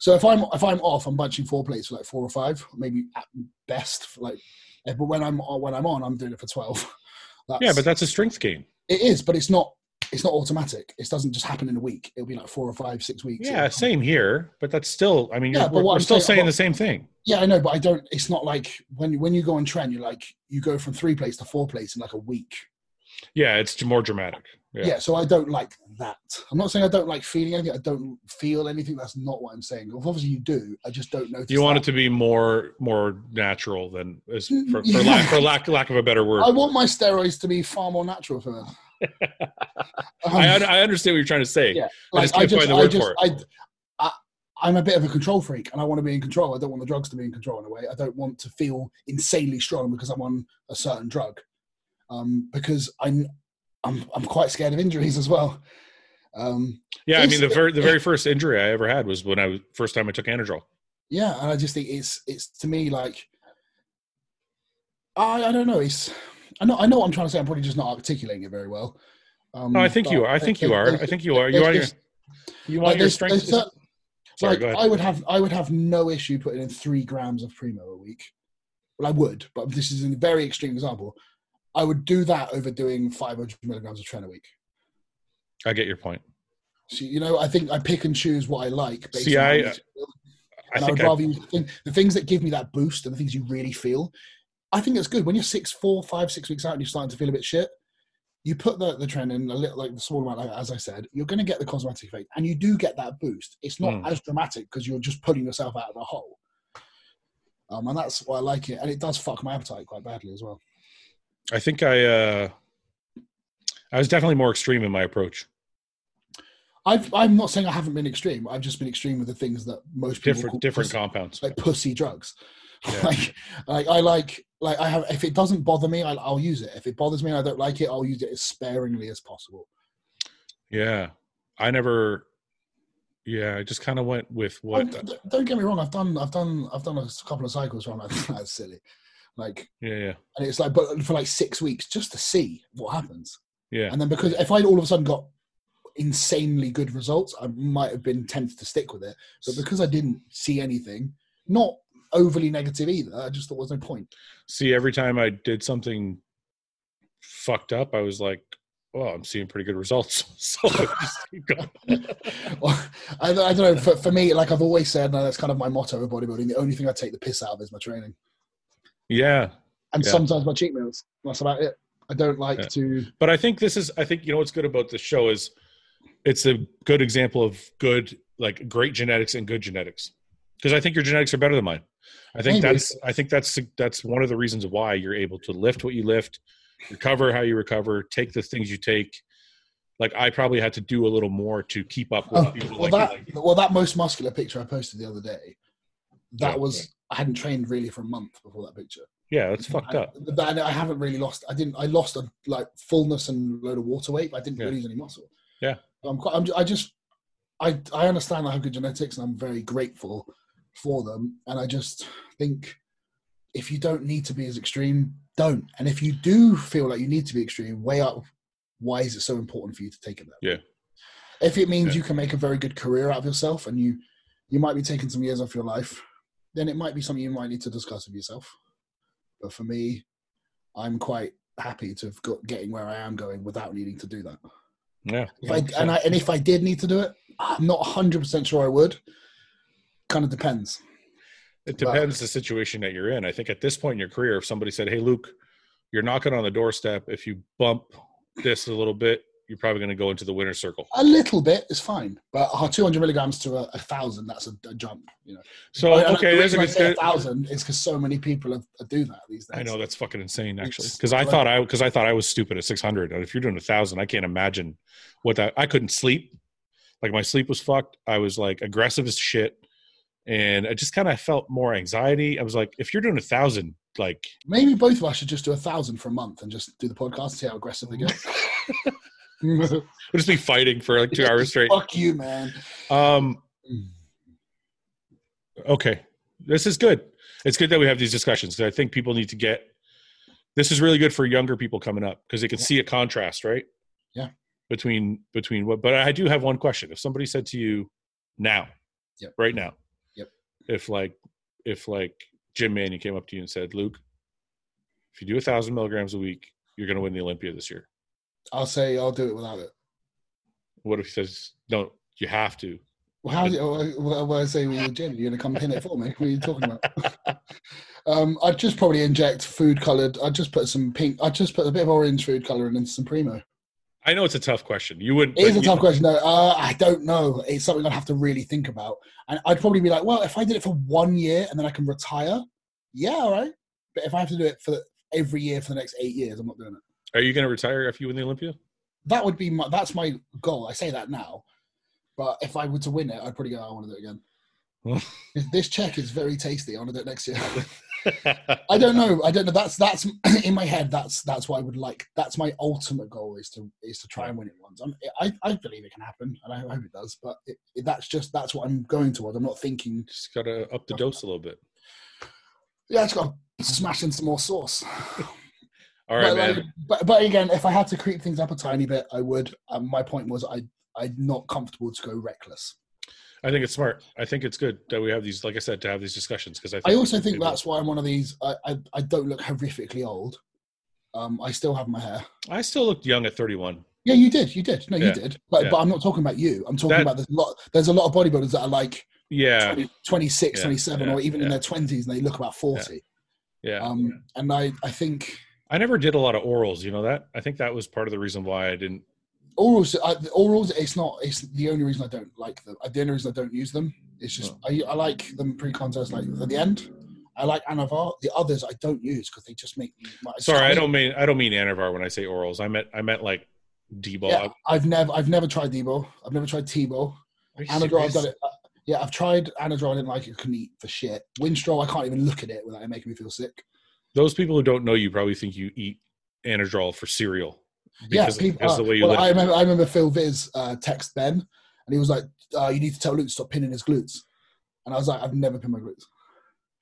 S2: So if I'm if I'm off, I'm bunching four plates for like four or five, maybe at best. For like, eh, but when I'm on- when I'm on, I'm doing it for twelve. That's,
S1: Yeah, but that's a strength game.
S2: it is, but it's not. It's not automatic. It doesn't just happen in a week. It'll be like four or five, six weeks.
S1: Yeah, same here, but that's still. I mean,
S2: Yeah,
S1: you're
S2: but
S1: we're,
S2: what
S1: we're
S2: I'm
S1: still
S2: saying-
S1: saying the same thing.
S2: Yeah, I know, but I don't. It's not like when when you go on trend, you're like you go from three plates to four plates in like a week.
S1: Yeah, it's more dramatic. Yeah.
S2: Yeah. so I don't like that. I'm not saying I don't like feeling anything. I don't feel anything. That's not what I'm saying. Obviously, you do. I just don't notice.
S1: You want
S2: that.
S1: it to be more more natural than as for, for,
S2: Mm, Yeah.
S1: lack, for lack lack of a better word.
S2: I want my steroids to be far more natural for me.
S1: I, un- I understand what you're trying to say.
S2: Yeah.
S1: I just can't find the word for
S2: I, I, I'm a bit of a control freak, and I want to be in control. I don't want the drugs to be in control in a way. I don't want to feel insanely strong because I'm on a certain drug. Um, because I'm, I'm, I'm quite scared of injuries as well. Um,
S1: Yeah, I mean the
S2: It's-
S1: very the very first injury I ever had was when I was first time I took Anadrol.
S2: Mm, yeah, and I just think it's, it's to me like, I, I don't know. It's, I know, I know what I'm trying to say. I'm probably just not articulating it very well. Um,
S1: No, I think you
S2: but
S1: are. I think you
S2: it-
S1: are.
S2: it-
S1: I think you are. You
S2: it's-
S1: are. Your,
S2: it's-
S1: you want
S2: like,
S1: your
S2: there's-
S1: strength.
S2: there's cer-
S1: Sorry,
S2: like
S1: go ahead.
S2: I would have, I would have no issue putting in three grams of primo a week. Well, I would, but this is a very extreme example. I would do that over doing 500 milligrams of tren a week.
S1: I get your point.
S2: So you know, I think I pick and choose what I like.
S1: See,
S2: on how
S1: I- uh,
S2: I feel.
S1: I
S2: and I
S1: think
S2: would
S1: I-
S2: rather use the, thing- the things that give me that boost and the things you really feel. I think it's good when you're six, four, five, six weeks out and you're starting to feel a bit shit. You put the, the trend in a little, like the small amount, like, as I said, you're going to get the cosmetic effect and you do get that boost. It's not
S1: Hmm.
S2: as dramatic because you're just pulling yourself out of a hole. Um, and that's why I like it. And it does fuck my appetite quite badly as well.
S1: I think I uh I was definitely more extreme in my approach.
S2: I've, I'm not saying I haven't been extreme. I've just been extreme with the things that most people
S1: Different
S2: call
S1: different
S2: pussy-
S1: compounds.
S2: like pussy drugs.
S1: Yeah.
S2: like, like I like, like I have. If it doesn't bother me, I'll, I'll use it. If it bothers me and I don't like it, I'll use it as sparingly as possible.
S1: Yeah. I never yeah, I just kind of went with
S2: And
S1: what
S2: d- d- don't get me wrong. I've done, I've done, I've done a s- couple of cycles where I'm like, that's silly. Like,
S1: yeah, yeah.
S2: and it's like, but for like six weeks just to see what happens.
S1: Yeah.
S2: And then because if I all of a sudden got insanely good results, I might have been tempted to stick with it. But because I didn't see anything, not overly negative either, I just thought there was no point.
S1: See, every time I did something fucked up, I was like, well, I'm seeing pretty good results. So I just keep going.
S2: Well, I, don't- I don't know. For, for me, like I've always said, and that's kind of my motto of bodybuilding. The only thing I take the piss out of is my training,
S1: yeah.
S2: and
S1: Yeah.
S2: sometimes my cheat meals. That's about it. I don't like
S1: Yeah.
S2: to.
S1: But I think this is I think you know what's good about this show is it's a good example of good like great genetics and good genetics. Because I think your genetics are better than mine. I think
S2: Maybe.
S1: that's I think that's that's one of the reasons why you're able to lift what you lift, recover how you recover, take the things you take. Like I probably had to do a little more to keep up with
S2: Oh,
S1: people
S2: well,
S1: like,
S2: that
S1: you, like
S2: well, that most muscular picture I posted the other day,
S1: Yeah,
S2: that was I hadn't trained really for a month before that picture.
S1: yeah, that's fucked
S2: I-
S1: up.
S2: but That, I haven't really lost. I didn't. I lost a like fullness and load of water weight. But I didn't
S1: Yeah.
S2: really lose any muscle.
S1: Yeah.
S2: But I'm quite. I'm, ju- I just. I I understand I have good genetics and I'm very grateful for them. And I just think if you don't need to be as extreme, don't. And if you do feel like you need to be extreme, weigh up why is it so important for you to take it that
S1: Yeah.
S2: way? If it means
S1: Yeah.
S2: you can make a very good career out of yourself and you you might be taking some years off your life, then it might be something you might need to discuss with yourself. But for me, I'm quite happy to have got getting where I am going without needing to do that.
S1: Yeah.
S2: If I, and I, and if I did need to do it, I'm not 100 percent sure I would. Kind of depends.
S1: It depends the situation that you're in. I think at this point in your career, if somebody said, "Hey, Luke, you're knocking on the doorstep. If you bump this a little bit, you're probably going to go into the winner's circle."
S2: A little bit is fine, but uh, 200 milligrams to a, a thousand, that's a, a jump. You know.
S1: So
S2: And
S1: okay,
S2: the
S1: there's a
S2: reason I
S1: good.
S2: say a thousand is because so many people have, do that these days.
S1: I know that's fucking insane, actually,
S2: It's-
S1: because I thought I because I thought I was stupid at 600. And if you're doing a thousand, I can't imagine what that. I couldn't sleep. Like my sleep was fucked. I was like aggressive as shit, and I just kind of felt more anxiety. I was like, if you're doing a thousand, like
S2: Maybe both of us should just do a thousand for a month and just do the podcast, see how aggressive they get.
S1: we'll just be fighting for like two hours straight.
S2: Fuck you, man.
S1: Um, okay, this is good. It's good that we have these discussions because I think people need to get. This is really good for younger people coming up because they can
S2: Yeah.
S1: see a contrast, right?
S2: Yeah.
S1: Between between what, but I do have one question. If somebody said to you, now,
S2: Yep.
S1: right now,
S2: Yep.
S1: if like if like Jim Manning came up to you and said, Luke, if you do a thousand milligrams a week, you're going to win the Olympia this year.
S2: I'll say I'll do it without it.
S1: What if he says, no, you have to?
S2: Well, how do you, well, well, I say we were Jim, you're gonna come pin it for me. What are you talking about? um, I'd just probably inject food coloured. I'd just put some pink. I'd just put a bit of orange food colouring into some primo.
S1: I know it's a tough question. You wouldn't.
S2: It is
S1: but
S2: a
S1: you-
S2: tough question though. Uh, I don't know. It's something I'd have to really think about. And I'd probably be like, well, if I did it for one year and then I can retire, yeah, all right. But if I have to do it for every year for the next eight years, I'm not doing it.
S1: Are you going to retire if you win the Olympia?
S2: That would be my. That's my goal. I say that now. But if I were to win it, I'd probably go. I want to do it again. this check is very tasty. I want to do it next year. I don't know. I don't know. That's that's in my head. That's that's what I would like. That's my ultimate goal is to is to try and win it once. I'm, I I believe it can happen, and I hope it does. But it, it, that's just that's what I'm going toward. I'm not thinking.
S1: Just got to up the dose a little bit.
S2: Yeah, I just got to smash in some more sauce.
S1: All right,
S2: but,
S1: man.
S2: like- but but again, if I had to creep things up a tiny bit, I would. Um, my point was I I'm not comfortable to go reckless.
S1: I think it's smart. I think it's good that we have these, like I said, to have these discussions because I.
S2: I also think
S1: it-
S2: that's why I'm one of these. I I, I don't look horrifically old. Um, I still have my hair.
S1: I still looked young at 31.
S2: Yeah, you did. You did. No,
S1: Yeah,
S2: you did. But,
S1: yeah.
S2: but I'm not talking about you. I'm talking
S1: That-
S2: about there's a lot. There's a lot of bodybuilders that are like
S1: Yeah,
S2: 20, 26,
S1: Yeah,
S2: 27, or
S1: yeah,
S2: even
S1: yeah.
S2: in their 20s, and they look about 40.
S1: yeah.
S2: Um, and I, I think
S1: I never did a lot of orals. You know that. I think that was part of the reason why I didn't.
S2: orals. I, the orals. It's not. It's the only reason I don't like them. The only reason I don't use them. It's just
S1: Hmm.
S2: I, I like them pre-contest, like at the end. I like Anavar. The others I don't use because they just make. me- my-
S1: Sorry, I don't mean I don't mean Anavar when I say orals. I meant I meant like D-ball.
S2: Yeah, I've never, I've never tried Debo. I've never tried Tebow.
S1: Are you
S2: Anadrol, I've
S1: serious?
S2: done it. uh, Yeah, I've tried Anadrol. I didn't like it. Couldn't eat for shit. Winstrol, I can't even look at it without it making me feel sick.
S1: Those people who don't know you probably think you eat Anadrol for cereal. Because,
S2: yeah, people
S1: because
S2: are.
S1: the way you
S2: well,
S1: live.
S2: I remember, I remember Phil Viz uh, text Ben, and he was like, uh, "You need to tell Luke to stop pinning his glutes." And I was like, "I've never pinned my glutes.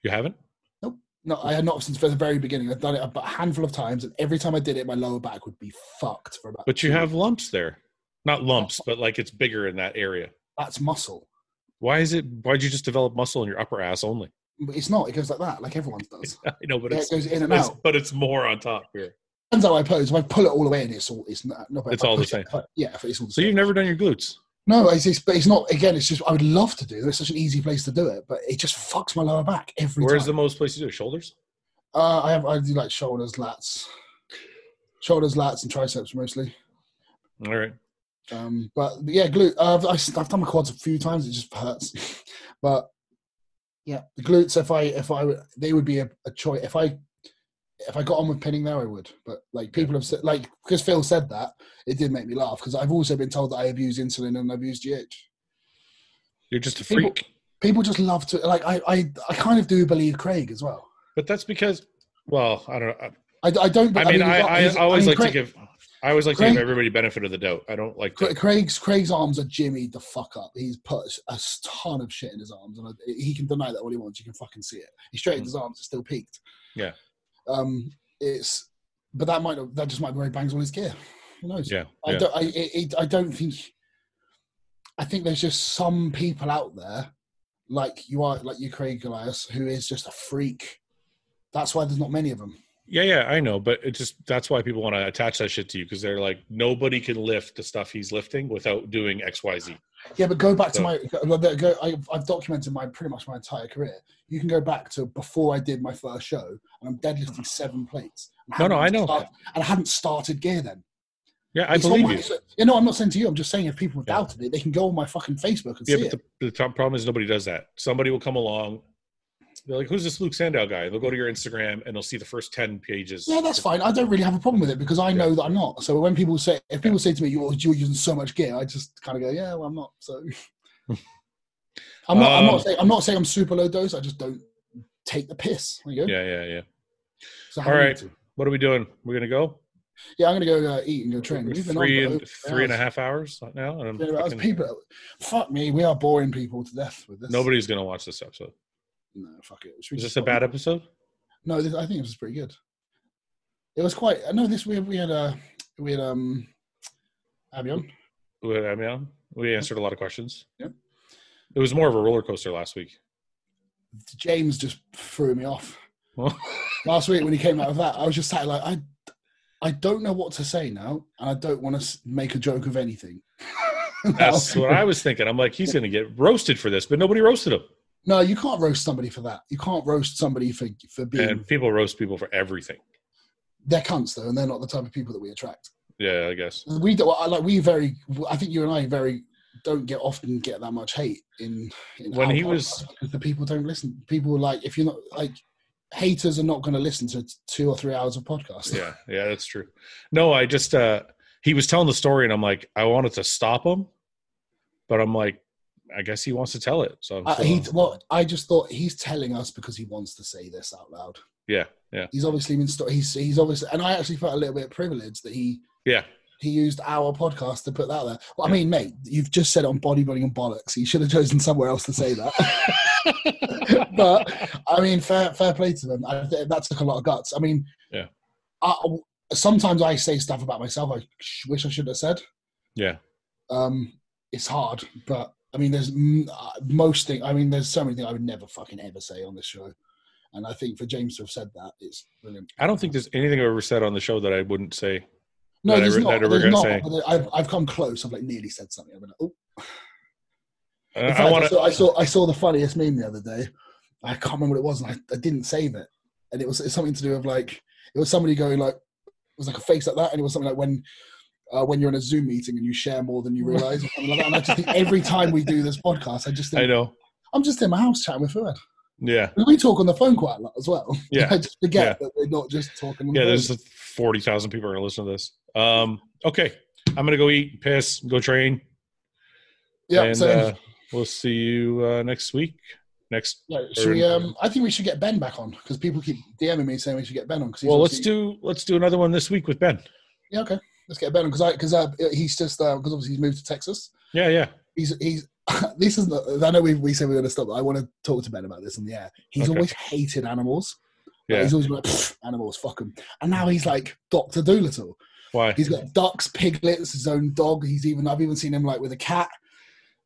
S1: you haven't.
S2: No, I had not since the very beginning. I've done it about a handful of times, and every time I did it, my lower back would be fucked for about.
S1: But you
S2: two-
S1: have lumps there. Not lumps, but like it's bigger in that area.
S2: that's muscle.
S1: Why is it? Why'd you just develop muscle in your upper ass only?
S2: But it's not. It goes like that, like everyone's does.
S1: I know, but
S2: Yeah,
S1: it's,
S2: it goes in and
S1: it's
S2: out.
S1: but it's more on top here.
S2: Depends how I pose. If I pull it all the way in, it's all it's not. no, but if
S1: It's
S2: I
S1: all the
S2: push it-
S1: same.
S2: if I- yeah, if it's all the
S1: So
S2: same.
S1: you've never done your glutes.
S2: No, it's, it's, but it's not. Again, it's just I would love to do. it. It's such an easy place to do it, but it just fucks my lower back every
S1: Where's the
S2: time.
S1: most place you do it? Shoulders.
S2: uh, I have I do like shoulders, lats, shoulders, lats, and triceps mostly.
S1: All right.
S2: Um, but yeah, glute. Uh, I've, I've I've done my quads a few times. It just hurts. but yeah, the glutes. If I if I were- they would be a, a choice. If I if I got on with pinning there, I would. But like people have said, like because Phil said that, it did make me laugh. Because I've also been told that I abuse insulin and abuse GH.
S1: You're just a
S2: People-
S1: freak.
S2: people just love to like I, I i kind of do believe craig as well
S1: but that's because, well, I don't know.
S2: i, I don't
S1: I, I mean,
S2: he's-
S1: I, I,
S2: he's-
S1: always
S2: mean,
S1: like to
S2: craig,
S1: give. I always like to
S2: Craig-
S1: give everybody benefit of the doubt. I don't like.
S2: Cra-
S1: To,
S2: craig's craig's arms are jimmied the fuck up he's put a ton of shit in his arms and I, he can deny that all he wants you can fucking see it he straightened his arms it's still peaked
S1: Mm. Yeah.
S2: um it's but that might not- that just might be where he bangs all his gear Who knows?
S1: Yeah,
S2: I,
S1: yeah.
S2: Don't, I, it, it- I don't think. I think there's just some people out there, like you are, like you, Craig Goliath, who is just a freak. That's why there's not many of them.
S1: Yeah, yeah, I know, but it just that's why people want to attach that shit to you because they're like nobody can lift the stuff he's lifting without doing X, Y, Z.
S2: Yeah, but go back to
S1: So-
S2: my. Go, go- go, I, I've documented my pretty much my entire career. You can go back to before I did my first show, and I'm deadlifting seven plates. and
S1: No, no,
S2: hadn't
S1: I know.
S2: start- and I hadn't started gear then.
S1: Yeah, I
S2: It's on
S1: believe
S2: my-
S1: you.
S2: Yeah, no, I'm not saying to you. I'm just saying if people
S1: Yeah.
S2: doubted it, they can go on my fucking Facebook and
S1: Yeah,
S2: see
S1: but
S2: it.
S1: the, the top problem is nobody does that. Somebody will come along. They're like, "Who's this Luke Sandow guy?" They'll go to your Instagram and they'll see the first ten pages.
S2: Yeah, that's fine. I don't really have a problem with it because I know that I'm not. So when people say, if people say to me, you're, you're using so much gear, I just kind of go, yeah, well, I'm not. So I'm not, I'm,
S1: Um,
S2: not saying, I'm not saying I'm super low dose. I just don't take the piss. There you go.
S1: Yeah, yeah, yeah.
S2: So
S1: All
S2: do you
S1: right.
S2: do?
S1: What are we doing? We're gonna go
S2: Yeah, I'm going to go uh, eat and go train. We've been on
S1: three
S2: for
S1: and
S2: over
S1: three and a
S2: hours.
S1: half hours now, and I'm
S2: Yeah, that's
S1: fucking-
S2: people, fuck me, we are boring people to death with this.
S1: nobody's gonna watch this episode.
S2: No, fuck it. Should we
S1: Is
S2: just
S1: this a
S2: stop?
S1: bad episode?
S2: No, this, I think it was pretty good. It was quite. I know this. We had, we had uh, we had um, Abby on.
S1: We- I mean, we answered a lot of questions.
S2: Yep.
S1: It was more of a roller coaster last week.
S2: James just threw me off
S1: Well,
S2: last week when he came out of that. I was just sat like I, I don't know what to say now, and I don't want to make a joke of anything.
S1: that's what I was thinking. I'm like, he's gonna get roasted for this, but nobody roasted him.
S2: no, you can't roast somebody for that. You can't roast somebody for for being
S1: And people roast people for everything.
S2: they're cunts though, and they're not the type of people that we attract.
S1: Yeah, I guess.
S2: We do I like we very. I think you and I very don't get often get that much hate in, in
S1: When
S2: our
S1: he was-
S2: podcast because the people don't listen. People are like if you're not like haters are not going to listen to two or three hours of podcast.
S1: yeah yeah that's true no i just uh he was telling the story and i'm like i wanted to stop him but i'm like i guess he wants to tell it so I'm
S2: I,
S1: still-
S2: Uh, he, well, I just thought he's telling us because he wants to say this out loud.
S1: yeah yeah
S2: He's obviously been sto- he's he's obviously, and I actually felt a little bit privileged that he
S1: yeah
S2: he used our podcast to put that there. Well, I mean, mate, you've just said it on bodybuilding and bollocks. You should have chosen somewhere else to say that. but I mean, fair fair play to them. I, th- that took a lot of guts. I mean,
S1: Yeah.
S2: I, sometimes I say stuff about myself I sh- wish I should have said.
S1: yeah
S2: Um, it's hard, but I mean, there's m- uh, most thing. I mean, there's so many things I would never fucking ever say on this show, and I think for James to have said that, it's brilliant.
S1: i don't think there's anything i've ever said on the show that i wouldn't say
S2: No,
S1: That I
S2: there's
S1: re-
S2: not.
S1: that I
S2: There's
S1: regret
S2: not.
S1: saying.
S2: but I've, I've come close. I've like nearly said something. I've been like, oh.
S1: I-
S2: In
S1: i
S2: fact,
S1: want
S2: I,
S1: to
S2: saw, I saw I saw the funniest meme the other day. I can't remember what it was, and I, I didn't save it. And it was it's something to do with like it was somebody going like it was like a face like that, and it was something like when uh, when you're in a Zoom meeting and you share more than you realize, or something like that. And I just think every time we do this podcast, I just
S1: i
S2: think
S1: know
S2: I'm just in my house chatting with Fred.
S1: yeah
S2: We talk on the phone quite a lot as well.
S1: Yeah.
S2: I just forget that we're not just talking. On
S1: yeah
S2: the
S1: there's
S2: phone.
S1: 40000 people are gonna listen to this um okay i'm gonna go eat piss go train
S2: yeah.
S1: and
S2: So
S1: uh, we'll see you uh, next week next
S2: yeah, should we? Um, I think we should get Ben back on because people keep DMing me saying we should get Ben on. Cause he's
S1: well let's
S2: obviously-
S1: do let's do another one this week with ben
S2: Yeah, okay. Let's get Ben on because I because uh, he's just because obviously he's moved to Texas.
S1: yeah yeah
S2: He's he's this is the, I know we we said we are going to stop. But I want to talk to Ben about this in the air. He's
S1: Okay.
S2: always hated animals. Like,
S1: yeah
S2: He's always been like "Pfft, animals, fuck 'em." And now he's like Doctor Doolittle.
S1: why
S2: He's got ducks, piglets, his own dog. He's even I've even seen him like with a cat.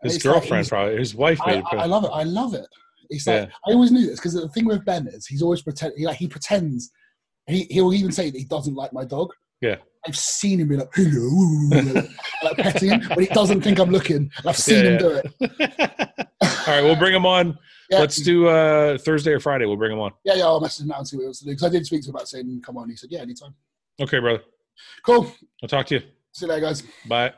S2: And
S1: His
S2: it's like
S1: girlfriend,
S2: he's-
S1: probably his wife,
S2: I,
S1: made.
S2: I I love it. I love it. It's
S1: Yeah.
S2: like I always knew this because the thing with Ben is he's always pretend he, like he pretends. He he'll even say that he doesn't like my dog.
S1: Yeah.
S2: I've seen him be like hello, like petting him, but he doesn't think I'm looking. And I've seen
S1: Yeah,
S2: him
S1: yeah.
S2: do it.
S1: All right, we'll bring him on.
S2: Yeah.
S1: Let's do uh, Thursday or Friday. We'll bring him on.
S2: yeah, yeah. I'll message him now and see what he wants to do because I did speak to him about saying come on. He said yeah, anytime.
S1: Okay, brother.
S2: Cool.
S1: I'll talk to you.
S2: See you later, guys.
S1: Bye.